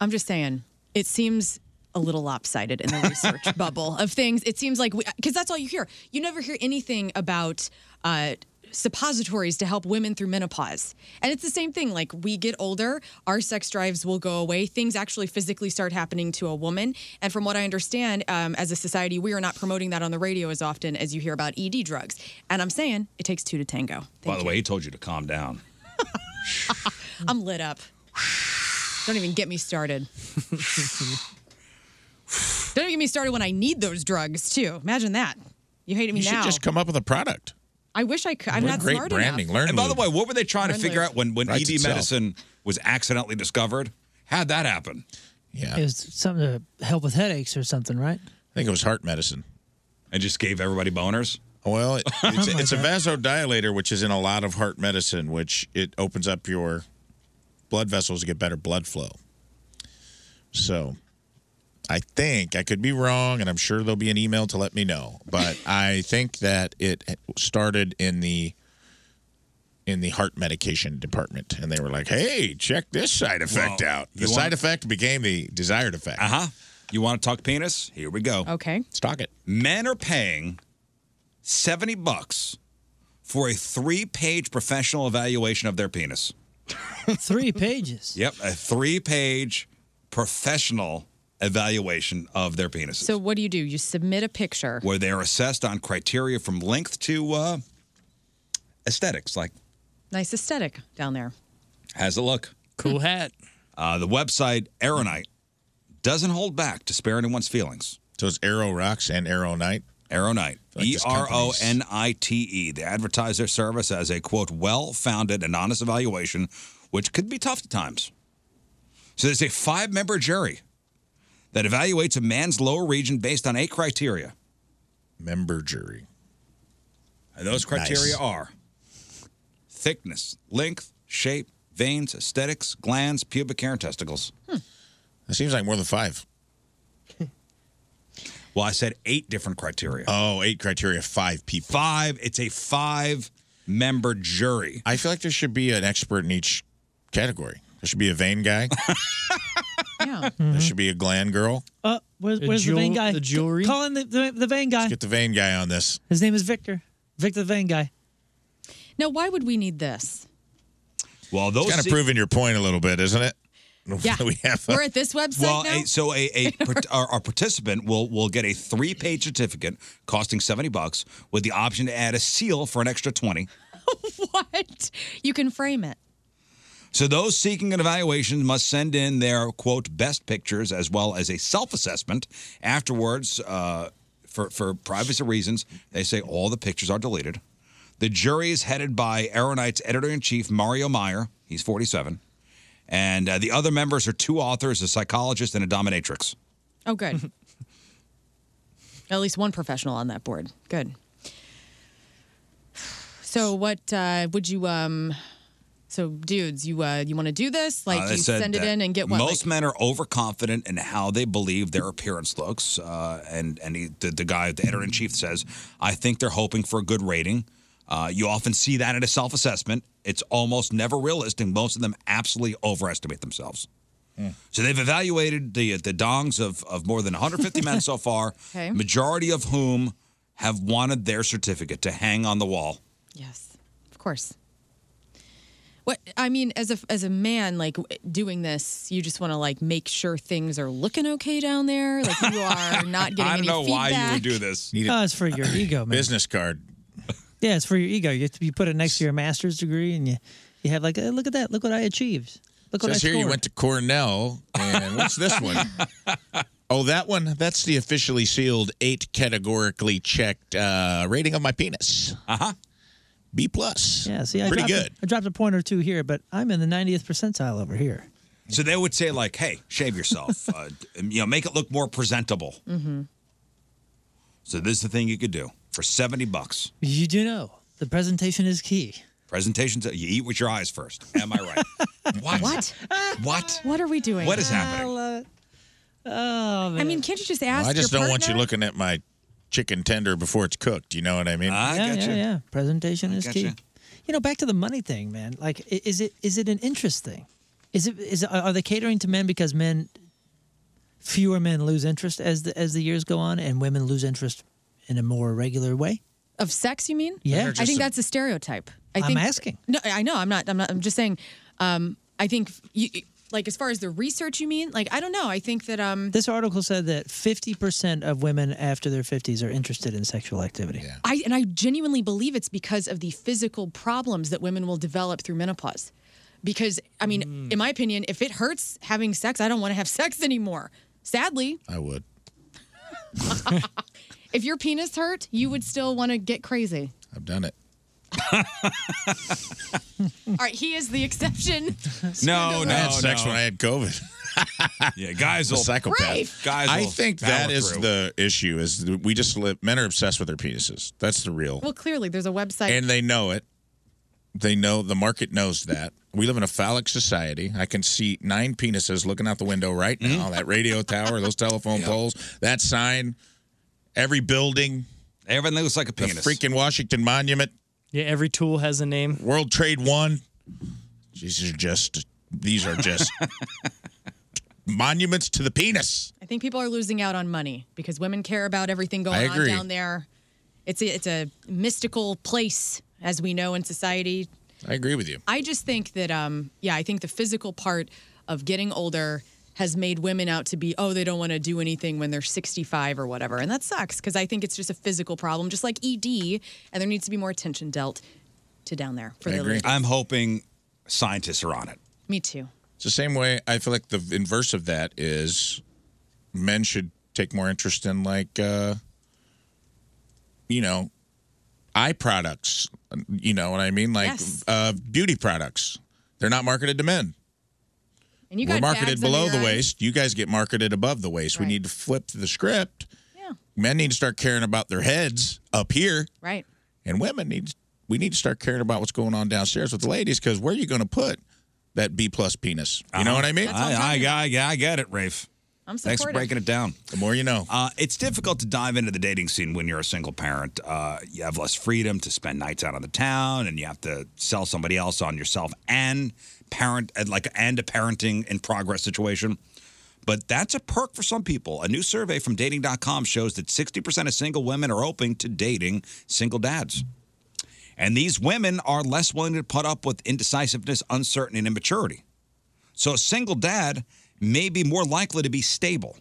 [SPEAKER 2] I'm just saying, it seems a little lopsided in the research bubble of things. It seems like, because that's all you hear. You never hear anything about uh, suppositories to help women through menopause. And it's the same thing. Like, we get older, our sex drives will go away. Things actually physically start happening to a woman. And from what I understand, um, as a society, we are not promoting that on the radio as often as you hear about ED drugs. And I'm saying, it takes two to tango.
[SPEAKER 1] by the way, he told you to calm down.
[SPEAKER 2] I'm lit up. Don't even get me started. Don't even get me started when I need those drugs too. Imagine that. You hate me
[SPEAKER 4] You should
[SPEAKER 2] now.
[SPEAKER 4] just come up with a product.
[SPEAKER 2] I wish I could. I'm
[SPEAKER 4] What
[SPEAKER 2] not
[SPEAKER 4] great
[SPEAKER 2] smart
[SPEAKER 4] branding.
[SPEAKER 2] enough.
[SPEAKER 4] Learn
[SPEAKER 1] And by the
[SPEAKER 4] lube.
[SPEAKER 1] way, what were they trying
[SPEAKER 2] Learn
[SPEAKER 1] to figure
[SPEAKER 2] lube.
[SPEAKER 1] out when when
[SPEAKER 4] Writes
[SPEAKER 1] ED
[SPEAKER 4] itself.
[SPEAKER 1] medicine was accidentally discovered? How'd that happen?
[SPEAKER 4] Yeah.
[SPEAKER 5] It was something to help with headaches or something, right?
[SPEAKER 4] I think it was heart medicine.
[SPEAKER 1] And just gave everybody boners.
[SPEAKER 4] Well, it, it's,
[SPEAKER 5] Something like
[SPEAKER 4] it's a vasodilator, which is in a lot of heart medicine, which it opens up your blood vessels to get better blood flow. So, I think I could be wrong, and I'm sure there'll be an email to let me know. But I think that it started in the in the heart medication department, and they were like, "Hey, check this side effect
[SPEAKER 1] Well,
[SPEAKER 4] out."
[SPEAKER 1] you
[SPEAKER 4] The
[SPEAKER 1] want-
[SPEAKER 4] side effect became the desired effect. Uh huh.
[SPEAKER 1] You want to talk penis? Here we go.
[SPEAKER 2] Okay.
[SPEAKER 1] Let's talk it. Men are paying 70 bucks for a three-page professional evaluation of their penis.
[SPEAKER 5] Three pages.
[SPEAKER 1] Yep, a three-page professional evaluation of their penis.
[SPEAKER 2] So what do you do? You submit a picture.
[SPEAKER 1] where they are assessed on criteria from length to uh, aesthetics, like
[SPEAKER 2] Nice aesthetic down there.
[SPEAKER 1] how's it look? Cool hat. Uh, the website Aeronite doesn't hold back to spare anyone's feelings.
[SPEAKER 4] So it's Aero Rocks and Aero Night.
[SPEAKER 1] Aero Night.
[SPEAKER 4] Like
[SPEAKER 1] E
[SPEAKER 4] this
[SPEAKER 1] R O
[SPEAKER 4] company's-
[SPEAKER 1] N I T E. They advertise their service as a quote well founded and honest evaluation, which could be tough at times. So there's a five member jury that evaluates a man's lower region based on eight criteria.
[SPEAKER 4] Member jury.
[SPEAKER 1] And those criteria are thickness, length, shape, veins, aesthetics, glands, pubic hair, and testicles.
[SPEAKER 2] Hmm.
[SPEAKER 4] That seems like more than five.
[SPEAKER 1] Well, I said eight different criteria.
[SPEAKER 4] Oh, eight criteria, five people.
[SPEAKER 1] Five. It's a five member jury.
[SPEAKER 4] I feel like there should be an expert in each category. There should be a vein guy.
[SPEAKER 2] yeah.
[SPEAKER 4] There should be a gland girl.
[SPEAKER 5] Uh, where's, where's the vein guy? Call in the, the, the vein guy.
[SPEAKER 4] Get the vein guy on this.
[SPEAKER 5] His name is Victor. Victor the vein guy.
[SPEAKER 2] Now, why would we need this?
[SPEAKER 1] Well,
[SPEAKER 4] those kind of
[SPEAKER 2] se-
[SPEAKER 4] proving your point a little bit, isn't it?
[SPEAKER 2] Yeah.
[SPEAKER 4] we have.
[SPEAKER 2] We're at this website
[SPEAKER 1] Well,
[SPEAKER 2] now.
[SPEAKER 1] a, so a, a part- our, our participant will will get a three page certificate costing seventy bucks with the option to add a seal for an extra twenty.
[SPEAKER 2] what? You can frame it.
[SPEAKER 1] So those seeking an evaluation must send in their quote best pictures as well as a self assessment. Afterwards, uh, for for privacy reasons, they say all the pictures are deleted. The jury is headed by Aeronite's editor in chief Mario Meyer. He's forty seven, and uh, the other members are two authors, a psychologist, and a dominatrix.
[SPEAKER 2] Oh, good. At least one professional on that board. Good. So, what uh, would you? um So, dudes, you uh, you want to do this? Like,
[SPEAKER 1] Uh, they
[SPEAKER 2] you
[SPEAKER 1] said
[SPEAKER 2] send it
[SPEAKER 1] that
[SPEAKER 2] in and get what?
[SPEAKER 1] Most
[SPEAKER 2] like-
[SPEAKER 1] men are overconfident in how they believe their appearance looks, uh, and and he, the, the guy, the editor in chief, says, "I think they're hoping for a good rating." Uh, you often see that in a self-assessment. It's almost never realistic. Most of them absolutely overestimate themselves. So they've evaluated the the dongs of of more than 150 men so far,
[SPEAKER 2] Okay.
[SPEAKER 1] majority of whom have wanted their certificate to hang on the wall.
[SPEAKER 2] yes, of course. What I mean, as a as a man, like w- doing this, you just want to like make sure things are looking okay down there. Like you are not getting.
[SPEAKER 4] I don't
[SPEAKER 2] any
[SPEAKER 4] know why you
[SPEAKER 2] feedback.
[SPEAKER 4] would do this.
[SPEAKER 5] Oh, it's for your ego, man.
[SPEAKER 4] Business card.
[SPEAKER 5] Yeah, it's for your ego. You, have to- you put it next to your master's degree, and you you have like, "Hey, look at that, look what I achieved. Look what
[SPEAKER 4] Says
[SPEAKER 5] I
[SPEAKER 4] here you
[SPEAKER 5] scored."
[SPEAKER 4] went to Cornell, and what's this one? Oh, that one. That's the officially sealed, eight categorically checked uh, rating of my penis. Uh huh. B plus.
[SPEAKER 5] yeah, see, I
[SPEAKER 4] pretty
[SPEAKER 5] dropped a-
[SPEAKER 4] good.
[SPEAKER 5] I dropped a point or two here, but I'm in the 90th percentile over here.
[SPEAKER 1] So they would say like, "Hey, shave yourself. uh, you know, make it look more presentable."
[SPEAKER 5] Mm-hmm.
[SPEAKER 1] So this is the thing you could do for seventy bucks.
[SPEAKER 5] You do know the presentation is key.
[SPEAKER 1] Presentations. You eat with your eyes first. Am I right? what?
[SPEAKER 2] What?
[SPEAKER 1] What?
[SPEAKER 2] What are we doing?
[SPEAKER 1] What is happening?
[SPEAKER 2] I
[SPEAKER 5] love it. uh, Oh man.
[SPEAKER 2] I mean, can't you just ask?
[SPEAKER 4] Well, I just
[SPEAKER 2] your
[SPEAKER 4] don't want you
[SPEAKER 2] partner?
[SPEAKER 4] looking at my chicken tender before it's cooked. You know what I mean? I
[SPEAKER 5] yeah, yeah, yeah. Presentation is key.
[SPEAKER 4] gotcha.
[SPEAKER 5] You know, back to the money thing, man. Like, i- is it is it an interest thing? Is it is are they catering to men because men fewer men lose interest as the as the years go on, and women lose interest in a more regular way?
[SPEAKER 2] Of sex, you mean?
[SPEAKER 5] Yeah. They're
[SPEAKER 2] I
[SPEAKER 5] just
[SPEAKER 2] think
[SPEAKER 5] a-
[SPEAKER 2] that's a stereotype. I
[SPEAKER 5] I'm
[SPEAKER 2] think,
[SPEAKER 5] asking.
[SPEAKER 2] No, I know. I'm not. I'm not. I'm just saying. Um, I think you, like as far as the research, you mean? Like I don't know. I think that um,
[SPEAKER 5] This article said that fifty percent of women after their fifties are interested in sexual activity. Yeah.
[SPEAKER 2] I and I genuinely believe it's because of the physical problems that women will develop through menopause. Because I mean,
[SPEAKER 5] Mm.
[SPEAKER 2] in my opinion, if it hurts having sex, I don't want to have sex anymore. Sadly,
[SPEAKER 4] I would.
[SPEAKER 2] if your penis hurt, you would still want to get crazy.
[SPEAKER 4] I've done it.
[SPEAKER 5] Hmm.
[SPEAKER 2] All right, he is the exception.
[SPEAKER 7] Oh.
[SPEAKER 1] No, no,
[SPEAKER 4] I had sex
[SPEAKER 1] no.
[SPEAKER 4] when I had COVID.
[SPEAKER 1] yeah, guys
[SPEAKER 4] a
[SPEAKER 1] will-
[SPEAKER 4] psychopath.
[SPEAKER 1] Rafe! Guys
[SPEAKER 4] I
[SPEAKER 1] will
[SPEAKER 4] think
[SPEAKER 1] power
[SPEAKER 4] that is
[SPEAKER 1] through.
[SPEAKER 4] the issue. Is that we just live, men are obsessed with their penises. That's the real.
[SPEAKER 2] well, clearly, there's a website.
[SPEAKER 4] and they know it. They know the market knows that. We live in a phallic society. I can see nine penises looking out the window right
[SPEAKER 1] Mm-hmm.
[SPEAKER 4] now. That radio tower, those telephone poles, that sign, every building.
[SPEAKER 1] Everything looks like a
[SPEAKER 4] penis. The freaking Washington Monument.
[SPEAKER 3] Yeah, every tool has a name.
[SPEAKER 4] World Trade One. These are just these are just monuments to the penis.
[SPEAKER 2] I I think people are losing out on money because women care about everything
[SPEAKER 4] I
[SPEAKER 2] going on
[SPEAKER 4] agree.
[SPEAKER 2] down there. It's a, it's a mystical place, as we know in society.
[SPEAKER 4] I agree with you.
[SPEAKER 2] I just think that, um, yeah, I think the physical part of getting older has made women out to be, oh, they don't want to do anything when they're 65 or whatever. And that sucks because I think it's just a physical problem, just like ED, and there needs to be more attention dealt to down there for the ladies.
[SPEAKER 1] I'm hoping scientists are on it.
[SPEAKER 2] Me too.
[SPEAKER 4] It's the same way I feel like the inverse of that is men should take more interest in like uh you know eye products. You know what I mean? Like
[SPEAKER 2] Yes.
[SPEAKER 4] uh beauty products. They're not marketed to men.
[SPEAKER 2] And you
[SPEAKER 4] We're
[SPEAKER 2] got
[SPEAKER 4] marketed
[SPEAKER 2] bags under
[SPEAKER 4] below
[SPEAKER 2] your
[SPEAKER 4] the
[SPEAKER 2] eyes.
[SPEAKER 4] waist. You guys get marketed above the waist. We need to flip the script.
[SPEAKER 2] Yeah.
[SPEAKER 4] Men need to start caring about their heads up here.
[SPEAKER 2] Right.
[SPEAKER 4] And women need we need to start caring about what's going on downstairs with the ladies because where are you going to put that B plus penis? You know what I mean?
[SPEAKER 1] That's what I'm I- I- talking I get it, Rafe.
[SPEAKER 2] I'm
[SPEAKER 1] Thanks for
[SPEAKER 2] supportive.
[SPEAKER 1] breaking it down.
[SPEAKER 4] The more you know.
[SPEAKER 1] Uh, it's difficult to dive into the dating scene when you're a single parent. Uh, you have less freedom to spend nights out on the town, and you have to sell somebody else on yourself and parent, and like and a parenting in progress situation. But that's a perk for some people. A new survey from Dating.com shows that 60% of single women are open to dating single dads. And these women are less willing to put up with indecisiveness, uncertainty, and immaturity. So a single dad may be more likely to be stable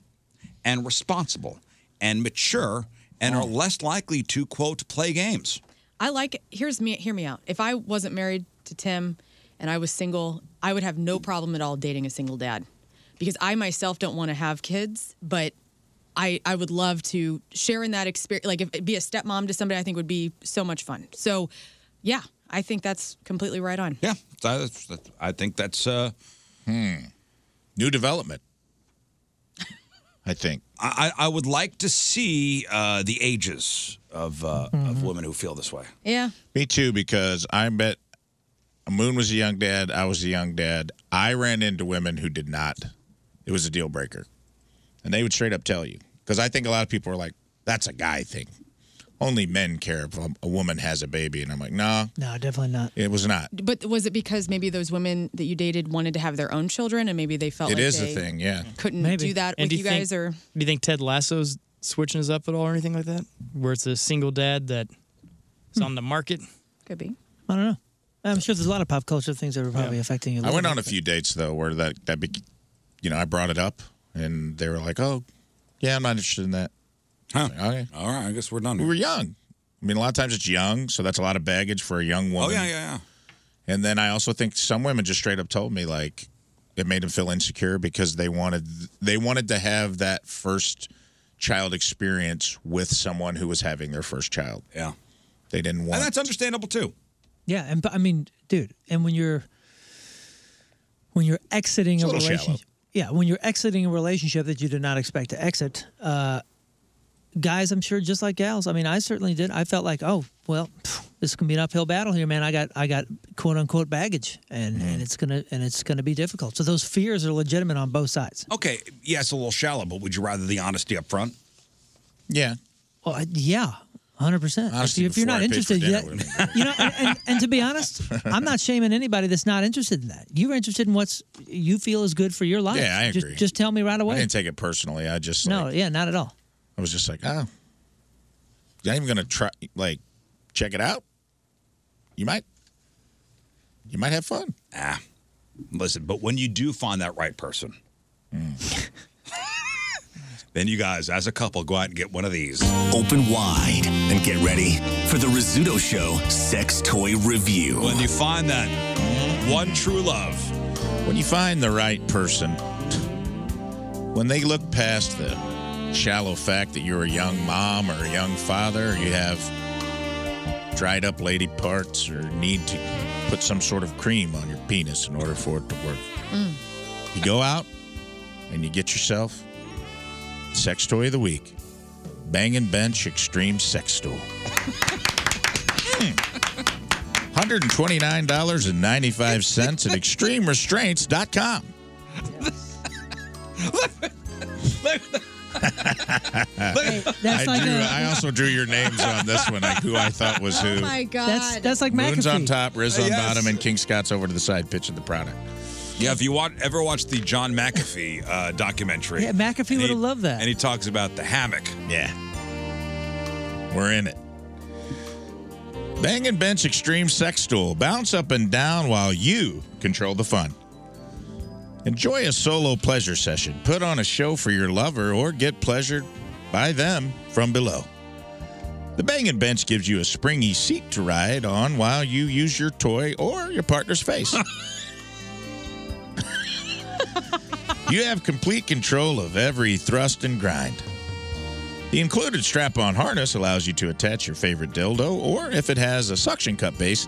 [SPEAKER 1] and responsible and mature and
[SPEAKER 4] Hmm.
[SPEAKER 1] are less likely to, quote, play games.
[SPEAKER 2] I like here's me hear me out. If I wasn't married to Tim and I was single, I would have no problem at all dating a single dad. Because I myself don't want to have kids, but I I would love to share in that experience like if be a stepmom to somebody I think would be so much fun. So yeah, I think that's completely right on.
[SPEAKER 1] Yeah, I, I think that's uh,
[SPEAKER 4] Hmm. new development. I think
[SPEAKER 1] I, I would like to see uh, the ages of uh,
[SPEAKER 4] Hmm.
[SPEAKER 1] of women who feel this way.
[SPEAKER 2] Yeah.
[SPEAKER 4] Me too, because I bet Moon was a young dad. I was a young dad. I ran into women who did not. It was a deal breaker. And they would straight up tell you. Because I think a lot of people are like, that's a guy thing. Only men care if a woman has a baby. And I'm like, nah,
[SPEAKER 5] No, definitely not.
[SPEAKER 4] it was not.
[SPEAKER 2] But was it because maybe those women that you dated wanted to have their own children and maybe they felt
[SPEAKER 4] It
[SPEAKER 2] like
[SPEAKER 4] is
[SPEAKER 2] they
[SPEAKER 4] a thing, yeah.
[SPEAKER 2] couldn't
[SPEAKER 3] Maybe.
[SPEAKER 2] do that
[SPEAKER 3] And
[SPEAKER 2] with
[SPEAKER 3] do
[SPEAKER 2] you,
[SPEAKER 3] think-
[SPEAKER 2] guys or
[SPEAKER 3] Do you think Ted Lasso's switching us up at all or anything like that? Where it's a single dad that is on the market?
[SPEAKER 2] Could be.
[SPEAKER 5] I don't know. I'm sure there's a lot of pop culture things that are probably affecting you.
[SPEAKER 4] I went on a few dates though where that that be, you know I brought it up and they were like, "Oh, yeah, I'm not interested in that."
[SPEAKER 1] Huh.
[SPEAKER 4] okay.
[SPEAKER 1] All right. I guess we're done.
[SPEAKER 4] We were young. I mean, a lot of times it's young, so that's a lot of baggage for a young woman.
[SPEAKER 1] Oh, yeah, yeah, yeah.
[SPEAKER 4] And then I also think some women just straight up told me like it made them feel insecure because they wanted they wanted to have that first child experience with someone who was having their first child.
[SPEAKER 1] Yeah.
[SPEAKER 4] They didn't want
[SPEAKER 1] And that's understandable too.
[SPEAKER 5] Yeah, and but I mean, dude, and when you're when you're exiting
[SPEAKER 4] It's a
[SPEAKER 5] a,
[SPEAKER 4] little shallow.
[SPEAKER 5] relationship, yeah, when you're exiting a relationship that you did not expect to exit, uh, guys, I'm sure just like gals. I mean, I certainly did. I felt like, oh, well, phew, this is gonna be an uphill battle here, man. I got I got quote unquote baggage, and
[SPEAKER 4] Mm-hmm.
[SPEAKER 5] and it's gonna and it's gonna be difficult. So those fears are legitimate on both sides.
[SPEAKER 1] Okay. Yes, a little shallow, but would you rather the honesty up front?
[SPEAKER 4] Yeah.
[SPEAKER 5] Well, I- yeah, hundred percent. If,
[SPEAKER 1] Honestly,
[SPEAKER 5] you, if you're
[SPEAKER 1] before
[SPEAKER 5] not
[SPEAKER 1] I paid for
[SPEAKER 5] interested
[SPEAKER 1] dinner
[SPEAKER 5] yet, you know. And, and, and to be honest, I'm not shaming anybody that's not interested in that. You're interested in what's you feel is good for your life.
[SPEAKER 4] Yeah, I
[SPEAKER 5] Just-
[SPEAKER 4] agree.
[SPEAKER 5] Just, tell me right
[SPEAKER 4] I
[SPEAKER 5] away.
[SPEAKER 4] didn't take it personally. I just
[SPEAKER 5] No,
[SPEAKER 4] like,
[SPEAKER 5] yeah, not at all.
[SPEAKER 4] I was just like, oh, you're not even gonna try like check it out. You might, you might have fun.
[SPEAKER 1] Ah, listen, but when you do find that right person,
[SPEAKER 4] Mm.
[SPEAKER 1] then you guys, as a couple, go out and get one of these.
[SPEAKER 11] Open wide and get ready for the Rizzuto Show Sex Toy Review.
[SPEAKER 1] When you find that one true love,
[SPEAKER 4] when you find the right person, when they look past the shallow fact that you're a young mom or a young father, or you have dried up lady parts, or need to put some sort of cream on your penis in order for it to work. You go out and you get yourself sex toy of the week, Bang and Bench Extreme Sex Hmm. Tool. $129.95 at extremerestraints.com.
[SPEAKER 9] Hey,
[SPEAKER 4] I,
[SPEAKER 9] that's like
[SPEAKER 4] drew,
[SPEAKER 9] a-
[SPEAKER 4] I also drew your names on this one, like who I thought was
[SPEAKER 2] Oh
[SPEAKER 4] who.
[SPEAKER 9] my God.
[SPEAKER 5] That's that's Oh like
[SPEAKER 4] Moon's
[SPEAKER 5] McAfee.
[SPEAKER 4] on top, Riz on
[SPEAKER 5] Yes.
[SPEAKER 4] bottom, and King Scott's over to the side pitching the product.
[SPEAKER 1] Yeah, if you watch, ever watch the John McAfee uh, documentary,
[SPEAKER 5] Yeah, McAfee
[SPEAKER 1] and
[SPEAKER 5] would
[SPEAKER 1] he-
[SPEAKER 5] have loved that.
[SPEAKER 1] and he talks about the hammock.
[SPEAKER 4] Yeah. We're in it. Bang and Bench Extreme Sex Stool. Bounce up and down while you control the fun. Enjoy a solo pleasure session. Put on a show for your lover or get pleasured by them from below. The Bang and Bench gives you a springy seat to ride on while you use your toy or your partner's face. you have complete control of every thrust and grind. The included strap on harness allows you to attach your favorite dildo, or if it has a suction cup base,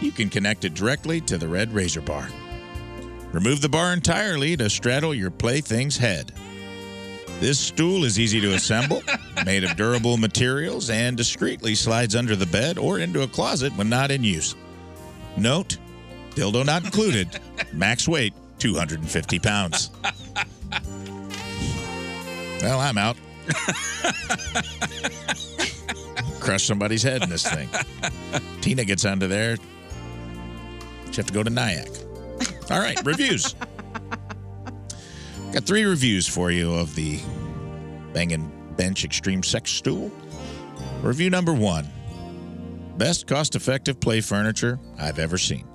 [SPEAKER 4] you can connect it directly to the red razor bar. Remove the bar entirely to straddle your plaything's head. This stool is easy to assemble, made of durable materials, and discreetly slides under the bed or into a closet when not in use. Note dildo not included, max weight 250 pounds. Well, I'm out. Crush somebody's head in this thing. Tina gets onto there. She have to go to Nyack. All right, reviews. Got three reviews for you of the Bangin' Bench Extreme Sex Stool. Review number one Best cost effective play furniture I've ever seen.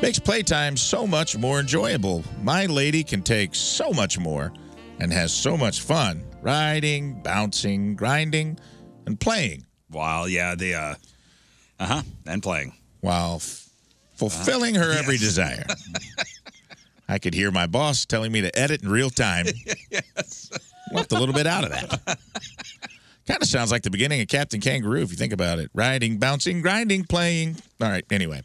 [SPEAKER 4] Makes playtime so much more enjoyable. My lady can take so much more and has so much fun riding, bouncing, grinding, and playing.
[SPEAKER 1] While, yeah, the, uh huh, and playing.
[SPEAKER 4] While f- fulfilling her every desire. I could hear my boss telling me to edit in real time. Left a little bit out of that. kind of sounds like the beginning of Captain Kangaroo if you think about it. Riding, bouncing, grinding, playing. All right, anyway.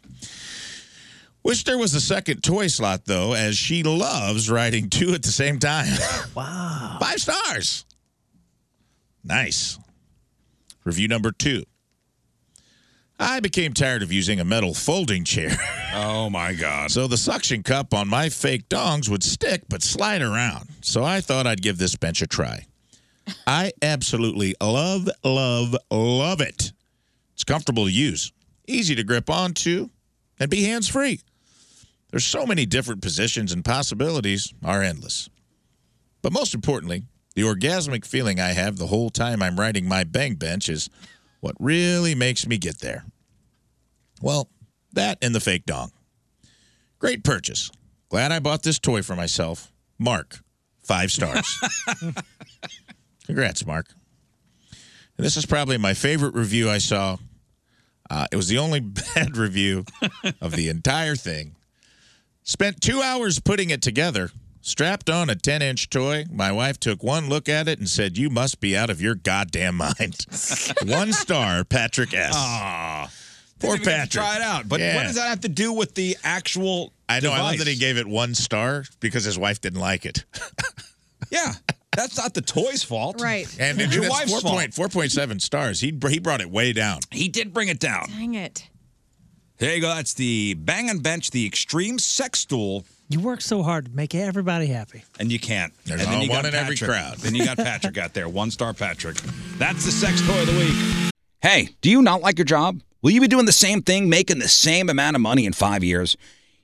[SPEAKER 4] Wish there was a second toy slot though, as she loves riding two at the same time. Wow. Five stars. Nice. Review number two. I became tired of using a metal folding chair.
[SPEAKER 1] Oh my God.
[SPEAKER 4] So the suction cup on my fake dongs would stick but slide around. So I thought I'd give this bench a try. I absolutely love, love, love it. It's comfortable to use, easy to grip onto, and be hands free. There's so many different positions and possibilities are endless. But most importantly, the orgasmic feeling I have the whole time I'm riding my bang bench is what really makes me get there. Well, that and the fake dong. Great purchase. Glad I bought this toy for myself. Mark, five stars. Congrats, Mark. And this is probably my favorite review I saw. Uh, it was the only bad review of the entire thing. Spent two hours putting it together. Strapped on a 10 inch toy, my wife took one look at it and said, You must be out of your goddamn mind. one star, Patrick S. Aww. Poor
[SPEAKER 1] Didn't
[SPEAKER 4] Patrick.
[SPEAKER 1] even get to Try it out. But what
[SPEAKER 4] Yeah.
[SPEAKER 1] does that have to do with the actual?
[SPEAKER 4] I know. I love
[SPEAKER 1] device?
[SPEAKER 4] that he gave it one star because his wife didn't like it.
[SPEAKER 1] Yeah, that's not the toy's fault,
[SPEAKER 2] Right.
[SPEAKER 4] And
[SPEAKER 1] It's
[SPEAKER 4] dude,
[SPEAKER 1] your
[SPEAKER 4] that's
[SPEAKER 1] wife's
[SPEAKER 4] four
[SPEAKER 1] fault.
[SPEAKER 4] point four point seven stars. He br- he brought it way down.
[SPEAKER 1] He did bring it down.
[SPEAKER 2] Dang it.
[SPEAKER 1] There you go. That's the Bang and Bench, the Extreme Sex Stool,
[SPEAKER 5] You work so hard to make everybody happy.
[SPEAKER 1] and you can't.
[SPEAKER 4] There's
[SPEAKER 1] and then
[SPEAKER 4] only
[SPEAKER 1] you
[SPEAKER 4] one
[SPEAKER 1] got
[SPEAKER 4] in every
[SPEAKER 1] Patrick.
[SPEAKER 4] crowd.
[SPEAKER 1] Then you got Patrick out there, one star Patrick. That's the sex toy of the week. Hey, do you not like your job? Will you be doing the same thing, making the same amount of money in five years?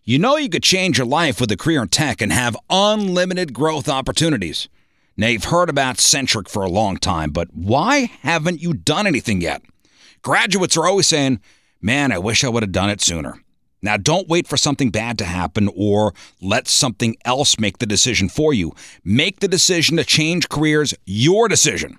[SPEAKER 1] You know you could change your life with a career in tech and have unlimited growth opportunities. Now, you've heard about Centric for a long time, but why haven't you done anything yet? Graduates are always saying, man, I wish I would have done it sooner. Now, don't wait for something bad to happen or let something else make the decision for you. Make the decision to change careers your decision.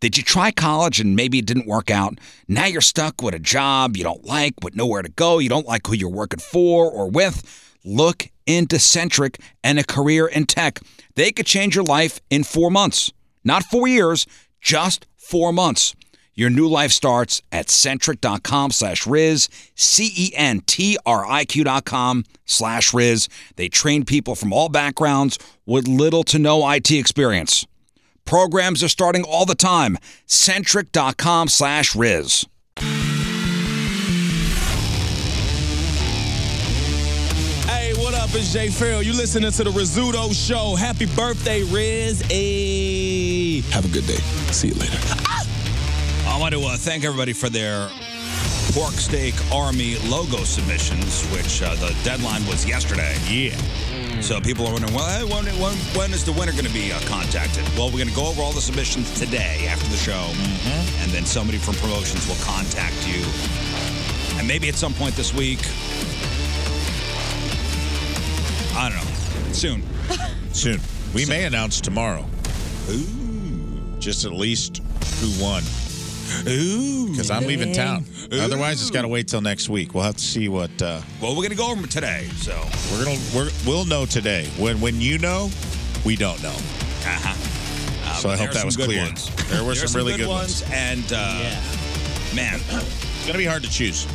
[SPEAKER 1] Did you try college and maybe it didn't work out? Now you're stuck with a job you don't like, with nowhere to go. You don't like who you're working for or with. Look into Centric and a career in tech. They could change your life in four months, not four years, just four months. Your new life starts at centric.com slash Riz, C E N T R I Q dot com slash Riz. They train people from all backgrounds with little to no IT experience. Programs are starting all the time. Centric.com slash Riz.
[SPEAKER 19] Hey, what up? It's Jay Farrell. You listening to the Rizzuto Show. Happy birthday, Riz. E. Hey.
[SPEAKER 1] Have a good day. See you later. I want to uh, thank everybody for their Pork Steak Army logo submissions, which uh, the deadline was yesterday. Yeah. So people are wondering, well, hey, when, when, when is the winner going to be uh, contacted? Well, we're going to go over all the submissions today after the show, and then somebody from promotions will contact you. And maybe at some point this week, I don't know, soon.
[SPEAKER 4] Soon. We may announce tomorrow. Ooh. Just at least who won.
[SPEAKER 1] Ooh.
[SPEAKER 4] Because I'm leaving town.
[SPEAKER 1] Ooh.
[SPEAKER 4] Otherwise, it's got to wait till next week. We'll have to see what. Uh,
[SPEAKER 1] well, we're going to go over today, so
[SPEAKER 4] we're gonna we're, we'll know today. When when you know, we don't know. Uh-huh. so I
[SPEAKER 1] but Uh, there
[SPEAKER 4] hope
[SPEAKER 1] are
[SPEAKER 4] that
[SPEAKER 1] some
[SPEAKER 4] was
[SPEAKER 1] good
[SPEAKER 4] clear.
[SPEAKER 1] ones.
[SPEAKER 4] There were some, really good ones.
[SPEAKER 1] and uh, man, it's
[SPEAKER 4] gonna be hard to choose.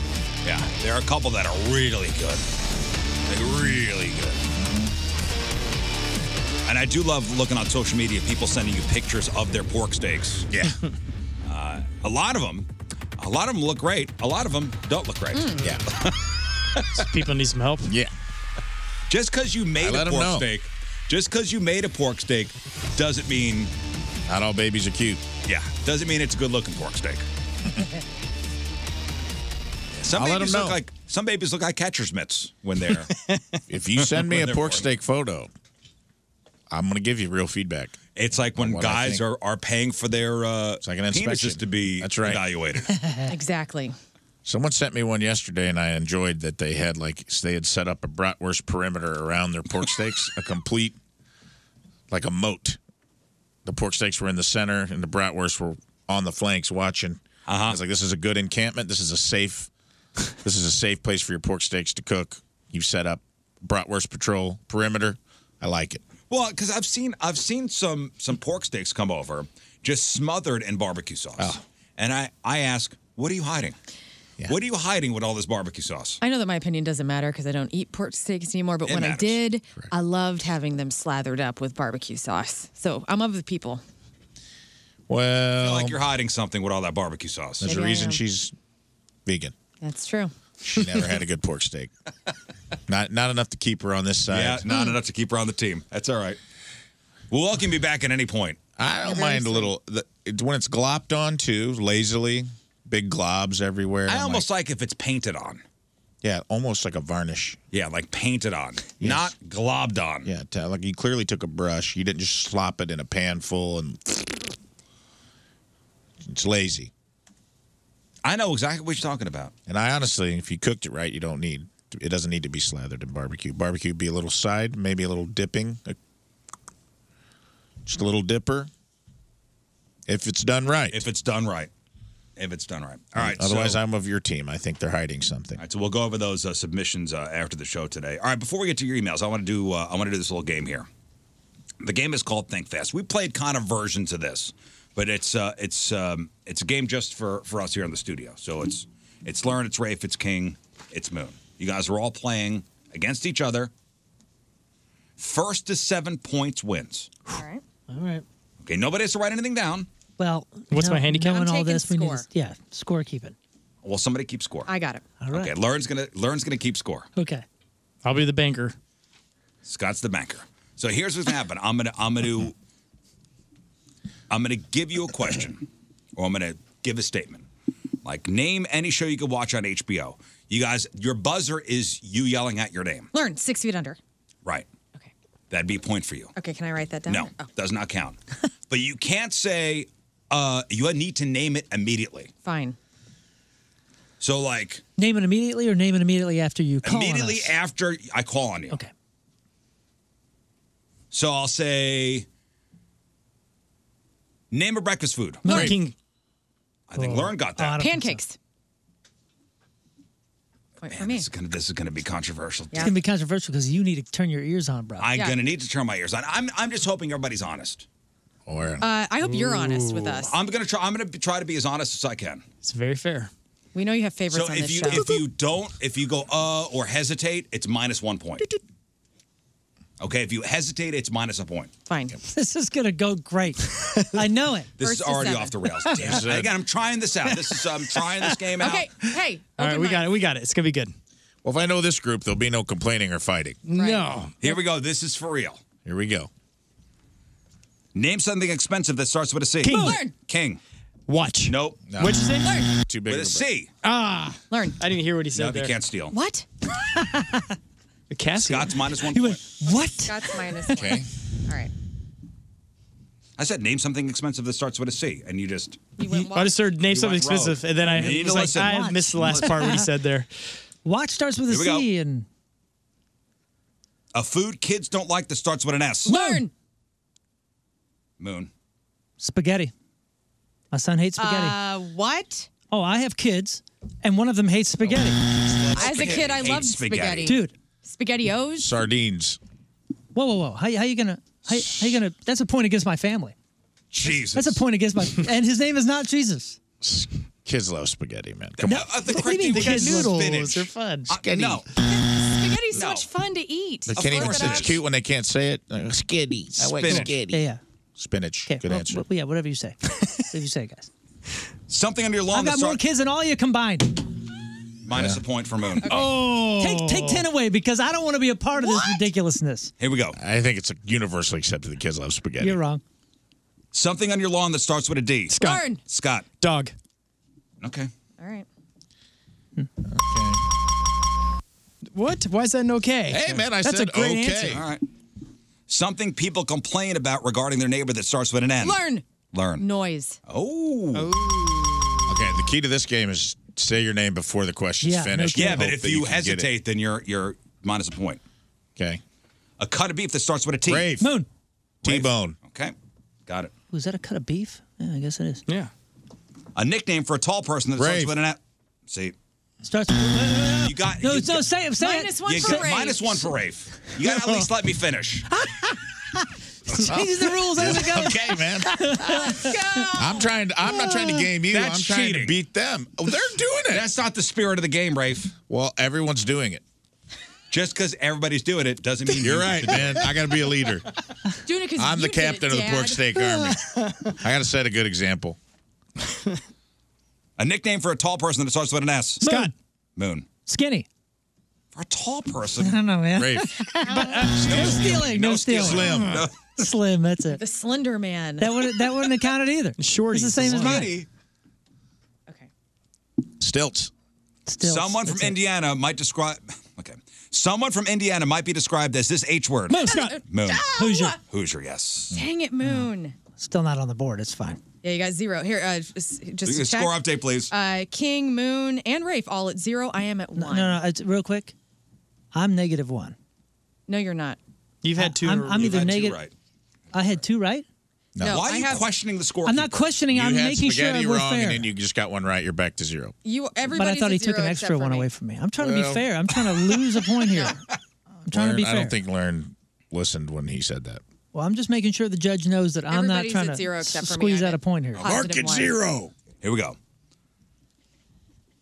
[SPEAKER 1] Yeah, there are a couple that are really good, like really good. And I do love looking on social media, people sending you pictures of their pork steaks.
[SPEAKER 4] Yeah,
[SPEAKER 1] uh, a lot of them, a lot of them look great. A lot of them don't look great.
[SPEAKER 3] Mm.
[SPEAKER 1] Yeah,
[SPEAKER 3] people need some help.
[SPEAKER 4] Yeah.
[SPEAKER 1] Just because you
[SPEAKER 4] I
[SPEAKER 1] made
[SPEAKER 4] let
[SPEAKER 1] a
[SPEAKER 4] 'em
[SPEAKER 1] pork
[SPEAKER 4] know.
[SPEAKER 1] steak, just because you made a pork steak, doesn't mean
[SPEAKER 4] not all babies are cute.
[SPEAKER 1] Yeah, doesn't mean it's a good-looking pork steak. Some
[SPEAKER 4] I'll let
[SPEAKER 1] babies
[SPEAKER 4] 'em
[SPEAKER 1] look
[SPEAKER 4] know.
[SPEAKER 1] like some babies look like catcher's mitts when they're.
[SPEAKER 4] If you send me
[SPEAKER 1] when
[SPEAKER 4] a
[SPEAKER 1] they're
[SPEAKER 4] pork
[SPEAKER 1] born.
[SPEAKER 4] steak photo, I'm gonna give you real feedback.
[SPEAKER 1] It's like when guys are, are paying for their uh,
[SPEAKER 4] like an inspection.
[SPEAKER 1] penises to be
[SPEAKER 4] That's right.
[SPEAKER 1] evaluated.
[SPEAKER 2] exactly.
[SPEAKER 4] Someone sent me one yesterday, and I enjoyed that they had like they had set up a bratwurst perimeter around their pork steaks, a complete like a moat. The pork steaks were in the center, and the bratwurst were on the flanks watching. Uh-huh. I was like, "This is a good encampment. This is a safe. this is a safe place for your pork steaks to cook. You set up bratwurst patrol perimeter. I like it.
[SPEAKER 1] Well, because I've seen I've seen some some pork steaks come over just smothered in barbecue sauce,
[SPEAKER 4] Oh.
[SPEAKER 1] and I I ask, what are you hiding? What are you hiding with all this barbecue sauce?
[SPEAKER 2] I know that my opinion doesn't matter because I don't eat pork steaks anymore, but
[SPEAKER 1] It
[SPEAKER 2] when
[SPEAKER 1] matters.
[SPEAKER 2] I did, I loved having them slathered up with barbecue sauce. So I'm of the people.
[SPEAKER 4] Well,
[SPEAKER 1] I feel like you're hiding something with all that barbecue sauce.
[SPEAKER 4] There's a
[SPEAKER 2] Maybe I
[SPEAKER 4] reason
[SPEAKER 2] am.
[SPEAKER 4] she's vegan.
[SPEAKER 2] That's true.
[SPEAKER 4] She never had a good pork steak. Not not enough to keep her on this side.
[SPEAKER 1] Yeah, not enough to keep her on the team. That's all right. We'll welcome you back at any point.
[SPEAKER 4] I don't mind a little the, it, when it's glopped on too lazily, big globs everywhere.
[SPEAKER 1] I
[SPEAKER 4] I'm
[SPEAKER 1] almost like if it's painted on.
[SPEAKER 4] like- yeah, almost like a varnish.
[SPEAKER 1] Yeah, like painted on, not globbed on.
[SPEAKER 4] Yeah, t- like you clearly took a brush. You didn't just slop it in a pan full and it's lazy.
[SPEAKER 1] I know exactly what you're talking about.
[SPEAKER 4] And I honestly, if you cooked it right, you don't need it doesn't need to be slathered in barbecue. Barbecue would be a little side, maybe a little dipping, a- just a little dipper. If it's done right.
[SPEAKER 1] If it's done right. If it's done right. All right.
[SPEAKER 4] Otherwise,
[SPEAKER 1] so,
[SPEAKER 4] I'm of your team. I think they're hiding something.
[SPEAKER 1] all right, so we'll go over those uh, submissions uh, after the show today. All right, before we get to your emails, I want to do uh, I want to do this little game here. The game is called Think Fast. We played kind of versions of this, but it's uh, it's um, it's a game just for for us here in the studio. So it's it's Learn, it's Rafe, it's King, it's Moon. You guys are all playing against each other. First to seven points wins.
[SPEAKER 2] All right.
[SPEAKER 5] All right.
[SPEAKER 1] Okay, nobody has to write anything down.
[SPEAKER 5] Well,
[SPEAKER 1] What's my handicap?
[SPEAKER 5] Knowing
[SPEAKER 1] I'm
[SPEAKER 5] all
[SPEAKER 1] taking
[SPEAKER 5] this, we need
[SPEAKER 1] score.
[SPEAKER 5] to, yeah, score keeping.
[SPEAKER 1] Well, somebody keep score.
[SPEAKER 2] I got it.
[SPEAKER 5] All right.
[SPEAKER 1] Okay, Learn's gonna Learn's gonna keep score.
[SPEAKER 5] Okay.
[SPEAKER 3] I'll be the banker.
[SPEAKER 1] Scott's the banker. So here's what's gonna happen. I'm gonna I'm gonna I'm gonna give you a question, or I'm gonna give a statement. Like name any show you could watch on HBO. You guys, your buzzer is you yelling at your name.
[SPEAKER 2] Learn six feet under.
[SPEAKER 1] Right. Okay. That'd be a point for you.
[SPEAKER 2] Okay, can I write that down?
[SPEAKER 1] No, does not count. but you can't say uh, you need to name it immediately.
[SPEAKER 2] Fine.
[SPEAKER 1] So like
[SPEAKER 5] Name it immediately or name it immediately after you call on
[SPEAKER 1] immediately
[SPEAKER 5] us.
[SPEAKER 1] after I call on you. Okay. So I'll say name a breakfast food.
[SPEAKER 5] Mountain King.
[SPEAKER 1] I think Lauren got that.
[SPEAKER 2] Pancakes. Point for me.
[SPEAKER 1] This is gonna, this is gonna be controversial.
[SPEAKER 5] It's gonna be controversial because you need to turn your ears on, bro.
[SPEAKER 1] I'm gonna need to turn my ears on. I'm I'm just hoping everybody's honest.
[SPEAKER 4] Or
[SPEAKER 2] Uh, I hope you're honest with us.
[SPEAKER 1] I'm gonna try. I'm gonna be- try to be as honest as I can.
[SPEAKER 3] It's very fair.
[SPEAKER 2] We know you have favorites
[SPEAKER 1] so
[SPEAKER 2] on
[SPEAKER 1] if
[SPEAKER 2] this
[SPEAKER 1] you
[SPEAKER 2] show.
[SPEAKER 1] if you don't if you go uh or hesitate, it's minus one point. Okay, if you hesitate, it's minus a point.
[SPEAKER 2] Fine.
[SPEAKER 5] This is gonna go great. I know it.
[SPEAKER 1] This is already off the rails. Damn it.
[SPEAKER 5] Is it-
[SPEAKER 1] Again, I'm trying this out. This is I'm trying this game out.
[SPEAKER 2] Okay. Hey.
[SPEAKER 4] All right, we got
[SPEAKER 3] it. We got it. It's gonna be good.
[SPEAKER 4] Well, if I know this group, there'll be no complaining or fighting.
[SPEAKER 3] No.
[SPEAKER 1] Here we go. This is for real.
[SPEAKER 4] Here we go.
[SPEAKER 1] Name something expensive that starts with a C.
[SPEAKER 3] King.
[SPEAKER 1] King.
[SPEAKER 3] Watch.
[SPEAKER 1] Nope.
[SPEAKER 3] What'd you say?
[SPEAKER 4] Too big.
[SPEAKER 1] With
[SPEAKER 4] of
[SPEAKER 1] a
[SPEAKER 4] a
[SPEAKER 1] C.
[SPEAKER 3] Ah,
[SPEAKER 2] learn.
[SPEAKER 3] I didn't hear what he said.
[SPEAKER 1] No, you
[SPEAKER 3] there.
[SPEAKER 1] can't steal.
[SPEAKER 2] What?
[SPEAKER 1] Scott's minus one point.
[SPEAKER 3] What?
[SPEAKER 2] Scott's minus one.
[SPEAKER 1] Okay.
[SPEAKER 2] All right.
[SPEAKER 1] I said name something expensive that starts with a C, and you just.
[SPEAKER 3] I just heard name
[SPEAKER 1] You
[SPEAKER 3] something
[SPEAKER 1] went rogue.
[SPEAKER 3] expensive, and then I
[SPEAKER 1] You need to
[SPEAKER 3] was like,
[SPEAKER 1] listen.
[SPEAKER 3] I
[SPEAKER 1] Watch.
[SPEAKER 3] missed the last part what he said there.
[SPEAKER 5] Watch starts with a
[SPEAKER 1] Here we go.
[SPEAKER 5] C and
[SPEAKER 1] A food kids don't like that starts with an S.
[SPEAKER 2] Learn.
[SPEAKER 1] Moon.
[SPEAKER 5] spaghetti. My son hates spaghetti.
[SPEAKER 2] Uh, what?
[SPEAKER 5] oh, I have kids, and one of them hates spaghetti.
[SPEAKER 2] As a kid, I loved spaghetti.
[SPEAKER 5] Dude,
[SPEAKER 2] Spaghetti O's.
[SPEAKER 4] Sardines.
[SPEAKER 5] whoa, whoa, whoa! How, how you gonna? How, how you gonna? That's a point against my family.
[SPEAKER 4] Jesus.
[SPEAKER 5] That's a point against my. and his name is not Jesus.
[SPEAKER 4] Kids love spaghetti, man. Come on.
[SPEAKER 1] uh, the
[SPEAKER 5] What do you mean, kids love
[SPEAKER 3] They're fun.
[SPEAKER 1] Uh, no.
[SPEAKER 2] Spaghetti's so much fun to eat.
[SPEAKER 4] They can't even, it's cute when they can't say it. Uh, Like, Skitty. I like
[SPEAKER 1] Spinach.
[SPEAKER 4] skitty.
[SPEAKER 5] Yeah, yeah.
[SPEAKER 4] Spinach. Good
[SPEAKER 5] Well,
[SPEAKER 4] answer.
[SPEAKER 5] well, yeah, whatever you say. whatever you say, guys.
[SPEAKER 1] Something under your lawn
[SPEAKER 5] I've
[SPEAKER 1] that
[SPEAKER 5] got more
[SPEAKER 1] starts
[SPEAKER 5] kids than all you combined.
[SPEAKER 1] minus a point for Moon.
[SPEAKER 5] Oh, take take ten away because I don't want to be a part of this ridiculousness.
[SPEAKER 1] Here we go.
[SPEAKER 4] I think it's universally accepted that kids love spaghetti.
[SPEAKER 5] You're wrong.
[SPEAKER 1] Something on your lawn that starts with a D. Scott.
[SPEAKER 2] Darn.
[SPEAKER 1] Scott.
[SPEAKER 3] Dog.
[SPEAKER 1] Okay.
[SPEAKER 2] All right.
[SPEAKER 3] What? Why is that an okay?
[SPEAKER 4] Hey, man, I
[SPEAKER 3] That's
[SPEAKER 4] said
[SPEAKER 3] a great
[SPEAKER 4] okay.
[SPEAKER 3] answer.
[SPEAKER 1] All right. Something people complain about regarding their neighbor that starts with an N.
[SPEAKER 2] Learn.
[SPEAKER 1] Learn.
[SPEAKER 2] Noise.
[SPEAKER 1] Oh.
[SPEAKER 4] Okay, the key to this game is say your name before the question's finished.
[SPEAKER 1] Yeah,
[SPEAKER 4] and
[SPEAKER 1] but
[SPEAKER 4] hope
[SPEAKER 1] if
[SPEAKER 4] that
[SPEAKER 1] you,
[SPEAKER 4] can get it.
[SPEAKER 1] hesitate, then you're you're minus a point.
[SPEAKER 4] Okay.
[SPEAKER 1] A cut of beef that starts with a T.
[SPEAKER 4] Brave.
[SPEAKER 5] Moon.
[SPEAKER 1] T-bone. Okay. Got it.
[SPEAKER 5] Was that a cut of beef? Yeah, I guess it is.
[SPEAKER 3] Yeah.
[SPEAKER 1] A nickname for a tall person that
[SPEAKER 5] Brave.
[SPEAKER 1] starts with an F. See.
[SPEAKER 5] Starts. With,
[SPEAKER 1] you got.
[SPEAKER 5] No, no. Say it. Say it.
[SPEAKER 1] you got minus one for Rafe. You got to at least let me finish.
[SPEAKER 5] Changes the rules as it goes.
[SPEAKER 4] Okay, man. I'm trying. To, I'm not trying to game you.
[SPEAKER 1] That's
[SPEAKER 4] I'm trying
[SPEAKER 1] cheating.
[SPEAKER 4] to beat them. Oh, they're doing it.
[SPEAKER 1] That's not the spirit of the game, Rafe.
[SPEAKER 4] Well, everyone's doing it.
[SPEAKER 1] Just because everybody's doing it doesn't mean
[SPEAKER 4] You're
[SPEAKER 1] you
[SPEAKER 4] right,
[SPEAKER 1] should-
[SPEAKER 4] man. I got to be a leader.
[SPEAKER 2] Doing it 'cause
[SPEAKER 4] I'm
[SPEAKER 2] you
[SPEAKER 4] the
[SPEAKER 2] did it,
[SPEAKER 4] captain of the Pork
[SPEAKER 2] Dad.
[SPEAKER 4] Steak Army. I got to set a good example.
[SPEAKER 1] A nickname for a tall person that starts with an S.
[SPEAKER 5] Scott.
[SPEAKER 1] Moon.
[SPEAKER 5] Skinny.
[SPEAKER 1] For a tall person.
[SPEAKER 5] I don't know, man.
[SPEAKER 4] Rafe.
[SPEAKER 5] no stealing. No, stealing.
[SPEAKER 4] Slim.
[SPEAKER 5] Slim. That's it.
[SPEAKER 2] The Slender Man.
[SPEAKER 5] That would that wouldn't have counted either. Shorty. It's the same as mine.
[SPEAKER 4] Stilts.
[SPEAKER 5] Stilts.
[SPEAKER 1] Someone from Indiana might describe. Okay. Someone from Indiana might be described as this H word.
[SPEAKER 5] Moon, Scott.
[SPEAKER 1] Moon.
[SPEAKER 5] Hoosier.
[SPEAKER 1] Hoosier, yes.
[SPEAKER 2] Dang it,
[SPEAKER 1] Oh.
[SPEAKER 2] Moon.
[SPEAKER 5] Still not on the board. It's fine.
[SPEAKER 2] Yeah, you got zero. Here, uh, just
[SPEAKER 1] You can
[SPEAKER 2] just
[SPEAKER 1] score update, please.
[SPEAKER 2] Uh, King, Moon, and Rafe all at zero. I am at
[SPEAKER 5] No,
[SPEAKER 2] one.
[SPEAKER 5] no, no. It's, real quick, I'm negative one.
[SPEAKER 2] No, you're not.
[SPEAKER 3] You've had two.
[SPEAKER 5] I'm, I'm
[SPEAKER 3] you've
[SPEAKER 5] either
[SPEAKER 3] had two
[SPEAKER 5] negative.
[SPEAKER 3] right.
[SPEAKER 5] I had two right.
[SPEAKER 2] No,
[SPEAKER 1] Why are
[SPEAKER 2] I
[SPEAKER 1] you
[SPEAKER 2] have-
[SPEAKER 1] questioning the score?
[SPEAKER 5] I'm not questioning.
[SPEAKER 4] You
[SPEAKER 5] I'm
[SPEAKER 4] had
[SPEAKER 5] making sure
[SPEAKER 4] spaghetti
[SPEAKER 5] we're
[SPEAKER 4] wrong,
[SPEAKER 5] fair.
[SPEAKER 4] and then you just got one right. You're back to zero.
[SPEAKER 2] You
[SPEAKER 5] but I
[SPEAKER 2] everybody's
[SPEAKER 5] that
[SPEAKER 2] at
[SPEAKER 5] he took
[SPEAKER 2] zero
[SPEAKER 5] an
[SPEAKER 2] except
[SPEAKER 5] extra
[SPEAKER 2] for
[SPEAKER 5] one
[SPEAKER 2] me.
[SPEAKER 5] away from me. I'm trying to be
[SPEAKER 4] Well-
[SPEAKER 5] fair. I'm trying to lose a point here. I'm trying to be
[SPEAKER 4] Learn-
[SPEAKER 5] fair.
[SPEAKER 4] I don't think Learn listened when he said that.
[SPEAKER 5] well, I'm just making sure the judge knows that I'm not
[SPEAKER 2] Everybody's
[SPEAKER 5] trying
[SPEAKER 2] at
[SPEAKER 5] to
[SPEAKER 2] zero
[SPEAKER 5] s-
[SPEAKER 2] except for me.
[SPEAKER 5] squeeze
[SPEAKER 2] I'm
[SPEAKER 5] out a
[SPEAKER 2] at
[SPEAKER 5] point here.
[SPEAKER 2] positive one.
[SPEAKER 1] Here we go.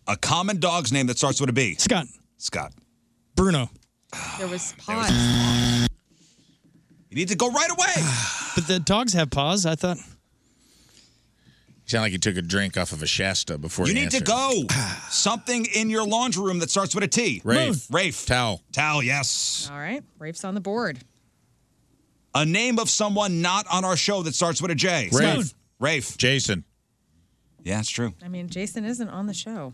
[SPEAKER 1] A common dog's name that starts with a B.
[SPEAKER 3] Scott.
[SPEAKER 1] Scott.
[SPEAKER 3] Bruno.
[SPEAKER 2] There was pause.
[SPEAKER 1] You need to go right away.
[SPEAKER 3] But the dogs have paws. I thought.
[SPEAKER 4] You sound like you took a drink off of a Shasta before
[SPEAKER 1] you
[SPEAKER 4] he
[SPEAKER 1] need to
[SPEAKER 4] answered.
[SPEAKER 1] go. Something in your laundry room that starts with a T.
[SPEAKER 4] Rafe.
[SPEAKER 1] Rafe.
[SPEAKER 4] Towel.
[SPEAKER 1] Towel, yes.
[SPEAKER 2] All right, Rafe's on the board.
[SPEAKER 1] A name of someone not on our show that starts with a J.
[SPEAKER 4] Rafe.
[SPEAKER 1] Smooth. Rafe.
[SPEAKER 4] Jason.
[SPEAKER 1] Yeah, that's true.
[SPEAKER 2] I mean, Jason isn't on the show.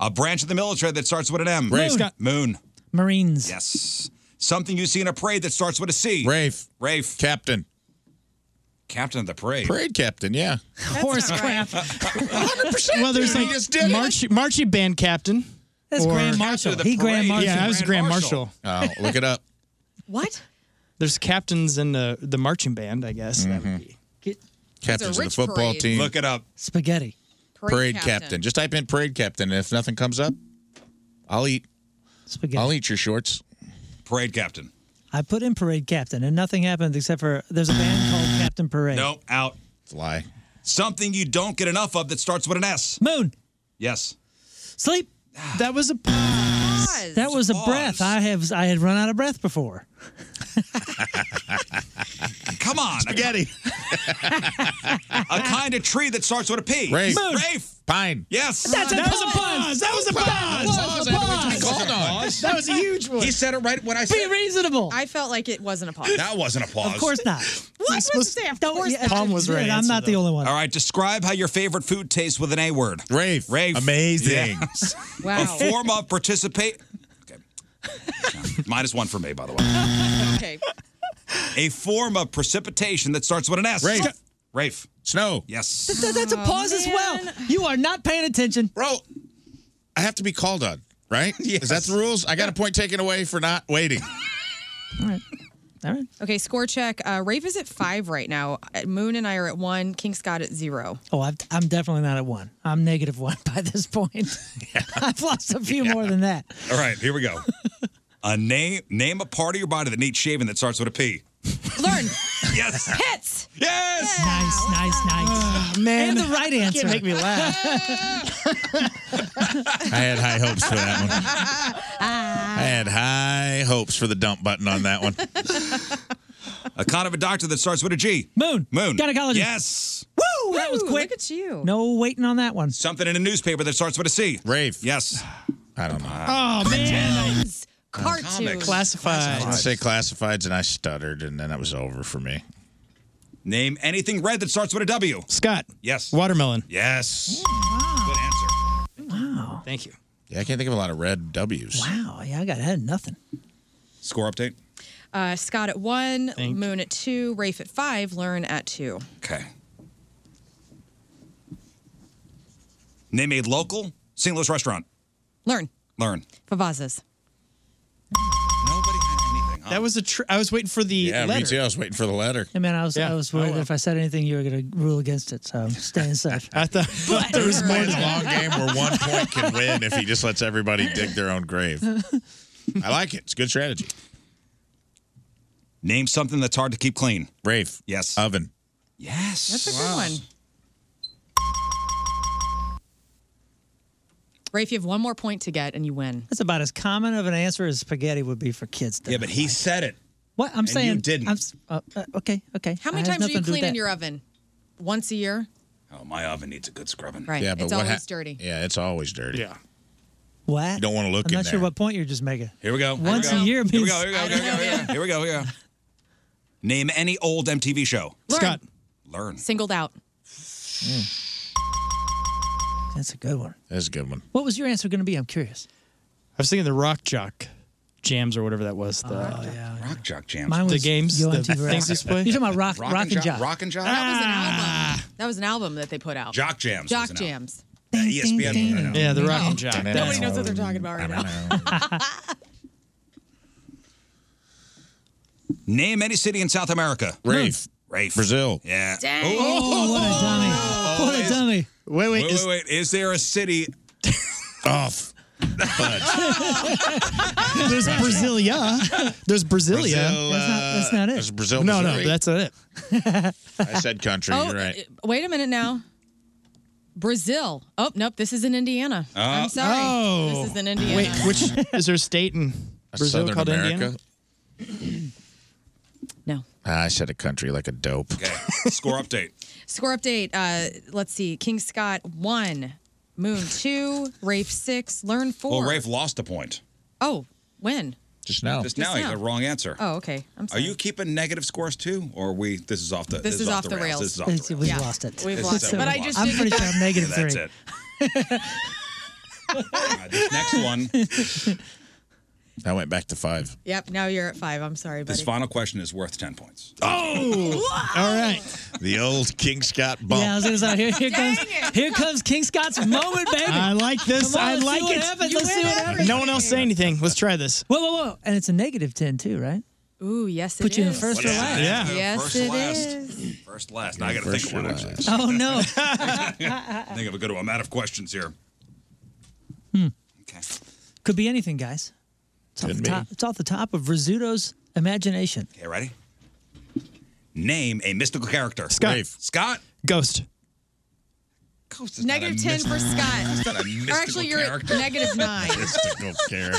[SPEAKER 1] A branch of the military that starts with an M.
[SPEAKER 4] Rafe.
[SPEAKER 1] Moon.
[SPEAKER 4] Scott.
[SPEAKER 1] Moon.
[SPEAKER 5] Marines.
[SPEAKER 1] Yes. Something you see in a parade that starts with a C.
[SPEAKER 4] Rafe.
[SPEAKER 1] Rafe.
[SPEAKER 4] Captain.
[SPEAKER 1] Captain of the parade.
[SPEAKER 4] Parade captain. Yeah.
[SPEAKER 5] Horse crap.
[SPEAKER 3] Well, there's like March, Marching band captain.
[SPEAKER 5] That's
[SPEAKER 3] or-
[SPEAKER 5] Grand
[SPEAKER 1] Captain
[SPEAKER 5] Marshal.
[SPEAKER 1] of the
[SPEAKER 5] He
[SPEAKER 1] parade.
[SPEAKER 5] Grand Marshal.
[SPEAKER 3] Yeah, I was Grand Marshal.
[SPEAKER 4] Oh, look it up.
[SPEAKER 2] What?
[SPEAKER 3] There's captains in the the marching band. I guess that would be.
[SPEAKER 4] Mm-hmm. Captains of the
[SPEAKER 2] rich
[SPEAKER 4] football
[SPEAKER 2] parade.
[SPEAKER 4] team.
[SPEAKER 1] Look it up.
[SPEAKER 5] Spaghetti.
[SPEAKER 4] parade captain. Just type in parade captain, and if nothing comes up, I'll eat.
[SPEAKER 5] Spaghetti.
[SPEAKER 4] I'll eat your shorts.
[SPEAKER 1] Parade captain.
[SPEAKER 5] I put in Parade Captain, and nothing happened except for there's a band called Captain Parade.
[SPEAKER 1] No, out.
[SPEAKER 4] Fly.
[SPEAKER 1] Something you don't get enough of that starts with an S.
[SPEAKER 5] Moon.
[SPEAKER 1] Yes.
[SPEAKER 5] Sleep.
[SPEAKER 3] That was a
[SPEAKER 2] Pause.
[SPEAKER 5] That was a breath. I have I had run out of breath before.
[SPEAKER 1] Come on.
[SPEAKER 4] Spaghetti.
[SPEAKER 1] A kind of tree that starts with a P.
[SPEAKER 4] Rafe.
[SPEAKER 1] Moon.
[SPEAKER 4] Moon.
[SPEAKER 1] Rafe.
[SPEAKER 4] Pine.
[SPEAKER 1] Yes.
[SPEAKER 3] that was a pause. That was a pause.
[SPEAKER 4] Pause. I had to wait to be called on.
[SPEAKER 3] That was a huge one.
[SPEAKER 1] He said it right when I
[SPEAKER 5] Be
[SPEAKER 1] said it.
[SPEAKER 5] reasonable.
[SPEAKER 2] I felt like it wasn't a pause.
[SPEAKER 1] That wasn't a pause.
[SPEAKER 5] Of course not.
[SPEAKER 2] What was the staff? Don't worry.
[SPEAKER 5] only one.
[SPEAKER 1] All right, describe how your favorite food tastes with an A word. Rave. Rave.
[SPEAKER 4] Amazing.
[SPEAKER 2] Wow.
[SPEAKER 1] A form of participate. Okay. Minus one for me, by the way.
[SPEAKER 2] okay.
[SPEAKER 1] A form of precipitation that starts with an S. Rafe. Rafe.
[SPEAKER 4] Snow.
[SPEAKER 1] Yes.
[SPEAKER 5] Th- th- that's a pause as well. You are not paying attention.
[SPEAKER 4] Bro, I have to be called on, right? Is that the rules? I got a point taken away for not waiting.
[SPEAKER 2] Okay, score check. Uh, Rave is at five right now. Uh, Moon and I are at one. King Scott at zero.
[SPEAKER 5] Oh, I've, I'm definitely not at one. I'm negative one by this point. I've lost a few more than that.
[SPEAKER 1] All right, here we go. a name name a part of your body that needs shaving that starts with a P.
[SPEAKER 2] Learn.
[SPEAKER 1] yes.
[SPEAKER 2] Hits.
[SPEAKER 1] Yes.
[SPEAKER 5] Nice, nice, nice.
[SPEAKER 9] man.
[SPEAKER 5] And the right
[SPEAKER 9] You
[SPEAKER 5] answer.
[SPEAKER 9] can't make me
[SPEAKER 4] I had high hopes for that one. I
[SPEAKER 2] Ah.
[SPEAKER 4] had high hopes for the dump button on that one.
[SPEAKER 1] a kind of a doctor that starts with a G.
[SPEAKER 5] Moon.
[SPEAKER 1] Moon.
[SPEAKER 5] Gynecologist.
[SPEAKER 1] Yes.
[SPEAKER 5] Woo, that was quick. Look
[SPEAKER 2] at you.
[SPEAKER 5] No waiting on that one.
[SPEAKER 1] Something in a newspaper that starts with a C. Rave. Yes. Uh, I don't know.
[SPEAKER 5] Oh, man.
[SPEAKER 2] Cartoons.
[SPEAKER 4] I say classifieds, and I stuttered, and then it was over for me.
[SPEAKER 1] Name anything red that starts with a W.
[SPEAKER 3] Scott.
[SPEAKER 1] Yes.
[SPEAKER 3] Watermelon.
[SPEAKER 1] Yes.
[SPEAKER 5] Ah. Wow.
[SPEAKER 3] Thank you.
[SPEAKER 4] Yeah, I can't think of a lot of red W's.
[SPEAKER 5] Wow. Yeah, I got ahead of nothing.
[SPEAKER 1] Score update.
[SPEAKER 2] Uh, Scott at one.
[SPEAKER 1] Thank-
[SPEAKER 2] Moon at two. Rafe at five. Learn at two.
[SPEAKER 1] Okay. Name a local St. Louis restaurant.
[SPEAKER 2] Learn.
[SPEAKER 1] Learn.
[SPEAKER 2] Favazas.
[SPEAKER 3] That was a. Tr- I was waiting for the
[SPEAKER 4] Yeah,
[SPEAKER 3] letter.
[SPEAKER 4] me too. I was waiting for the letter.
[SPEAKER 5] Hey, man, I was, I was
[SPEAKER 3] Oh,
[SPEAKER 5] worried if I said anything, you were going to rule against it. So stay inside.
[SPEAKER 3] I thought
[SPEAKER 4] there was more a long game where one point can win if he just lets everybody dig their own grave. I like it. It's a good strategy.
[SPEAKER 1] Name something that's hard to keep clean.
[SPEAKER 4] Rave.
[SPEAKER 1] Yes.
[SPEAKER 4] Oven.
[SPEAKER 1] Yes.
[SPEAKER 2] That's a good one. Rafe, you have one more point to get and you win.
[SPEAKER 5] That's about as common of an answer as spaghetti would be for kids.
[SPEAKER 1] Yeah, but he said it.
[SPEAKER 5] What I'm
[SPEAKER 2] And you
[SPEAKER 5] saying,
[SPEAKER 1] didn't.
[SPEAKER 5] I'm s- uh, uh, okay, okay.
[SPEAKER 2] How many
[SPEAKER 5] It has
[SPEAKER 2] times are you
[SPEAKER 5] nothing to do with
[SPEAKER 2] cleaning
[SPEAKER 5] that.
[SPEAKER 2] your oven? Once a year?
[SPEAKER 1] Oh, my oven needs a good scrubbing.
[SPEAKER 2] Right.
[SPEAKER 4] Yeah, but
[SPEAKER 2] it's
[SPEAKER 4] what
[SPEAKER 2] always
[SPEAKER 4] hap-
[SPEAKER 2] dirty.
[SPEAKER 4] Yeah, it's always dirty. Yeah.
[SPEAKER 5] What?
[SPEAKER 4] You don't want to look
[SPEAKER 5] I'm
[SPEAKER 4] in
[SPEAKER 5] not
[SPEAKER 4] there.
[SPEAKER 5] sure what point you're just making.
[SPEAKER 1] Here we go.
[SPEAKER 5] Once
[SPEAKER 1] here
[SPEAKER 5] a
[SPEAKER 1] we go.
[SPEAKER 5] year
[SPEAKER 1] Here we
[SPEAKER 5] means-
[SPEAKER 1] go. Here we go. Here
[SPEAKER 5] I don't
[SPEAKER 1] we go.
[SPEAKER 5] know,
[SPEAKER 1] Here we go. Here we go. Here we go. Name any old MTV show.
[SPEAKER 2] Scott.
[SPEAKER 1] Learn.
[SPEAKER 2] Singled out.
[SPEAKER 5] That's a good one.
[SPEAKER 4] That's a good one.
[SPEAKER 5] What was your answer going to be? I'm curious.
[SPEAKER 3] I was thinking the rock jock jams or whatever that was. The,
[SPEAKER 5] Oh,
[SPEAKER 3] yeah,
[SPEAKER 1] rock jock jams.
[SPEAKER 5] Mine
[SPEAKER 3] the
[SPEAKER 5] was
[SPEAKER 3] games,
[SPEAKER 5] Yo
[SPEAKER 3] the
[SPEAKER 5] MTV Rock.
[SPEAKER 3] things you play.
[SPEAKER 5] You're talking about rock, rock, and jock.
[SPEAKER 1] and jock.
[SPEAKER 2] That was an album. That was an album that they put out.
[SPEAKER 1] Jock Jams was
[SPEAKER 2] Jock
[SPEAKER 1] an
[SPEAKER 2] Jams.
[SPEAKER 1] ESPN.
[SPEAKER 3] Yeah, the rock
[SPEAKER 2] No.
[SPEAKER 3] and jock.
[SPEAKER 2] Nobody knows what they're talking about right now.
[SPEAKER 1] Name any city in South America.
[SPEAKER 4] Rafe.
[SPEAKER 1] Rafe.
[SPEAKER 4] Brazil.
[SPEAKER 1] Yeah. Oh,
[SPEAKER 2] Dang.
[SPEAKER 5] Oh, what a dummy! What a dummy!
[SPEAKER 3] Wait,
[SPEAKER 1] Wait, wait, wait. Is there a city?
[SPEAKER 4] Off.
[SPEAKER 3] There's Brasilia. There's Brasilia.
[SPEAKER 4] Brazil, That's not- that's not it. uh, it's Brazil,
[SPEAKER 3] no, no,
[SPEAKER 4] Missouri.
[SPEAKER 3] that's not it.
[SPEAKER 4] I said country.
[SPEAKER 2] Oh,
[SPEAKER 4] You're right.
[SPEAKER 2] Wait a minute now. Brazil. Oh, nope. This is in Indiana.
[SPEAKER 3] Oh.
[SPEAKER 2] I'm sorry.
[SPEAKER 3] Oh.
[SPEAKER 2] This is in Indiana.
[SPEAKER 3] Wait, which is there a state in Brazil
[SPEAKER 4] Southern
[SPEAKER 3] called
[SPEAKER 4] America?
[SPEAKER 3] Indiana?
[SPEAKER 4] Ah, I said a country like a dope.
[SPEAKER 1] Okay. Score update.
[SPEAKER 2] Score update. Uh, let's see. King Scott, one. Moon, two. Rafe, six. Learn, four.
[SPEAKER 1] Well, Oh, Rafe lost a point.
[SPEAKER 2] Oh, when?
[SPEAKER 4] Just now.
[SPEAKER 1] Just now,
[SPEAKER 2] Just
[SPEAKER 1] he
[SPEAKER 2] now.
[SPEAKER 1] got the wrong answer.
[SPEAKER 2] Oh, okay. I'm
[SPEAKER 1] Are
[SPEAKER 2] sorry.
[SPEAKER 1] you keeping negative scores too, or are we? This is off the.
[SPEAKER 2] This is off the rails.
[SPEAKER 1] This is off the rails.
[SPEAKER 5] We've lost it.
[SPEAKER 2] We've
[SPEAKER 1] This
[SPEAKER 2] lost
[SPEAKER 1] is
[SPEAKER 2] it.
[SPEAKER 1] a
[SPEAKER 2] But I
[SPEAKER 1] loss.
[SPEAKER 2] just
[SPEAKER 5] I'm
[SPEAKER 2] did
[SPEAKER 5] pretty
[SPEAKER 2] the
[SPEAKER 5] sure I'm negative
[SPEAKER 1] Yeah, that's
[SPEAKER 5] three.
[SPEAKER 1] it. All right, this next one.
[SPEAKER 4] I went back to five.
[SPEAKER 2] Yep. Now you're at five. I'm sorry, buddy.
[SPEAKER 1] This final question is worth ten points.
[SPEAKER 2] Oh.
[SPEAKER 4] All right. The old King Scott bump.
[SPEAKER 5] Yeah, I was going to say here, here comes here comes King Scott's moment, baby.
[SPEAKER 3] I like this.
[SPEAKER 5] Come on,
[SPEAKER 3] I
[SPEAKER 5] let's
[SPEAKER 3] like
[SPEAKER 5] see what
[SPEAKER 3] it.
[SPEAKER 5] happens. Let's see what happens.
[SPEAKER 3] No one else say anything. Let's try this.
[SPEAKER 5] Whoa, whoa, whoa! And it's a negative ten too, right?
[SPEAKER 2] Ooh, yes, it
[SPEAKER 5] Put you in
[SPEAKER 2] is.
[SPEAKER 5] first or last.
[SPEAKER 3] Yeah.
[SPEAKER 2] Yes,
[SPEAKER 1] First,
[SPEAKER 2] it
[SPEAKER 1] last.
[SPEAKER 2] is.
[SPEAKER 1] First, last. Now I got to think of one. Actually,
[SPEAKER 5] Oh no!
[SPEAKER 1] think of a good one. I'm out of questions here.
[SPEAKER 5] Could be anything, guys. It's off, the
[SPEAKER 1] Could
[SPEAKER 5] top, it's off the top of Rizzuto's imagination.
[SPEAKER 1] Okay, ready? Name a mystical character.
[SPEAKER 5] Scott.
[SPEAKER 1] Rafe. Scott.
[SPEAKER 3] Ghost.
[SPEAKER 2] Negative ten for Scott.
[SPEAKER 4] Not a mystical
[SPEAKER 2] Or actually, you're at
[SPEAKER 4] character.
[SPEAKER 2] negative nine.
[SPEAKER 4] Mystical character.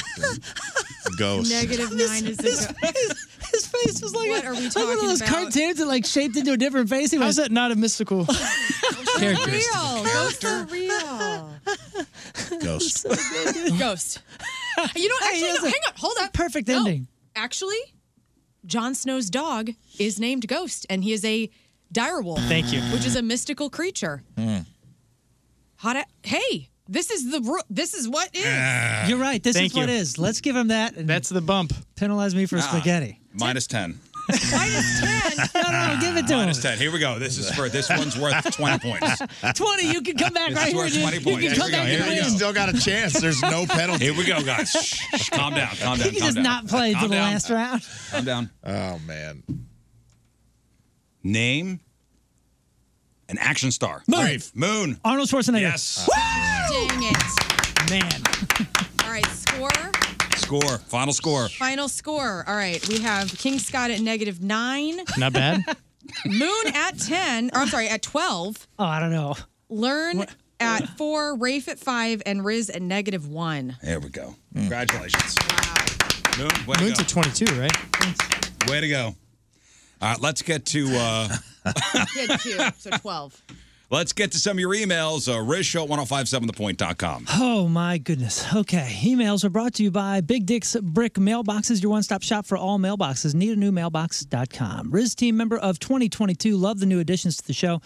[SPEAKER 4] Ghost.
[SPEAKER 2] Negative nine is
[SPEAKER 5] his,
[SPEAKER 2] the
[SPEAKER 5] his, his face was like,
[SPEAKER 2] What
[SPEAKER 5] a-
[SPEAKER 2] are we
[SPEAKER 5] like one of
[SPEAKER 2] talking
[SPEAKER 5] those
[SPEAKER 2] about?
[SPEAKER 5] cartoons that like shaped into a different face. He
[SPEAKER 3] How's
[SPEAKER 5] was,
[SPEAKER 3] that not a mystical character?
[SPEAKER 2] real. Ghosts are real.
[SPEAKER 4] Ghost.
[SPEAKER 2] Ghost. You know,
[SPEAKER 5] Hey,
[SPEAKER 2] actually,
[SPEAKER 5] that's
[SPEAKER 2] no,
[SPEAKER 5] a
[SPEAKER 2] hang on. Hold up.
[SPEAKER 5] perfect
[SPEAKER 2] No.
[SPEAKER 5] ending.
[SPEAKER 2] Actually, Jon Snow's dog is named Ghost, and he is a direwolf.
[SPEAKER 3] Thank you.
[SPEAKER 2] Which is a mystical creature.
[SPEAKER 4] Hmm.
[SPEAKER 2] How to, hey, this is the ru- this is what is.
[SPEAKER 5] You're right. This
[SPEAKER 1] Thank
[SPEAKER 5] is what
[SPEAKER 1] you.
[SPEAKER 5] is. Let's give him that. And That's
[SPEAKER 3] the bump.
[SPEAKER 5] Penalize me for
[SPEAKER 1] Ah,
[SPEAKER 5] spaghetti.
[SPEAKER 1] Minus 10.
[SPEAKER 5] no, no, give it to him.
[SPEAKER 1] Minus 10. Here we go. This is for this one's worth 20 points.
[SPEAKER 5] 20. You can come back
[SPEAKER 1] This
[SPEAKER 5] right
[SPEAKER 1] is
[SPEAKER 5] here.
[SPEAKER 1] worth 20
[SPEAKER 5] dude. You
[SPEAKER 1] points.
[SPEAKER 5] can come back and win.
[SPEAKER 4] Still got a chance. There's no penalty.
[SPEAKER 1] Here we go, guys. Shh, shh, calm down. Calm down.
[SPEAKER 5] He can
[SPEAKER 1] calm
[SPEAKER 5] just
[SPEAKER 1] down.
[SPEAKER 5] not play
[SPEAKER 1] Calm
[SPEAKER 5] to the
[SPEAKER 1] down.
[SPEAKER 5] last round.
[SPEAKER 1] Calm down.
[SPEAKER 4] Oh man.
[SPEAKER 1] Name an action star.
[SPEAKER 5] Moon.
[SPEAKER 1] Brave. Moon.
[SPEAKER 5] Arnold Schwarzenegger.
[SPEAKER 1] Yes.
[SPEAKER 2] Dang it.
[SPEAKER 5] Man.
[SPEAKER 2] All right, score.
[SPEAKER 1] Score. Final score.
[SPEAKER 2] Final score. All right, we have King Scott at negative nine,
[SPEAKER 3] Not bad.
[SPEAKER 2] Moon at 10, or I'm sorry, at 12,
[SPEAKER 5] Oh, I don't know.
[SPEAKER 2] Learn at four, Rafe at five, and Riz at negative one.
[SPEAKER 1] There we go. Congratulations. Moon, way
[SPEAKER 3] Moon's
[SPEAKER 1] to
[SPEAKER 3] at 22, right?
[SPEAKER 1] go. Way to go. All right, let's get to uh,
[SPEAKER 2] He had two, so 12.
[SPEAKER 1] let's get to some of your emails. Uh, Rizshow at 1057thepoint.com.
[SPEAKER 5] Oh my goodness. Okay. Emails are brought to you by Big Dick's Brick Mailboxes, your one stop shop for all mailboxes. Needanewmailbox.com. Riz team member of 2022. Love the new additions to the show.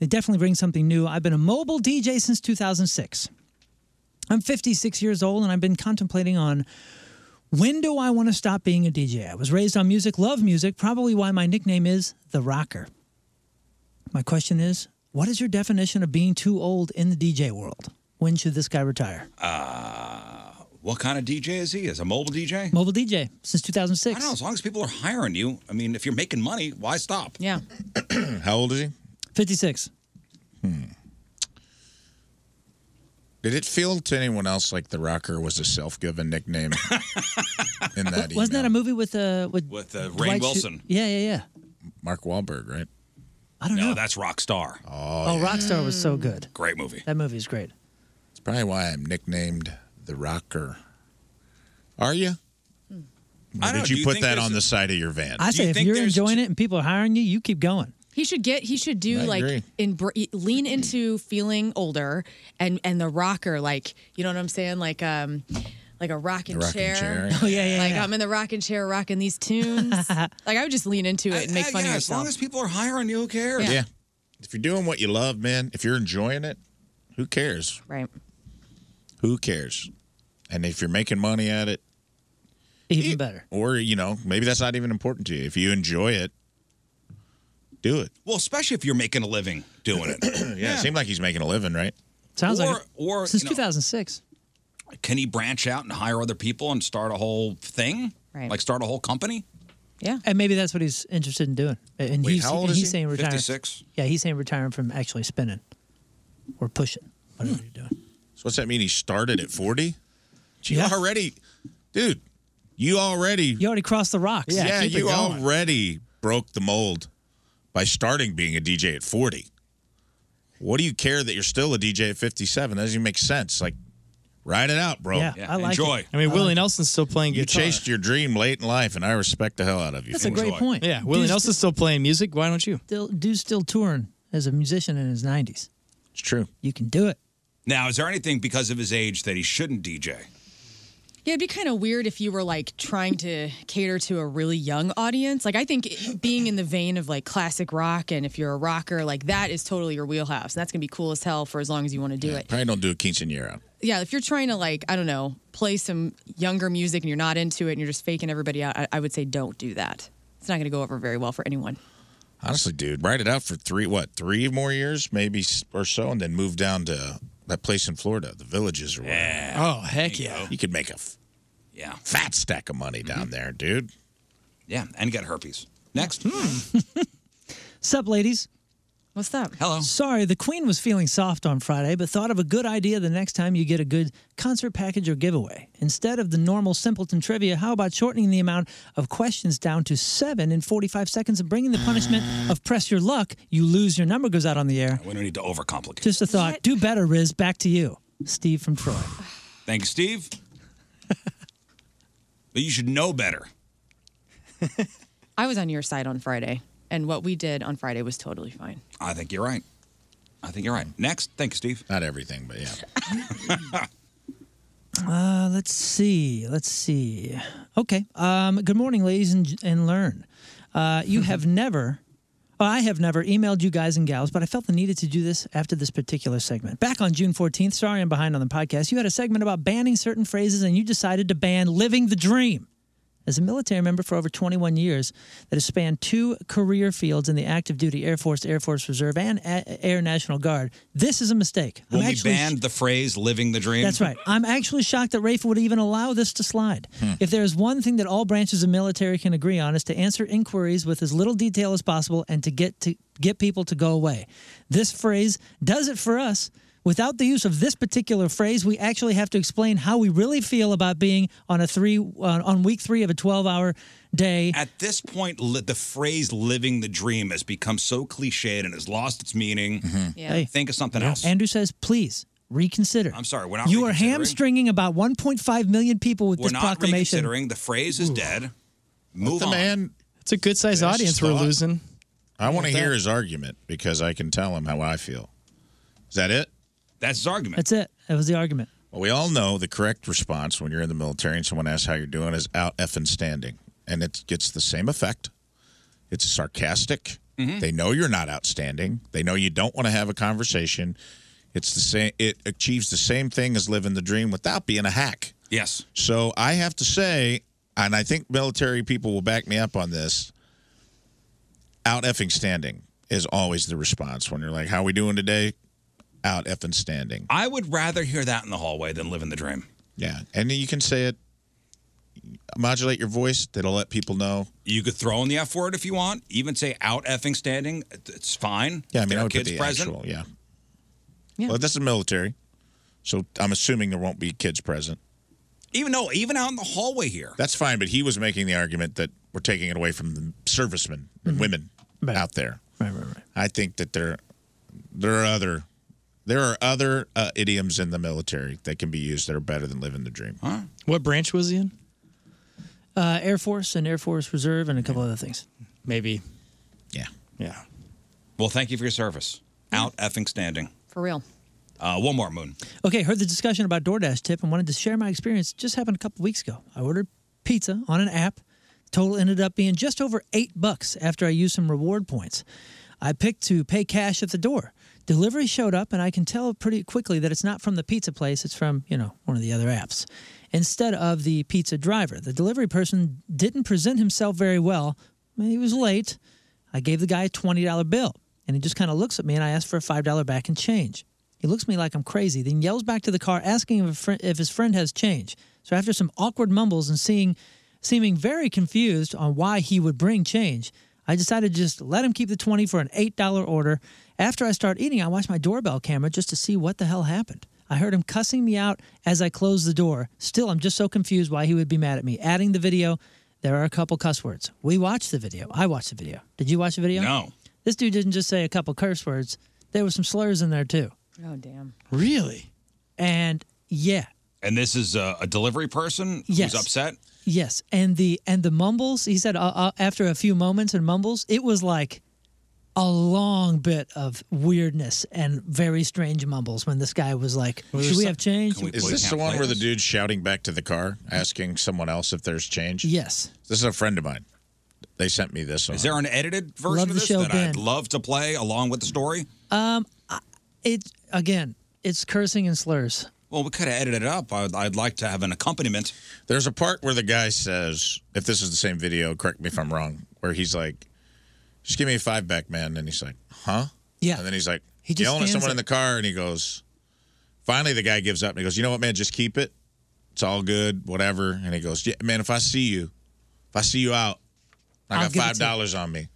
[SPEAKER 5] They definitely bring something new. I've been a mobile DJ since 2006. I'm 56 years old and I've been contemplating on when do I want to stop being a DJ? I was raised on music, love music, probably why my nickname is The Rocker. My question is what is your definition of being too old in the DJ world? When should this guy retire?
[SPEAKER 1] Uh, what kind of DJ is he? Is a mobile DJ?
[SPEAKER 5] Mobile DJ since
[SPEAKER 1] I
[SPEAKER 5] 2006.
[SPEAKER 1] don't know. As long as people are hiring you, I mean, if you're making money, why stop?
[SPEAKER 2] Yeah.
[SPEAKER 4] Hmm, How old is he?
[SPEAKER 5] 56.
[SPEAKER 4] Did it feel to anyone else like the rocker was a self-given nickname? in that email?
[SPEAKER 5] Wasn't that a movie with uh with
[SPEAKER 1] With uh,
[SPEAKER 5] Dwight
[SPEAKER 1] Rain
[SPEAKER 5] Schrute?
[SPEAKER 1] Wilson.
[SPEAKER 5] Yeah, yeah, yeah.
[SPEAKER 4] Mark Wahlberg, right?
[SPEAKER 5] I don't
[SPEAKER 1] no,
[SPEAKER 5] know.
[SPEAKER 1] that's Rockstar.
[SPEAKER 5] Oh, Rockstar was so good.
[SPEAKER 1] Great movie.
[SPEAKER 5] That movie is great.
[SPEAKER 4] It's probably why I'm nicknamed the rocker. Are you?
[SPEAKER 1] Hmm. I
[SPEAKER 4] Or
[SPEAKER 1] don't know,
[SPEAKER 4] did
[SPEAKER 1] do
[SPEAKER 4] you
[SPEAKER 1] you
[SPEAKER 4] put
[SPEAKER 1] think
[SPEAKER 4] that
[SPEAKER 1] there's
[SPEAKER 4] on
[SPEAKER 1] a-
[SPEAKER 4] the side of your van?
[SPEAKER 5] I say if you're enjoying it and people are hiring you, you keep going.
[SPEAKER 2] He should get. He should do
[SPEAKER 5] I
[SPEAKER 2] like
[SPEAKER 5] agree.
[SPEAKER 2] in e, lean into feeling older and and the rocker like you know what I'm saying like um like a rocking,
[SPEAKER 9] The rocking
[SPEAKER 2] chair.
[SPEAKER 9] chair. Oh, yeah, yeah,
[SPEAKER 2] Like
[SPEAKER 9] yeah.
[SPEAKER 2] I'm in the rocking chair rocking these tunes. like I would just lean into it and make
[SPEAKER 1] Yeah,
[SPEAKER 2] fun
[SPEAKER 1] yeah,
[SPEAKER 2] of
[SPEAKER 1] as long
[SPEAKER 2] yourself.
[SPEAKER 1] as people are hiring you, who cares?
[SPEAKER 4] Yeah. If you're doing what you love, man, if you're enjoying it, who cares?
[SPEAKER 2] Right.
[SPEAKER 4] Who cares? And if you're making money at it,
[SPEAKER 5] even better.
[SPEAKER 4] Or, you know, maybe that's not even important to you. If you enjoy it, do it.
[SPEAKER 1] Well, especially if you're making a living doing it.
[SPEAKER 4] yeah, it seemed like he's making a living, right?
[SPEAKER 5] Sounds
[SPEAKER 1] or,
[SPEAKER 5] like it.
[SPEAKER 1] Or
[SPEAKER 5] since
[SPEAKER 1] you know,
[SPEAKER 5] 2006.
[SPEAKER 1] can he branch out and hire other people and start a whole thing?
[SPEAKER 5] Right.
[SPEAKER 1] Like start a whole company?
[SPEAKER 2] Yeah.
[SPEAKER 5] And maybe that's what he's interested in doing. And
[SPEAKER 1] Wait,
[SPEAKER 5] he's,
[SPEAKER 1] how old
[SPEAKER 5] and
[SPEAKER 1] is
[SPEAKER 5] he's
[SPEAKER 1] he?
[SPEAKER 5] saying retiring.
[SPEAKER 1] 56?
[SPEAKER 5] Yeah, he's saying retiring from actually spinning or pushing.
[SPEAKER 4] So what's that mean? He started at 40? You
[SPEAKER 5] Yeah.
[SPEAKER 4] already, dude, you already. You
[SPEAKER 5] already crossed the rocks.
[SPEAKER 4] Yeah,
[SPEAKER 5] keep it
[SPEAKER 4] you
[SPEAKER 5] going.
[SPEAKER 4] already broke the mold by starting being a DJ at 40. What do you care that you're still a DJ at 57? That doesn't even make sense. Like, ride it out, bro.
[SPEAKER 3] Yeah, Yeah, I like enjoy. it. I mean, I Willie like it. Nelson's still playing
[SPEAKER 4] You
[SPEAKER 3] guitar.
[SPEAKER 4] chased your dream late in life, and I respect the hell out of you.
[SPEAKER 5] That's
[SPEAKER 4] for
[SPEAKER 5] a great
[SPEAKER 4] enjoying.
[SPEAKER 5] point.
[SPEAKER 3] Yeah, Willie Nelson's still playing music. Why don't you?
[SPEAKER 5] Still, dude's still touring as a musician in his 90s.
[SPEAKER 4] It's true.
[SPEAKER 5] You can do it.
[SPEAKER 1] Now, is there anything because of his age that he shouldn't DJ?
[SPEAKER 2] Yeah, it'd be kind of weird if you were like trying to cater to a really young audience. Like, I think it- being in the vein of like classic rock, and if you're a rocker, like that is totally your wheelhouse. And that's gonna be cool as hell for as long as you want to do it.
[SPEAKER 4] Probably don't do a quinceanera.
[SPEAKER 2] Yeah, if you're trying to like, I don't know, play some younger music and you're not into it and you're just faking everybody out, I, I would say don't do that. It's not gonna go over very well for anyone.
[SPEAKER 4] Honestly, dude, ride it out for three, what, three more years, maybe s- or so, and then move down to that place in Florida, the villages or whatever.
[SPEAKER 3] Oh, heck yeah.
[SPEAKER 4] You could make a f-
[SPEAKER 1] yeah Mm-hmm.
[SPEAKER 4] fat stack of money down there, dude.
[SPEAKER 1] Yeah, and get herpes. Next.
[SPEAKER 3] Hmm.
[SPEAKER 5] Sup, ladies?
[SPEAKER 2] What's up?
[SPEAKER 1] Hello.
[SPEAKER 5] Sorry, the Queen was feeling soft on Friday, but thought of a good idea the next time you get a good concert package or giveaway. Instead of the normal simpleton trivia, how about shortening the amount of questions down to seven in 45 seconds and bringing the punishment of press your luck, you lose, your number goes out on the air.
[SPEAKER 1] We don't need to overcomplicate.
[SPEAKER 5] Just a thought. Do better, Riz. Back to you. Steve from Troy.
[SPEAKER 1] Thank you, Steve. but you should know better.
[SPEAKER 2] I was on your side on Friday, and what we did on Friday was totally fine.
[SPEAKER 1] I think you're right. I think you're right. Next. Thank you, Steve.
[SPEAKER 4] Not everything, but yeah.
[SPEAKER 5] Uh, let's see. Let's see. Okay. Um, good morning, ladies and, and learn. Uh, you have never, well, I have never emailed you guys and gals, but I felt the needed to do this after this particular segment. Back on June 14th, sorry I'm behind on the podcast, you had a segment about banning certain phrases and you decided to ban living the dream. As a military member for over 21 years, that has spanned two career fields in the active duty Air Force, Air Force Reserve, and A- Air National Guard, this is a mistake. I'm
[SPEAKER 1] When we
[SPEAKER 5] actually
[SPEAKER 1] banned the phrase "living the dream,"
[SPEAKER 5] that's right. I'm actually shocked that Rafe would even allow this to slide.
[SPEAKER 1] Hmm.
[SPEAKER 5] If there is one thing that all branches of military can agree on is to answer inquiries with as little detail as possible and to get to get people to go away. This phrase does it for us. Without the use of this particular phrase, we actually have to explain how we really feel about being on a three on, on week 3 of a 12-hour day.
[SPEAKER 1] At this point, li- the phrase "living the dream" has become so cliched and has lost its meaning.
[SPEAKER 4] Mm-hmm.
[SPEAKER 5] Yeah. Hey.
[SPEAKER 1] Think of something else.
[SPEAKER 5] Andrew says, "Please reconsider."
[SPEAKER 1] I'm sorry, we're not.
[SPEAKER 5] You are
[SPEAKER 1] reconsidering.
[SPEAKER 5] hamstringing about 1.5 million people with
[SPEAKER 1] We're
[SPEAKER 5] this
[SPEAKER 1] not
[SPEAKER 5] proclamation.
[SPEAKER 1] reconsidering. The phrase is dead. Move
[SPEAKER 4] the
[SPEAKER 1] on.
[SPEAKER 4] man
[SPEAKER 3] It's a good sized
[SPEAKER 4] Finish
[SPEAKER 3] audience
[SPEAKER 4] his
[SPEAKER 3] we're
[SPEAKER 4] thought.
[SPEAKER 3] losing.
[SPEAKER 4] I want to
[SPEAKER 3] Yeah,
[SPEAKER 4] hear
[SPEAKER 3] that-
[SPEAKER 4] his argument because I can tell him how I feel. Is that it?
[SPEAKER 1] That's his argument.
[SPEAKER 5] That's it. That was the argument.
[SPEAKER 4] Well, we all know the correct response when you're in the military and someone asks how you're doing is out effing standing. And it gets the same effect. It's sarcastic.
[SPEAKER 1] Mm-hmm.
[SPEAKER 7] Hmm.
[SPEAKER 4] They know you're not outstanding. They know you don't want to have a conversation. It's the same it achieves the same thing as living the dream without being a hack.
[SPEAKER 1] Yes.
[SPEAKER 4] So I have to say, and I think military people will back me up on this, out effing standing is always the response when you're like, How we doing today? Out effing standing.
[SPEAKER 1] I would rather hear that in the hallway than living the dream.
[SPEAKER 4] Yeah, and then you can say it. Modulate your voice. That'll let people know.
[SPEAKER 1] You could throw in the F word if you want. Even say out effing standing. It- It's fine.
[SPEAKER 4] Yeah, I mean,
[SPEAKER 1] If there
[SPEAKER 4] I
[SPEAKER 1] are
[SPEAKER 4] would put
[SPEAKER 1] kids
[SPEAKER 4] the
[SPEAKER 1] present.
[SPEAKER 4] actual. Yeah. Well, this is military, so I'm assuming there won't be kids present.
[SPEAKER 1] Even though, even out in the hallway here.
[SPEAKER 4] That's fine, but he was making the argument that we're taking it away from the servicemen
[SPEAKER 1] Mm-hmm.
[SPEAKER 4] and women out there.
[SPEAKER 5] Right, right, right.
[SPEAKER 4] I think that there, there are other, there are other uh, idioms in the military that can be used that are better than living the dream.
[SPEAKER 3] What branch was he in?
[SPEAKER 5] Uh, Air Force and Air Force Reserve and a couple other things.
[SPEAKER 3] Maybe.
[SPEAKER 4] Yeah.
[SPEAKER 3] Yeah.
[SPEAKER 1] Well, thank you for your service. Out effing standing.
[SPEAKER 2] For real.
[SPEAKER 1] Uh, one more moon.
[SPEAKER 5] Okay, heard the discussion about DoorDash tip and wanted to share my experience. It just happened a couple weeks ago. I ordered pizza on an app. Total ended up being just over eight bucks after I used some reward points. I picked to pay cash at the door. Delivery showed up, and I can tell pretty quickly that it's not from the pizza place. It's from you know one of the other apps. Instead of the pizza driver, the delivery person didn't present himself very well. He was late. I gave the guy a $20 bill, and he just kind of looks at me, and I ask for a $5 back and change. He looks at me like I'm crazy, then yells back to the car, asking if, a friend, if his friend has change. So after some awkward mumbles and seeing, seeming very confused on why he would bring change, I decided to just let him keep the 20 for an $8 order. After I start eating, I watch my doorbell camera just to see what the hell happened. I heard him cussing me out as I closed the door. Still, I'm just so confused why he would be mad at me. Adding the video, there are a couple cuss words. We watched the video. I watched the video. Did you watch the video?
[SPEAKER 1] No.
[SPEAKER 5] This dude didn't just say a couple curse words. There were some slurs in there too.
[SPEAKER 2] Oh, damn.
[SPEAKER 5] Really? And yeah,
[SPEAKER 1] And this is a, a delivery person
[SPEAKER 5] Yes.
[SPEAKER 1] who's upset.
[SPEAKER 5] yes, and the and the mumbles. He said uh, uh, after a few moments and mumbles, it was like a long bit of weirdness and very strange mumbles when this guy was like, "Should we have change?"
[SPEAKER 4] Is this the one where the dude's shouting back to the car, asking someone else if there's change?
[SPEAKER 5] Yes.
[SPEAKER 4] This is a friend of mine. They sent me this.
[SPEAKER 1] Is there an edited version
[SPEAKER 5] Love
[SPEAKER 1] of
[SPEAKER 5] the
[SPEAKER 1] this
[SPEAKER 5] show,
[SPEAKER 1] that I'd
[SPEAKER 5] Ben.
[SPEAKER 1] love to play along with the story?
[SPEAKER 5] Um, I- it again, it's cursing and slurs.
[SPEAKER 1] Well, we could have edited it up. I'd, I'd like to have an accompaniment.
[SPEAKER 4] There's a part where the guy says, if this is the same video, correct me if I'm wrong, where he's like, just give me a five back, man. And he's like, huh?
[SPEAKER 5] Yeah.
[SPEAKER 4] And then he's like,
[SPEAKER 5] He just
[SPEAKER 4] yelling at
[SPEAKER 5] stands
[SPEAKER 4] someone in the car, and he goes, finally, the guy gives up and he goes, you know what, man, just keep it. It's all good, whatever. And he goes, yeah, man, if I see you, if I see you out, I
[SPEAKER 5] I'll
[SPEAKER 4] got
[SPEAKER 5] give it to you.
[SPEAKER 4] $5 on me,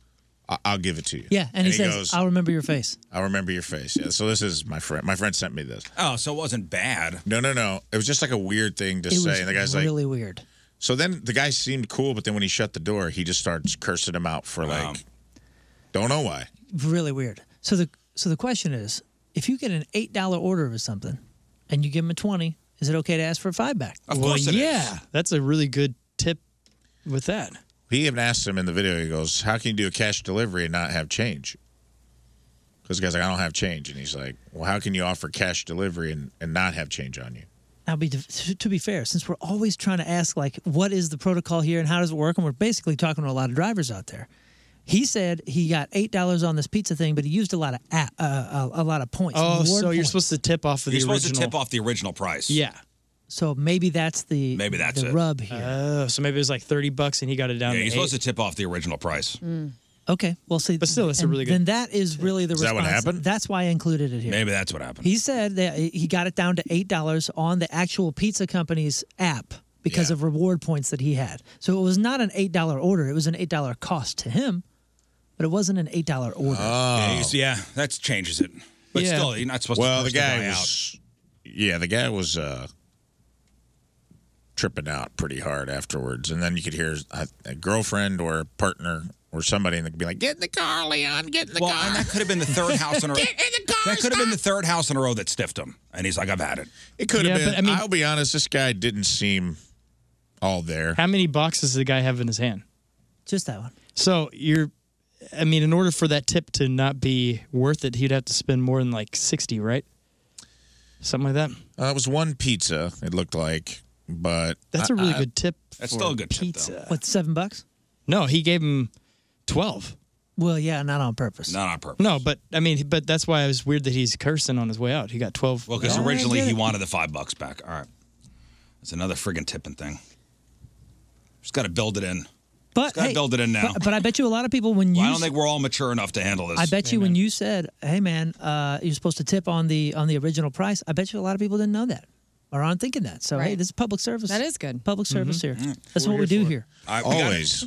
[SPEAKER 4] I- I'll give it to you.
[SPEAKER 5] Yeah, and, he, says,
[SPEAKER 4] goes,
[SPEAKER 5] "I'll remember your face."
[SPEAKER 4] I remember your face. Yeah. So this is my friend. My friend sent me this.
[SPEAKER 1] Oh, so it wasn't bad.
[SPEAKER 4] No, no, no. It was just like a weird thing to
[SPEAKER 5] it
[SPEAKER 4] say.
[SPEAKER 5] was
[SPEAKER 4] and the guy's like,
[SPEAKER 5] really weird.
[SPEAKER 4] so then the guy seemed cool, but then when he shut the door, he just starts cursing him out for like, don't know why.
[SPEAKER 5] really weird. So the so the question is, if you get an eight dollar order of something, and you give them a twenty, is it okay to ask for a five back?
[SPEAKER 1] Oh.
[SPEAKER 3] well, yeah, that's a really good tip with that.
[SPEAKER 4] He even asked him in the video, he goes, how can you do a cash delivery and not have change? Because the guy's like, I don't have change. And he's like, well, how can you offer cash delivery and, and not have change on you?
[SPEAKER 5] Now, be to be fair, since we're always trying to ask like, what is the protocol here and how does it work, and we're basically talking to a lot of drivers out there. He said he got eight dollars on this pizza thing, but he used a lot of app, uh, a, a lot of points.
[SPEAKER 3] Oh,
[SPEAKER 5] reward
[SPEAKER 3] so you're
[SPEAKER 5] points.
[SPEAKER 3] supposed to tip off of
[SPEAKER 1] You're
[SPEAKER 3] the
[SPEAKER 1] supposed
[SPEAKER 3] original.
[SPEAKER 1] to tip off the original price.
[SPEAKER 3] Yeah.
[SPEAKER 5] so maybe that's the
[SPEAKER 1] Maybe that's
[SPEAKER 5] the
[SPEAKER 1] it.
[SPEAKER 5] rub here.
[SPEAKER 3] Oh, so maybe it was like thirty bucks, and he got it down.
[SPEAKER 1] Yeah,
[SPEAKER 3] to
[SPEAKER 1] you're
[SPEAKER 3] eight.
[SPEAKER 1] supposed to tip off the original price.
[SPEAKER 5] Okay, well, see, but still,
[SPEAKER 3] that's a really good-
[SPEAKER 5] Then that is really the
[SPEAKER 1] Is that
[SPEAKER 5] response.
[SPEAKER 1] what happened?
[SPEAKER 5] That's why I included it here.
[SPEAKER 1] Maybe that's what happened.
[SPEAKER 5] He said that he got it down to eight dollars on the actual pizza company's app because of reward points that he had. So it was not an eight dollar order; it was an eight dollar cost to him, but it wasn't an eight dollar order.
[SPEAKER 3] Oh.
[SPEAKER 1] Yeah, you see- yeah, that changes it. But
[SPEAKER 5] Yeah.
[SPEAKER 1] still, you're not supposed
[SPEAKER 4] Oh. well,
[SPEAKER 1] to
[SPEAKER 4] the
[SPEAKER 1] force
[SPEAKER 4] guy
[SPEAKER 1] guy out.
[SPEAKER 4] was, Yeah, the guy was uh, tripping out pretty hard afterwards, and then you could hear a, a girlfriend or a partner or somebody, and they'd be like, "Get in the car, Leon. Get in the
[SPEAKER 1] well,
[SPEAKER 4] car."
[SPEAKER 1] and that could have been the third house in a row.
[SPEAKER 4] Get
[SPEAKER 1] that could have been the third house in a row that stiffed him, and he's like, "I've had it."
[SPEAKER 4] It could
[SPEAKER 3] Yeah,
[SPEAKER 4] have been.
[SPEAKER 3] but
[SPEAKER 4] I
[SPEAKER 3] I mean-
[SPEAKER 4] will be honest. This guy didn't seem all there.
[SPEAKER 3] How many boxes does the guy have in his hand?
[SPEAKER 5] Just that one.
[SPEAKER 3] So you're, I mean, in order for that tip to not be worth it, he'd have to spend more than like sixty, right? Something like that.
[SPEAKER 4] Uh, it was one pizza. It looked like, but
[SPEAKER 3] That's
[SPEAKER 4] a
[SPEAKER 3] a really good tip. for pizza.
[SPEAKER 5] What seven bucks?
[SPEAKER 3] No, he gave him twelve.
[SPEAKER 5] Well, yeah, not on purpose.
[SPEAKER 1] Not on purpose.
[SPEAKER 3] No, but I mean, but that's why it was weird that he's cursing on his way out. He got twelve.
[SPEAKER 1] Well, because originally he wanted the five bucks back. All right, it's another friggin' tipping thing. Just got to build it in.
[SPEAKER 5] But
[SPEAKER 1] Just got to
[SPEAKER 5] hey,
[SPEAKER 1] build it in now.
[SPEAKER 5] But, but I bet you a lot of people when you
[SPEAKER 1] Well, I don't think we're all mature enough to handle this.
[SPEAKER 5] I bet you when you said, "Hey man, uh, you're supposed to tip on the on the original price," I bet you a lot of people didn't know that or aren't thinking that. So hey, this is public service. That is good. Public
[SPEAKER 4] Mm-hmm.
[SPEAKER 5] service here. That's what we do here.
[SPEAKER 1] I,
[SPEAKER 4] Always.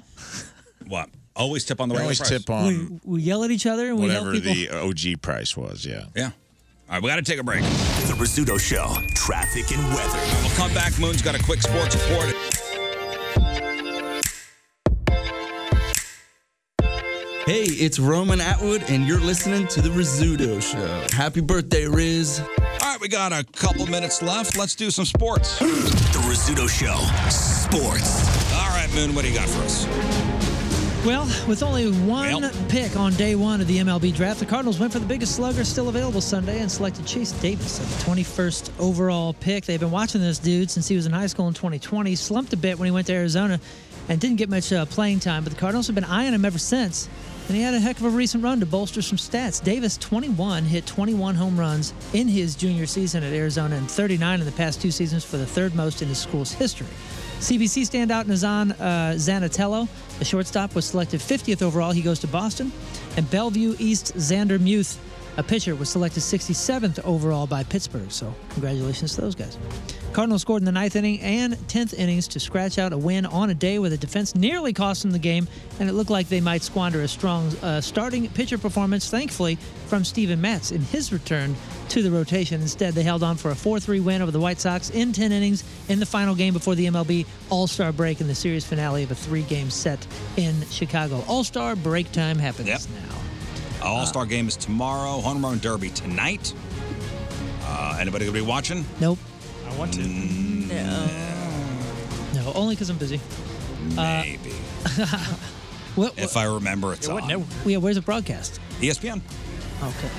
[SPEAKER 1] what? Always tip on the
[SPEAKER 4] We
[SPEAKER 1] right
[SPEAKER 4] always
[SPEAKER 1] price.
[SPEAKER 4] tip on
[SPEAKER 5] We, we yell at each other and we help
[SPEAKER 4] whatever
[SPEAKER 5] people.
[SPEAKER 4] the OG price was. Yeah.
[SPEAKER 1] Yeah. All right, we got to take a break.
[SPEAKER 18] The Rizzuto Show, traffic and weather.
[SPEAKER 1] We'll come back. Moon's got a quick sports report.
[SPEAKER 20] Hey, it's Roman Atwood, and you're listening to The Rizzuto Show. Happy birthday, Riz.
[SPEAKER 1] All right, we got a couple minutes left. Let's do some sports. The Rizzuto Show. Sports. All right, Moon, what do you got for us?
[SPEAKER 5] Well, with only one pick on day one of the MLB draft, the Cardinals went for the biggest slugger still available Sunday and selected Chase Davis at the 21st overall pick. They've been watching this dude since he was in high school in 2020. Slumped a bit when he went to Arizona and didn't get much uh, playing time, but the Cardinals have been eyeing him ever since. And he had a heck of a recent run to bolster some stats. Davis, 21, hit 21 home runs in his junior season at Arizona and 39 in the past two seasons for the third most in his school's history. CBC standout Nazan uh, Zanatello, the shortstop, was selected 50th overall. He goes to Boston. And Bellevue East Xander Muth, a pitcher, was selected 67th overall by Pittsburgh. So congratulations to those guys. Cardinals scored in the ninth inning and 10th innings to scratch out a win on a day where the defense nearly cost them the game, and it looked like they might squander a strong uh, starting pitcher performance, thankfully, from Steven Matz in his return to the rotation. Instead, they held on for a 4 3 win over the White Sox in 10 innings in the final game before the MLB All Star break and the series finale of a three game set in Chicago. All Star break time happens now.
[SPEAKER 1] All
[SPEAKER 5] Uh,
[SPEAKER 1] Star game is tomorrow. Home Run Derby tonight. Uh, anybody gonna be watching? Mm,
[SPEAKER 5] Nope.
[SPEAKER 3] I want to.
[SPEAKER 5] No, only because I'm busy. Uh,
[SPEAKER 1] Maybe.
[SPEAKER 5] what,
[SPEAKER 1] if I remember, it's on. E
[SPEAKER 5] yeah, where's the broadcast?
[SPEAKER 1] ESPN.
[SPEAKER 5] Okay.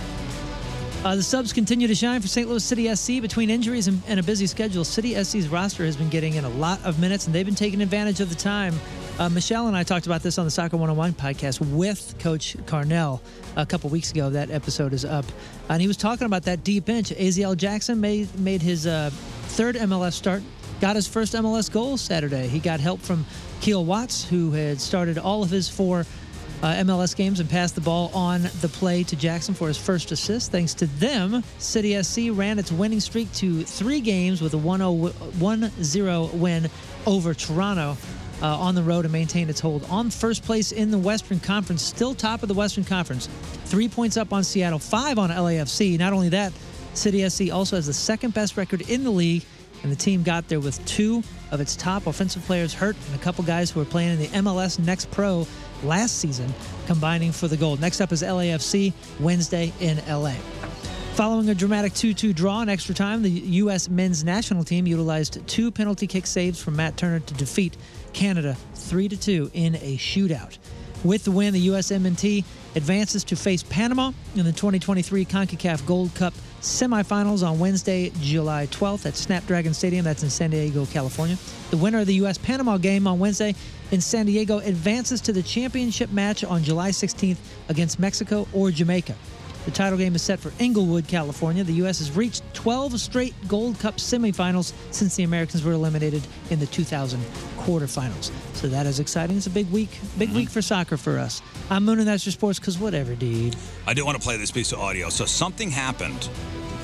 [SPEAKER 5] Uh, the subs continue to shine for St. Louis City SC. Between injuries and, and a busy schedule, City SC's roster has been getting in a lot of minutes, and they've been taking advantage of the time. Uh, Michelle and I talked about this on the Soccer 101 podcast with Coach Carnell a couple weeks ago. That episode is up. And he was talking about that deep bench. Aziel Jackson made, made his uh, third MLS start, got his first MLS goal Saturday. He got help from Keel Watts, who had started all of his four uh, MLS games and passed the ball on the play to Jackson for his first assist. Thanks to them, City SC ran its winning streak to three games with a 1-0 1-0 win over Toronto. Uh, on the road and maintained its hold on first place in the Western Conference, still top of the Western Conference. Three points up on Seattle, five on LAFC. Not only that, City SC also has the second best record in the league, and the team got there with two of its top offensive players hurt and a couple guys who were playing in the MLS Next Pro last season combining for the gold. Next up is LAFC Wednesday in LA. Following a dramatic 2 2 draw in extra time, the U.S. men's national team utilized two penalty kick saves from Matt Turner to defeat Canada 3 2 in a shootout. With the win, the U.S. M&T advances to face Panama in the 2023 CONCACAF Gold Cup semifinals on Wednesday, July 12th at Snapdragon Stadium. That's in San Diego, California. The winner of the U.S. Panama game on Wednesday in San Diego advances to the championship match on July 16th against Mexico or Jamaica. The title game is set for Inglewood, California. The U.S. has reached 12 straight Gold Cup semifinals since the Americans were eliminated in the 2000 quarterfinals. So that is exciting. It's a big week, big week
[SPEAKER 4] Mm-hmm.
[SPEAKER 5] for soccer for us. I'm Moon and that's your sports because whatever, dude.
[SPEAKER 1] I do want to play this piece of audio. So something happened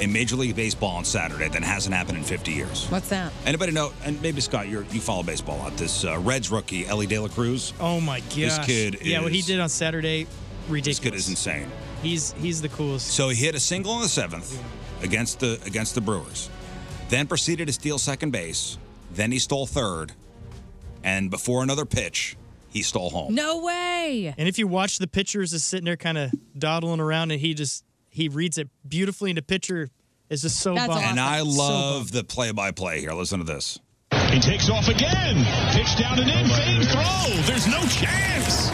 [SPEAKER 1] in Major League Baseball on Saturday that hasn't happened in 50 years.
[SPEAKER 2] What's that?
[SPEAKER 1] Anybody know? And maybe Scott, you're, you follow baseball out. This uh, Reds rookie Ellie De La Cruz.
[SPEAKER 3] Oh my gosh.
[SPEAKER 1] This kid
[SPEAKER 3] Yeah, what he
[SPEAKER 1] is-
[SPEAKER 3] did on Saturday, ridiculous.
[SPEAKER 1] This kid is insane.
[SPEAKER 3] He's he's the coolest.
[SPEAKER 1] So he hit a single in the seventh against the against the Brewers, then proceeded to steal second base. Then he stole third, and before another pitch, he stole home.
[SPEAKER 2] No way.
[SPEAKER 3] And if you watch the pitchers is sitting there kind of dawdling around and he just he reads it beautifully and the pitcher is just so bummed.
[SPEAKER 1] And I
[SPEAKER 3] So
[SPEAKER 1] love the play-by-play here. Listen to this.
[SPEAKER 7] He takes off again. Pitch down and in. Fade throw. There's no chance.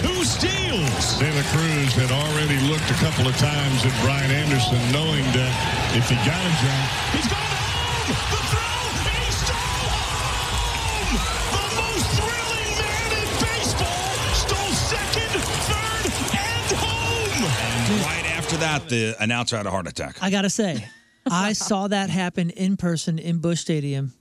[SPEAKER 7] Two steals.
[SPEAKER 21] De La Uh, Cruz had already looked a couple of times at Brian Anderson, knowing that if he got a jump,
[SPEAKER 7] He's going home. The throw. And he stole home. The most thrilling man in baseball stole second, third, and home.
[SPEAKER 1] Right after that, the announcer had a heart attack.
[SPEAKER 5] I gotta say, I saw that happen in person in Bush Stadium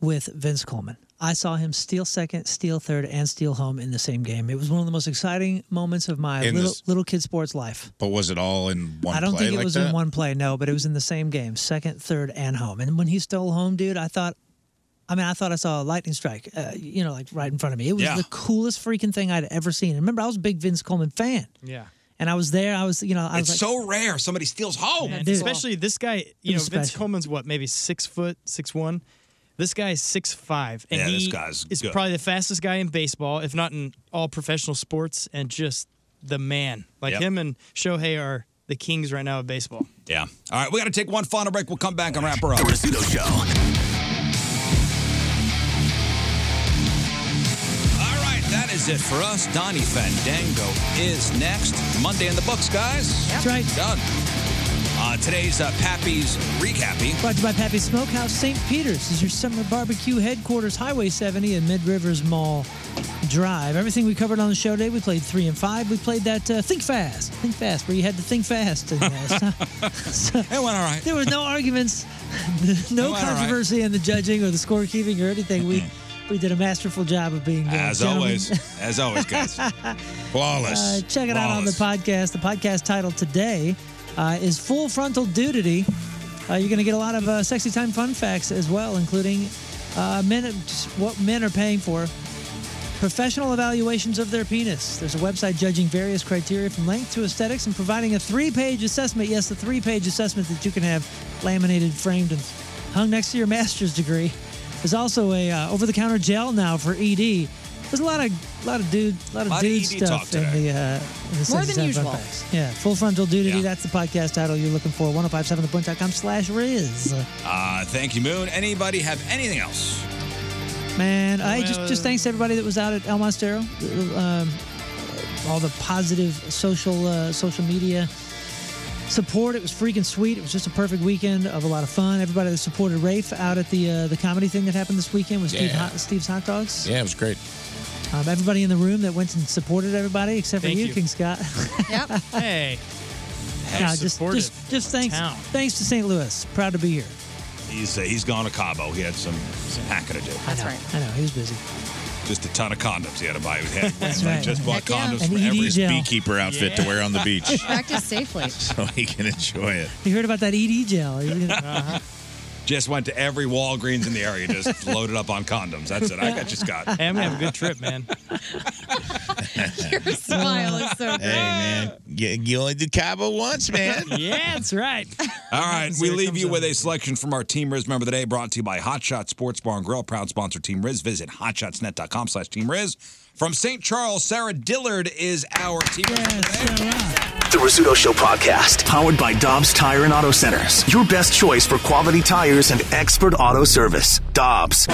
[SPEAKER 5] with Vince Coleman. I saw him steal second, steal third, and steal home in the same game. It was one of the most exciting moments of my
[SPEAKER 4] In
[SPEAKER 5] little,
[SPEAKER 4] this-
[SPEAKER 5] little kid sports life.
[SPEAKER 4] But was it all in one
[SPEAKER 5] I don't
[SPEAKER 4] play
[SPEAKER 5] think it
[SPEAKER 4] like
[SPEAKER 5] was
[SPEAKER 4] that?
[SPEAKER 5] in one play, no, but it was in the same game, second, third, and home. And when he stole home, dude, I thought, I mean, I thought I saw a lightning strike, uh, you know, like right in front of me. It was
[SPEAKER 3] Yeah.
[SPEAKER 5] the coolest freaking thing I'd ever seen. And remember, I was a big Vince Coleman fan,
[SPEAKER 3] Yeah.
[SPEAKER 5] and I was there. I was, you know, I was
[SPEAKER 1] It's
[SPEAKER 5] like,
[SPEAKER 1] so rare somebody steals home.
[SPEAKER 3] Yeah,
[SPEAKER 5] dude.
[SPEAKER 3] especially this guy,
[SPEAKER 5] It
[SPEAKER 3] you know,
[SPEAKER 5] was
[SPEAKER 3] Vince
[SPEAKER 5] special.
[SPEAKER 3] Coleman's what, maybe six foot, six one. This guy is six five, and
[SPEAKER 1] Yeah,
[SPEAKER 3] he
[SPEAKER 1] this guy's
[SPEAKER 3] is
[SPEAKER 1] good.
[SPEAKER 3] probably the fastest guy in baseball, if not in all professional sports, and just the man. Like
[SPEAKER 1] Yep.
[SPEAKER 3] him and Shohei are the kings right now of baseball.
[SPEAKER 1] Yeah. All right, we got to take one final break. We'll come back and wrap her up. The
[SPEAKER 21] Rizzuto Show.
[SPEAKER 1] All right, that is it for us. Donnie Fandango is next. Monday in the books, guys. That's
[SPEAKER 5] right.
[SPEAKER 1] Done. Uh, today's uh, Pappy's Recappy.
[SPEAKER 5] Brought to you by Pappy Smokehouse St. Peter's is your summer barbecue headquarters, Highway 70 and Mid Rivers Mall Drive. Everything we covered on the show today, we played three and five. We played that uh, Think Fast, Think Fast, where you had to think fast. And, uh, so, it
[SPEAKER 1] went all right.
[SPEAKER 5] There was no arguments, no
[SPEAKER 1] went all right.
[SPEAKER 5] controversy in the judging or the scorekeeping or anything. We we did a masterful job of being uh,
[SPEAKER 1] As
[SPEAKER 5] gentlemen.
[SPEAKER 1] always, as always, guys. Flawless.
[SPEAKER 5] Uh, check it out on the podcast. The podcast title today uh, is Full Frontal Nudity. Uh, you're going to get a lot of uh, sexy time fun facts as well, including uh, men just what men are paying for, professional evaluations of their penis. There's a website judging various criteria from length to aesthetics and providing a three-page assessment. Yes, the three-page assessment that you can have laminated, framed, and hung next to your master's degree. There's also a uh, over-the-counter gel now for ED. There's a lot of lot of dude, lot of
[SPEAKER 1] Lot of
[SPEAKER 5] dude
[SPEAKER 1] ED talk
[SPEAKER 5] stuff in
[SPEAKER 1] today.
[SPEAKER 5] the, uh, in the
[SPEAKER 2] More than
[SPEAKER 5] sexy time fun
[SPEAKER 2] usual.
[SPEAKER 5] facts. Yeah, Full Frontal Nudity. That's the podcast title you're looking for. 1057thepoint.com slash Riz.
[SPEAKER 1] Uh, thank you, Moon. Anybody have anything else?
[SPEAKER 5] Man, I just, just thanks to everybody that was out at El Monstero. Um, all the positive social uh, social media support. It was freaking sweet. It was just a perfect weekend of a lot of fun. Everybody that supported Rafe out at the uh, the comedy thing that happened this weekend with Steve
[SPEAKER 4] Yeah.
[SPEAKER 5] hot, Steve's Hot Dogs.
[SPEAKER 4] Yeah, it was great.
[SPEAKER 5] Um, everybody in the room that went and supported everybody except for
[SPEAKER 4] Thank
[SPEAKER 5] you,
[SPEAKER 4] you.
[SPEAKER 5] King Scott.
[SPEAKER 2] Yep.
[SPEAKER 3] hey.
[SPEAKER 5] No, just, just, just thanks, thanks to St. Louis. Proud to be here.
[SPEAKER 1] He's uh, he's gone to Cabo. He had some, some hacking to do.
[SPEAKER 5] I know, I know. He was busy.
[SPEAKER 1] Just a ton of condoms he had to buy. He had,
[SPEAKER 5] That's
[SPEAKER 1] he
[SPEAKER 5] right.
[SPEAKER 1] Just bought
[SPEAKER 5] Heck yeah.
[SPEAKER 1] condoms
[SPEAKER 5] An
[SPEAKER 1] for
[SPEAKER 5] ED
[SPEAKER 1] every
[SPEAKER 5] gel.
[SPEAKER 4] Beekeeper outfit to wear on the beach
[SPEAKER 2] Practice safely.
[SPEAKER 4] so he can enjoy it.
[SPEAKER 5] You heard about that ED gel? Are you gonna-
[SPEAKER 1] Just went to every Walgreens in the area, just loaded up on condoms. That's it. I got you, Scott.
[SPEAKER 3] Hey, I'm gonna have a good trip, man.
[SPEAKER 2] Your smile is so
[SPEAKER 4] Hey, man. You, you only do Cabo once, man.
[SPEAKER 3] yeah, that's right.
[SPEAKER 1] All right,
[SPEAKER 4] See
[SPEAKER 1] we
[SPEAKER 4] what
[SPEAKER 1] leave
[SPEAKER 4] comes
[SPEAKER 1] you
[SPEAKER 4] out
[SPEAKER 1] with
[SPEAKER 4] of
[SPEAKER 1] a selection from our Team Riz member of the day, brought to you by Hotshot Sports Bar and Grill, proud sponsor of Team Riz. Visit hotshotsnet.com slash Team Riz. From St. Charles, Sarah Dillard is our Team Riz. member of the day.
[SPEAKER 11] The Rizzuto Show podcast, powered by Dobbs Tire and Auto Centers. Your best choice for quality tires and expert auto service. Dobbs.